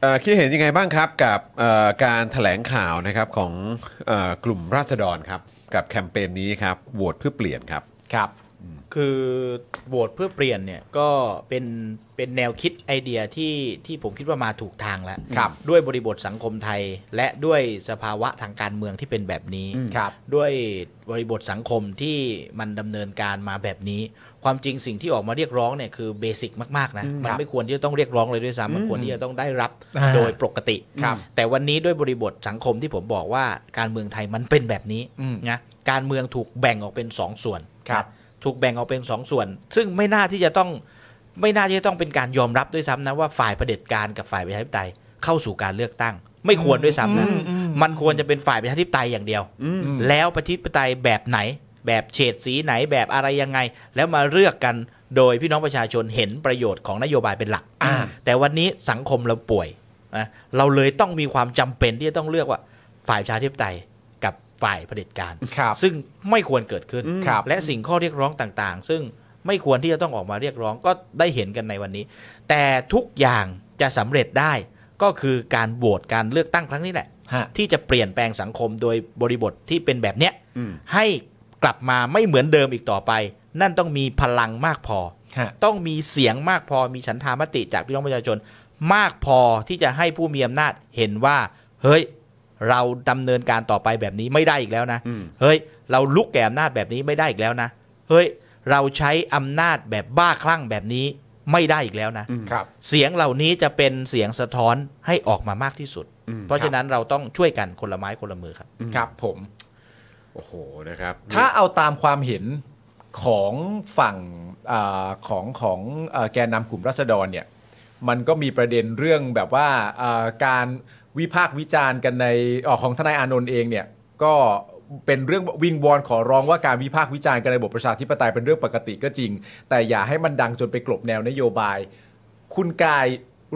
S1: เอ่อคิดเห็นยังไงบ้างครับกับเอ่อการถแถลงข่าวนะครับของเอ่อกลุ่มราษฎรครับกับแคมเปญนี้ครับโหวตเพื่อเปลี่ยนครับ
S2: ครับ
S3: คือโหวตเพื่อเปลี่ยนเนี่ยก็เป็นเป็นแนวคิดไอเดียที่ที่ผมคิดว่ามาถูกทางแล้ว
S2: ครับ
S3: ด้วยบริบทสังคมไทย และด้วยสภาวะทางการเมืองที่เป็นแบบนี้
S2: ครับ
S3: ด้วยบริบทสังคมที่มันดำเนินการมาแบบนี้ ความจริงสิ่งที่ออกมาเรียกร้องเนี่ยคือเบสิกมากๆนะมันไม่ควรที่จะต้องเรียกร้องเลยด้วยซ้ำมันควรที่จะต้องได้รับ
S2: อ่า
S3: โดยปกติ
S2: ครับ
S3: แต่วันนี้ด้วยบริบทสังคมที่ผมบอกว่าการเมืองไทยมันเป็นแบบนี้
S2: อืม
S3: นะการเมืองถูกแบ่งออกเป็นสองส่วน
S2: ครับ
S3: นะช ถูกแบ่งออกเป็นสองส่วน ซึ่งไม่น่าที่จะต้องไม่น่าที่จะต้องเป็นการยอมรับด้วยซ้ำนะว่าฝ่ายเผด็จการกับฝ่ายประชาธิปไตยเข้าสู่การเลือกตั้ง ไม่ควรด้วยซ้ำนะ
S2: อืมอืม
S3: มันควรจะเป็นฝ่ายประชาธิปไตยอย่างเดียว แล้วประชาธิปไตยแบบไหน แบบเฉดสีไหนแบบอะไรยังไง แล้วมาเลือกกันโดยพี่น้องประชาชนเห็นประโยชน์ของนโยบายเป็นหลัก แต่วันนี้สังคมเราป่วยนะเราเลยต้องมีความจำเป็นที่จะต้องเลือกว่าฝ่ายประชาธิปไตยกับฝ่ายเผด็จการ
S2: ครับ
S3: ซึ่งไม่ควรเกิดขึ้น
S2: ครับ
S3: และสิ่งข้อเรียกร้องต่างๆ ซึ่งไม่ควรที่จะต้องออกมาเรียกร้องก็ได้เห็นกันในวันนี้ แต่ทุกอย่างจะสำเร็จได้ก็คือการโหวตการเลือกตั้งครั้งนี้แหละ
S2: ฮะ
S3: ที่จะเปลี่ยนแปลงสังคมโดยบริบทที่เป็นแบบเนี้ยให้กลับมาไม่เหมือนเดิมอีกต่อไป นั่นต้องมีพลังมากพอ
S2: ฮะ
S3: ต้องมีเสียงมากพอมีฉันทามติจากพี่น้องประชาชน มากพอที่จะให้ผู้มีอำนาจเห็นว่า เฮ้ย เราดำเนินการต่อไปแบบนี้ไม่ได้อีกแล้วนะ เฮ้ย เราลุกแก่อำนาจแบบนี้ไม่ได้อีกแล้วนะ เฮ้ย เราใช้อำนาจแบบบ้าคลั่งแบบนี้ไม่ได้อีกแล้วนะ
S2: ครับ
S3: เสียงเหล่านี้จะเป็นเสียงสะท้อนให้ออกมามากที่สุด เพราะฉะนั้นเราต้องช่วยกันคนละไม้คนละมือครับ
S2: ครับผม
S1: โอ้โหนะครับ
S2: ถ้าเอาตามความเห็นของฝั่งอาของของเอ่อแกนนำกลุ่มรัษฎรเนี่ย มันก็มีประเด็นเรื่องแบบว่าเอ่อการวิพากษ์วิจารณ์กันในเออของทนายอานนท์เองเนี่ย ก็เป็นเรื่องวิงวอนขอร้องว่าการวิพากษ์วิจารณ์กันในระบบประชาธิปไตยเป็นเรื่องปกติก็จริง แต่อย่าให้มันดังจนไปกลบแนวนโยบาย คุณกาย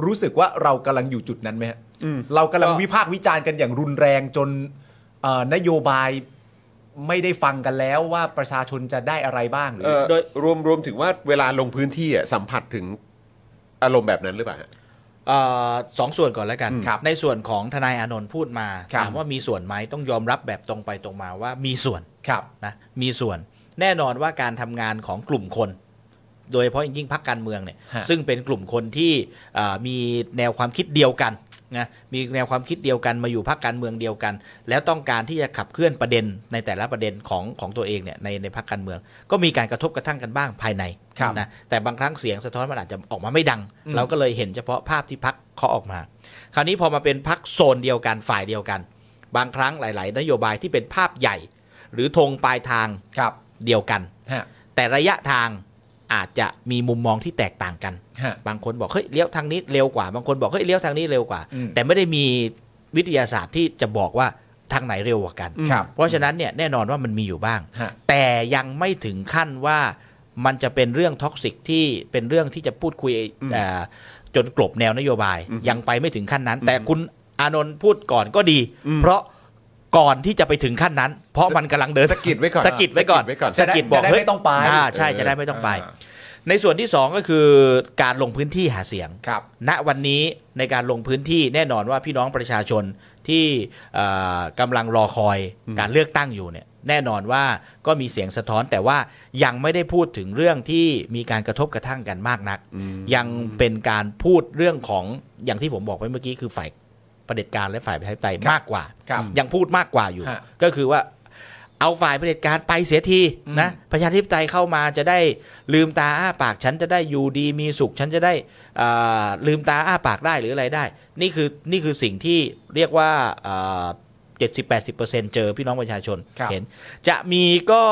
S2: รู้สึกว่าเรากำลังอยู่จุดนั้นไหมฮะเรากำลังวิพากษ์วิจารณ์กันอย่างรุนแรงจนเอ่อนโยบาย ไม่ได้ฟังกันแล้วว่าประชาชนจะได้อะไรบ้างหรือ
S1: เอ่อ
S3: โดย
S1: รวมรวมถึงว่าเวลาลงพื้นที่อะสัมผัสถึงอารมณ์แบบนั้นหรือเปล่าฮะ
S3: เออสองส่วนก่อนแล้วกัน
S2: ครับ
S3: ในส่วนของทนายอานนท์พูดมา
S2: ครับ
S3: ถามว่ามีส่วนไหมต้องยอมรับแบบตรงไปตรงมาว่ามีส่วน
S2: ครับ
S3: นะมีส่วนแน่นอนว่าการทำงานของกลุ่มคน โดยเฉพาะอย่างยิ่งพักการเมืองเนี่ย
S2: ฮะ
S3: ซึ่งเป็นกลุ่มคนที่เอ่อมีแนวความคิดเดียวกันนะมีแนวความคิดเดียวกันมาอยู่พักการเมืองเดียวกัน แล้วต้องการที่จะขับเคลื่อนประเด็นในแต่ละประเด็นของของตัวเองเนี่ยในในพักการเมือง ก็มีการกระทบกระทั่งกันบ้างภายใน
S2: ครับ
S3: นะแต่บางครั้งเสียงสะท้อนมันอาจจะออกมาไม่ดัง
S2: อืม
S3: เราก็เลยเห็นเฉพาะภาพที่พักเขาออกมา คราวนี้พอมาเป็นพักโซนเดียวกันฝ่ายเดียวกัน บางครั้งหลาย ๆ นโยบายที่เป็นภาพใหญ่ หรือธงปลายทาง
S2: ครับ
S3: เดียวกัน
S2: ฮะ
S3: แต่ระยะทางอาจจะมีมุมมองที่แตกต่างกัน
S2: ฮะ
S3: บางคนบอกเฮ้ยเลี้ยวทางนี้เร็วกว่า บางคนบอกเฮ้ยเลี้ยวทางนี้เร็วกว่า
S2: อืม
S3: แต่ไม่ได้มีวิทยาศาสตร์ที่จะบอกว่าทางไหนเร็วกว่ากัน
S2: ครับ
S3: เพราะฉะนั้นเนี่ยแน่นอนว่ามันมีอยู่บ้าง
S2: ฮะ
S3: แต่ยังไม่ถึงขั้นว่ามันจะเป็นเรื่องท็อกซิกที่เป็นเรื่องที่จะพูดคุยเอ่อจนกลบแนวนโยบาย ยังไปไม่ถึงขั้นนั้น แต่คุณอานนท์พูดก่อนก็ดี เพราะก่อนที่จะไปถึงขั้นนั้น เพราะมันกำลังเดิน
S1: สะกิดไว้ก่อน
S3: สะกิดไว้ก่อน
S1: สะกิดไว้ก่อน
S3: สะกิดบอก
S2: จะได้
S3: เฮ้ย
S2: ไม่ต้องไป
S3: าใช่จะได้ไม่ต้องไป ในส่วนที่สองก็คือการลงพื้นที่หาเสียง
S2: ครับ
S3: ณวันนี้ในการลงพื้นที่แน่นอนว่าพี่น้องประชาชนที่เอ่อกำลังรอคอยการเลือกตั้งอยู่เนี่ยแน่นอนว่าก็มีเสียงสะท้อนแต่ว่ายังไม่ได้พูดถึงเรื่องที่มีการกระทบกระทั่งกันมากนัก ยังเป็นการพูดเรื่องของอย่างที่ผมบอกไว้เมื่อกี้คือฝ่ายเผด็จการและฝ่ายประชาธิปไตยมากกว่า
S2: ครับ
S3: ยังพูดมากกว่าอยู่
S2: ฮะ
S3: ก็คือว่าเอาฝ่ายเผด็จการไปเสียที
S2: อืม
S3: นะประชาธิปไตยเข้ามาจะได้ลืมตาอ้าปากฉันจะได้อยู่ดีมีสุขฉันจะได้ อ่าลืมตาอ้าปากได้หรืออะไรได้ นี่คือนี่คือสิ่งที่เรียกว่าเจ็ดสิบแปดสิบเปอร์เซ็นเจอพี่น้องประชาชน
S2: ครับ
S3: เห็น จะมีก็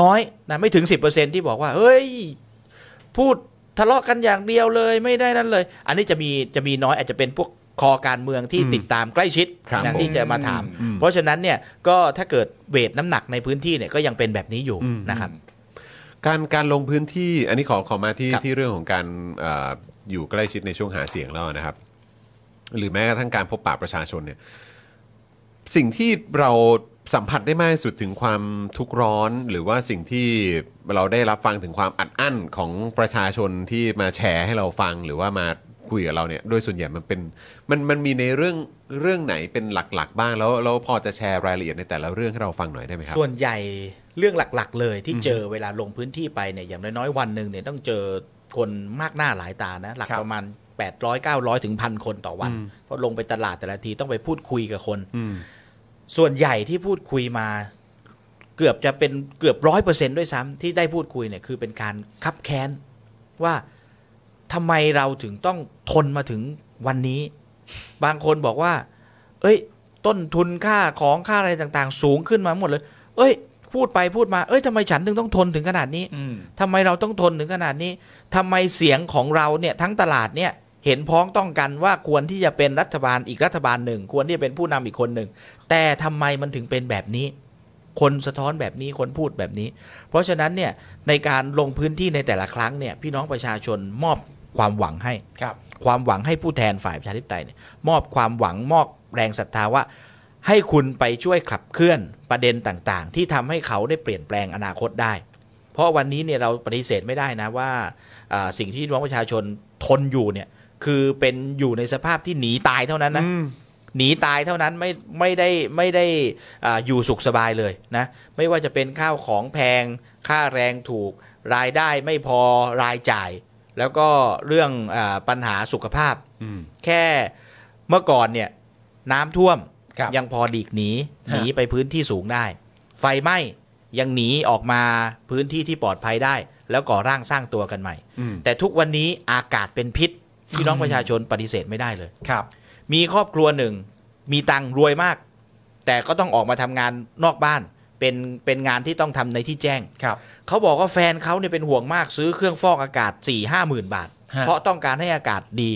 S3: น้อยนะไม่ถึงสิบเปอร์เซ็นที่บอกว่า เฮ้ย พูดทะเลาะกันอย่างเดียวเลยไม่ได้นั่นเลย อันนี้จะมีจะมีน้อยอาจจะเป็นพวกคอการเมืองที่ติดตามใกล้ชิด
S1: ครับ
S3: นะ
S1: ผม
S3: ที่จะมาถาม
S2: อืม
S3: เพราะฉะนั้นเนี่ยก็ถ้าเกิดเวทน้ำหนักในพื้นที่เนี่ยก็ยังเป็นแบบนี้อยู่นะครับ
S1: การการลงพื้นที่อันนี้ขอขอมาที่
S3: ครับ
S1: ที่เรื่องของการเอ่ออยู่ใกล้ชิดในช่วงหาเสียงแล้วนะครับ หรือแม้กระทั่งการพบปะประชาชนเนี่ยสิ่งที่เราสัมผัสได้มากที่สุดถึงความทุกข์ร้อน หรือว่าสิ่งที่เราได้รับฟังถึงความอัดอั้นของประชาชนที่มาแชร์ให้เราฟังหรือว่ามาคุยกับเราเนี่ยโดยส่วนใหญ่มันเป็นมันมันมีในเรื่องเรื่องไหนเป็นหลักๆ บ้างแล้วเราพอจะแชร์รายละเอียดในแต่ละเรื่องให้เราฟังหน่อยได้ไหมครับ
S3: ส่วนใหญ่เรื่องหลักๆ เลยที่เจอเวลาลงพื้นที่ไปเนี่ยอย่างน้อยๆวันหนึ่งเนี่ยต้องเจอคนมากหน้าหลายตานะหลัก
S2: ครับ
S3: ประมาณ 800 900 ถึงพันคนต่อวัน เพราะลงไปตลาดแต่ละทีต้องไปพูดคุยกับคน ส่วนใหญ่ที่พูดคุยมาเกือบจะเป็นเกือบร้อยเปอร์เซนด้วยซ้ำที่ได้พูดคุยเนี่ยคือเป็นการคับแค้นว่าทำไมเราถึงต้องทนมาถึงวันนี้ บางคนบอกว่า เอ้ย ต้นทุนค่าของค่าอะไรต่างๆ สูงขึ้นมาหมดเลย เอ้ย พูดไปพูดมาเอ้ยทำไมฉันถึงต้องทนถึงขนาดนี้
S2: อืม
S3: ทำไมเราต้องทนถึงขนาดนี้ทำไมเสียงของเราเนี่ยทั้งตลาดเนี่ยเห็นพ้องต้องกันว่าควรที่จะเป็นรัฐบาลอีกรัฐบาลหนึ่ง ควรที่จะเป็นผู้นำอีกคนหนึ่ง แต่ทำไมมันถึงเป็นแบบนี้ คนสะท้อนแบบนี้คนพูดแบบนี้ เพราะฉะนั้นเนี่ยในการลงพื้นที่ในแต่ละครั้งเนี่ยพี่น้องประชาชนมอบความหวังให้
S2: ครับ
S3: ความหวังให้ผู้แทนฝ่ายประชาธิปไตยเนี่ยมอบความหวังมอบแรงศรัทธาว่า ให้คุณไปช่วยขับเคลื่อนประเด็นต่างๆ ที่ทำให้เขาได้เปลี่ยนแปลงอนาคตได้ เพราะวันนี้เนี่ยเราปฏิเสธไม่ได้นะว่าอ่าสิ่งที่พี่น้องประชาชนทนอยู่เนี่ยคือเป็นอยู่ในสภาพที่หนีตายเท่านั้นนะ หนีตายเท่านั้นไม่ไม่ได้ไม่ได้อ่าอยู่สุขสบายเลยนะ ไม่ว่าจะเป็นข้าวของแพง ค่าแรงถูก รายได้ไม่พอรายจ่าย แล้วก็เรื่องอาปัญหาสุขภาพ
S1: อืม
S3: แค่เมื่อก่อนเนี่ยน้ำท่วม
S2: ครับ
S3: ยังพอดีกหนี
S2: ฮะ
S3: หนีไปพื้นที่สูงได้ ไฟไหม้ยังหนีออกมาพื้นที่ที่ปลอดภัยได้ แล้วก่อร่างสร้างตัวกันใหม่
S1: อืม
S3: แต่ทุกวันนี้อากาศเป็นพิษพี่น้องประชาชนปฏิเสธไม่ได้เลย
S2: ครับ
S3: มีครอบครัวหนึ่ง มีตังค์รวยมาก แต่ก็ต้องออกมาทำงานนอกบ้าน เป็นเป็นงานที่ต้องทำในที่แจ้ง
S2: ครับ
S3: เขาบอกว่าแฟนเขาเนี่ยเป็นห่วงมากซื้อเครื่องฟอกอากาศ4ี่ห้าหมื่นบาท
S2: ฮะ
S3: เพราะต้องการให้อากาศดี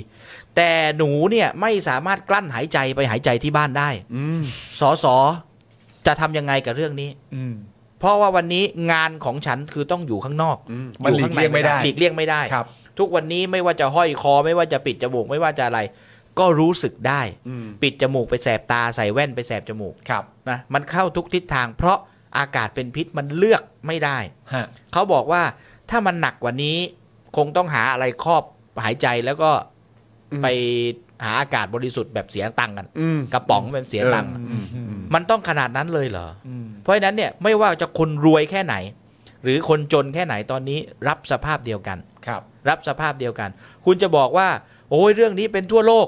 S3: แต่หนูเนี่ยไม่สามารถกลั้นหายใจไปหายใจที่บ้านได้
S1: อืม
S3: สอสอจะทำยังไงกับเรื่องนี้
S2: อืม
S3: เพราะว่าวันนี้งานของฉันคือต้องอยู่ข้างนอก
S1: อืม
S2: มันหลีกเลี่ยงไม่ได้
S3: หลีกเลี่ยงไม่ได้
S2: ครับ
S3: ทุกวันนี้ไม่ว่าจะห้อยคอไม่ว่าจะปิดจมูกไม่ว่าจะอะไร ก็รู้สึกได้
S1: อืม
S3: ปิดจมูกไปแสบตาใส่แว่นไปแสบจมูก
S2: ครับ
S3: นะมันเข้าทุกทิศทาง เพราะอากาศเป็นพิษมันเลือกไม่ได้
S2: ฮะ
S3: เขาบอกว่าถ้ามันหนักกว่านี้ คงต้องหาอะไรครอบหายใจแล้วก็
S1: อืม
S3: ไปหาอากาศบริสุทธิ์แบบเสียตังค์กัน
S1: อืม
S3: กระป๋องเป็นเสียตังค์
S1: เออ
S2: อืมอืม
S3: มันต้องขนาดนั้นเลยเหรอ
S2: อืม
S3: เพราะฉะนั้นเนี่ยไม่ว่าจะคนรวยแค่ไหน หรือคนจนแค่ไหนตอนนี้รับสภาพเดียวกัน
S2: ครับ
S3: รับสภาพเดียวกัน คุณจะบอกว่า โอ้ยเรื่องนี้เป็นทั่วโลก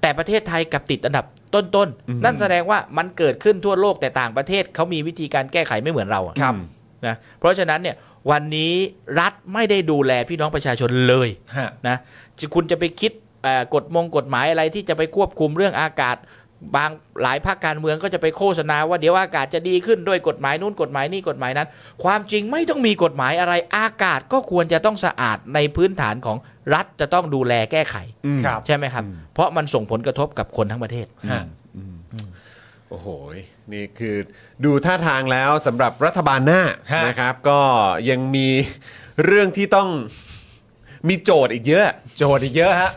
S3: แต่ประเทศไทยกลับติดอันดับต้นๆ
S1: อืม
S3: นั่นแสดงว่ามันเกิดขึ้นทั่วโลกแต่ต่างประเทศเขามีวิธีการแก้ไขไม่เหมือนเราอะ
S2: ครับ
S3: นะเพราะฉะนั้นเนี่ยวันนี้รัฐไม่ได้ดูแลพี่น้องประชาชนเลย
S2: ฮะ
S3: นะจะคุณจะไปคิดเอ่อกฎมงกฎหมายอะไรที่จะไปควบคุมเรื่องอากาศ บางหลายภาคการเมืองก็จะไปโฆษณาว่าเดี๋ยวอากาศจะดีขึ้นด้วยกฎหมายนู่นกฎหมายนี่กฎหมายนั้น ความจริงไม่ต้องมีกฎหมายอะไร อากาศก็ควรจะต้องสะอาดในพื้นฐานของรัฐจะต้องดูแลแก้ไข
S1: อืม
S2: ครับ
S3: ใช่ไหมครับ
S1: อืม
S3: เพราะมันส่งผลกระทบกับคนทั้งประเทศ
S2: ฮะ
S1: อืมโอ้โห นี่คือดูท่าทางแล้วสำหรับรัฐบาลหน้า
S2: ฮะ
S1: นะครับ ก็ยังมีเรื่องที่ต้องมีโจทย์อีกเยอะ
S2: โจทย์อีกเยอะฮะ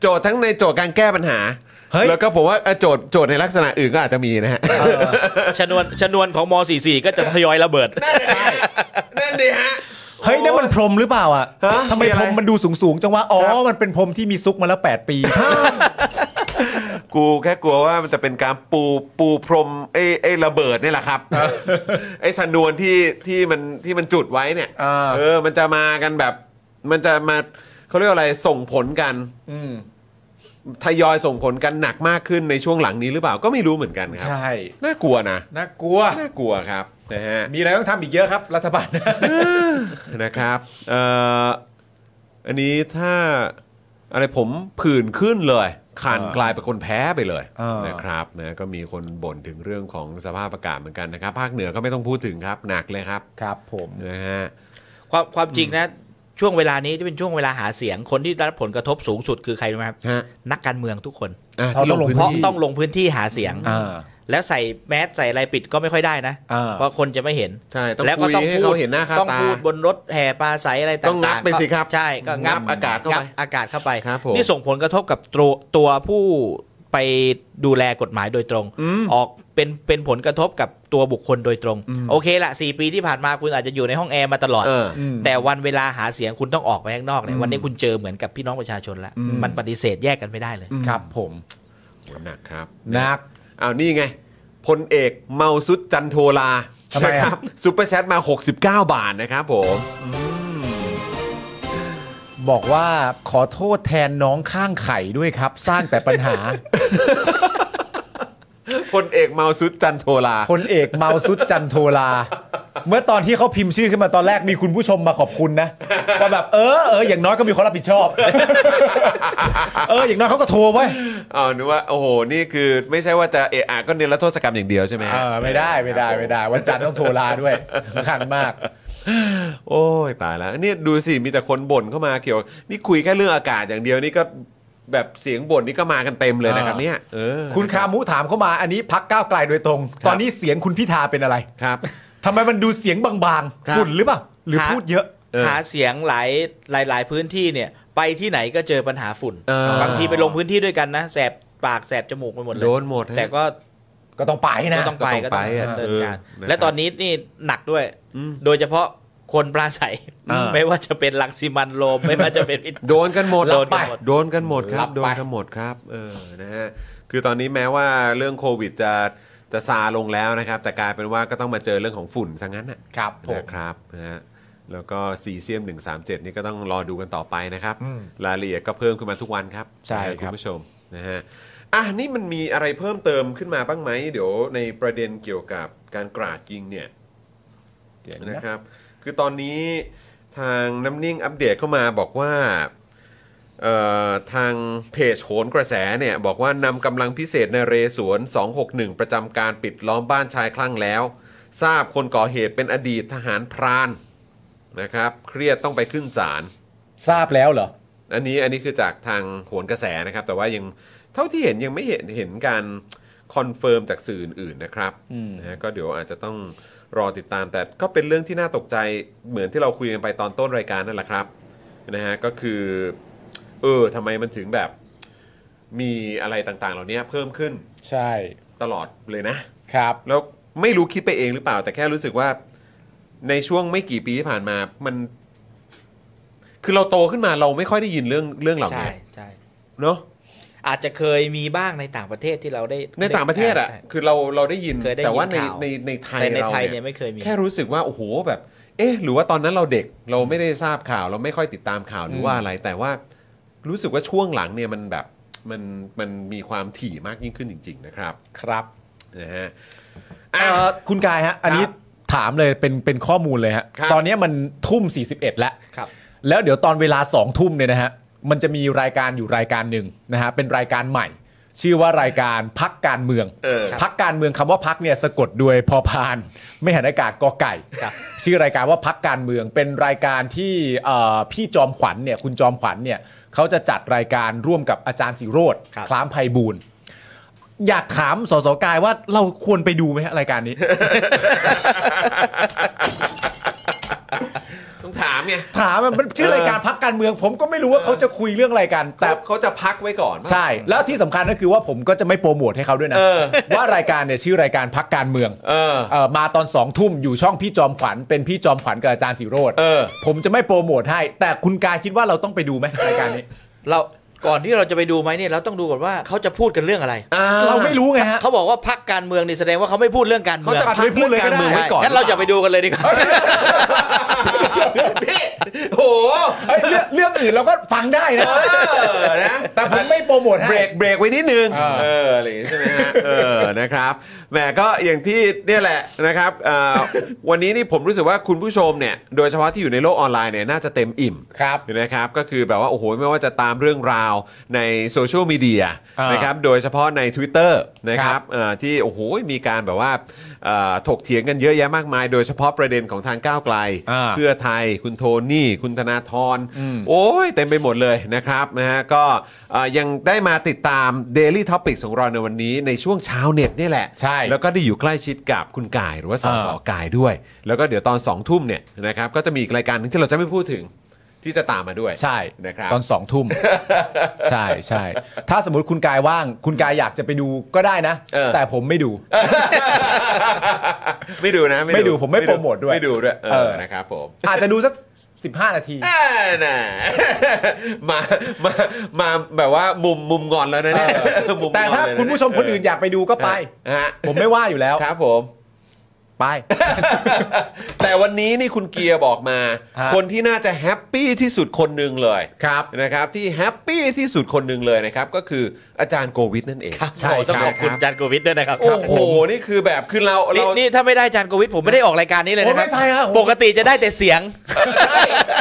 S1: โจทย์ทั้งในโจทย์การแก้ปัญหา
S2: เฮ้ย
S1: แล้วก็ผมว่าเอ่อโจทย์โจทย์ในลักษณะอื่นก็อาจจะมีนะฮะ
S3: ชนวนชนวนของม .44 ก็จะทยอยระเบิด
S1: นั่นดิฮะ
S2: เฮ้ยนั่นมันพรมหรือเปล่าอ่ะ
S1: ฮะ
S2: ทำไม
S1: มีอะ
S2: พ
S1: ไร
S2: รมมันดูสูงๆ จังวะอ๋อ
S1: ครับ
S2: มันเป็นพรมที่มีซุกมาแล้ว 8 ปี
S1: กูแค่กลัวว่ามันจะเป็นการปูปูพรมไอ้ไอ้ระเบิดนี่แหละครับ ไอ้ชนวนที่ที่มันที่มันจุดไว้เนี่ย
S2: อ่า
S1: เออ มันจะมากันแบบ มันจะมาเขาเรียกว่าอะไรส่งผลกัน
S2: อืม
S1: ทยอยส่งผลกันหนักมากขึ้นในช่วงหลังนี้หรือเปล่าก็ไม่รู้เหมือนกันครับ
S2: ใช่
S1: น่ากลัวนะ
S2: น่ากลัว
S1: น่ากลัวครับนะฮะ
S2: มีอะไรต้องทำอีกเยอะครับ รัฐบาล
S1: นะครับเอ่ออันนี้ถ้าอะไรผมผื่นขึ้นเลยคัน
S2: เออก
S1: ลายเป็นคนแพ้ไปเลย
S2: เออ
S1: นะครับนะก็มีคนบ่นถึงเรื่องของสภาพอากาศเหมือนกันนะครับ ภาคเหนือก็ไม่ต้องพูดถึงครับหนักเลยครับ
S2: ครับผม
S1: นะฮะ
S3: ความความจริงนะ ช่วงเวลานี้จะเป็นช่วงเวลาหาเสียงคนที่ได้รับผลกระทบสูงสุดคือใครรู้ไหมครับ
S1: ฮะ
S3: นักการเมืองทุกคน
S1: อ่ะ
S2: เขาต้องลง
S1: พื้น
S3: เพราะ
S1: ที่
S3: ต้องลงพื้นที่หาเสียง
S2: อ่า
S3: แล้วใส่แมสใส่อะไรปิดก็ไม่ค่อยได้นะ
S2: อ่า
S3: เพราะคนจะไม่เห็น
S1: ใช่ต้อง
S3: แล้ว
S1: คุ
S3: ก็
S1: ย
S3: ต้อง
S1: ให้
S3: พู
S1: เขา
S3: ด
S1: เห็นหน้าค่า
S3: ต้อง
S1: ตา
S3: พูดบนรถแห่ปลาใสอะไรต่างๆ
S1: ต้องงับไปสิครับ
S3: ใช่ก็งับ
S1: งับอากาศเข้าไป
S3: งับอากาศเข้าไป
S1: ครับผม
S3: นี่ส่งผลกระทบกับตัวตัวผู้ไปดูแลกฎหมายโดยตรง
S1: อืม
S3: ออกเป็นเป็นผลกระทบกับตัวบุคคลโดยตรง โอเคละ4ปีที่ผ่านมาคุณอาจจะอยู่ในห้องแอร์มาตลอด
S1: เออ
S3: แต่วันเวลาหาเสียงคุณต้องออกไปข้างนอกเนี่ยวันนี้คุณเจอเหมือนกับพี่น้องประชาชนแล้วมันปฏิเสธแยกกันไม่ได้เลย
S2: ครับผม
S1: โหหนักครับ
S2: หนัก
S1: อ้าวนี่ไงพลเอกเมาสุดจันโทลา
S2: ทำไมอ่ะ
S1: นะซุปเปอร์แชทมา 69 บาทนะครับผม
S2: บอกว่าขอโทษแทนน้องข้างไข่ด้วยครับ สร้างแต่ปัญหา
S1: พลเอกเมาสุดจันโทลา
S2: พลเอกเมาสุดจันโทลา เมื่อตอนที่เขาพิมพ์ชื่อขึ้นมาตอนแรกมีคุณผู้ชมมาขอบคุณนะ ว่าแบบเออเอออย่างน้อยก็มีคนรับผิดชอบ เอออย่างน้อยเขาก็โทรไว้ย
S1: อ๋อนึกว่าโอ้โหนี่คือไม่ใช่ว่าจะเอะอะก็เนรโทษกรรมอย่างเดียวใช่ไหมฮะ
S2: เออไม่ได้ไม่ได้ไม่ได้วันจันทร์ต้องโทรลาด้วยสำคัญมาก
S1: โอ้ยตายแล้วเนี่ยดูสิมีแต่คนบ่นเข้ามาเกี่ยวนี่คุยแค่เรื่องอากาศอย่างเดียวนี่ก็แบบเสียงบ่นนี่ก็มากันเต็มเลยนะครับ
S2: อ่า
S1: เนี่ยเออ
S2: คุณคามุถามเข้ามาอันนี้พักก้าวไกลโดยตรง ตอนนี้เสียงคุณพิธาเป็นอะไร
S1: ครับ
S2: ทำไมมันดูเสียงบาง
S1: ครับ
S2: ๆฝุ่นหรือเปล่าหรือ
S3: หา
S2: พูดเยอะ
S1: เออ
S3: หาเสียงหลายหลายหลายพื้นที่เนี่ย ไปที่ไหนก็เจอปัญหาฝุ่น
S1: เออ
S3: บางทีไปลงพื้นที่ด้วยกันนะแสบปากแสบจมูกไปหมดเล
S1: โด
S3: ย
S1: นหมดฮะ
S3: แต่ก็
S2: ก็ต้องไปนะ
S3: ก็ต้องไป
S1: ก็
S3: ก็
S1: ต้
S3: ต้
S1: อ
S3: อง ง
S1: ไปอะ
S3: ดำเนินการ
S1: เออนะครับ
S3: และตอนนี้นี่หนักด้วย
S1: อืม
S3: โดยเฉพาะคนปลาใส
S2: อ่า
S3: ไม่ว่าจะเป็นลังสิมันโร มไม่ว่าจะเป็นพิธา
S1: โดนกันหมด
S3: โดนกันหมด
S1: โดนกันหมดครั
S2: รับ บไป
S1: โดนกันหมดครับ เออนะฮะคือตอนนี้แม้ว่าเรื่องโควิดจะจะซาลงแล้วนะครับ แต่กลายเป็นว่าก็ต้องมาเจอเรื่องของฝุ่นซะงั้นน่ะ
S2: ครับผม
S1: นะครับนะฮะแล้วก็ซีเซียม 137 นี่ก็ต้องรอดูกันต่อไปนะครับ
S2: อืม
S1: รายละเอียดก็เพิ่มขึ้นมาทุกวันครับ
S2: ใช่ครับ
S1: นะคุณผู้ชมนะฮะอ่ะนี่มันมีอะไรเพิ่มเติมขึ้นมาบ้างไหมเดี๋ยวในประเด็นเกี่ยวกับการกราดยิงเนี่ย
S2: เดี๋ยว
S1: นะ
S2: นะ
S1: ครับ คือตอนนี้ทางน้ำนิ่งอัปเดตเข้ามาบอกว่าเอ่อทางเพจโหนกระแสเนี่ย บอกว่านำกำลังพิเศษในเรสวน 261 ประจำการปิดล้อมบ้านชายคลั่งแล้ว ทราบคนก่อเหตุเป็นอดีตทหารพรานนะครับ เครียดต้องไปขึ้นศาล
S2: ทราบแล้วเหรอ
S1: อันนี้อันนี้คือจากทางโหนกระแสนะครับ แต่ว่ายังเท่าที่เห็นยังไม่เห็นเห็นการคอนเฟิร์มจากสื่ออื่นๆนะครับนะฮะก็เดี๋ยวอาจจะต้องรอติดตามแต่ก็เป็นเรื่องที่น่าตกใจเหมือนที่เราคุยกันไปตอนต้นรายการนั่นแหละครับนะฮะก็คือ เออทำไมมันถึงแบบมีอะไรต่างๆ เหล่านี้เพิ่มขึ้น
S2: ใช่
S1: ตลอดเลยนะ
S2: ครับ
S1: แล้วไม่รู้คิดไปเองหรือเปล่า แต่แค่รู้สึกว่าในช่วงไม่กี่ปีที่ผ่านมามัน คือเราโตขึ้นมาเราไม่ค่อยได้ยินเรื่องเรื่องเหล่า
S3: ใช่
S1: นี้
S3: ใช่
S1: เนาะ
S3: อาจจะเคยมีบ้างในต่างประเทศที่เราได้
S1: ในต่างประเทศอ่ะ
S3: ใช่
S1: คือเราเราได้ยิน
S3: เคยได้ยิน
S1: แต่ว่าใน
S3: ข่าว
S1: ในในไทย
S3: แต่ใน
S1: เรา
S3: ไทยเนี่
S1: เนี่ย ย
S3: ไม่เคยมี
S1: แค่รู้สึกว่าโอ้โหแบบ เอ๊ะ หรือว่าตอนนั้นเราเด็กเราไม่ได้ทราบข่าว เราไม่ค่อยติดตามข่าวหรือว่าอะไร แต่ว่ารู้สึกว่าช่วงหลังเนี่ยมันแบบมันมันมีความถี่มากยิ่งขึ้นจริง ๆ นะครับ
S2: ครับ
S1: นะฮะ
S2: เอ่
S1: อ่ะ
S2: อคุณกายฮะ อันนี้ถามเลยเป็นเป็นข้อมูลเลยฮะ
S1: ครับ
S2: ตอนเนี้ยมันทุ่ม 41 แล้ว
S3: ครับ
S2: แล้วเดี๋ยวตอนเวลา 2 ทุ่มเนี่ยนะฮะ มันจะมีรายการอยู่รายการหนึ่งนะฮะ เป็นรายการใหม่ ชื่อว่ารายการพักการเมือง
S1: เออ
S2: พักการเมืองคำว่าพักเนี่ยสะกดด้วยพอพาน ไม่หันอากาศกอไก่
S3: ครับ
S2: ชื่อรายการว่าพักการเมืองเป็นรายการที่เอ่อพี่จอมขวัญเนี่ยคุณจอมขวัญเนี่ยเขาจะจัดรายการร่วมกับอาจารย์สิโรธ
S3: ครับ
S2: คล้ามไพบูลย์อยากถามสสกายว่าเราควรไปดูไหมฮะรายการนี้
S1: ต้องถามไง
S2: ถามอะมันชื่อรายการพักการเมือง ผมก็ไม่รู้ว่าเขาจะคุยเรื่องอะไรกัน
S1: แต่
S2: แต่
S1: เขาจะพักไว้ก่อนว่า
S2: ใช่ แล้วที่สำคัญก็คือว่าผมก็จะไม่โปรโมทให้เขาด้วยนะ
S1: เออ
S2: ว่าราย การเนี่ยชื่อรายการพักการเมือง
S1: เออ
S2: เอ่อมาตอนสองทุ่มอยู่ช่องพี่จอมขวัญเป็นพี่จอมขวัญกับอาจารย์สิโรธ
S1: เออ
S2: ผมจะไม่โปรโมทให้ แต่คุณกายคิดว่าเราต้องไปดูไหมรายการนี้
S3: เราก่อนที่เราจะไปดูไหมเนี่ยเราต้องดูก่อนว่าเขาจะพูดกันเรื่องอะไร
S2: เราไม่รู้ไงฮะ
S3: เขาบอกว่าพักการเมืองนี่แสดงว่าเขาไม่พูดเรื่องการเมือง
S2: เขาจะพักไม่พูดเลยก็ได้
S3: ใช่
S1: ไว้ก่อน
S3: งั้นเราอย่าไปดูกันเลยดีกว่า
S1: พี่โห
S2: เอ้ยเรื่องเรื่องอื่นเราก็ฟังได้นะ
S1: เออนะ
S2: แต่ผมไม่โปรโมทให้
S1: เบรกเบรกไว้นิดนึง
S2: เออ
S1: เอออะไรอย่างงี้ใช่ไหมฮะ เออ นะครับ แหมก็อย่างที่เนี่ยแหละนะครับเอ่อวันนี้นี่ผมรู้สึกว่าคุณผู้ชมเนี่ย โดยเฉพาะที่อยู่ในโลกออนไลน์เนี่ยน่าจะเต็มอิ่ม
S2: ครับ
S1: นะครับ ก็คือแบบว่า โอ้โห ไม่ว่าจะตามเรื่องราวในโซเชียลมีเดีย
S2: อ่าน
S1: นะครับ โดยเฉพาะใน Twitter นะค
S2: ครั
S1: รับบ เอ่อที่ โอ้โห มีการแบบว่าเอ่อถกเถียงกันเยอะแยะมากมาย โดยเฉพาะประเด็นของทางก้าวไกล
S2: อ่า
S1: เพื่อไทย คุณโทนี่ คุณธนาธร
S2: อืม
S1: โอ้ยเต็มไปหมดเลยนะครับนะฮะก็เอ่อยังได้มาติดตาม Daily Topics ของเราในวันนี้ในช่วงเช้าเน็ตนี่แหละ
S2: ใช่
S1: แล้วก็ได้อยู่ใกล้ชิดกับคุณกายหรือว่าสส
S2: อ่าก
S1: ายด้วย แล้วก็เดี๋ยวตอน 2 ทุ่มเนี่ยนะครับก็จะมีอีกรายการหนึงที่เราจะไม่พูดถึงที่จะตามมาด้วย
S2: ใช่
S1: นะครับ
S2: ตอนสองทุ่ม ใช่ใช่ถ้าสมมติคุณกายว่าง คุณกายอยากจะไปดูก็ได้นะ แต่ผมไม่ดู
S1: ไม่ดูนะ
S2: ไม่ดูผมไม่โปรโมทด้วย
S1: ไม่ดูด้วยเอ
S2: เอ
S1: อ
S2: อ
S1: นะครับผม
S2: อาจจะดูสัก 15 นาที
S1: อ่าน่ะ มามามาแบบว่ามุมมุมงอนแล้วนะเนี่ยมุมงอน
S2: แต่ถ้า
S1: เลยนะ
S2: คุณผู้ชมคนอื่นอยากไปดูก็ไป
S1: ฮะ
S2: ผมไม่ว่าอยู่แล้ว
S1: ครับผม
S2: ไป
S1: แต่วันนี้นี่คุณเกียร์บอกมา
S2: ฮะ
S1: คนที่น่าจะแฮปปี้ที่สุดคนหนึ่งเลย
S2: ครับ
S1: นะครับที่แฮปปี้ที่สุดคนหนึ่งเลยนะครับก็คืออาจารย์โกวิทนั่นเอง
S2: ใช่
S3: โอ้ต้อง
S2: ครับ
S3: ขอบคุณอาจารย์โกวิทด้วยนะครับ
S1: โอ้โหนี่คือแบบคือเรา
S3: นี่
S1: เราน
S3: นี่ถ้าไม่ได้อาจารย์โกวิทผมไม่ได้ออกรายการนี้เลยนะค
S2: โอ้
S3: รั
S2: ไม่ใช่ครับผม
S3: ปกติจะได้แต่เสียง
S1: ได้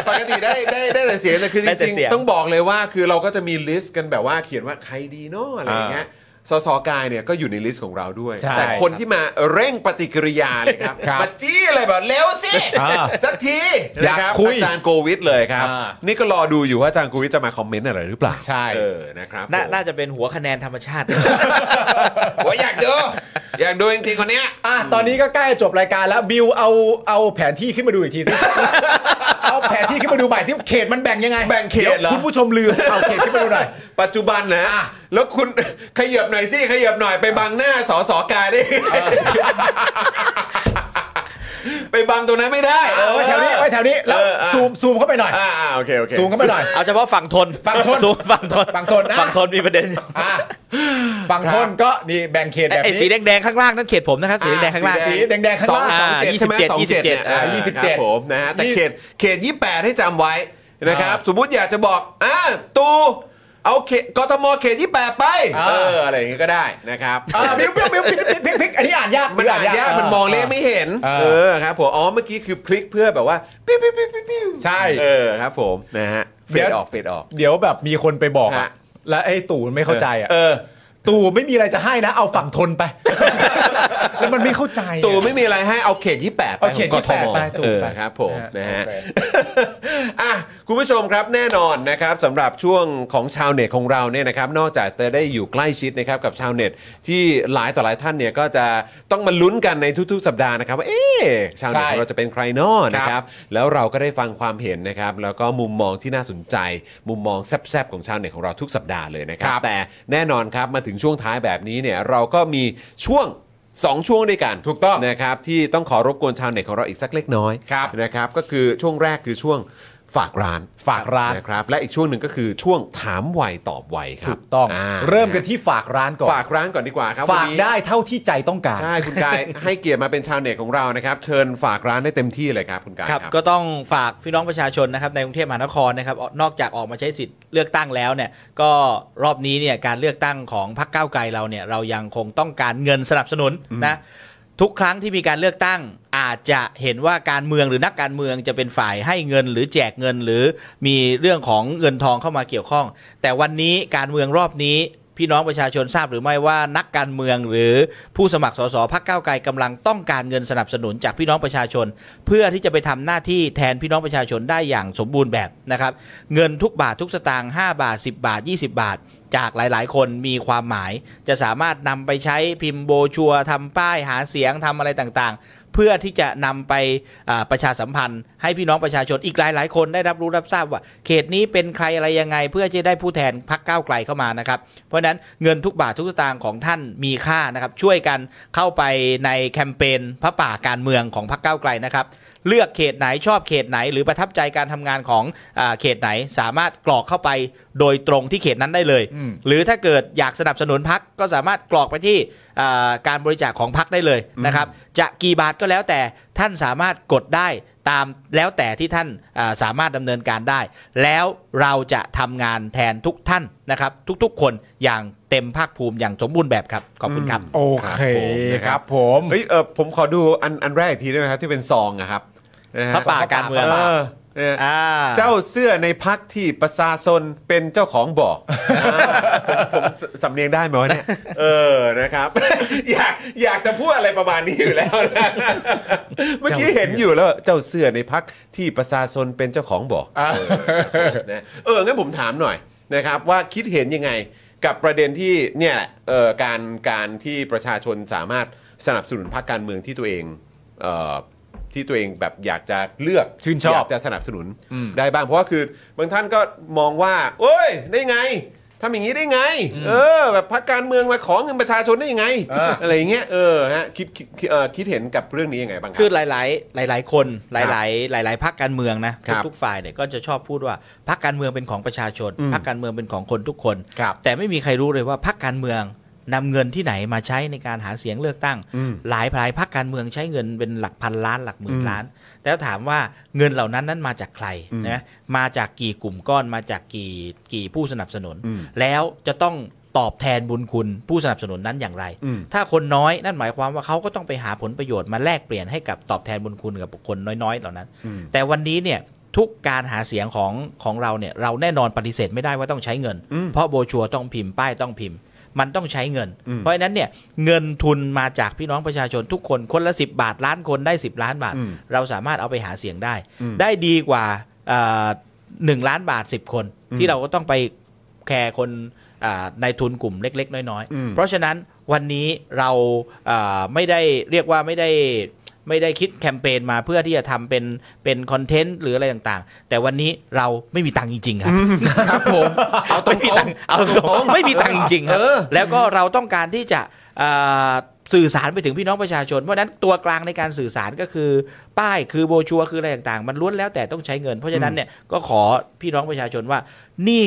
S1: ปกติได้ได้ได้แต่เสียงแต่คือจ
S3: ได้แต่
S1: ริง
S3: เสียง
S1: ๆ ต้องบอกเลยว่าคือเราก็จะมีลิสต์กันแบบว่าเขียนว่าใครดีเนาะอะไรอย่างเงี้ยสสกายเนี่ยก็อยู่ในลิสต์ของเราด้วย
S2: ใช่
S1: แต่คนที่มาเร่งปฏิกิริยาเลยครับ
S2: ครับ
S1: มาจี้เลยแบบเร็วสิ
S2: อ่า
S1: สักที
S2: อ
S1: นะ
S2: ยาก
S1: ครับ
S2: คุย
S1: อาจารย์โกวิทเลยครับ
S2: อ่า
S1: นี่ก็รอดูอยู่ว่าอาจารย์โกวิทจะมาคอมเมนต์อะไรหรือเปล่า
S2: ใช่
S1: เออนะครับ
S3: น่า
S1: ผม
S3: น่าจะเป็นหัวคะแนนธรรมชาติ
S1: ผมอยากดู อยากดูจริงๆคนเนี้ย
S2: อ่ะตอนนี้ก็ใกล้จะจบรายการแล้วบิวเอาเอาแผนที่ขึ้นมาดูอีกทีสิ เอาแผนที่ขึ้นมาดูใหม่ที่เขตมันแบ่งยังไง
S1: แบ่งเขตเหรอ
S2: ดี๋ยวคุณผู้ชมลืมเอาเขตขึ้นมาดูหน่อย
S1: ปัจจุบันนะ
S2: อ่ะ
S1: แล้วคุณ ขยับหน่อยสิขยับหน่อยไปบังหน้า สอสอกายได้ไงไปบังตรงนั้นไม่ได้
S2: เออไว้แถวนี้ไว้แถวนี้แล้ว
S1: เอออ่ะ
S2: ซูมซูมเข้าไปหน่อย
S1: อ่าอ่าโอเคโอเค
S2: ซูมเข้าไปหน่อย
S3: เอาเฉพาะฝั่งทน
S2: ฝั่งทน
S3: สูฝั่งทน
S2: ฝั่งทนนะ
S3: ฝั่งทนมีประเด็น
S2: อ่ะฝั่งทนก็นี่แบ่งเขตแบบ
S3: ไอ้
S2: นี้
S3: สีแดงๆข้างล่างนั่นเขตผมนะครับสีแดงๆข้างล่าง
S2: สีแดงๆข้างล่าง
S1: สอสองเจ็ดใช่ไหม
S3: อ่า
S1: สองเจ็ด
S3: 27
S1: เนี่ย
S3: อ่า
S1: ค
S2: 27
S1: รับผมนะฮะแต่
S2: ยี่
S1: เขตเขตยี่แปดให้จำไว้นะครับ
S2: อ่า
S1: สมมุติอยากจะบอกอ่าตูเอาเขตกทมเขตยี่แปดไป
S2: อ่า
S1: เอออะไรอย่างงี้ก็ได้นะครับ
S2: อ่ะบิวบิวบิวบิวพลิกพลิกอันนี้อ่านยาก
S1: มันอ่านยากมันมองเลขไม่เห็น
S2: เออ
S1: เออครับผม อ๋อ เมื่อกี้คือคลิกเพื่อแบบว่าปิ้วปิ้วปิ้วปิ้วปิ้ว
S2: ใช่
S1: เออครับผมนะฮะเฟ
S2: เดี๋ย
S1: ด
S2: ว
S1: ออกเฟดออก
S2: เดี๋ยวแบบมีคนไปบอก
S1: ฮะ
S2: อะแล้วไอ้ตู่มันไม่เข้าใจอ่ะ
S1: เออ
S2: ตู่ไม่มีอะไรจะให้นะ เอาฝั่งท นไป แล้วมันไม่เข้าใจอะ
S1: ตู่ไม่มีอะไรให้เอาเขต 28 ไป
S2: เอาเขต
S1: ของกทม
S2: 28ไปตู่
S1: เออ
S2: ไป
S1: ครับผม
S2: ฮะ
S1: นะฮะ
S2: โอเค
S1: อ่ะคุณผู้ชมครับแน่นอนนะครับสำหรับช่วงของชาวเน็ตของเราเนี่ยนะครับนอกจากจะได้อยู่ใกล้ชิดนะครับกับชาวเน็ตที่หลายต่อหลายท่านเนี่ยก็จะต้องมาลุ้นกันในทุกๆ สัปดาห์นะครับว่าเอ๊ะชาวเน็ตข
S2: ใช่
S1: องเราจะเป็นใครนอนะครับแล้วเราก็ได้ฟังความเห็นนะครับแล้วก็มุมมองที่น่าสนใจ มุมมองแซบๆของชาวเน็ตของเราทุกสัปดาห์เลยนะครั
S2: ครับ บ
S1: แต่แน่นอนครับมาถึงช่วงท้ายแบบนี้เนี่ยเราก็มีช่วงสองช่วงด้วยกัน
S2: ถูกต้อง
S1: นะครับที่ต้องขอรบกวนชาวเน็ตของเราอีกสักเล็กน้อย
S2: ครับ
S1: นะครับก็คือช่วงแรกคือช่วงฝากร้าน
S2: ฝากร้าน
S1: นะครับและอีกช่วงหนึ่งก็คือช่วงถามไวตอบไวครั
S2: ถู
S1: บ
S2: กต้อง
S1: า
S2: เริ่มกันที่ฝากร้านก่อน
S1: ฝากร้านก่อนดีกว่าครับ
S2: ฝาก
S1: วันนี้
S2: ได้เท่าที่ใจต้องการ
S1: ใช่คุณ กาย ให้เกียรติมาเป็นชาวเน็ตของเรานะครับเชิญฝากร้านได้เต็มที่เลยครับคุณกาย
S3: ครับก็ต้องฝากพี่น้องประชาชนนะครับในกรุงเทพมหานครนะครับนอกจากออกมาใช้สิทธิ์เลือกตั้งแล้วเนี่ยก็รอบนี้เนี่ยการเลือกตั้งของพรรคก้าวไกลเราเนี่ยเรายังคงต้องการเงินสนับสนุนนะทุกครั้งที่มีการเลือกตั้งอาจจะเห็นว่าการเมืองหรือนักการเมืองจะเป็นฝ่ายให้เงินหรือแจกเงินหรือมีเรื่องของเงินทองเข้ามาเกี่ยวข้อง แต่วันนี้การเมืองรอบนี้พี่น้องประชาชนทราบหรือไม่ว่านักการเมืองหรือผู้สมัครสสพักก้าวไกลกำลังต้องการเงินสนับสนุนจากพี่น้องประชาชน เพื่อที่จะไปทำหน้าที่แทนพี่น้องประชาชนได้อย่างสมบูรณ์แบบนะครับ เงินทุกบาททุกสตางค์5บาท 10 บาท 20 บาท จากหลาย ๆ คนมีความหมาย จะสามารถนำไปใช้พิมพ์โบชัวร์ทำป้ายหาเสียงทำอะไรต่างๆ เพื่อที่จะนำไปอ่าประชาสัมพันธ์ ให้พี่น้องประชาชนอีกหลาย ๆ คนได้รับรู้รับทราบว่า เขตนี้เป็นใครอะไรยังไง เพื่อจะได้ผู้แทนพักก้าวไกลเข้ามานะครับ เพราะฉะนั้นเงินทุกบาททุกสตางค์ของท่านมีค่านะครับ ช่วยกันเข้าไปในแคมเปญพระป่าการเมืองของพักก้าวไกลนะครับ เลือกเขตไหนชอบเขตไหน หรือประทับใจการทำงานของอาเขตไหนสามารถกรอกเข้าไปโดยตรงที่เขตนั้นได้เลย
S2: อืม
S3: หรือถ้าเกิดอยากสนับสนุนพักก็สามารถกรอกไปที่อ่าการบริจาคของพักได้เลยนะครับ จะกี่บาทก็แล้วแต่ท่านสามารถกดได้ตามแล้วแต่ที่ท่านอ่าสามารถดำเนินการได้ แล้วเราจะทำงานแทนทุกท่านนะครับ ทุกๆคนอย่างเต็มภาคภูมิอย่างสมบูรณ์แบบครับขอบคุณครับ
S2: โอเคครับผม
S1: เฮ้ยเออผมขอดูอันอันแรกอีกทีได้ไหมครับที่เป็นซองนะครับนะฮะ
S3: พระป่าการเมือง
S1: เออเนี่ย
S3: า
S1: เจ้าเสื้อในพักที่ประชาชนเป็นเจ้าของบอก ผมสสำเนียงได้ไหมวะเนี่ย เออนะครับ อยากอยากจะพูดอะไรประมาณนี้อยู่แล้วนะ เมื่อกี้เห็นอยู่แล้วเจ้าเสื้อในพักที่ประชาชนเป็นเจ้าของบอก
S2: อ่า
S1: เออครับผมนะเอองั้นผมถามหน่อยนะครับว่าคิดเห็นยังไงกับประเด็นที่เนี่ยแหละเออการการที่ประชาชนสามารถสนับสนุนพรรคการเมืองที่ตัวเองเออที่ตัวเองแบบอยากจะเลือก
S2: ชื่นชอบ
S1: ยากจะ จะสนับสนุนได้บ้างเพราะว่าคือบางท่านก็มองว่าโอ้ยได้ไงทำอย่างนี้ได้ไง เออ แบบพรรคการเมืองมาขอเงินประชาชนได้ยังไง
S2: เอออ
S1: ไรย่างเงี้ยเออฮะคิดคิดคิดเอ่อคิดเห็นกับเรื่องนี้ยังไงบ้างครับ
S3: คือหลาย ๆ หลาย ๆ คนหลาย ๆ หลาย ๆพักการเมืองนะครับ ทุกๆฝ่ายเนี่ยก็จะชอบพูดว่าพักการเมืองเป็นของประชาชน
S1: อืม
S3: พักการเมืองเป็นของคนทุกคน
S2: ครับ
S3: แต่ไม่มีใครรู้เลยว่าพักการเมือง นำเงินที่ไหนมาใช้ในการหาเสียงเลือกตั้ง
S1: อืม
S3: หลายหลายพรรคการเมืองใช้เงินเป็นหลักพันล้านหลักหมื่
S1: อื
S3: น
S1: ม
S3: ล้าน แต่ถามว่าเงินเหล่านั้นนั้นมาจากใคร
S1: อืม
S3: นะมาจากกี่กลุ่มก้อนมาจากกี่กี่ผู้สนับสนุน
S1: อืม
S3: แล้วจะต้องตอบแทนบุญคุณผู้สนับสนุนนั้นอย่างไร
S1: อืม
S3: ถ้าคนน้อยนั่นหมายความว่าเขาก็ต้องไปหาผลประโยชน์มาแลกเปลี่ยนให้กับตอบแทนบุญคุณกับบุคคลน้อยๆ เหล่านั้น
S1: อืม
S3: แต่วันนี้เนี่ยทุกการหาเสียงของของเราเนี่ยเราแน่นอนปฏิเสธไม่ได้ว่าต้องใช้เงิน
S1: อืม
S3: เพราะโบรชัวร์ต้องพิมพ์ป้ายต้องพิมพ์ มันต้องใช้เงิน
S1: อืม
S3: เพราะฉะนั้นเนี่ยเงินทุนมาจากพี่น้องประชาชนทุกคนคนละ 10 บาทล้านคนได้ 10 ล้านบาท
S1: อืม
S3: เราสามารถเอาไปหาเสียงได้
S1: อืม
S3: ได้ดีกว่าเอ่อหนึ่งล้านบาท 10 คน
S1: อืม
S3: ที่เราก็ต้องไปแคร์คนอ่าในทุนกลุ่มเล็ก ๆ น้อย
S1: อืม
S3: ๆ เพราะฉะนั้นวันนี้เราเอ่อไม่ได้เรียกว่าไม่ได้ ไม่ได้คิดแคมเปญมาเพื่อที่จะทำเป็นเป็นคอนเทนต์หรืออะไรต่างๆ แต่วันนี้เราไม่มีตังค์จริง ๆ ครับ
S1: ครับ ผม
S3: เอาตรงๆเอาตรงๆไม่มีตังค์จริงๆครับแล้วก็เราต้องการที่จะเอ่อสื่อสารไปถึงพี่น้องประชาชน เพราะฉะนั้นตัวกลางในการสื่อสารก็คือ ป้ายคือโบรชัวร์คืออะไรต่างๆ มันล้วนแล้วแต่ต้องใช้เงิน เพราะฉะนั้นเนี่ยก็ขอพี่น้องประชาชนว่า นี่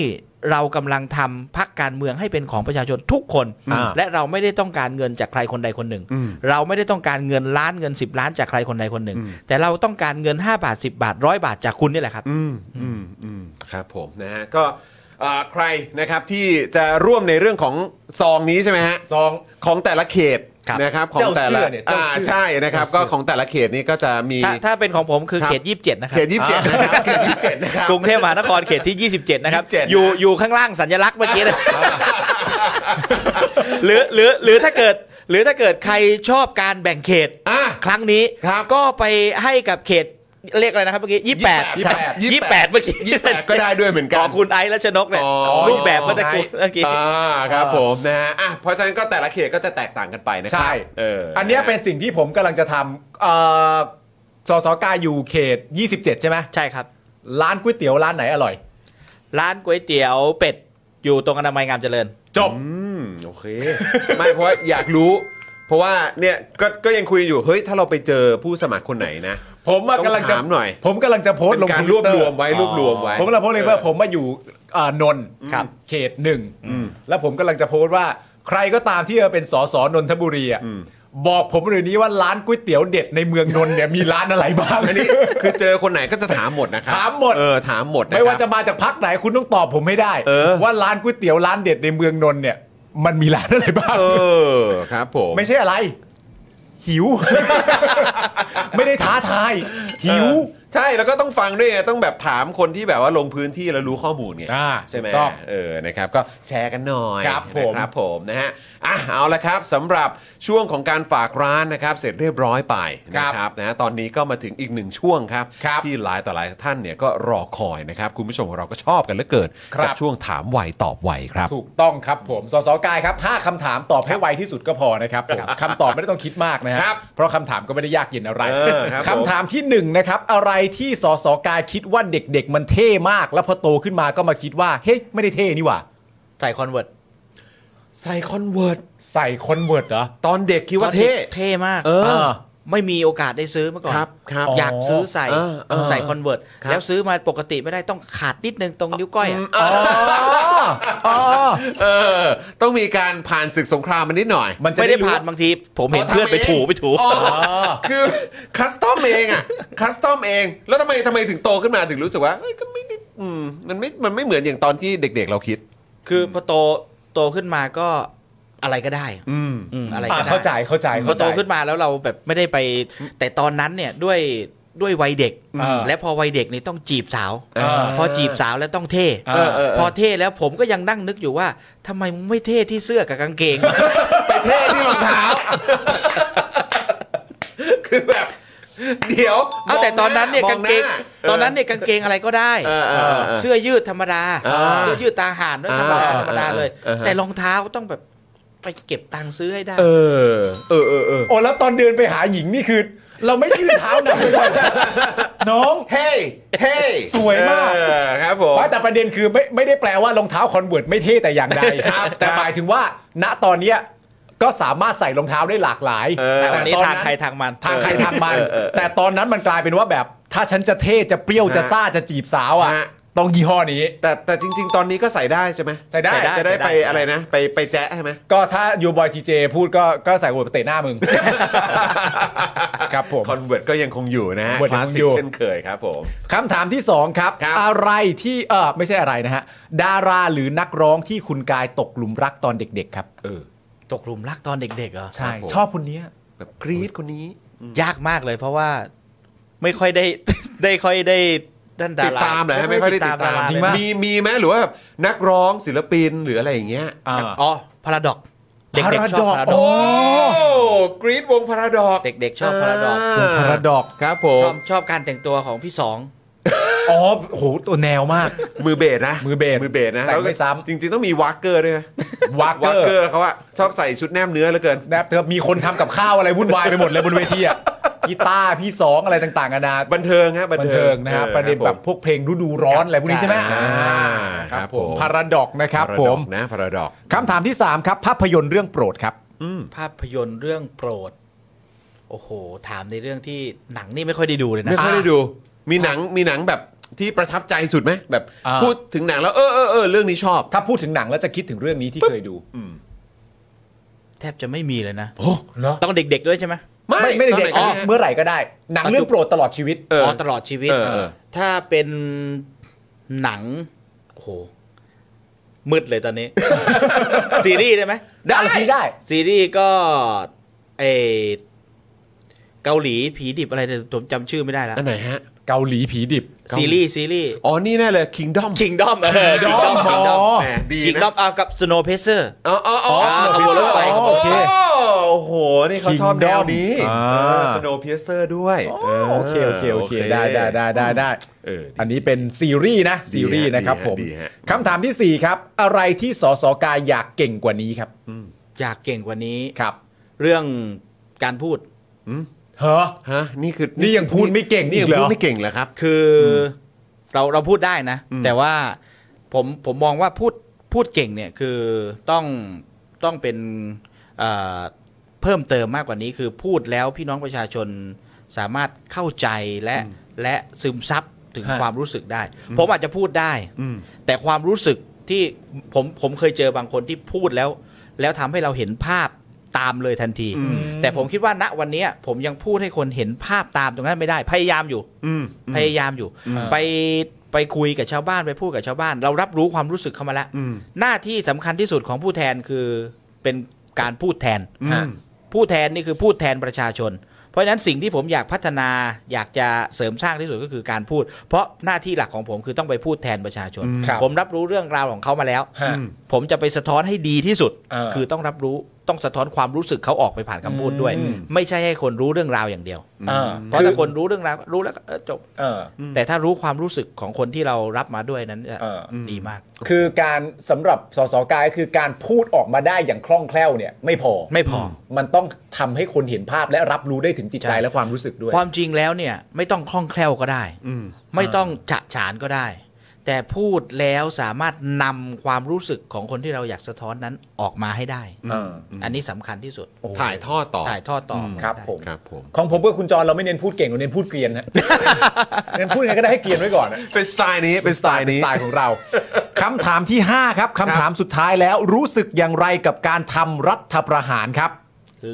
S3: เรากำลังทำพักการเมืองให้เป็นของประชาชนทุกคน
S2: อ่า
S3: และเราไม่ได้ต้องการเงินจากใครคนใดคนหนึ่ง
S1: อืม
S3: เราไม่ได้ต้องการเงินล้านเงิน 10 ล้านจากใครคนใดคนหนึ่ง
S1: อืม
S3: แต่เราต้องการเงิน 5 บาท 10 บาทร้อยบาทจากคุณนี่แหละครับ
S1: อืมอืมอืมครับผมนะฮะก็เอ่อใครนะครับที่จะร่วมในเรื่องของซองนี้ใช่ไหมฮะ
S2: ซอง
S1: ของแต่ละเขต
S3: ครับ
S1: นะครับของแต่ละ
S2: เจ้าเสื้อเนี่ยเจ้าเสื้อ
S1: ใช่นะครับ
S2: เจ้าเสื้
S1: ก็
S2: อ
S1: ของแต่ละเขตนี่ก็จะมี
S3: ถ้าถ้าเป็นของผมคือ
S1: ครับ
S3: เขต 27 นะครั
S1: เข
S3: บ
S1: ตยี่สิบเจ็ดนะครับเขตยี่สิบเจ็ดนะครับ
S3: กรุงเทพมหานครเขตที่ 27 นะครับ
S1: 27
S3: อยู่
S1: นะ
S3: อยู่ข้างล่างสัญลักษณ์เมื่อกี้นะ หรือหรือหรือถ้าเกิด หรือถ้าเกิดใครชอบการแบ่งเขต
S1: อ่ะ
S3: ครั้งนี้
S1: ครับ
S3: ก็ไปให้กับเขตเลขอะไรนะครับเมื่อกี้28
S1: 28
S3: 28 28เมื่อกี้
S1: ยี่สิบแปดก็ได้ด้วยเหมือน
S3: ข
S1: กั
S3: อน งคุณไอซ์รัชนกเนี่ย
S1: อ๋อ
S3: รูปแบบเมื่อตะกี้เมื่อกี้
S1: อ่าครับผมนะฮะอ่ะเพราะฉะนั้นก็แต่ละเขตก็จะแตกต่างกันไปนะครั
S2: ใช่
S1: เอออั
S2: อันเนี้ยเป็นสิ่งที่ผมกำลังจะทำเอ่อสสกาอยู่เขต 27 ใช่ไหม
S3: ใช่ครับ
S2: ร้านก๋วยเตี๋ยวร้านไหนอร่อย
S3: ร้านก๋วยเตี๋ยวเป็ด อยู่ตรงอนามัยงามเจริญ
S2: จบ
S1: อืมโอเค ไม่เพราะว่าอยากรู้ เพราะว่าเนี่ยก็ก็ยังคุยอยู่เฮ้ยถ้าเราไปเจอผู้สมัครคนไหนนะ
S2: ผมอะ
S1: ต้อง
S2: กำลังจะ
S1: ถามหน่อย
S2: ผมกำลังจะโพส
S1: เป็
S2: ต์ล
S1: น
S2: ง
S1: การ
S2: ท
S1: ร
S2: วิ
S1: ว
S2: ต
S1: บ
S2: เตอ
S1: ร
S2: ร์
S1: วมไว้รวบรวมไว้
S2: ผมกำลังโพสต์เลยว่าผมมาอยู่เอ่อนนท์
S3: ครับ
S2: เขตหนึ่งแล้วผมกำลังจะโพสต์ว่า ใครก็ตามที่เป็นสสนนทบุรีอะบอกผมเรื่องนี้ว่าร้านก๋วยเตี๋ยวเด็ดในเมืองนนท์เนี่ยมีร้านอะไรบ้าง
S1: อันนี้คือเจอคนไหนก็จะถามหมดนะครับ
S2: ถามหมด
S1: เออถามหมดนครับ
S2: ไม่ว่าจะมาจากพักไหนคุณต้องตอบผมให้ได้
S1: เออ
S2: ว่าร้านก๋วยเตี๋ยวร้านเด็ดในเมืองนนท์เนี่ย มันมีร้านอะไรบ้าง
S1: เออครับผม
S2: ไม่ใช่อะไร หิว ไม่ได้ท้าทาย
S1: เอ
S2: หิว
S1: อใช่แล้วก็ต้องฟังด้วยไงต้องแบบถามคนที่แบบว่าลงพื้นที่แล้วรู้ข้อมูลไง
S2: อ่า
S1: ใช่ไหม
S2: ถูกต้อง
S1: เออนะครับก็แชร์กันหน่อย
S2: ครับผม
S1: นะครับผมนะฮะอ่ะเอาละครับสำหรับช่วงของการฝากร้านนะครับ เสร็จเรียบร้อยไปนะครับนะฮะตอนนี้ก็มาถึงอีกหนึ่งช่วงครับ
S2: ครับ
S1: ที่หลายต่อหลายท่านเนี่ยก็รอคอยนะครับ คุณผู้ชมของเราก็ชอบกันเหลือเกิน
S2: ครับ
S1: กัช่วงถามไวตอบไวครับ
S2: ถูกต้องครับผม สสกายครับ 5คำถามตอบให้ไวที่สุดก็พอนะครับผมคำตอบไม่ได้ต้องคิดมากนะฮะ
S1: ครับ
S2: เพราะคำถามก็ไม่ได้ยากเย็นอะไร
S1: เออครับผม
S2: คำถามที่หนึ่งนะครับ อะไรที่สสกายคิดว่าเด็กๆ มันเท่มาก แล้วพอโตขึ้นมาก็มาคิดว่า เฮ้ยไม่ได้เท่นี่หว่า
S3: ใส่คอนเวิร์ต
S1: ใส่คอนเวิร์ต
S2: ใส่คอนเวิร์ตเหรอ
S1: ตอนเด็กคิดว่าเท่
S3: เท่มาก
S1: เออ
S3: ไม่มีโอกาสได้ซื้อเมื่อก่อน
S1: ครับครับ
S3: อยากซื้อใส่
S1: เออเออ
S3: ใส่คอนเวิร์ต
S1: ครับ
S3: แล้วซื้อมาปกติไม่ได้ต้องขาดนิดนึงตรงนิ้วก้อยอะ
S2: อ๋ออ๋อ
S1: เออ ต้องมีการผ่านศึกสงครามมานิดหน่อย
S2: มันจะ
S3: ไม่
S2: ได้
S3: ได้
S2: ผ่า
S3: ผ่าน นบางที ผมเห็นเพื่อนไปถูไปถู
S1: อ๋อคือคัสตอมเองอ่ะคัสตอมเอง แล้วทำไมทำไมถึงโตขึ้นมาถึงรู้สึกว่าเอ้ยก็ไม่ได้อืมมันไม่มันไม่เหมือนอย่างตอนที่เด็ก ๆ เราคิด
S3: คือพอโตโตขึ้นมาก็อะไรก็ได้
S1: อืม
S3: อืมอะไร
S2: อ่า
S3: ก็ได้
S2: เข้าใจเข้าใจ
S3: พอ
S2: เข้าใจ
S3: โตขึ้นมาแล้วเราแบบไม่ได้ไป แต่ตอนนั้นเนี่ยด้วยด้วยวัยเด็ก
S2: อ่า
S3: และพอวัยเด็กนี่ต้องจีบสาว
S2: เออ
S3: พอจีบสาวแล้วต้องเท่
S2: เออเออ
S3: พอเท่แล้วผมก็ยังนั่งนึกอยู่ว่าทำไมมึงไม่เท่ที่เสื้อกับกางเกง
S1: ไปเท่ที่รองเท้า คือแบบ เดี๋ยว
S3: เอาแต่ตอนนั้นเนี่ย
S1: ม
S3: กางเกง
S1: ห
S3: ตอนนั้นเนี่ยกางเกงอะไรก็ได้
S1: เออเออเออ
S3: เสื้อยืดธรรมดา
S1: อ่า
S3: เสื้อยืดตาห่านด้วยธรรมดา
S1: อ่า
S3: ธรรมดาเลย
S1: อ่าฮะ
S3: แต่รองเท้าต้องแบบไปเก็บตังค์ซื้อให้ได้
S1: เออ เออเออเออ
S2: โอ้แล้วตอนเดินไปหาหญิงนี่คือ เราไม่ยื่นเท้านำเลยนะ น้อง
S1: เฮ้ยเฮ้ย
S2: สวยมาก
S1: เออครับผม
S2: ว่าแต่ประเด็นคือไม่ไม่ได้แปลว่ารองเท้าคอนเวิร์ตไม่เท่แต่อย่างใด
S1: ครับ
S2: แต่หมายถึงว่า ณตอนเนี้ยก็สามารถใส่รองเท้าได้หลากหลาย
S1: เออ
S3: แต่วันนี้
S2: ตอ
S3: ทางใครทางมัน
S2: ทางใครทางมัน
S1: เออเออเออ
S2: แต่ตอนนั้นมันกลายเป็นว่าแบบ ถ้าฉันจะเท่จะเปรี้ยวจะซ่าจะจีบสาวอ่ะ
S1: ฮะ
S2: ต้องยี่ห้อนี้
S1: แต่แต่จริง ๆ ตอนนี้ก็ใส่ได้ใช่ไหม
S2: ใส่ได้
S1: จะได้
S3: ใส่ได้
S1: ไปอะไรนะ ไปไปแจ๊ะใช่ไหม
S2: ก็ถ้ายูบอยทีเจพูดก็ก็ใส่หัวไปเตะหน้ ามึง ครับผม
S1: คอนเวิร์ตก็ยังคงอยู่นะฮะ
S2: Convert
S1: คลาสสิ
S2: ยังคงอก ยู่
S1: เช่นเคยครับผม
S2: คำถามที่ 2 ครับ
S1: ครับ
S2: อะไรที่เออไม่ใช่อะไรนะฮะ ดาราหรือนักร้องที่คุณกายตกหลุมรักตอนเด็ก ๆ ครับ
S1: เออ
S3: ตกหลุมรักตอนเด็กๆเหรอ
S2: ใช่
S1: ครับผม
S2: ชอบคนเนี้ย
S1: แบบกรี๊ดคนนี้
S3: ยากมากเลยเพราะว่าไม่ค่อยได้ ได้ค่อยได้ด้านดา
S1: ติด
S3: รา
S1: ตามเหรอฮะไม่ค่อยได้ติดตาม
S3: ร
S2: จริงปะ
S3: เลย
S1: มีมีไหมหรือว่าแบบนักร้องศิลปินหรืออะไรอย่างเงี้ย
S2: อ่า
S3: อ๋อพาราดอกเด็กๆชอ
S2: Paradox
S3: บพาราด
S2: โอ้
S3: อก
S1: กรี๊ดวงพาราดอก
S3: เด็กๆชอบพาราดอก
S2: วงพาราดอกซ์
S1: ครับผ
S3: ช
S1: ม
S3: อบชอบการแต่งตัวของพี่สอง
S2: อ๋อโหตัวแนวมาก
S1: มือเบสนะ
S2: มือเบส
S1: มือเบสนะ
S2: แต่ง
S1: ล้วก็
S2: ไม่ซ้ำ
S1: จริง ๆ ต้องมีวากเกอร์ด้วยไหม
S2: วากเก
S1: วา
S2: อก ร์
S1: เกอร์เขาอะชอบใส่ชุดแนมเนื้อเหลือเกิน
S2: แบบเธอมีคนทำกับข้าวอะไรวุ่นวายไปหมดเลยบนเวทีอะกีตาร์พี่สองอะไรต่างๆนานา
S1: บันเทิงฮะบั
S2: บันเทิงนะฮะ
S1: ออ
S2: ประเด็นแบบ
S1: ค
S2: พวกเพลงฤดูร้อนอะไรพวกนี้ใช่ไหม
S1: อ่าครับผม
S2: พาราดอกซ์นะค
S1: พา
S2: รับ
S1: รา
S2: ผ
S1: ดอ
S2: ม
S1: กนะพาราดอก
S2: คำถามที่ 3 ครับ ภาพยนตร์เรื่องโปรดครับ
S1: อืม
S3: ภาพยนตร์เรื่องโปรด โอ้โห ถามในเรื่องที่หนังนี่ไม่ค่อยได้ดูเลยนะ
S1: ไม่ค่อยได้ดู มีหนังมีหนังแบบที่ประทับใจสุดไหมแบบ
S2: อ่า
S1: พูดถึงหนังแล้วเออเออเออเรื่องนี้ชอบ
S2: ถ้าพูดถึงหนังแล้วจะคิดถึงเรื่องนี้ที่เคยดู
S3: แทบจะไม่มีเลยนะ
S2: โอ้เนาะ
S3: ต้องเด็ก ๆด้วยใช่ไหม
S2: ไม่ไม่ได้เด็ก
S1: ตนไหน
S2: อ๋อ
S1: นนะ
S2: เมื่อไหร่ก็ได้ หนังเรื่องโปรดตลอดชีวิต
S1: เอออ๋
S3: อตลอดชีวิต
S1: เออเออ
S3: ถ้าเป็นหนัง โอ้โห มืดเลยตอนนี้ ซีรีส์ได้ไหม
S2: ได้ได้
S3: ซีรีส์ก็เออเกาหลีผีดิบอะไรเนี่ยผมจำชื่อไม่ได้แล้ว
S1: อันไหนฮะ
S2: เกาหลีผีดิบ
S3: ซีรีส์ซีรีส์
S1: อ๋อนี่แน่เลย Kingdom
S3: คิงดอมเออคิงดอมคิงดอม
S2: อ๋อ
S1: แหมดี
S3: คิงดอ
S1: นะ
S3: มเอากับสโนว์เพเซอร์
S1: อ๋ออ๋ออ๋อ
S3: อ๋อ
S1: ขบวนรถไฟ
S3: ขบวนรถ
S1: โอ
S3: ไฟ
S1: เคโอ้โห นี่เขาชอบ
S2: Kingdom
S1: แนวนี้
S2: อ่า
S1: สโนว์เพียเซอร์ด้วย
S2: โอเคโอเคโอเคได้ได้ได้ได้ได้
S1: เออดี
S2: อันนี้เป็นซีรีส์นะ ซีรีส์นะครับ
S1: ดีฮะ
S2: ผม
S1: ดีฮะ
S2: คำถามทีสี่ 4 ครับ อะไรที่สสกายอยากเก่งกว่านี้ครับ
S3: อยากเก่งกว่านี้
S2: ครับ
S3: เรื่องการพูด
S2: เฮอ
S1: ฮะนี่คือ
S2: นี่ยังพูดไม่เก่ง
S1: นี่ยัง
S2: อีกเหรอ
S1: พูดไม่เก่งเหรอครับ
S3: คืออเราเราพูดได้นะ แต่ว่าผมผมมองว่าพูดพูดเก่งเนี่ยคือต้องต้องเป็นเอ่อเพิ่มเติมมากกว่านี้ คือพูดแล้วพี่น้องประชาชนสามารถเข้าใจและและซึมซับถึง
S2: ฮะ
S3: ความรู้สึกได้ ผมอาจจะพูดได้ แต่ความรู้สึกที่ผมผมเคยเจอบางคนที่พูดแล้ว แล้วทำให้เราเห็นภาพตามเลยทันที แต่ผมคิดว่าณวันเนี้ยผมยังพูดให้คนเห็นภาพตามตรงนั้นไม่ได้ พยายามอยู่
S1: อืม
S3: พยายามอยู่
S2: อืม
S3: ไปไปคุยกับชาวบ้านไปพูดกับชาวบ้าน เรารับรู้ความรู้สึกเขามาแล้ว
S1: อืม
S3: หน้าที่สำคัญที่สุดของผู้แทนคือเป็นการพูดแทน
S1: อืม
S3: ผู้แทนนี่คือพูดแทนประชาชน เพราะฉะนั้นสิ่งที่ผมอยากพัฒนาอยากจะเสริมสร้างที่สุดก็คือการพูด เพราะหน้าที่หลักของผมคือต้องไปพูดแทนประชาชน
S1: อืม
S2: ครับ
S3: ผมรับรู้เรื่องราวของเขามาแล้ว
S2: ฮะ
S3: ผมจะไปสะท้อนให้ดีที่สุด
S2: เออ
S3: คือต้องรับรู้ต้องสะท้อนความรู้สึกเขาออกไปผ่านคำพูดด้วย
S2: อืม
S3: ไม่ใช่ให้คนรู้เรื่องราวอย่างเดียว
S2: เออ
S3: เพราะถ้าคนรู้เรื่องราวรู้แล้วก็เออจบ
S2: เออ
S3: แต่ถ้ารู้ความรู้สึกของคนที่เรารับมาด้วยนั้นจะ
S2: เอออืม
S3: ดีมาก
S2: คือการสำหรับสสกายคือการพูดออกมาได้อย่างคล่องแคล่วเนี่ย ไม่พอ
S3: ไม่พอ
S2: มันต้องทำให้คนเห็นภาพและรับรู้ได้ถึงจิตใจ
S3: ใช่
S2: และความรู้สึกด้วย
S3: ความจริงแล้วเนี่ยไม่ต้องคล่องแคล่วก็ได้
S1: อืม
S3: ไม่ต้องฉะฉานก็ได้ แต่พูดแล้วสามารถนำความรู้สึกของคนที่เราอยากสะท้อนนั้นออกมาให้ได้
S2: เออ
S3: อันนี้สำคัญที่สุด
S2: โอ้
S1: ถ่ายทอดต่อ
S3: ถ่ายทอดต่ออ
S2: ครับผม
S1: ครับผม
S2: ของผมกับคุณจรเราไม่เน้นพูดเก่งเราเน้นพูดเกรียน ฮะ เน้นพูดยังไงก็ได้ให้เกรียนไว้ก่อนนะ
S1: เป็นสไตล์นี้เป็นสไตล์นี้
S2: สไตล์ของเรา คำถามที่ 5 ครับคำถามสุดท้ายแล้วรู้สึกอย่างไรกับการทำรัฐประหารครับ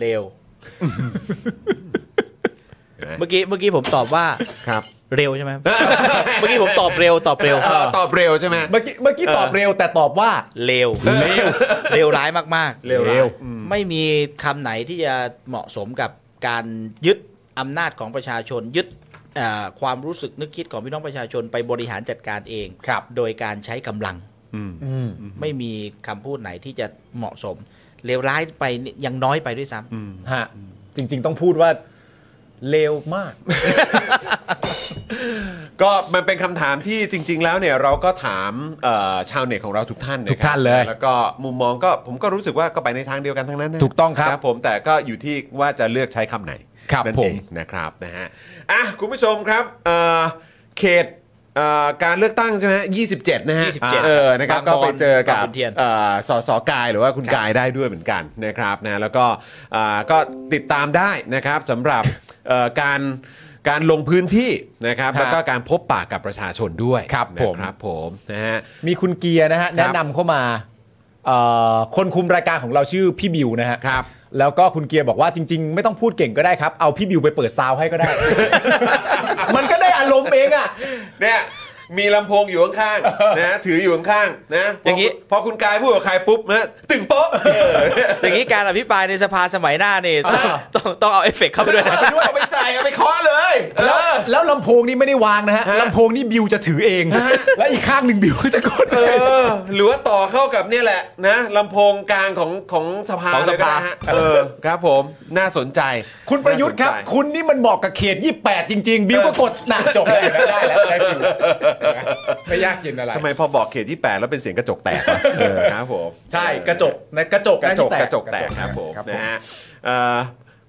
S3: เร็ว เมื่อกี้เมื่อกี้ผมตอบว่า
S1: ครับ
S3: เร็วใช่ไหม เมื่อกี้ผมตอบเร็วตอบเร็ว
S1: เออตอบเร็วใช่ไหม
S2: เมื่อกี้เมื่อกี้ตอบเร็วแต่ตอบว่า
S3: เร็วเร็วเร็วร้ายมากๆ
S1: เร็วร้าย
S3: ไม่มีคำไหนที่จะเหมาะสมกับการยึดอำนาจของประชาชนยึดเอ่อความรู้สึกนึกคิดของพี่น้องประชาชนไปบริหารจัดการเอง
S2: ครับ
S3: โดยการใช้กำลัง
S1: อืม
S2: อืม
S3: ไม่มีคำพูดไหนที่จะเหมาะสมเลวร้ายไปเนี่ยยังน้อยไปด้วยซ้ำ
S2: ฮะ จริง ๆ ต้องพูดว่าเร็วมาก
S1: ก็มันเป็นคำถามที่จริง ๆ แล้วเนี่ยเราก็ถามเอ่อชาวเน็ตของเราทุกท่านะครับ
S2: ทุกท่านเลย
S1: แล้วก็มุมมองก็ผมก็รู้สึกว่าก็ไปในทางเดียวกันทั้งนั้นนะ
S2: ถูกต้องครับ
S1: ผมแต่ก็อยู่ที่ว่าจะเลือกใช้คำไหน
S2: ครับ
S1: นั่น
S2: ผม
S1: เองนะครับนะฮะอ่ะคุณผู้ชมครับเอ่อเขตเอ่อการเลือกตั้งใช่ไหม27 นะฮะ
S3: 27
S1: เออนะครับ
S3: า
S1: ก็
S3: งบอน
S1: ไปเจอกับบ
S3: างขุนเทียน
S1: เอ่อสสกายหรือว่าคุณกายได้ด้วยเหมือนกันนะครับนะแล้วก็เอ่อก็ติดตามได้นะครับสำหรับเอ่อการ การลงพื้นที่นะครับ
S2: ฮะ
S1: แล้วก็การพบปะกับประชาชนด้วย
S2: ครับผม
S1: นะครับผมนะฮะ
S2: มีคุณเกียร์นะฮะแนะนำเข้ามาเอ่อคนคุมรายการของเราชื่อพี่บิวนะฮะ
S1: ครับ
S2: แล้วก็คุณเกียร์บอกว่าจริง ๆ ไม่ต้องพูดเก่งก็ได้ครับ เอาพี่บิวไปเปิดซาวให้ ก็ได้ มันก็ได้อารมณ์เองอ่ะ
S1: เนี่ยมีลำโพงอยู่ข้างๆนะถืออยู่ข้างๆนะ
S3: อย่างงี้
S1: นี้พอคุณกายพูดกับใครปุ๊บนะตึงโป๊ะเออ
S3: อย่างนี้การอภิปรายในสภาสมัยหน้านี่
S2: อ่า
S3: ต้องต้องเอาเอฟเฟกต์เข้าไปด้วย
S1: เอา
S3: นะ
S1: ไปด้วยเอาไปใส่เอาไปเคาะเลยเอ
S2: แล้ว
S1: อ
S2: แล้วลำโพงนี่ไม่ได้วางนะฮะลำโพงนี่บิวจะถือเอง และอีกข้างหนึ่งบิวก็จะกด
S1: เออหรือว่าต่อเข้ากับเนี่ยแหละนะลำโพงกลางของของสภา
S3: ของส
S1: เลยก็
S3: ภา
S1: ได้ฮะเออครับผมน่าสนใจ
S2: คุณประยุทธ์ครับ
S1: น่าสนใจ
S2: คุณนี่มันเหมาะกับเขต 28 จริง ๆ บิวก็กดหนักจบเลยได้แล้วได้บิวไม่ยากเย็นอะไร
S1: ทำไมพอบอกเขตที่ 8 แล้วเป็นเสียงกระจกแตกวะเออครับผม
S2: ใช่กระจกนะกระจก
S1: กระจกก
S2: นั่นที่
S1: ระจกแตกครับผม
S2: ครับ
S1: นะฮะเอ่อ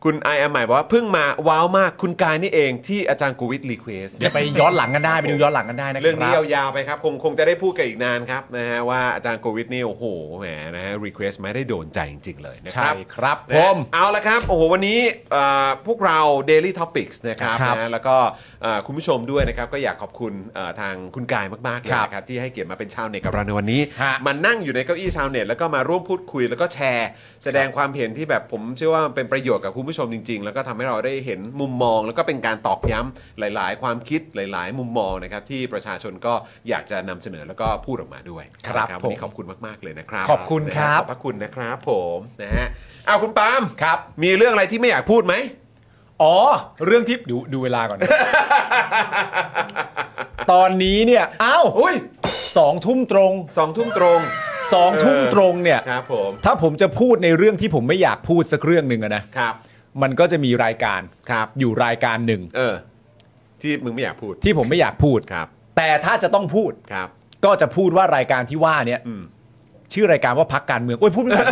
S1: คุณไอแอมใหม่บอกว่าเพิ่งมาว้าวมากคุณกายนี่เองที่อาจารย์กูวิทรีเควส
S2: เดี๋ยวไปย้อนหลังกันได้ไปดูย้อนหลังกันได้นะคบ
S1: เรื่องนี้ยาวๆไปครับ คงคงจะได้พูดกันอีกนานครับนะฮะว่าอาจารย์กูวิทนี่โอ้โหแหมนะฮะรีเควสไม่ได้โดนใจจริงๆเลยนะค
S2: ใช่
S1: รับ
S2: ครับผ
S1: นะ
S2: ม
S1: เอาละครับ โอ้โห วันนี้เอ่อพวกเรา Daily Topics นะครับ
S2: ครับ
S1: นะแล้วก็เอ่อคุณผู้ชมด้วยนะครับ ก็อยากขอบคุณเอ่อทางคุณกายมาก ๆ เลย
S2: ครับ
S1: นะครับ ที่ให้เกียรติมาเป็นชาวเน็ตกับเราในวันนี้
S2: ฮะ
S1: มานั่งอยู่ในเก้าอี้ชาวเน็ต แล้วก็มาร่วมพูดคุยแล้วก็แชร์ แสดงความเห็นที่แบบผมเชื่อว่ามันเป็นประโยชน์กับคุณผู้ชมจริง ๆ แล้วก็ทำให้เราได้เห็นมุมมอง แล้วก็เป็นการตอกย้ำหลาย ๆ ความคิดหลาย ๆ มุมมองนะครับที่ประชาชนก็อยากจะนำเสนอแล้วก็พูดออกมาด้วย
S2: ครับ
S1: นะวั
S2: ผม
S1: นนี้ขอบคุณมาก ๆ เลยนะครับ
S2: ขอบคุณครับ
S1: นะขอบพระคุณนะครับผมนะฮะเอาคุณปาล์ม
S2: ครับ
S1: มีเรื่องอะไรที่ไม่อยากพูดไหม
S2: อ๋อ เรื่องที่ดูดูเวลา ก่อนนะ ตอนนี้เนี่ย อ้าว
S1: อุ้ย
S2: สองทุ่มตรง
S1: สองทุ่มตรง
S2: สองทุ่มตรงเนี่ย
S1: ครับผม
S2: ถ้าผมจะพูดในเรื่องที่ผมไม่อยากพูดสักเรื่องหนึ่งอะนะ
S1: ครับ
S2: มันก็จะมีรายการ
S1: ครับ
S2: อยู่รายการหนึ่ง
S1: เออ ที่มึงไม่อยากพูด
S2: ที่ผมไม่อยากพูด
S1: ครับ
S2: แต่ถ้าจะต้องพูด
S1: ครับ
S2: ก็จะพูดว่ารายการที่ว่าเนี่ย
S1: อืม
S2: ชื่อรายการว่าพักการเมืองโอ้ยพู ดไม่ได้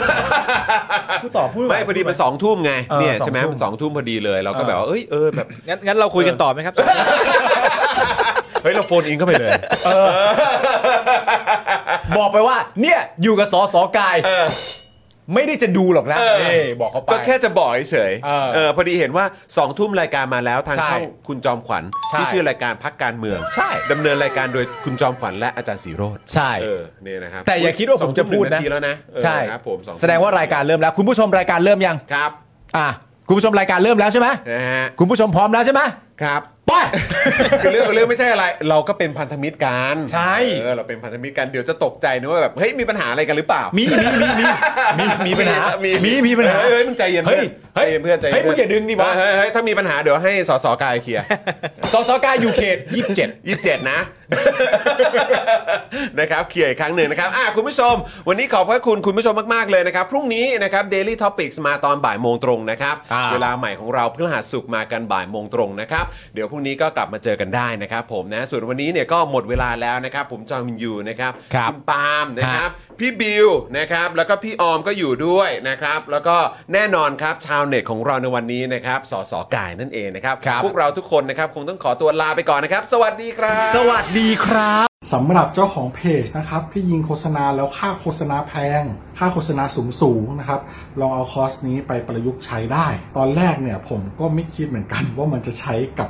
S2: พูดต่อพูด
S1: ไม่พอดีมันสองทุ่มไง
S2: เออ
S1: เนี่ย
S2: สอง
S1: ใช่ไหม
S2: ทุ่ม
S1: มันสองทุ่มพอดีเลย เราก็แบบว่าเอ้ย เออ แบบ
S3: งั้นงั้นเราคุยกันต่อไหมครับ
S1: เฮ้ย เราโฟนอินเข้าไปเลย
S2: บอกไปว่า เนี่ยอยู่กับสอสอกาย
S1: เออ
S2: ไม่ได้จะดูหรอกนะ
S1: เออ
S2: นี่บอกเขาไป
S1: ก็แค่จะบอกเฉย
S2: เออ
S1: เออ พอดีเห็นว่าสองทุ่มรายการมาแล้วทาง
S2: ใช่
S1: ช่องคุณจอมขวัญ
S2: ใช่
S1: ที่ชื่อรายการพักการเมือง
S2: ใช่
S1: ดำเนินรายการโดยคุณจอมขวัญและอาจารย์สีโรจน์
S2: ใช่
S1: เออเนี่ยนะครับ
S2: แต่อย่าคิดว่าผมจะ
S1: สอง
S2: พูด
S1: ทุ่หง
S2: นะ
S1: ทีแล้วนะเออ
S2: ใช่
S1: ครับผมองทุ่ม
S2: แสดงว่ารายการเริ่มแล้ว คุณผู้ชมรายการเริ่มยัง
S1: ครับ
S2: อ่ะคุณผู้ชมรายการเริ่มแล้วใช่ไหม
S1: นะฮะ
S2: คุณผู้ชมพร้อมแล้วใช่ไหม
S1: ครับ
S2: ไป
S1: คือเรื่องของเรื่องไม่ใช่อะไร เราก็เป็นพันธมิตรกัน
S2: ใช่
S1: เออเราเป็นพันธมิตรกันเดี๋ยวจะตกใจนะว่าแบบเฮ้ยมีปัญหาอะไรกันหรือเปล่า
S2: มีมีมีมีมีมีปัญหามีมีปัญหา
S1: เฮ้ยเฮ้ยมึงใจเย็น
S2: เฮ้ย
S1: เฮ้ยเพื่อนใจเย็น
S2: เฮ้ยมึงอย่าดึงดิวะ
S1: เฮ้ยเฮ้ยถ้ามีปัญหาเดี๋ยวให้สสกายเคลียร์
S2: สอสอกายอยู่เขตยี่สิบเจ็ด
S1: ยี่สิบเจ็ด นะ นะครับเคลียร์อีกครั้งหนึ่งนะครับอ่ะคุณผู้ชม วันนี้ขอบพระคุณคุณผู้ชมมาก ๆ เลยนะครับพรุ่งนี้นะครับ Daily Topics มาตอนบ่ายโมงตรงนะครับ
S2: อ่า
S1: เวลาใหม่ของเราพฤหัสสุกร์มากันบ่ายโมงตรงนะครับเดี๋ยวพรุ่งนี้ก็กลับมาเจอกันได้นะครับผมนะส่วนวันนี้เนี่ยก็หมดเวลาแล้วนะครับผมจอห์นวินยูนะครับ
S2: ครับ
S1: ณปาล์มนะครับพี่บิวนะครับแล้วก็พี่ออมก็อยู่ด้วยนะครับแล้วก็แน่นอนครับชาวเน็ตของเราในวันนี้นะครับสสกายนั่นเองนะครับ
S2: ครับ
S1: พวกเราทุกคนนะครับคงต้องขอตัวลาไปก่อนนะครับ สวัสดีครับ
S2: สวัสดีครับ
S4: สำหรับเจ้าของเพจนะครับ ที่ยิงโฆษณาแล้วค่าโฆษณาแพง ค่าโฆษณาสูงสูงๆนะครับ ลองเอาคอร์สนี้ไปประยุกต์ใช้ได้ ตอนแรกเนี่ยผมก็ไม่คิดเหมือนกัน ว่ามันจะใช้กับ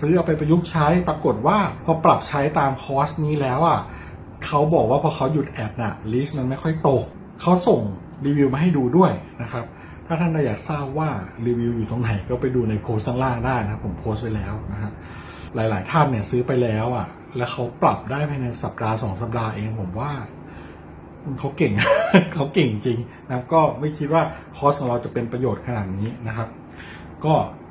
S4: ซื้อเอาไปประยุกต์ใช้ปรากฏว่าพอปรับใช้ตามคอร์สนี้แล้วอ่ะเขาบอกว่าพอเขาหยุดแอดน่ะลิสต์มันไม่ค่อยตกเขาส่งรีวิวมาให้ดูด้วยนะครับ ถ้าท่านอยากทราบว่ารีวิวอยู่ตรงไหนก็ไปดูในโพสต์ข้างล่างได้นะครับผมโพสต์ไว้แล้วนะฮะ หลาย ๆ ท่านเนี่ยซื้อไปแล้วอ่ะ แล้วเขาปรับได้ภายในสัปดาห์สองสัปดาห์เองผมว่าเขาเก่ง เขาเก่งจริงนะครับก็ไม่คิดว่าคอร์สของเราจะเป็นประโยชน์ขนาดนี้นะครับ ก็